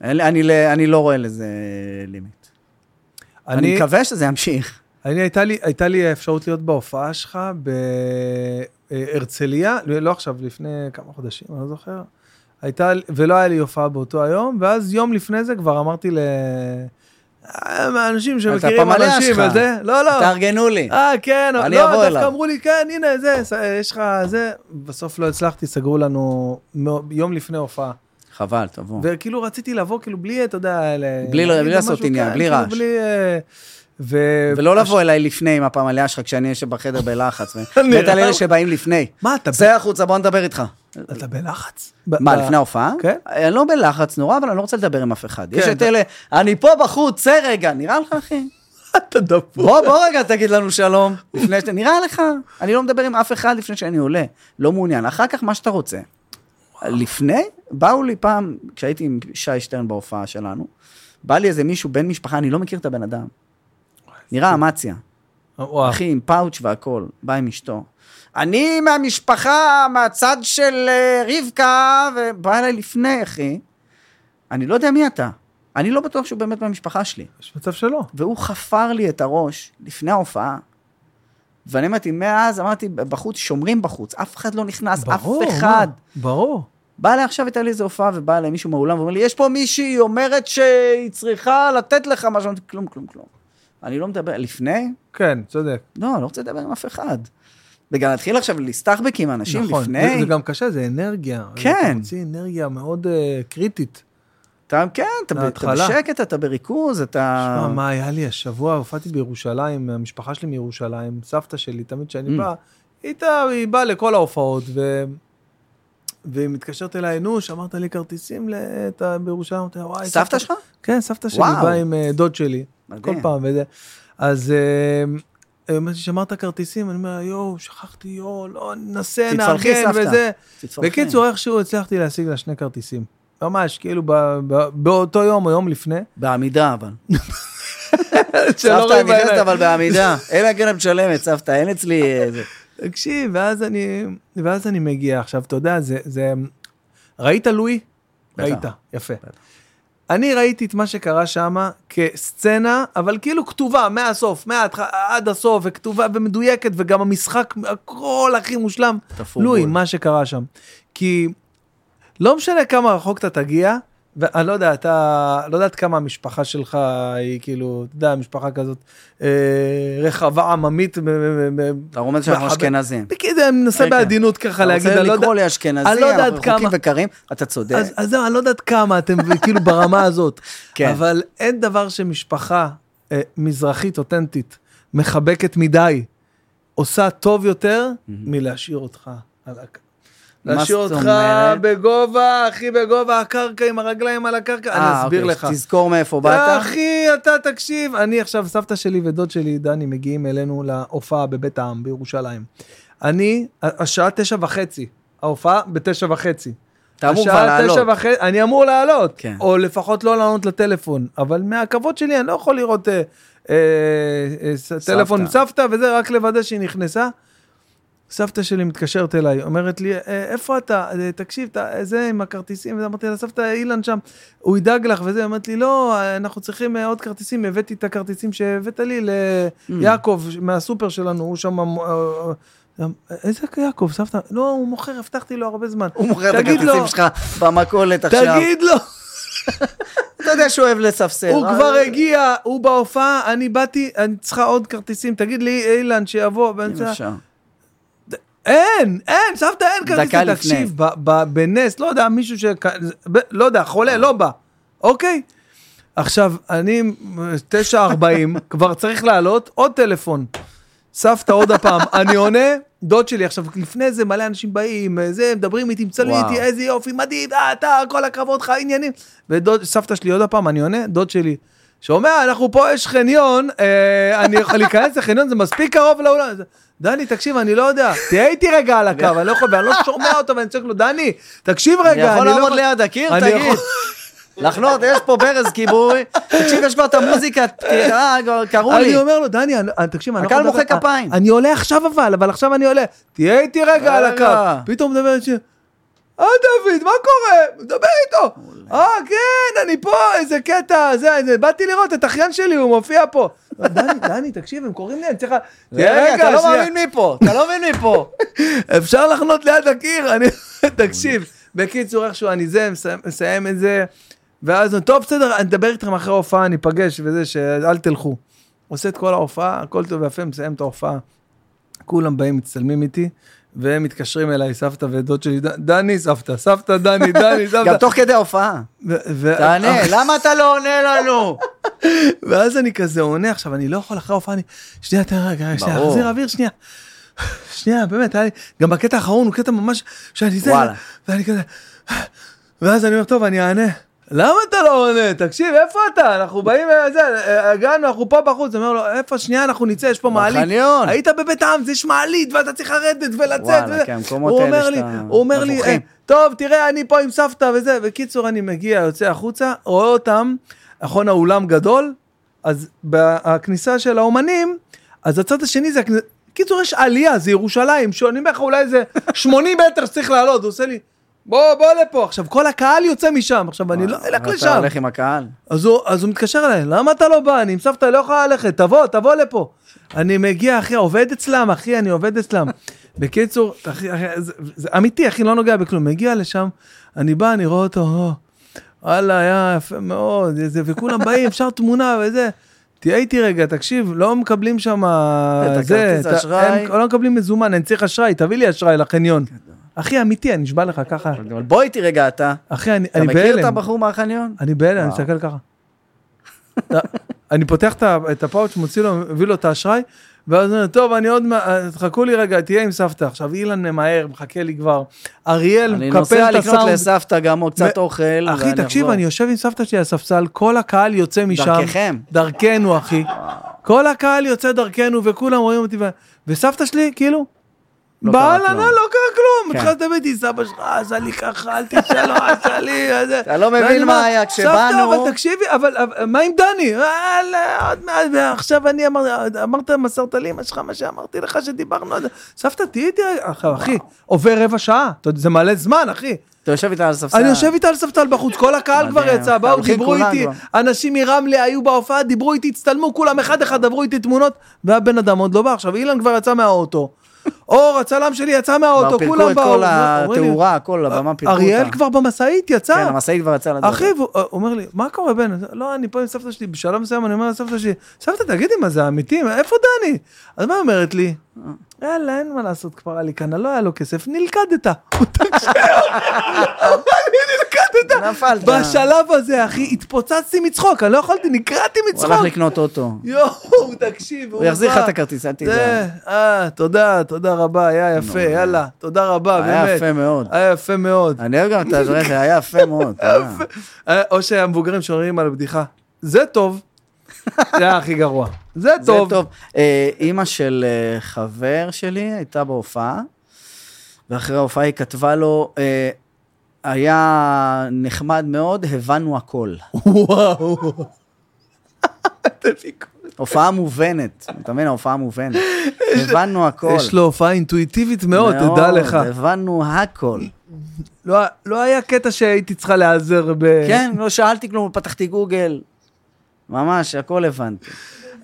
[SPEAKER 2] אין לי- אני, ל- אני לא רואה לזה לימיט. אני,
[SPEAKER 1] אני,
[SPEAKER 2] מקווה שזה ימשיך.
[SPEAKER 1] אני הייתה, לי, הייתה לי אפשרות להיות בהופעה שלך בהרצליה, לא עכשיו, לפני כמה חודשים, אני לא זוכר. הייתה, ולא היה לי הופעה באותו היום, ואז יום לפני זה כבר אמרתי ל... אה, מהאנשים שמכירים
[SPEAKER 2] הפמליה
[SPEAKER 1] אנשים,
[SPEAKER 2] שלך.
[SPEAKER 1] וזה, לא, לא.
[SPEAKER 2] תארגנו לי.
[SPEAKER 1] אה, כן,
[SPEAKER 2] אני
[SPEAKER 1] לא,
[SPEAKER 2] אבוא
[SPEAKER 1] דווקא
[SPEAKER 2] אליו.
[SPEAKER 1] אמרו לי, כן, הנה, זה, ס- יש לך, זה. בסוף לא הצלחתי, סגרו לנו מאו- יום לפני הופעה.
[SPEAKER 2] אה. חבל, תבוא.
[SPEAKER 1] וכאילו רציתי לבוא, כאילו בלי, אתה יודע, ל-
[SPEAKER 2] בלי ל-
[SPEAKER 1] להגיד
[SPEAKER 2] בלי
[SPEAKER 1] לו
[SPEAKER 2] לעשות
[SPEAKER 1] משהו,
[SPEAKER 2] עניין,
[SPEAKER 1] כן,
[SPEAKER 2] בלי
[SPEAKER 1] כאילו,
[SPEAKER 2] רעש.
[SPEAKER 1] בלי... אה, ו-
[SPEAKER 2] ולא לבוא אליי לפני עם הפמליה שלך כשאני יושב בחדר בלחץ.
[SPEAKER 1] אני- לא-
[SPEAKER 2] בטח לאלה שבאים לפני.
[SPEAKER 1] מה, אתה ב-
[SPEAKER 2] צא החוצה, בוא נדבר איתך.
[SPEAKER 1] אתה בלחץ?
[SPEAKER 2] מה,
[SPEAKER 1] ב-
[SPEAKER 2] לפני ההופעה?
[SPEAKER 1] כן.
[SPEAKER 2] אני לא בלחץ נורא, אבל אני לא רוצה לדבר עם אף אחד. יש
[SPEAKER 1] כן,
[SPEAKER 2] את
[SPEAKER 1] אתה-
[SPEAKER 2] אלה, אני פה בחוץ, צא רגע, נראה לך, אחי?
[SPEAKER 1] אתה דפוק.
[SPEAKER 2] בוא, בוא רגע תגיד לנו שלום, לפני שאתה, נראה לך, אני לא מדבר עם אף אחד לפני שאני עולה, לא מעוניין, אחר כך מה שאתה רוצה. לפני, באו לי פעם, כשהייתי עם שי שטרן בהופעה שלנו, בא לי איזה מישהו, בן משפחה, אני לא מכיר את הבן אדם. נראה אמציה,
[SPEAKER 1] וואו.
[SPEAKER 2] אחי עם פאוץ' והכל, בא עם אשתו. אני מהמשפחה, מהצד של אה, רבקה, ובא אליי לפני, אחי. אני לא יודע מי אתה. אני לא בטוח שהוא באמת מהמשפחה שלי.
[SPEAKER 1] יש מצב שלא.
[SPEAKER 2] והוא חפר לי את הראש לפני ההופעה. ואני אמרתי, מאז אמרתי, בחוץ, שומרים בחוץ, אף אחד לא נכנס,
[SPEAKER 1] ברור.
[SPEAKER 2] אף
[SPEAKER 1] מה?
[SPEAKER 2] אחד.
[SPEAKER 1] ברור.
[SPEAKER 2] בא אליי עכשיו, הייתה לי איזו הופעה, ובא אליי מישהו מהאולם, ואומר לי, יש פה מישהי, היא אומרת שהיא צריכה לתת לך משהו, אמרתי, כלום, כלום, כלום. אני לא מדבר, לפני?
[SPEAKER 1] כן, צודק.
[SPEAKER 2] לא, אני לא רוצה לדבר עם אף אחד. וגם להתחיל עכשיו להסתחבק עם אנשים
[SPEAKER 1] נכון.
[SPEAKER 2] לפני?
[SPEAKER 1] זה- זה גם קשה, זה אנרגיה.
[SPEAKER 2] כן.
[SPEAKER 1] אתה מוציא אנרגיה מאוד אה, קריטית.
[SPEAKER 2] אתה, כן, אתה, ב- אתה
[SPEAKER 1] להתחלה.
[SPEAKER 2] בשקט, אתה בריכוז, אתה...
[SPEAKER 1] תשמע, מה היה לי השבוע, הופעתי בירושלים, המשפחה שלי מירושלים, סבתא שלי, תמיד כשאני
[SPEAKER 2] Mm.
[SPEAKER 1] בא, איתה, היא באה לכל ההופעות, ו... והיא מתקשרת אליי, נו, שמרת לי כרטיסים לת... בירושלים, אמרתי לה, וואי,
[SPEAKER 2] סבתא שלך?
[SPEAKER 1] כן, סבתא שלי
[SPEAKER 2] וואו.
[SPEAKER 1] באה עם אה, דוד שלי, כל
[SPEAKER 2] מדהים.
[SPEAKER 1] פעם וזה. אז אה, היא אומרת לי, שמרת כרטיסים? אני אומר, לה, יואו, שכחתי, יואו, לא, ננסה,
[SPEAKER 2] תתפרחי,
[SPEAKER 1] נארגן
[SPEAKER 2] סבתא.
[SPEAKER 1] וזה.
[SPEAKER 2] תצטרכי.
[SPEAKER 1] בקיצור, איכשהו הצלחתי להשיג לה שני כרטיסים. ממש, כאילו, ב... ב... באותו יום או יום לפני.
[SPEAKER 2] בעמידה, אבל.
[SPEAKER 1] שלא
[SPEAKER 2] סבתא
[SPEAKER 1] לא רואים
[SPEAKER 2] נכנסת
[SPEAKER 1] בעיניים.
[SPEAKER 2] אבל בעמידה, אלא אם כן את משלמת, סבתא, אין אצלי... אה, זה.
[SPEAKER 1] תקשיב, ואז אני, ואז אני מגיע עכשיו, אתה יודע, זה, זה... ראית לואי?
[SPEAKER 2] בטח.
[SPEAKER 1] ראית, יפה. אני ראיתי את מה שקרה שם כסצנה, אבל כאילו כתובה מהסוף, מההתח... עד הסוף, וכתובה ומדויקת, וגם המשחק, הכל הכי מושלם.
[SPEAKER 2] תפור
[SPEAKER 1] לואי,
[SPEAKER 2] בול.
[SPEAKER 1] מה שקרה שם. כי לא משנה כמה רחוק אתה תגיע, ואני לא יודע, אתה, לא יודעת כמה המשפחה שלך היא כאילו, אתה יודע, משפחה כזאת אה, רחבה, עממית, מ- מ- מ-
[SPEAKER 2] אתה רומז שאנחנו
[SPEAKER 1] מחבק.
[SPEAKER 2] אשכנזים.
[SPEAKER 1] בקיצור, אני מנסה
[SPEAKER 2] רגע.
[SPEAKER 1] בעדינות ככה
[SPEAKER 2] אתה
[SPEAKER 1] להגיד,
[SPEAKER 2] רוצה
[SPEAKER 1] אני לא יודע...
[SPEAKER 2] לקרוא לי
[SPEAKER 1] אני לא
[SPEAKER 2] אשכנזי,
[SPEAKER 1] יודעת
[SPEAKER 2] אנחנו רחוקים
[SPEAKER 1] כמה.
[SPEAKER 2] וקרים, אתה צודק.
[SPEAKER 1] אז אז זהו, אני לא יודעת כמה אתם כאילו ברמה הזאת.
[SPEAKER 2] כן.
[SPEAKER 1] אבל אין דבר שמשפחה אה, מזרחית אותנטית, מחבקת מדי, עושה טוב יותר מלהשאיר אותך על הק...
[SPEAKER 2] מה
[SPEAKER 1] להשאיר
[SPEAKER 2] זאת
[SPEAKER 1] אותך
[SPEAKER 2] אומרת?
[SPEAKER 1] בגובה, אחי, בגובה הקרקע, עם הרגליים על הקרקע, אני
[SPEAKER 2] אה,
[SPEAKER 1] אסביר
[SPEAKER 2] אוקיי,
[SPEAKER 1] לך. אה,
[SPEAKER 2] תזכור מאיפה באת.
[SPEAKER 1] אחי, אתה תקשיב. אני עכשיו, סבתא שלי ודוד שלי, דני, מגיעים אלינו להופעה בבית העם בירושלים. אני, ה- השעה תשע וחצי, ההופעה בתשע וחצי.
[SPEAKER 2] אתה אמור כבר
[SPEAKER 1] השעה תשע
[SPEAKER 2] לעלות.
[SPEAKER 1] וחצי, אני אמור לעלות,
[SPEAKER 2] כן.
[SPEAKER 1] או לפחות לא לענות לטלפון, אבל מהכבוד שלי אני לא יכול לראות אה, אה, אה, ס- טלפון עם סבתא וזה, רק לוודא שהיא נכנסה. סבתא שלי מתקשרת אליי, אומרת לי, "אה, איפה אתה? אה, תקשיב, אתה, זה עם הכרטיסים, וזה." אמרתי לה, סבתא, אילן שם, הוא ידאג לך וזה, אמרת לי, לא, אנחנו צריכים אה, עוד כרטיסים, הבאתי את הכרטיסים שהבאת לי
[SPEAKER 2] Mm.
[SPEAKER 1] ליעקב מהסופר שלנו, הוא שם... אה, אה, איזה יעקב, סבתא? לא, הוא מוכר, הבטחתי לו הרבה זמן.
[SPEAKER 2] הוא מוכר את
[SPEAKER 1] תגיד
[SPEAKER 2] הכרטיסים
[SPEAKER 1] לו,
[SPEAKER 2] שלך במכולת עכשיו.
[SPEAKER 1] תגיד לו,
[SPEAKER 2] אתה יודע שהוא אוהב לספסל.
[SPEAKER 1] הוא
[SPEAKER 2] אה?
[SPEAKER 1] כבר הגיע, הוא בהופעה, אני באתי, אני צריכה עוד כרטיסים, תגיד לי, אילן, שיבוא, ואני
[SPEAKER 2] אם
[SPEAKER 1] צריכה-
[SPEAKER 2] אפשר.
[SPEAKER 1] אין, אין, סבתא, אין כרטיסים,
[SPEAKER 2] דקה
[SPEAKER 1] תקשיב, ב- ב- בנס, לא יודע, מישהו ש... לא יודע, חולה,
[SPEAKER 2] אה.
[SPEAKER 1] לא בא, אוקיי? עכשיו, אני, 9.40, כבר צריך לעלות, עוד טלפון. סבתא עוד הפעם, אני עונה, דוד שלי עכשיו, לפני זה מלא אנשים באים, אה, זה, מדברים איתי, מצלמים
[SPEAKER 5] וואו.
[SPEAKER 1] איתי, איזה יופי, מדהים, אה, אתה, כל הקרבות שלך, עניינים. ודוד, סבתא שלי, עוד פעם, אני עונה, דוד שלי, שומע, אנחנו פה, יש חניון, אה, אני יכול להיכנס לחניון, זה מספיק קרוב לאולם. אז, דני, תקשיב, אני לא יודע, תהיה איתי רגע על הקו, אני לא יכול, ואני לא שומע אותו, ואני צועק לו, דני, תקשיב רגע,
[SPEAKER 2] אני יכול
[SPEAKER 1] לא
[SPEAKER 2] לעמוד
[SPEAKER 1] יכול-"
[SPEAKER 2] ליד הקיר,
[SPEAKER 1] אני
[SPEAKER 2] תגיד.
[SPEAKER 1] יכול-
[SPEAKER 2] לחנות, יש פה ברז כיבוי, תקשיב, יש כבר את המוזיקה, אה, כבר קראו לי.
[SPEAKER 1] אני אומר לו, דני, אני- אני- תקשיב, אני לא
[SPEAKER 2] הקהל
[SPEAKER 1] יכול לדבר-
[SPEAKER 2] מוחא כפיים.
[SPEAKER 1] אני עולה עכשיו אבל, אבל עכשיו אני עולה. תהיה איתי רגע על
[SPEAKER 2] רגע.
[SPEAKER 1] הקו. פתאום מדבר איתי, אה דוד, מה קורה? מדבר איתו. אה, כן, אני פה, איזה קטע, זה, זה, באתי לראות את אחיין שלי, הוא מופיע פה. דני, דני, תקשיב, הם קוראים לי, אני צריך... לה- תהיה
[SPEAKER 2] רגע, אתה לא
[SPEAKER 1] שנייה.
[SPEAKER 2] מאמין מי פה, אתה לא מבין מי פה.
[SPEAKER 1] אפשר לחנות ליד הקיר, אני... תקשיב. בקיצור, איכשהו אני זה, מסיים- מסיים את זה, ואז הוא, טוב, בסדר, אני אדבר איתכם אחרי ההופעה, ניפגש וזה, שאל תלכו. עושה את כל ההופעה, הכל טוב ויפה, מסיים את ההופעה. כולם באים, מצטלמים איתי, והם מתקשרים אליי, סבתא ודוד שלי, "ד- דני, סבתא, סבתא, דני, דני, סבתא.
[SPEAKER 5] גם תוך כדי ההופעה.
[SPEAKER 1] ו- ו- אה,
[SPEAKER 2] תענה, למה אתה לא עונה לנו?
[SPEAKER 1] ואז אני כזה עונה, עכשיו אני לא יכול אחרי ההופעה, אני, שנייה, תן רגע, שנייה,
[SPEAKER 2] ברור.
[SPEAKER 1] אחזיר אוויר, שנייה. שנייה, באמת, היה לי, גם בקטע האחרון הוא קטע ממש, שאני זה,
[SPEAKER 5] וואלה.
[SPEAKER 1] ואני כזה, ואז אני אומר, טוב, אני אענה. למה אתה לא עונה? תקשיב, איפה אתה? אנחנו באים, אה, זה, אה, הגענו, אנחנו פה בחוץ. אני אומר לו, איפה, שנייה, אנחנו נצא, יש פה מעלית.
[SPEAKER 2] בחניון.
[SPEAKER 1] היית בבית העם, זה יש מעלית, ואתה צריך לרדת
[SPEAKER 5] נכון.
[SPEAKER 1] ולצאת.
[SPEAKER 5] וואלה,
[SPEAKER 1] וזה."
[SPEAKER 5] כן, המקומות
[SPEAKER 1] הוא
[SPEAKER 5] האלה
[SPEAKER 1] אומר לי,
[SPEAKER 5] שאתה-
[SPEAKER 1] הוא אומר לי,
[SPEAKER 5] מבוכים.
[SPEAKER 1] "אה, טוב, תראה, אני פה עם סבתא וזה, בקיצור, אני מגיע, יוצא החוצה, רואה אותם, נכון, האולם גדול, אז בכניסה של האומנים, אז הצד השני זה, הכנ- קיצור, יש עלייה, זה ירושלים, ש- אני אומר לך, אולי איזה 80 מטר שצריך לעלות, הוא עושה לי, בוא, בוא לפה, עכשיו, כל הקהל יוצא משם, עכשיו, אני לא אלך
[SPEAKER 5] אתה
[SPEAKER 1] לשם.
[SPEAKER 5] הולך עם הקהל?
[SPEAKER 1] אז הוא, אז הוא מתקשר אליי, למה אתה לא בא? אני עם סבתא, לא יכולה ללכת, תבוא, תבוא לפה. אני מגיע, אחי, עובד אצלם, אחי, אני עובד אצלם. בקיצור, אחי, אחי, זה, זה אמיתי, אחי, לא נוגע בכלום. מגיע לשם, אני בא, אני רואה אותו, "או, וואלה, היה יפה מאוד, זה, וכולם באים, אפשר תמונה וזה. תהיה איתי רגע, תקשיב, לא מקבלים שם... אה,
[SPEAKER 2] את הכרטיס אשראי.
[SPEAKER 1] הם לא מקבלים מזומן, אני צריך אשראי, תביא לי אשראי לחניון. אחי, אמיתי, אני נשבע לך ככה.
[SPEAKER 2] אבל בוא איתי רגע אתה.
[SPEAKER 1] אחי, אני,
[SPEAKER 2] אתה
[SPEAKER 1] אני בהלם.
[SPEAKER 2] מכיר את הבחור מהחניון?
[SPEAKER 1] נכון? אני בהלם, אני מסתכל ככה. אתה- אני פותח את ה- את הפאוץ', מוציא לו, מביא לו את האשראי, ואז הוא אומר, טוב, אני עוד מעט, חכו לי רגע, תהיה עם סבתא. עכשיו אילן ממהר, מחכה לי כבר. אריאל
[SPEAKER 2] אני
[SPEAKER 1] מקפל
[SPEAKER 2] נוסע
[SPEAKER 1] את
[SPEAKER 2] לקנות
[SPEAKER 1] הסאונד.
[SPEAKER 2] לסבתא גם עוד קצת
[SPEAKER 1] מ-
[SPEAKER 2] אוכל. לא-
[SPEAKER 1] אחי,
[SPEAKER 2] ואני
[SPEAKER 1] תקשיב,
[SPEAKER 2] אחזור.
[SPEAKER 1] אני יושב עם סבתא שלי על הספסל, כל הקהל יוצא משם.
[SPEAKER 2] דרככם.
[SPEAKER 1] דרכנו, אחי. כל הקהל יוצא דרכנו, וכולם רואים אותי, ו- וסבתא שלי, כאילו,
[SPEAKER 5] לא קרה
[SPEAKER 1] בעל
[SPEAKER 5] כלום.
[SPEAKER 1] ענה, לא קרה כלום.
[SPEAKER 5] כן.
[SPEAKER 1] התחלת לדבר איתי, סבא שלך, עשה לי ככה, אל תשאל לו, עשה לי, אז זה."
[SPEAKER 2] אתה לא מבין
[SPEAKER 1] ואני
[SPEAKER 2] מה
[SPEAKER 1] אומר,
[SPEAKER 2] היה,
[SPEAKER 1] סבתא,
[SPEAKER 2] כשבאנו-
[SPEAKER 1] אבל תקשיבי, אבל אבל- מה עם דני? "וואלה, עוד מעט, ועכשיו אני אמר- אמרת, מסרת לי אמא שלך מה שאמרתי לך שדיברנו על זה. סבתא, תהיי איתי, עכשיו, אחי, עובר רבע שעה, אתה יודע, זה מלא זמן, אחי.
[SPEAKER 2] אתה יושב איתה על הספסל.
[SPEAKER 1] אני יושב איתה על ספסל בחוץ, כל הקהל כבר
[SPEAKER 2] מדהים.
[SPEAKER 1] יצא, באו,
[SPEAKER 2] הולכים
[SPEAKER 1] דיברו
[SPEAKER 2] כולם
[SPEAKER 1] איתי,
[SPEAKER 2] כבר.
[SPEAKER 1] אנשים מרמלה היו בהופעה, דיברו איתי, הצטלמו, כולם אחד אחד עברו איתי תמונות, והבן אדם עוד לא בא. עכשיו, אילן כבר יצא מהאוטו, אור, הצלם שלי יצא
[SPEAKER 2] כבר
[SPEAKER 1] מהאוטו,
[SPEAKER 2] פירקו
[SPEAKER 1] כולם
[SPEAKER 2] את
[SPEAKER 1] באו.
[SPEAKER 2] כל
[SPEAKER 1] אומרים לי, "אה,
[SPEAKER 2] התאורה, הכל, הבמה פירקו אותה.
[SPEAKER 1] אריאל כבר במשאית
[SPEAKER 2] כן,
[SPEAKER 1] יצא.
[SPEAKER 2] המשאית כבר יצאה לדרך.
[SPEAKER 1] אחי, והוא אה, הוא אומר לי, מה קורה בן? אז, לא, אני פה עם סבתא שלי, בשלב מסוים אני אומר לסבתא שלי, סבתא, תגידי מה זה אמיתי, מה- איפה דני? אז מה היא אומרת לי?
[SPEAKER 2] אה.
[SPEAKER 1] יאללה, אין מה לעשות, כבר היה לי כאן, לא היה לו כסף, נלכדת. תקשיב, נלכדת.
[SPEAKER 2] נפלת.
[SPEAKER 1] בשלב הזה, אחי, התפוצצתי מצחוק, אני לא יכולתי, נקרעתי
[SPEAKER 2] הוא הלך
[SPEAKER 1] מצחוק.
[SPEAKER 2] לקנות אוטו.
[SPEAKER 1] יואו, תקשיב,
[SPEAKER 2] הוא יחזיר לך
[SPEAKER 1] בא.
[SPEAKER 2] את הכרטיס, אל תדאג.
[SPEAKER 1] זה, אה, תודה, תודה רבה, היה יפה, יאללה, תודה רבה,
[SPEAKER 2] היה
[SPEAKER 1] באמת.
[SPEAKER 2] יפה מאוד.
[SPEAKER 1] היה יפה מאוד.
[SPEAKER 2] אני אוהב גם את הדברים, זה היה יפה מאוד. אתה יודע.
[SPEAKER 1] אה, או שהמבוגרים שומרים על הבדיחה. זה טוב. זה היה הכי גרוע. זה
[SPEAKER 2] זה
[SPEAKER 1] טוב.
[SPEAKER 2] טוב. אה, אימא של אה, חבר שלי הייתה בהופעה, ואחרי ההופעה היא כתבה לו, אה, היה נחמד מאוד, הבנו הכל.
[SPEAKER 1] וואו.
[SPEAKER 2] הופעה מובנת, אתה מבין? ההופעה מובנת. הבנו הכל.
[SPEAKER 1] יש לו הופעה אינטואיטיבית מאוד, תדע לך.
[SPEAKER 2] הבנו הכל.
[SPEAKER 1] לא- לא היה קטע שהייתי צריכה להיעזר ב...
[SPEAKER 2] כן, לא שאלתי כלום, פתחתי גוגל. ממש, הכל הבנתי.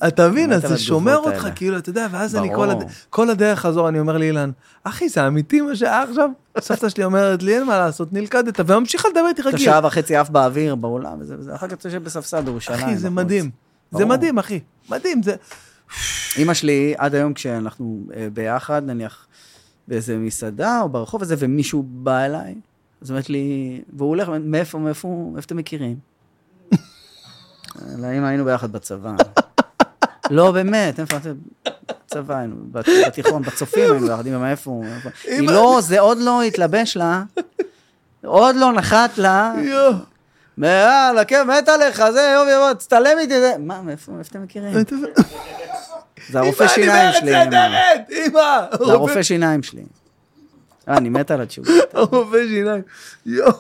[SPEAKER 1] אתה מבין,
[SPEAKER 2] באמת
[SPEAKER 1] אז
[SPEAKER 2] על
[SPEAKER 1] זה שומר
[SPEAKER 2] התגובות
[SPEAKER 1] אותך,
[SPEAKER 2] האלה.
[SPEAKER 1] כאילו, אתה יודע, ואז אני
[SPEAKER 2] ברור.
[SPEAKER 1] כל, הד... כל הדרך חזור, אני אומר לאילן, אחי, זה אמיתי מה שהיה עכשיו? סבתא שלי אומרת לי, אין מה לעשות, נלכדת, וממשיכה לדבר איתי
[SPEAKER 2] אתה
[SPEAKER 1] רגיל.
[SPEAKER 2] שעה וחצי עף באוויר, באולם, וזה וזה. אחר כך אתה יושב בספסל בירושלים.
[SPEAKER 1] אחי, זה
[SPEAKER 2] בחוץ.
[SPEAKER 1] מדהים. זה
[SPEAKER 2] ברור.
[SPEAKER 1] מדהים, אחי. מדהים, זה...
[SPEAKER 2] אימא שלי, עד היום כשאנחנו אה, ביחד, נניח באיזה מסעדה או ברחוב הזה, ומישהו בא אליי, אז אומרת לי, והוא הולך, אומרת, מאיפה, מאיפה, מאיפה אתם מכירים? אלא אם היינו ביחד בצבא. לא, באמת, איפה אתם? בצבא, היינו בת- בתיכון, בצופים היינו יחד, אמא, מאיפה הוא? מאיפה- היא לא, זה עוד לא התלבש לה, עוד לא נחת לה. יאללה, כן, מת עליך, זה, יום יום, תצטלם איתי, זה. מה, מאיפה מאיפה אתם מכירים? זה הרופא שיניים שלי. אמא.
[SPEAKER 1] אמא,
[SPEAKER 2] זה הרופא שיניים שלי. אה, אני מת על התשובה.
[SPEAKER 1] הרופא שיניים. יואו,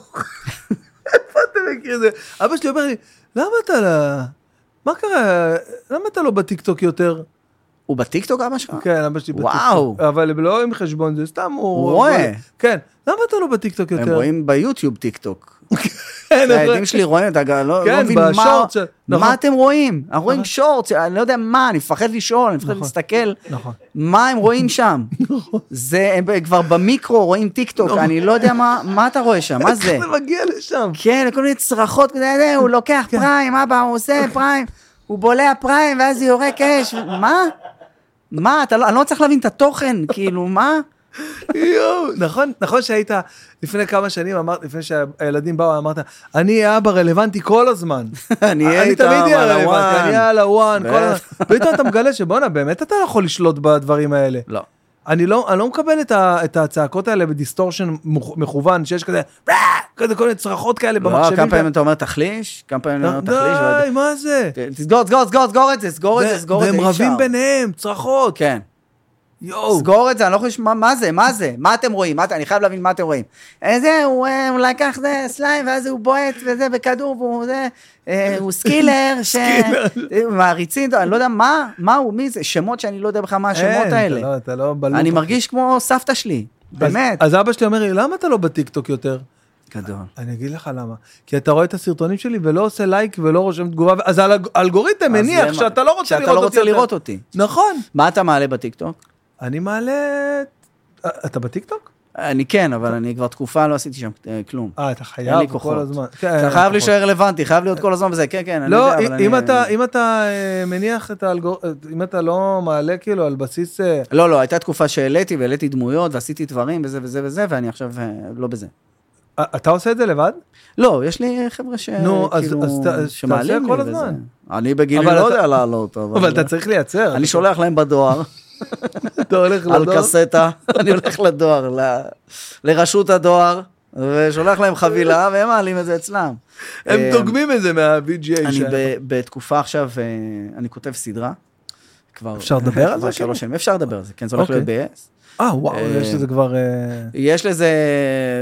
[SPEAKER 1] איפה אתה מכיר את זה? אבא שלי אומר לי, למה אתה לא... מה קרה? למה אתה לא בטיקטוק יותר?
[SPEAKER 2] הוא בטיקטוק אבא שלך?
[SPEAKER 1] כן, אבא שלי בטיקטוק.
[SPEAKER 2] וואו.
[SPEAKER 1] אבל הם לא עם חשבון, זה סתם הוא...
[SPEAKER 2] הוא רואה.
[SPEAKER 1] כן. למה אתה לא בטיקטוק יותר?
[SPEAKER 2] הם רואים ביוטיוב טיקטוק.
[SPEAKER 1] כן, הם רואים.
[SPEAKER 2] הילדים שלי רואים, אתה גם לא
[SPEAKER 1] כן,
[SPEAKER 2] לא מבין מה-
[SPEAKER 1] בשורט של- נכון.
[SPEAKER 2] מה אתם רואים. אנחנו
[SPEAKER 1] נכון.
[SPEAKER 2] רואים שורט, אני לא יודע מה, אני מפחד לשאול, אני מפחד
[SPEAKER 1] נכון.
[SPEAKER 2] להסתכל.
[SPEAKER 1] נכון.
[SPEAKER 2] מה הם רואים שם? זה, הם ב- כבר במיקרו רואים טיקטוק, אני לא יודע מה מה אתה רואה שם, מה זה?
[SPEAKER 1] איך זה מגיע לשם?
[SPEAKER 2] כן, כל מיני צרחות, כזה, זה, הוא לוקח
[SPEAKER 1] כן.
[SPEAKER 2] פריים, אבא, הוא עושה פריים, הוא בולע פריים, ואז זה יורק אש, מה? מה, אתה לא, אני לא צריך להבין את התוכן, כאילו, מה?
[SPEAKER 1] יואו, נכון, נכון שהיית לפני כמה שנים, אמרת, לפני שהילדים באו, אמרת, אני אהיה אבא רלוונטי כל הזמן.
[SPEAKER 2] אני אהיה איתם
[SPEAKER 1] אני תמיד אהיה
[SPEAKER 2] על
[SPEAKER 1] רלוונטי,
[SPEAKER 2] הוואן.
[SPEAKER 1] אני אהיה על הוואן, כל ה...
[SPEAKER 2] בטח.
[SPEAKER 1] פתאום אתה מגלה שבואנה, באמת אתה לא יכול לשלוט בדברים האלה.
[SPEAKER 2] לא.
[SPEAKER 1] אני לא, אני לא מקבל את, ה, את הצעקות האלה בדיסטורשן מוכ- מכוון, שיש כזה, "אה!" כזה כל מיני צרחות כאלה
[SPEAKER 2] לא,
[SPEAKER 1] במחשבים.
[SPEAKER 2] כמה פעמים
[SPEAKER 1] ש-
[SPEAKER 2] אתה אומר תחליש, כמה פעמים אני אומר תחליש,
[SPEAKER 1] די,
[SPEAKER 2] ועוד-
[SPEAKER 1] מה זה?
[SPEAKER 2] תסגור, סגור, סגור, סגור את זה, סגור את זה, סגור את זה,
[SPEAKER 1] והם
[SPEAKER 2] אי אפשר.
[SPEAKER 1] רבים ביניהם, צרחות.
[SPEAKER 2] כן.
[SPEAKER 1] יואו.
[SPEAKER 2] סגור את זה, אני לא יכול לשמוע, מה זה, מה זה, מה אתם רואים, מה אתם- אני חייב להבין מה אתם רואים. אה, זה, הוא אה, הוא לקח זה סליים, ואז הוא בועט וזה בכדור, והוא זה, אה, הוא סקילר, ש... אה, מעריצים, אותו, אני לא יודע מה, מה הוא, מי זה, שמות שאני לא יודע בכלל מה
[SPEAKER 1] אין,
[SPEAKER 2] השמות
[SPEAKER 1] אתה
[SPEAKER 2] האלה.
[SPEAKER 1] לא- אתה לא בלופ.
[SPEAKER 2] אני מרגיש כמו סבתא שלי, באמת.
[SPEAKER 1] אז, אז אבא שלי אומר לי, למה אתה לא בטיקטוק יותר?
[SPEAKER 2] גדול.
[SPEAKER 1] אני אגיד לך למה. כי אתה רואה את הסרטונים שלי ולא עושה לייק ולא רושם תגובה, אז האלג- האלגוריתם
[SPEAKER 2] אז
[SPEAKER 1] מניח
[SPEAKER 2] למה?
[SPEAKER 1] שאתה לא רוצה
[SPEAKER 2] שאתה לא
[SPEAKER 1] לראות אותי.
[SPEAKER 2] רוצה לראות
[SPEAKER 1] יותר.
[SPEAKER 2] אותי.
[SPEAKER 1] נכון.
[SPEAKER 2] מה אתה מעלה בטיקטוק?
[SPEAKER 1] אני מעלה... אה, אתה בטיקטוק?
[SPEAKER 2] אני כן, אבל אני כבר תקופה לא עשיתי שם אה, כלום.
[SPEAKER 1] אה, אתה
[SPEAKER 2] אין לי
[SPEAKER 1] חייב
[SPEAKER 2] כוחות.
[SPEAKER 1] כל הזמן. כן, אין
[SPEAKER 2] אתה
[SPEAKER 1] לי
[SPEAKER 2] חייב
[SPEAKER 1] כוחות.
[SPEAKER 2] להישאר רלוונטי, חייב להיות כל הזמן בזה, כן, כן, אני
[SPEAKER 1] לא,
[SPEAKER 2] יודע, אבל
[SPEAKER 1] אם
[SPEAKER 2] אני...
[SPEAKER 1] אתה- אם אתה אה, מניח את האלגור... אם אתה לא מעלה כאילו על בסיס... אה,
[SPEAKER 2] לא, לא, הייתה תקופה שהעליתי, והעליתי דמויות, ועשיתי דברים, וזה וזה וזה, ואני עכשיו אה, לא בזה.
[SPEAKER 1] אה, אתה עושה את זה לבד?
[SPEAKER 2] לא, יש לי חבר'ה ש...
[SPEAKER 1] נו, אז-
[SPEAKER 2] כאילו,
[SPEAKER 1] אז ת- אז
[SPEAKER 2] שמעלים
[SPEAKER 1] תעשה כל
[SPEAKER 2] לי
[SPEAKER 1] הזמן.
[SPEAKER 2] וזה. אני בגילי
[SPEAKER 1] אבל
[SPEAKER 2] לא
[SPEAKER 1] אתה-
[SPEAKER 2] יודע לעלות, אבל... לא.
[SPEAKER 1] אבל אתה צריך לייצר.
[SPEAKER 2] אני שולח להם בדואר,
[SPEAKER 1] אתה הולך
[SPEAKER 2] על
[SPEAKER 1] לדואר?
[SPEAKER 2] קסטה, אני הולך לדואר, ל- לרשות הדואר, ושולח להם חבילה, והם מעלים את זה אצלם.
[SPEAKER 1] הם
[SPEAKER 2] אה,
[SPEAKER 1] דוגמים את זה מה-VGA
[SPEAKER 2] אני
[SPEAKER 1] שלהם.
[SPEAKER 2] ב- בתקופה עכשיו, אה, אני כותב סדרה. כבר
[SPEAKER 1] אפשר לדבר על זה, כאילו?
[SPEAKER 2] כבר שלוש שנים, אפשר לדבר על זה, כן, זה הולך להיות
[SPEAKER 1] אוקיי.
[SPEAKER 2] ב-yes.
[SPEAKER 1] אה, וואו,
[SPEAKER 2] אה,
[SPEAKER 1] יש לזה כבר... אה,
[SPEAKER 2] יש לזה,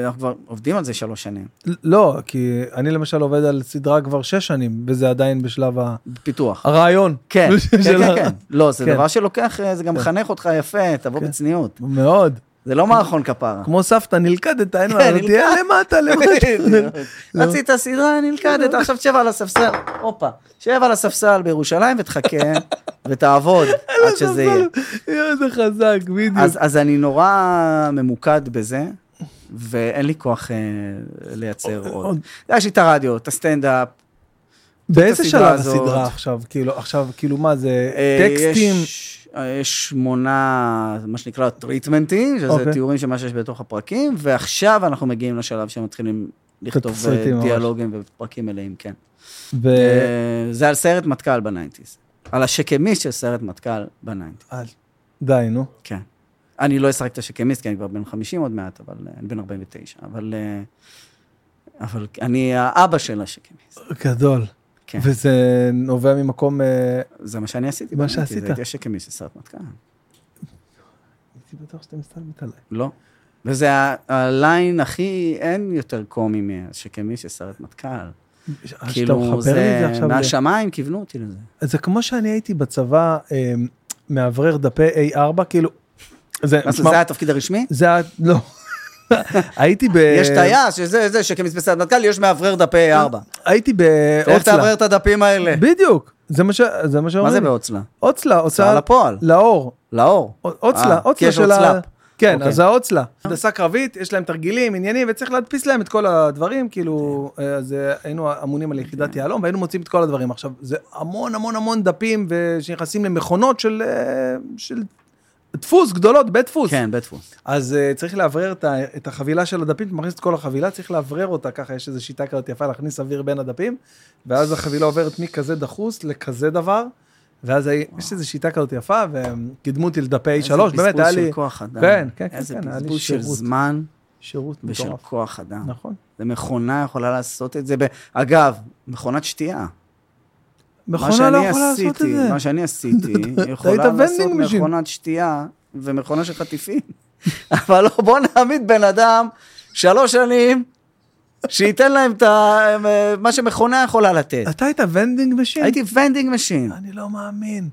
[SPEAKER 2] אנחנו כבר עובדים על זה שלוש שנים,
[SPEAKER 1] לא, כי אני למשל עובד על סדרה כבר שש שנים, וזה עדיין בשלב ה-
[SPEAKER 2] פיתוח.
[SPEAKER 1] הרעיון.
[SPEAKER 2] כן, כן,
[SPEAKER 1] אה, של ה-
[SPEAKER 2] כן, כן. לא, זה
[SPEAKER 1] כן.
[SPEAKER 2] דבר שלוקח, אה, זה גם מחנך אותך יפה, תבוא בצניעות.
[SPEAKER 1] מאוד.
[SPEAKER 2] זה לא מערכון כפרה.
[SPEAKER 1] כמו סבתא, נלכדת, אין מה,
[SPEAKER 2] כן,
[SPEAKER 1] אז תהיה למטה, למטה.
[SPEAKER 2] רצית
[SPEAKER 1] לא.
[SPEAKER 2] סדרה, נלכדת, עכשיו תשב על הספסל, הופה, שב על הספסל בירושלים ותחכה ותעבוד עד שזה יהיה.
[SPEAKER 1] יואו, זה חזק, בדיוק.
[SPEAKER 2] אז, אז אני נורא ממוקד בזה, ואין לי כוח אה, לייצר עוד. יש לי את הרדיו, את הסטנדאפ.
[SPEAKER 1] באיזה
[SPEAKER 2] הסדרה
[SPEAKER 1] שלב
[SPEAKER 2] הזאת.
[SPEAKER 1] הסדרה עכשיו? כאילו, עכשיו, כאילו, מה זה,
[SPEAKER 2] אה,
[SPEAKER 1] טקסטים?
[SPEAKER 2] יש, אה, יש שמונה, מה שנקרא טריטמנטים, שזה
[SPEAKER 1] אוקיי.
[SPEAKER 2] okay. תיאורים של מה שיש בתוך הפרקים, ועכשיו אנחנו מגיעים לשלב שמתחילים לכתוב
[SPEAKER 1] התסריטים
[SPEAKER 2] אה,
[SPEAKER 1] ממש.
[SPEAKER 2] דיאלוגים ופרקים מלאים, כן.
[SPEAKER 1] ו-
[SPEAKER 2] אה, זה על סיירת מטכ"ל בניינטיז. על השקמיסט של סיירת מטכ"ל בניינטיז,
[SPEAKER 1] אה, די, נו.
[SPEAKER 2] כן. אני לא אשחק את השקמיסט, כי אני כבר בן 50 עוד מעט, אבל אה, אני בן 49, אבל... אה, אבל אני האבא של השקמיסט,
[SPEAKER 1] גדול.
[SPEAKER 2] כן.
[SPEAKER 1] וזה נובע ממקום... אה,
[SPEAKER 2] זה מה שאני עשיתי.
[SPEAKER 1] מה
[SPEAKER 2] בניינטיז,
[SPEAKER 1] שעשית.
[SPEAKER 2] הייתי השקמיסט של סיירת מטכ"ל.
[SPEAKER 1] הייתי בטוח שאתה מסתלמת עליי.
[SPEAKER 2] לא. וזה ה- הליין הכי, אין יותר קומי משכמי שסרט מטכ"ל.
[SPEAKER 1] אה, שאתה מחבר לי
[SPEAKER 2] כאילו,
[SPEAKER 1] את זה
[SPEAKER 2] זה,
[SPEAKER 1] עכשיו ל-
[SPEAKER 2] מהשמיים כיוונו אותי לזה.
[SPEAKER 1] זה כמו שאני הייתי בצבא אה, מאוורר דפי A4, כאילו, זה,
[SPEAKER 2] מה זה,
[SPEAKER 1] מה-
[SPEAKER 2] זה התפקיד הרשמי?
[SPEAKER 1] זה, היה- לא, הייתי ב...
[SPEAKER 2] יש טייס, שזה, זה, שכמי בסרט מטכ"ל, יש מאוורר דפי
[SPEAKER 1] אה,
[SPEAKER 2] 4.
[SPEAKER 1] הייתי
[SPEAKER 2] איך תאוורר
[SPEAKER 1] באוצלה.
[SPEAKER 2] את הדפים האלה?
[SPEAKER 1] בדיוק, זה מה ש- זה מה שאומרים.
[SPEAKER 2] מה זה בהוצלה?
[SPEAKER 1] אוצלה,
[SPEAKER 2] הוצאה
[SPEAKER 1] הוצאה
[SPEAKER 2] לפועל,
[SPEAKER 1] לאור.
[SPEAKER 2] לאור.
[SPEAKER 1] א- אוצלה,
[SPEAKER 2] אה, כי
[SPEAKER 1] אוצלה
[SPEAKER 2] יש
[SPEAKER 1] של ה...
[SPEAKER 2] הוצל"פ.
[SPEAKER 1] כן,
[SPEAKER 2] אוקיי.
[SPEAKER 1] אז האוצלה. הנדסה קרבית, יש להם תרגילים, עניינים, וצריך להדפיס להם את כל הדברים, כאילו, אה, אז אה, היינו אמונים על יחידת יהלום, והיינו מוצאים את כל הדברים. עכשיו, זה המון המון המון דפים ו- שנכנסים למכונות של, אה, של דפוס גדולות, בית דפוס.
[SPEAKER 2] כן, בית דפוס.
[SPEAKER 1] אז אה, צריך לאוורר את ה- את החבילה של הדפים, אתה מכניס את כל החבילה, צריך לאוורר אותה, ככה יש איזו שיטה כזאת יפה להכניס אוויר בין הדפים, ואז החבילה עוברת מכזה דחוס לכזה דבר, ואז הי- יש איזו שיטה כזאת יפה, והם קידמו אותי לדפי שלוש,
[SPEAKER 2] איזה
[SPEAKER 1] באמת, היה
[SPEAKER 2] בזבוז
[SPEAKER 1] לי
[SPEAKER 2] של כוח אדם.
[SPEAKER 1] כן, כן, כן,
[SPEAKER 2] איזה
[SPEAKER 1] כן, היה לי
[SPEAKER 2] בזבוז של
[SPEAKER 1] שירות.
[SPEAKER 2] זמן
[SPEAKER 1] שירות
[SPEAKER 2] ושל
[SPEAKER 1] מטורף.
[SPEAKER 2] כוח אדם.
[SPEAKER 1] נכון.
[SPEAKER 2] זה מכונה יכולה לעשות את זה. ב- אגב, מכונת שתייה. מה
[SPEAKER 1] מכונה לא
[SPEAKER 2] שאני
[SPEAKER 1] יכולה לעשות את
[SPEAKER 2] עשיתי,
[SPEAKER 1] זה.
[SPEAKER 2] מה שאני עשיתי, יכולה
[SPEAKER 1] היית
[SPEAKER 2] לעשות
[SPEAKER 1] vending machine.
[SPEAKER 2] מכונת שתייה ומכונה של חטיפים. אבל לא, בוא נעמיד בן אדם שלוש שנים, שייתן להם את ה- מה שמכונה יכולה לתת.
[SPEAKER 1] אתה היית ונדינג בשם?
[SPEAKER 2] הייתי ונדינג משין.
[SPEAKER 1] אני לא מאמין.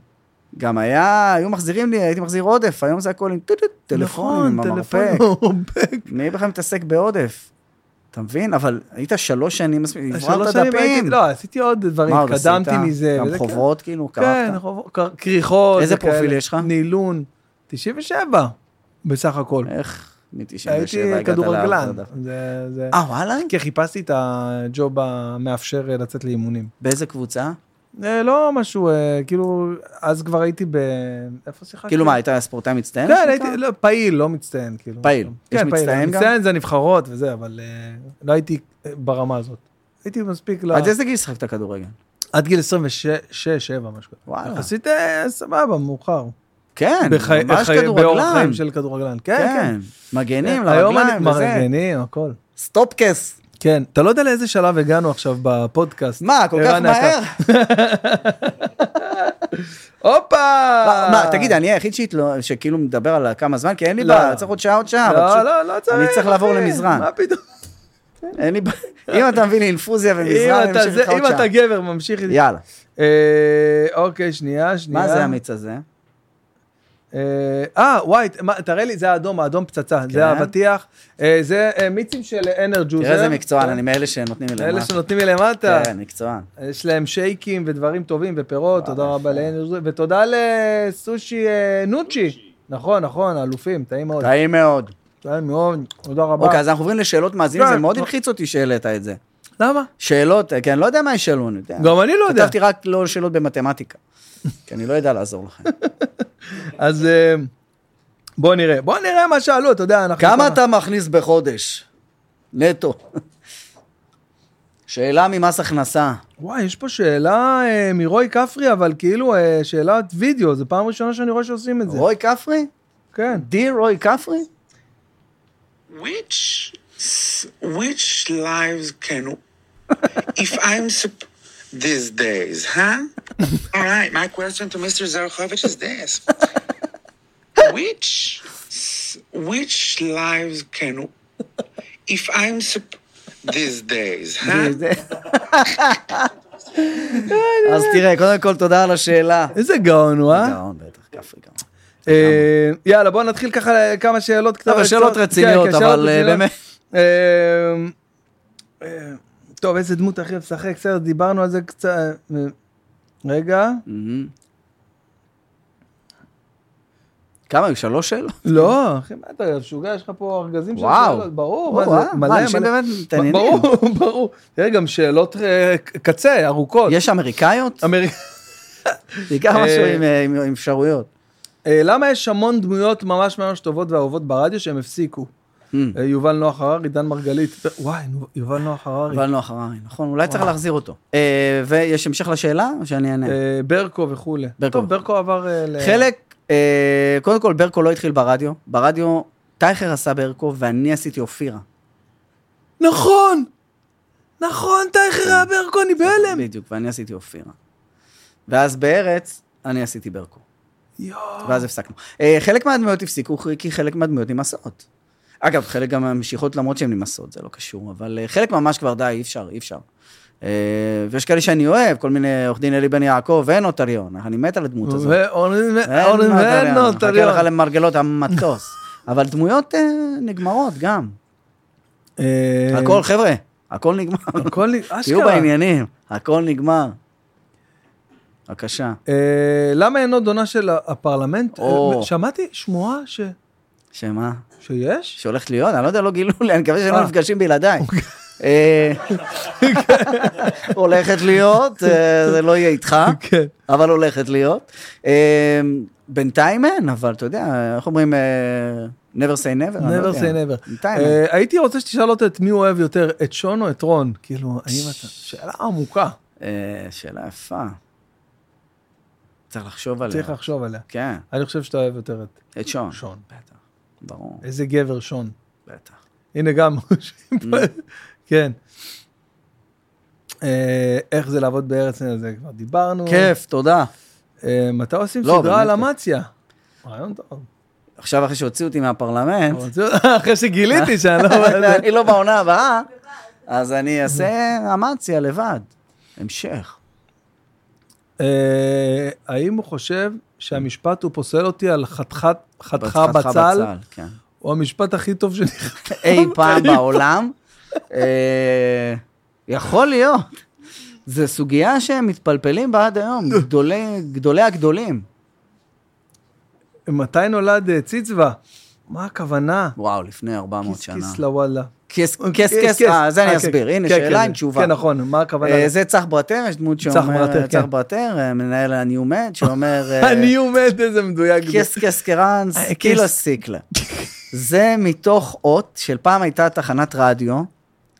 [SPEAKER 2] גם היה, היו מחזירים לי, הייתי מחזיר עודף, היום זה הכל עם טוט טוט, טלפון, עם
[SPEAKER 1] נכון,
[SPEAKER 2] המרפק.
[SPEAKER 1] טלפון מרפק.
[SPEAKER 2] מי בכלל מתעסק בעודף? אתה מבין? אבל היית שלוש שנים, מספיק,
[SPEAKER 1] שלוש
[SPEAKER 2] הבררת
[SPEAKER 1] שנים
[SPEAKER 2] דפים.
[SPEAKER 1] הייתי- לא, עשיתי עוד דברים,
[SPEAKER 2] מה עוד
[SPEAKER 1] התקדמתי
[SPEAKER 2] עשית?
[SPEAKER 1] מזה.
[SPEAKER 2] גם
[SPEAKER 1] וזה, כן.
[SPEAKER 2] חוברות, כאילו,
[SPEAKER 1] כן,
[SPEAKER 2] קראת.
[SPEAKER 1] חוב- כ- כריכות.
[SPEAKER 2] איזה
[SPEAKER 1] וכאלה.
[SPEAKER 2] פרופיל יש לך?
[SPEAKER 1] נילון. 97 בסך הכל.
[SPEAKER 2] איך מ-97
[SPEAKER 1] הייתי כדורגלן. זה- זה-
[SPEAKER 2] אה, וואלה?
[SPEAKER 1] כי חיפשתי את הג'וב המאפשר אה, לצאת לאימונים.
[SPEAKER 2] באיזה קבוצה?
[SPEAKER 1] אה, לא משהו, אה, כאילו, אז כבר הייתי ב... איפה שיחקתי?
[SPEAKER 2] כאילו מה, היית ספורטאי מצטיין?
[SPEAKER 1] כן,
[SPEAKER 2] היית?
[SPEAKER 1] הייתי לא, פעיל, לא מצטיין, כאילו.
[SPEAKER 2] פעיל. יש
[SPEAKER 1] כן,
[SPEAKER 2] מצטיין גם?
[SPEAKER 1] מצטיין זה נבחרות וזה, אבל אה, לא הייתי אה, ברמה הזאת. הייתי מספיק ל...
[SPEAKER 2] עד איזה גיל שחקת כדורגל?
[SPEAKER 1] עד גיל 26-7, משהו כזה.
[SPEAKER 2] וואלה.
[SPEAKER 1] יחסית אה, סבבה, מאוחר.
[SPEAKER 2] כן,
[SPEAKER 1] בחיי-
[SPEAKER 2] ממש
[SPEAKER 1] בחיי- באורח
[SPEAKER 2] כדורגלן.
[SPEAKER 1] חיים של כדורגלן. כן, כן.
[SPEAKER 2] כן, מגנים,
[SPEAKER 1] היום אני
[SPEAKER 2] לרגליים, וזה.
[SPEAKER 1] מרגנים, הכל.
[SPEAKER 2] סטופקס.
[SPEAKER 1] כן, אתה לא יודע לאיזה שלב הגענו עכשיו בפודקאסט.
[SPEAKER 2] מה, כל כך
[SPEAKER 1] ערן היקר.
[SPEAKER 2] מהר?
[SPEAKER 1] הופה!
[SPEAKER 2] מה, מה, תגיד, אני היחיד שהתלו- שכאילו מדבר על כמה זמן? כי אין לי
[SPEAKER 1] לא.
[SPEAKER 2] בעיה, צריך עוד שעה, עוד שעה. אבל
[SPEAKER 1] לא,
[SPEAKER 2] פשוט-
[SPEAKER 1] לא, לא צריך.
[SPEAKER 2] אני צריך לעבור
[SPEAKER 1] אחי.
[SPEAKER 2] למזרן.
[SPEAKER 1] מה פתאום?
[SPEAKER 2] אין לי בעיה. אם אתה מביא לי אינפוזיה
[SPEAKER 1] אם
[SPEAKER 2] ומזרן, אני
[SPEAKER 1] אתה
[SPEAKER 2] אמשיך
[SPEAKER 1] זה-
[SPEAKER 2] איתך עוד
[SPEAKER 1] אם
[SPEAKER 2] שעה.
[SPEAKER 1] אתה גבר, ממשיך איתי.
[SPEAKER 2] יאללה.
[SPEAKER 1] אה, אוקיי, שנייה, שנייה.
[SPEAKER 2] מה זה המיץ הזה?
[SPEAKER 1] אה, אה, וואי, מה, תראה לי, זה האדום, האדום פצצה,
[SPEAKER 2] כן.
[SPEAKER 1] זה האבטיח. אה, זה אה, מיצים של אנרג'וזר. אה,
[SPEAKER 2] תראה איזה מקצוען, אני מאלה שנותנים לי
[SPEAKER 1] אלה
[SPEAKER 2] למטה.
[SPEAKER 1] כן. שנותנים לי למטה.
[SPEAKER 2] כן, מקצוען.
[SPEAKER 1] יש להם שייקים ודברים טובים
[SPEAKER 2] אה,
[SPEAKER 1] ופירות, תודה
[SPEAKER 2] נכון.
[SPEAKER 1] רבה לאנרג'וזר. ותודה לסושי אה, נוצ'י. נכון, נכון, אלופים, טעים מאוד.
[SPEAKER 2] טעים מאוד.
[SPEAKER 1] טעים מאוד, תודה רבה.
[SPEAKER 2] אוקיי, אז אנחנו עוברים לשאלות מאזינים,
[SPEAKER 1] כן.
[SPEAKER 2] זה מאוד הלחיץ אותי שהעלית את זה.
[SPEAKER 1] למה?
[SPEAKER 2] שאלות, כי אני לא יודע מה ישאלו, אני יודע.
[SPEAKER 1] גם אני לא יודע.
[SPEAKER 2] כתבתי רק לא שאלות במתמטיקה, כי אני לא יודע לעזור לכם.
[SPEAKER 1] אז אה, בוא נראה, בוא נראה מה שאלו, אתה יודע, אנחנו...
[SPEAKER 2] כמה אתה מכניס בחודש? נטו. שאלה ממס הכנסה.
[SPEAKER 1] וואי, יש פה שאלה אה, מרוי כפרי, אבל כאילו אה, שאלת וידאו, זו פעם ראשונה שאני רואה שעושים את זה.
[SPEAKER 2] רוי כפרי?
[SPEAKER 1] כן.
[SPEAKER 2] דיר רוי כפרי?
[SPEAKER 6] which s- which lives can if i'm sup- these days huh all right my question to mr zarkovich is this which s- which lives can if i'm sup- these days huh
[SPEAKER 2] אז תראה, קודם כל תודה על השאלה.
[SPEAKER 1] איזה גאון הוא, אה?
[SPEAKER 2] גאון בטח, כפרי גאון.
[SPEAKER 1] אה, יאללה, בואו נתחיל ככה אה, כמה שאלות קצת.
[SPEAKER 2] אבל שאלות
[SPEAKER 1] קצת-
[SPEAKER 2] רציניות,
[SPEAKER 1] כן, כן, שאלות
[SPEAKER 2] אבל, אה,
[SPEAKER 1] רציניות.
[SPEAKER 2] באמת.
[SPEAKER 1] אה, אה, טוב, איזה דמות הכי אוהב לשחק, בסדר, דיברנו על זה קצת. אה, רגע,
[SPEAKER 2] מהמם. כמה היו? שלוש שאלות?
[SPEAKER 1] לא, אחי, מה אתה משוגע, יש לך פה ארגזים של
[SPEAKER 2] וואו.
[SPEAKER 1] שאלות, ברור,
[SPEAKER 2] וואו,
[SPEAKER 1] מה זה,
[SPEAKER 2] אה,
[SPEAKER 1] מלא,
[SPEAKER 2] מה, אנשים
[SPEAKER 1] מלא.
[SPEAKER 2] באמת מתעניינים.
[SPEAKER 1] ברור, ברור. תראה, גם שאלות אה, ק- קצה, ארוכות.
[SPEAKER 2] יש אמריקאיות?
[SPEAKER 1] אמריק-
[SPEAKER 2] בעיקר
[SPEAKER 1] אה,
[SPEAKER 2] משהו עם, אה, עם עם אפשרויות.
[SPEAKER 1] אה, למה יש המון דמויות ממש ממש טובות ואהובות ברדיו שהם הפסיקו?
[SPEAKER 2] Hmm.
[SPEAKER 1] אה, יובל נוח הררי, דן מרגלית. וואי, נו, יובל נוח הררי.
[SPEAKER 2] אבל נוח הררי, נכון? אולי צריך להחזיר אותו. אה, ויש המשך לשאלה, או שאני אענה?
[SPEAKER 1] אה, ברקו וכולי.
[SPEAKER 2] כן. ברקו.
[SPEAKER 1] טוב, ברקו עבר אה, ל...
[SPEAKER 2] חלק, אה, קודם כל ברקו לא התחיל ברדיו. ברדיו, טייכר עשה ברקו, ואני עשיתי אופירה.
[SPEAKER 1] נכון! נכון, טייכר היה ברקו, אני בהלם!
[SPEAKER 2] בדיוק, ואני עשיתי אופירה. ואז בארץ, אני עשיתי ברקו.
[SPEAKER 1] יואו.
[SPEAKER 2] ואז הפסקנו. אה, חלק מהדמויות הפסיקו, כי חלק מהדמויות נמאסות. אגב, חלק גם ממשיכות למרות שהן נמאסות, זה לא קשור, אבל אה, חלק ממש כבר די, אי אפשר, אי אפשר. אה, ויש כאלה שאני אוהב, כל מיני, עורך דין אלי בן יעקב ונוטריון, אני מת על הדמות הזאת.
[SPEAKER 1] ואורן
[SPEAKER 2] אין
[SPEAKER 1] ואורן
[SPEAKER 2] נוטריון,
[SPEAKER 1] ונוטריון.
[SPEAKER 2] מחכה לך למרגלות המטוס. אבל דמויות אה, נגמרות גם.
[SPEAKER 1] אה,
[SPEAKER 2] הכל, חבר'ה, הכל נגמר.
[SPEAKER 1] הכל
[SPEAKER 2] תהיו
[SPEAKER 1] אשכרה.
[SPEAKER 2] בעניינים, הכל נגמר. בבקשה,
[SPEAKER 1] אה, למה אין עוד עונה של הפרלמנט? אה,
[SPEAKER 2] או.
[SPEAKER 1] שמעתי שמועה ש...
[SPEAKER 2] שמה?
[SPEAKER 1] שיש?
[SPEAKER 2] שהולכת להיות, אני לא יודע, לא גילו לי, אני מקווה
[SPEAKER 1] אה.
[SPEAKER 2] שלא נפגשים בלעדיי. אה, הולכת להיות, אה, זה לא יהיה איתך,
[SPEAKER 1] כן.
[SPEAKER 2] אבל הולכת להיות. אה, בינתיים אין, אבל אתה יודע, איך אומרים, אה, never say never? אני לא
[SPEAKER 1] never
[SPEAKER 2] יודע.
[SPEAKER 1] say never.
[SPEAKER 2] בינתיים אין.
[SPEAKER 1] אה, הייתי רוצה שתשאל אותו את מי הוא אוהב יותר, את שון או את רון? כאילו, האם אתה... שאלה עמוקה.
[SPEAKER 2] אה, שאלה יפה. אה, צריך לחשוב עליה.
[SPEAKER 1] צריך לחשוב עליה.
[SPEAKER 2] כן,
[SPEAKER 1] אני חושב שאתה אוהב יותר את
[SPEAKER 2] את שון.
[SPEAKER 1] שון.
[SPEAKER 2] בטח, ברור,
[SPEAKER 1] איזה גבר שון.
[SPEAKER 2] בטח.
[SPEAKER 1] הנה גם, כן. אה, איך זה לעבוד בארץ נהדרת, זה כבר דיברנו.
[SPEAKER 2] כיף, תודה.
[SPEAKER 1] אה, מתי עושים
[SPEAKER 2] לא,
[SPEAKER 1] סדרה על
[SPEAKER 2] באמת.
[SPEAKER 1] אמציה? רעיון טוב.
[SPEAKER 2] עכשיו אחרי שהוציאו אותי מהפרלמנט,
[SPEAKER 1] אבל זה- אחרי שגיליתי שאני לא...
[SPEAKER 2] אני לא בעונה הבאה, אז אני אעשה אמציה לבד. המשך.
[SPEAKER 1] אה, האם הוא חושב שהמשפט הוא פוסל אותי על חתיכת- חתך בצל,
[SPEAKER 2] כן.
[SPEAKER 1] הוא המשפט הכי טוב שנכתב?
[SPEAKER 2] אי פעם בעולם. אה, יכול להיות. זו סוגיה שהם מתפלפלים בה עד היום,
[SPEAKER 1] אה.
[SPEAKER 2] גדולי, גדולי הגדולים.
[SPEAKER 1] מתי נולד אה, ציצווה? מה הכוונה?
[SPEAKER 2] וואו, לפני 400 שנה.
[SPEAKER 1] כיס לוואלה.
[SPEAKER 2] כס, כס, כס, אה, זה אני אסביר. הנה, שאלה עם תשובה.
[SPEAKER 1] כן, נכון, מה הכוונה?
[SPEAKER 2] אה, זה צח ברטר, יש דמות
[SPEAKER 1] צח
[SPEAKER 2] שאומר,
[SPEAKER 1] ברטר,
[SPEAKER 2] צח
[SPEAKER 1] כן.
[SPEAKER 2] ברטר, אה, מנהל הניומד, שאומר, אה,
[SPEAKER 1] אני עומד, איזה מדויק. זה.
[SPEAKER 2] כס כס קרנס,
[SPEAKER 1] אה,
[SPEAKER 2] קילו
[SPEAKER 1] כס.
[SPEAKER 2] סיקלה. זה מתוך אות של פעם הייתה תחנת רדיו,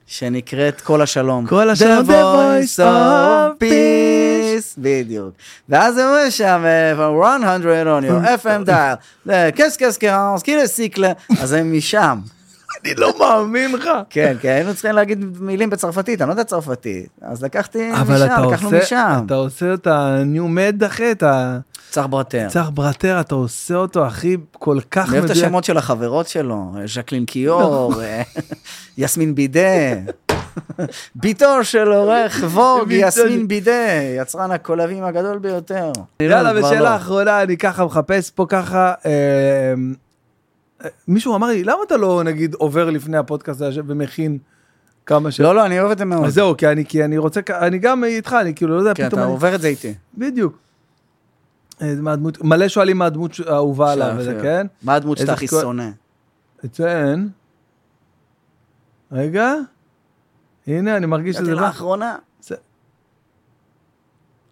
[SPEAKER 2] שנקראת כל השלום.
[SPEAKER 1] כל השלום,
[SPEAKER 2] The Voice of Peace. בדיוק. ואז זה אומר שם, אה, 100 on your FM dial, אה, כס כס קרנס, קילו סיקלה, אז הם משם.
[SPEAKER 1] אני לא מאמין לך.
[SPEAKER 2] כן, כי היינו צריכים להגיד מילים בצרפתית, אני לא יודע צרפתית. אז לקחתי
[SPEAKER 1] אבל אתה
[SPEAKER 2] משם, לקחנו
[SPEAKER 1] עושה,
[SPEAKER 2] משם.
[SPEAKER 1] אתה עושה את הניומד אחי, את
[SPEAKER 2] צח ברטר.
[SPEAKER 1] הצח ברטר, אתה עושה אותו אחי כל כך
[SPEAKER 2] אני אוהב את השמות של החברות שלו, ז'קלין
[SPEAKER 1] לא.
[SPEAKER 2] קיור, אה, יסמין בידה, ביתו של עורך ווג,
[SPEAKER 1] ביתו של-
[SPEAKER 2] יסמין בידה, יצרן הקולבים הגדול ביותר.
[SPEAKER 1] יאללה,
[SPEAKER 2] כבר
[SPEAKER 1] ושאלה
[SPEAKER 2] לא.
[SPEAKER 1] אחרונה, אני ככה מחפש פה ככה, אה, אה, מישהו אמר לי, למה אתה לא נגיד עובר לפני הפודקאסט הזה ומכין כמה ש...
[SPEAKER 2] לא, לא, אני אוהב את זה מאוד.
[SPEAKER 1] אז זהו, כי אני, כי אני רוצה, כ- אני גם איתך, אני כאילו לא יודע,
[SPEAKER 2] כן,
[SPEAKER 1] פתאום
[SPEAKER 2] אתה
[SPEAKER 1] אני...
[SPEAKER 2] עובר את זה איתי.
[SPEAKER 1] בדיוק. אה, מה הדמות, מלא שואלים מה הדמות ש- האהובה עליו, וזה כן.
[SPEAKER 2] מה הדמות
[SPEAKER 1] איזה
[SPEAKER 2] שאתה הכי
[SPEAKER 1] כל-
[SPEAKER 2] שונא?
[SPEAKER 1] אציין. רגע. הנה, אני מרגיש
[SPEAKER 2] הגעתי
[SPEAKER 1] שזה בא.
[SPEAKER 2] לאחרונה.
[SPEAKER 1] זה-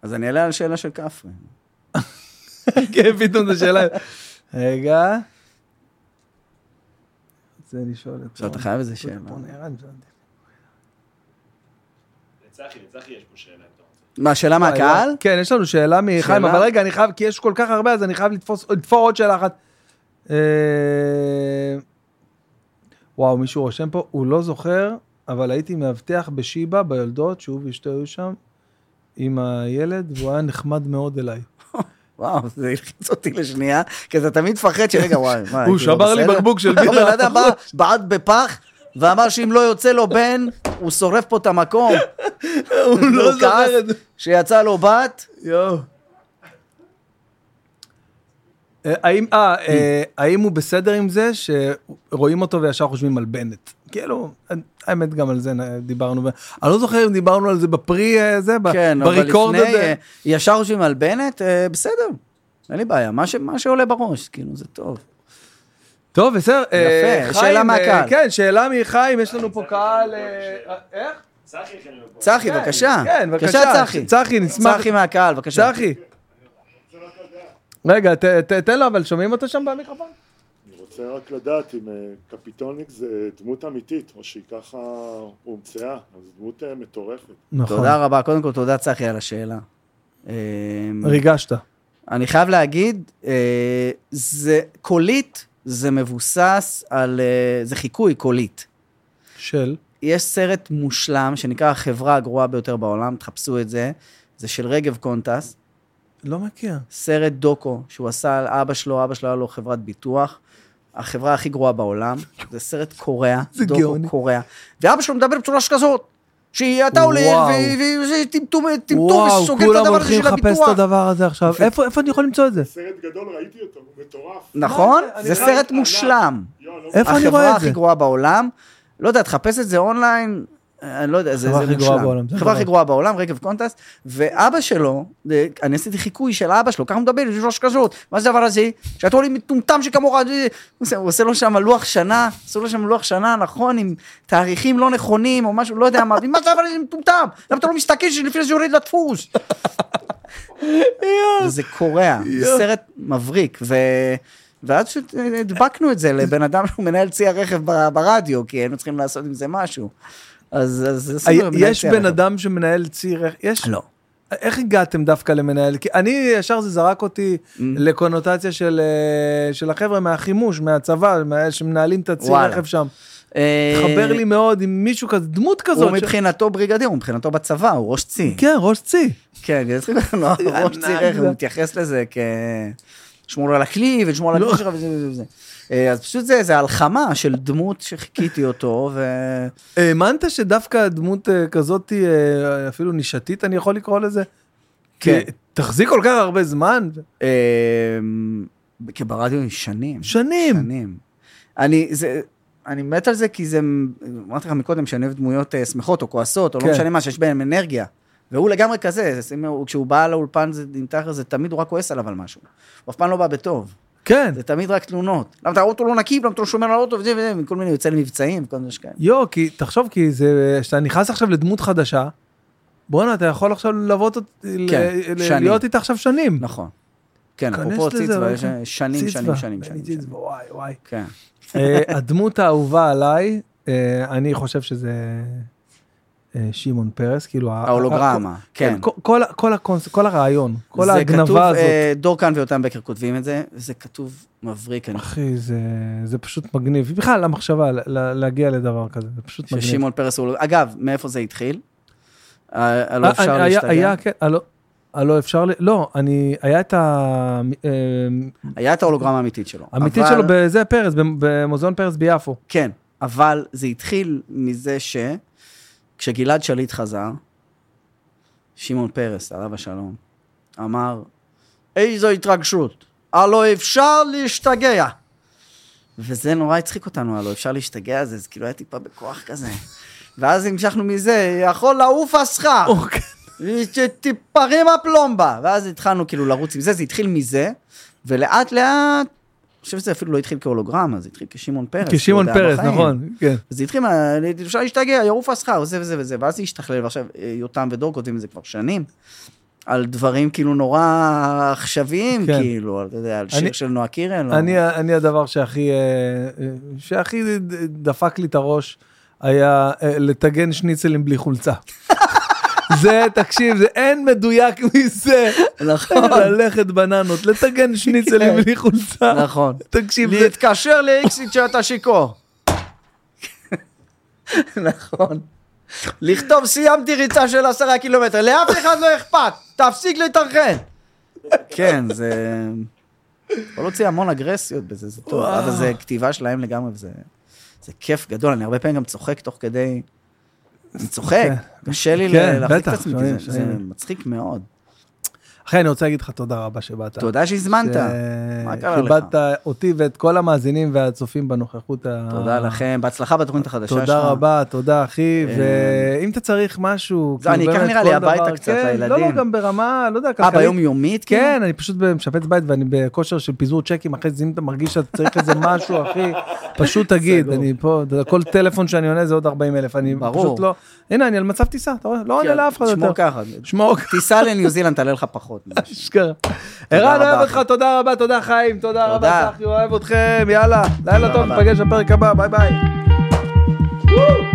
[SPEAKER 2] אז אני אעלה על שאלה של כפרי.
[SPEAKER 1] כן, פתאום זו שאלה. רגע. רוצה לשאול את...
[SPEAKER 2] עכשיו אתה חייב איזה שאלה.
[SPEAKER 3] לצחי, לצחי יש פה שאלה. אם אתה רוצה.
[SPEAKER 2] מה, שאלה מהקהל?
[SPEAKER 1] כן, יש לנו שאלה מחיים,
[SPEAKER 2] אה, שאלה?
[SPEAKER 1] אבל רגע, אני חייב, כי יש כל כך הרבה, אז אני חייב לתפוס, לתפור עוד שאלה אחת. אה, וואו, מישהו רושם פה, הוא לא זוכר, אבל הייתי מאבטח בשיבא, ביולדות, שהוא ואשתו היו שם, עם הילד, והוא היה נחמד מאוד אליי.
[SPEAKER 2] וואו, זה הלחיץ אותי לשנייה, כי אתה תמיד מפחד שרגע, וואי, מה,
[SPEAKER 1] הוא
[SPEAKER 2] הייתי לא
[SPEAKER 1] שבר לי
[SPEAKER 2] בסדר?
[SPEAKER 1] בקבוק של בירה.
[SPEAKER 2] הבן אדם בא, בעט בפח, ואמר שאם לא יוצא לו בן, הוא שורף פה את המקום.
[SPEAKER 1] הוא לא
[SPEAKER 2] הוא כעס
[SPEAKER 1] זוכר את זה.
[SPEAKER 2] שיצא לו בת,
[SPEAKER 1] יואו. אה, האם, אה, אה, האם הוא בסדר עם זה שרואים אותו וישר חושבים על בנט? כאילו, האמת גם על זה נ- דיברנו, ב- אני לא זוכר אם דיברנו על זה בפרי אה, זה, ב-
[SPEAKER 2] כן, אבל
[SPEAKER 1] בריקורד
[SPEAKER 2] לפני,
[SPEAKER 1] הזה.
[SPEAKER 2] אה, ישר חושבים על בנט, אה, בסדר, אין לי בעיה, מה ש- מה שעולה בראש, כאילו, זה טוב.
[SPEAKER 1] טוב, בסדר. אה,
[SPEAKER 2] יפה,
[SPEAKER 1] חיים,
[SPEAKER 2] שאלה
[SPEAKER 1] אה,
[SPEAKER 2] מהקהל.
[SPEAKER 1] כן, שאלה מחיים, יש לנו פה קהל... אה, איך?
[SPEAKER 3] צחי הכין לנו פה.
[SPEAKER 2] צחי,
[SPEAKER 1] כן,
[SPEAKER 2] בבקשה.
[SPEAKER 1] כן, בבקשה.
[SPEAKER 2] צחי.
[SPEAKER 1] צחי, נשמח.
[SPEAKER 2] צחי מהקהל, בבקשה.
[SPEAKER 1] צחי. רגע, ת- ת- תן לו, אבל שומעים אותו שם במיקרופון?
[SPEAKER 7] אני רוצה רק לדעת אם אה, קפיטוניק זה דמות אמיתית, או שהיא ככה הומצאה, אז דמות אה, מטורפת.
[SPEAKER 1] נכון.
[SPEAKER 2] תודה רבה, קודם כל תודה צחי על השאלה. אה,
[SPEAKER 1] ריגשת.
[SPEAKER 2] אני חייב להגיד, אה, זה קולית, זה מבוסס על, אה, זה חיקוי קולית.
[SPEAKER 1] של?
[SPEAKER 2] יש סרט מושלם שנקרא החברה הגרועה ביותר בעולם, תחפשו את זה, זה של רגב קונטס,
[SPEAKER 1] לא מכיר.
[SPEAKER 2] סרט דוקו שהוא עשה על אבא שלו, אבא שלו היה לו חברת ביטוח, החברה הכי גרועה בעולם, זה סרט קוריאה,
[SPEAKER 1] זה
[SPEAKER 2] דוקו
[SPEAKER 1] גאוני.
[SPEAKER 2] קוריאה, ואבא שלו מדבר בצורה שכזאת, שאתה עולה,
[SPEAKER 1] וואו.
[SPEAKER 2] וזה טמטום, טמטום,
[SPEAKER 1] וואו,
[SPEAKER 2] וסוגר את
[SPEAKER 1] כולם
[SPEAKER 2] הדבר הזה
[SPEAKER 1] הולכים
[SPEAKER 2] של
[SPEAKER 1] לחפש את
[SPEAKER 2] הביטוח.
[SPEAKER 1] הדבר הזה עכשיו. איפה איפה אני יכול למצוא את זה?
[SPEAKER 7] סרט גדול, ראיתי אותו, הוא מטורף.
[SPEAKER 2] נכון?
[SPEAKER 1] אני
[SPEAKER 2] זה
[SPEAKER 1] חי-
[SPEAKER 2] סרט
[SPEAKER 7] ענק.
[SPEAKER 2] מושלם.
[SPEAKER 7] יואו, לא
[SPEAKER 1] איפה אני רואה
[SPEAKER 2] החברה
[SPEAKER 1] את זה?
[SPEAKER 2] הכי גרועה בעולם, לא יודע, תחפש את זה אונליין, אה, אני לא יודע, זה,
[SPEAKER 1] החברה
[SPEAKER 2] זה
[SPEAKER 1] הכי גרועה
[SPEAKER 2] מושלם.
[SPEAKER 1] בעולם, זה
[SPEAKER 2] החברה הכי
[SPEAKER 1] נכון.
[SPEAKER 2] גרועה בעולם, רגב קונטס, ואבא שלו, אה, אני עשיתי חיקוי של אבא שלו, ככה הוא מדבר, יש ראש כזאת, מה זה הדבר הזה? שאתה עולה מטומטם שכמוך, אה, אה, הוא עושה- הוא עושה לו שם לוח שנה, עשו לו שם לוח שנה, נכון, עם תאריכים לא נכונים, או משהו, לא יודע מה, מה זה הדבר הזה מטומטם? למה אתה לא מסתכל לפני שזה יורד לדפוס? זה קורע, זה סרט מבריק, ו... ואז פשוט הדבקנו את זה לבן אדם שהוא מנהל צי הרכב ב- ברדיו, כי היינו צריכים לעשות עם זה משהו. אז, אז עשינו
[SPEAKER 1] אה, יש
[SPEAKER 2] צי
[SPEAKER 1] בן
[SPEAKER 2] הרכב.
[SPEAKER 1] אדם שמנהל צי רכב? יש?
[SPEAKER 2] לא.
[SPEAKER 1] איך הגעתם דווקא למנהל? כי אני, ישר זה זרק אותי לקונוטציה של, אה, של החבר'ה מהחימוש, מהצבא, מה- שמנהלים את הצי
[SPEAKER 2] וואלה.
[SPEAKER 1] רכב שם.
[SPEAKER 2] אה,
[SPEAKER 1] חבר לי מאוד עם מישהו כזה, דמות כזאת.
[SPEAKER 2] הוא
[SPEAKER 1] ש-
[SPEAKER 2] מבחינתו בריגדיר, הוא מבחינתו בצבא, הוא ראש צי.
[SPEAKER 1] כן, ראש צי.
[SPEAKER 2] כן, זה צריך להיות נורא ראש צי
[SPEAKER 1] ענק
[SPEAKER 2] רכב,
[SPEAKER 1] זה.
[SPEAKER 2] הוא מתייחס לזה כ... שמור על הכלי ושמור
[SPEAKER 1] לא.
[SPEAKER 2] על הכלי שלך וזה וזה וזה. אה, אז פשוט זה, זה הלחמה של דמות שחיכיתי אותו, ו...
[SPEAKER 1] האמנת שדווקא דמות אה, כזאת, אה, אפילו נישתית, אני יכול לקרוא לזה?
[SPEAKER 2] כן.
[SPEAKER 1] כי תחזיק כל כך הרבה זמן?
[SPEAKER 2] אה, כי ברדיו היא שנים.
[SPEAKER 1] שנים.
[SPEAKER 2] שנים. אני, זה, אני מת על זה כי זה, אמרתי לך מקודם שאני אוהב דמויות אה, שמחות או כועסות, או
[SPEAKER 1] כן.
[SPEAKER 2] לא משנה מה, שיש בהן אנרגיה. והוא לגמרי כזה, זה- אם הוא- כשהוא בא לאולפן זה עם טחר, זה תמיד הוא רק כועס עליו על משהו. הוא אף פעם לא בא בטוב,
[SPEAKER 1] כן.
[SPEAKER 2] זה תמיד רק תלונות. למה אתה האוטו לא נקי, למה אתה לא שומר על האוטו, וזה וזה, וכל מיני, יוצא למבצעים, כל מיני שכאלה.
[SPEAKER 1] יו, כי תחשוב, כי זה, כשאתה נכנס עכשיו לדמות חדשה, בואנה, אתה יכול עכשיו ללוות אותי,
[SPEAKER 2] כן,
[SPEAKER 1] ל- ל-
[SPEAKER 2] שנים.
[SPEAKER 1] להיות איתה עכשיו שנים.
[SPEAKER 2] נכון. כן,
[SPEAKER 1] כנס
[SPEAKER 2] אפרופו
[SPEAKER 1] לזה,
[SPEAKER 2] ציצווה,
[SPEAKER 1] אבל
[SPEAKER 2] יש אה,
[SPEAKER 1] כן.
[SPEAKER 2] שנים,
[SPEAKER 1] ציצווה,
[SPEAKER 2] שנים, שנים,
[SPEAKER 1] בני
[SPEAKER 2] שנים.
[SPEAKER 1] ציצווה,
[SPEAKER 2] שנים.
[SPEAKER 1] וואי, וואי.
[SPEAKER 2] כן.
[SPEAKER 1] אה, הדמות האהובה עליי, אה, אני חושב שזה אה, שמעון פרס, כאילו... ה-
[SPEAKER 2] ההולוגרמה, כן.
[SPEAKER 1] כל- כל ה- כל הקונספט, כל הרעיון, כל
[SPEAKER 2] זה כתוב,
[SPEAKER 1] ההגנבה הזאת.
[SPEAKER 2] אה, דור כאן ויותם בקר כותבים את זה, זה כתוב מבריק, אני
[SPEAKER 1] אחי, זה, זה פשוט מגניב. בכלל, המחשבה ל- ל- להגיע לדבר כזה, זה פשוט מגניב.
[SPEAKER 2] ששמעון פרס הוא... לא- אגב, מאיפה זה התחיל? ה- הלא
[SPEAKER 1] אה,
[SPEAKER 2] אפשר
[SPEAKER 1] אני- היה-
[SPEAKER 2] להשתגע.
[SPEAKER 1] היה, כן, הלא- הלא אפשר, ל- לא, אני, היה את ה... אה,
[SPEAKER 2] היה את ההולוגרמה האמיתית שלו.
[SPEAKER 1] אמיתית
[SPEAKER 2] אבל-
[SPEAKER 1] שלו בזה פרס, במ- במוזיאון פרס ביפו.
[SPEAKER 2] כן, אבל זה התחיל מזה ש... כשגלעד שליט חזר, שמעון פרס, עליו השלום, אמר, איזו התרגשות, הלא אפשר להשתגע. וזה נורא הצחיק אותנו, הלא אפשר להשתגע, זה, זה כאילו היה טיפה בכוח כזה. ואז המשכנו מזה, יכול לעוף הסכך.
[SPEAKER 1] אוקיי.
[SPEAKER 2] שתיפרים הפלומבה. ואז התחלנו כאילו לרוץ עם זה, זה התחיל מזה, ולאט לאט, אני חושב שזה אפילו לא התחיל כהולוגרמה, זה התחיל כשמעון פרס.
[SPEAKER 1] כשמעון
[SPEAKER 2] הוא עוד היה
[SPEAKER 1] פרס,
[SPEAKER 2] בחיים.
[SPEAKER 1] נכון, כן.
[SPEAKER 2] אז זה התחיל, מה- אפשר להשתגע, יעוף הסכר, זה וזה וזה, ואז זה השתכלל, ועכשיו אה, יותם ודור כותבים את זה כבר שנים, על דברים כאילו נורא עכשוויים,
[SPEAKER 1] כן.
[SPEAKER 2] כאילו, על- אתה יודע, על שיר
[SPEAKER 1] אני-
[SPEAKER 2] של נועה קירל. או-
[SPEAKER 1] אני, ה- אני הדבר שהכי, אה, אה, שהכי ד- דפק לי את הראש, היה אה, לטגן שניצלים בלי חולצה. זה, תקשיב, זה אין מדויק מזה.
[SPEAKER 2] נכון.
[SPEAKER 1] ללכת בננות, לטגן שניצלים
[SPEAKER 2] כן.
[SPEAKER 1] בלי חולצה.
[SPEAKER 2] נכון.
[SPEAKER 1] תקשיב, זה-
[SPEAKER 2] להתקשר לאיקסיט שאתה שיכור. נכון. לכתוב סיימתי ריצה של עשרה קילומטר, לאף אחד לא אכפת, תפסיק להתארחן. כן, זה... הוא הוציא המון אגרסיות בזה, זה טוב, אבל זה כתיבה שלהם לגמרי, וזה זה כיף גדול, אני הרבה פעמים גם צוחק תוך כדי... אני צוחק, קשה לי
[SPEAKER 1] כן,
[SPEAKER 2] ל- להחזיק את
[SPEAKER 1] בטח,
[SPEAKER 2] עצמי,
[SPEAKER 1] שומעים,
[SPEAKER 2] כי זה- זה
[SPEAKER 1] שומעים.
[SPEAKER 2] מצחיק מאוד.
[SPEAKER 1] אחי, אני רוצה להגיד לך תודה רבה שבאת.
[SPEAKER 2] תודה שהזמנת,
[SPEAKER 1] ש-
[SPEAKER 2] מה קרה לך?
[SPEAKER 1] כיבדת אותי ואת כל המאזינים והצופים בנוכחות ה...
[SPEAKER 2] תודה לכם, בהצלחה בתוכנית החדשה שלך.
[SPEAKER 1] תודה רבה, תודה אחי, ואם אתה צריך משהו,
[SPEAKER 2] זה, אני
[SPEAKER 1] כאילו,
[SPEAKER 2] אקח
[SPEAKER 1] באמת,
[SPEAKER 2] נראה לי
[SPEAKER 1] כל
[SPEAKER 2] הביתה
[SPEAKER 1] דבר-
[SPEAKER 2] קצת,
[SPEAKER 1] כן, לא,
[SPEAKER 2] לילדים.
[SPEAKER 1] לא, גם ברמה, לא יודע,
[SPEAKER 2] אה,
[SPEAKER 1] כלכלית.
[SPEAKER 2] ביומיומית? כאילו?
[SPEAKER 1] כן, אני פשוט משפץ בית ואני בכושר של פיזור צ'קים, אחרי זה אם אתה מרגיש שאתה צריך איזה משהו, אחי, פשוט תגיד, אני פה, אתה יודע, כל טלפון שאני עונה זה עוד 40 אלף, אני
[SPEAKER 2] ברור.
[SPEAKER 1] פשוט לא, הנה, אני על מצב טיסה, אתה רואה? לא עונה לאף אחד
[SPEAKER 2] שמור
[SPEAKER 1] יותר.
[SPEAKER 2] ככה.
[SPEAKER 1] שמור ככה.
[SPEAKER 2] טיסה לניו זילנד תעלה לך פחות. מזה.
[SPEAKER 1] אשכרה. ערן,
[SPEAKER 2] רבה,
[SPEAKER 1] אוהב אותך,
[SPEAKER 2] אחי.
[SPEAKER 1] תודה רבה, תודה חיים, תודה רבה,
[SPEAKER 2] תודה.
[SPEAKER 1] צחי, אוהב אתכם, יאללה, לילה טוב,
[SPEAKER 2] רבה.
[SPEAKER 1] נפגש בפרק הבא, ביי ביי. וואו.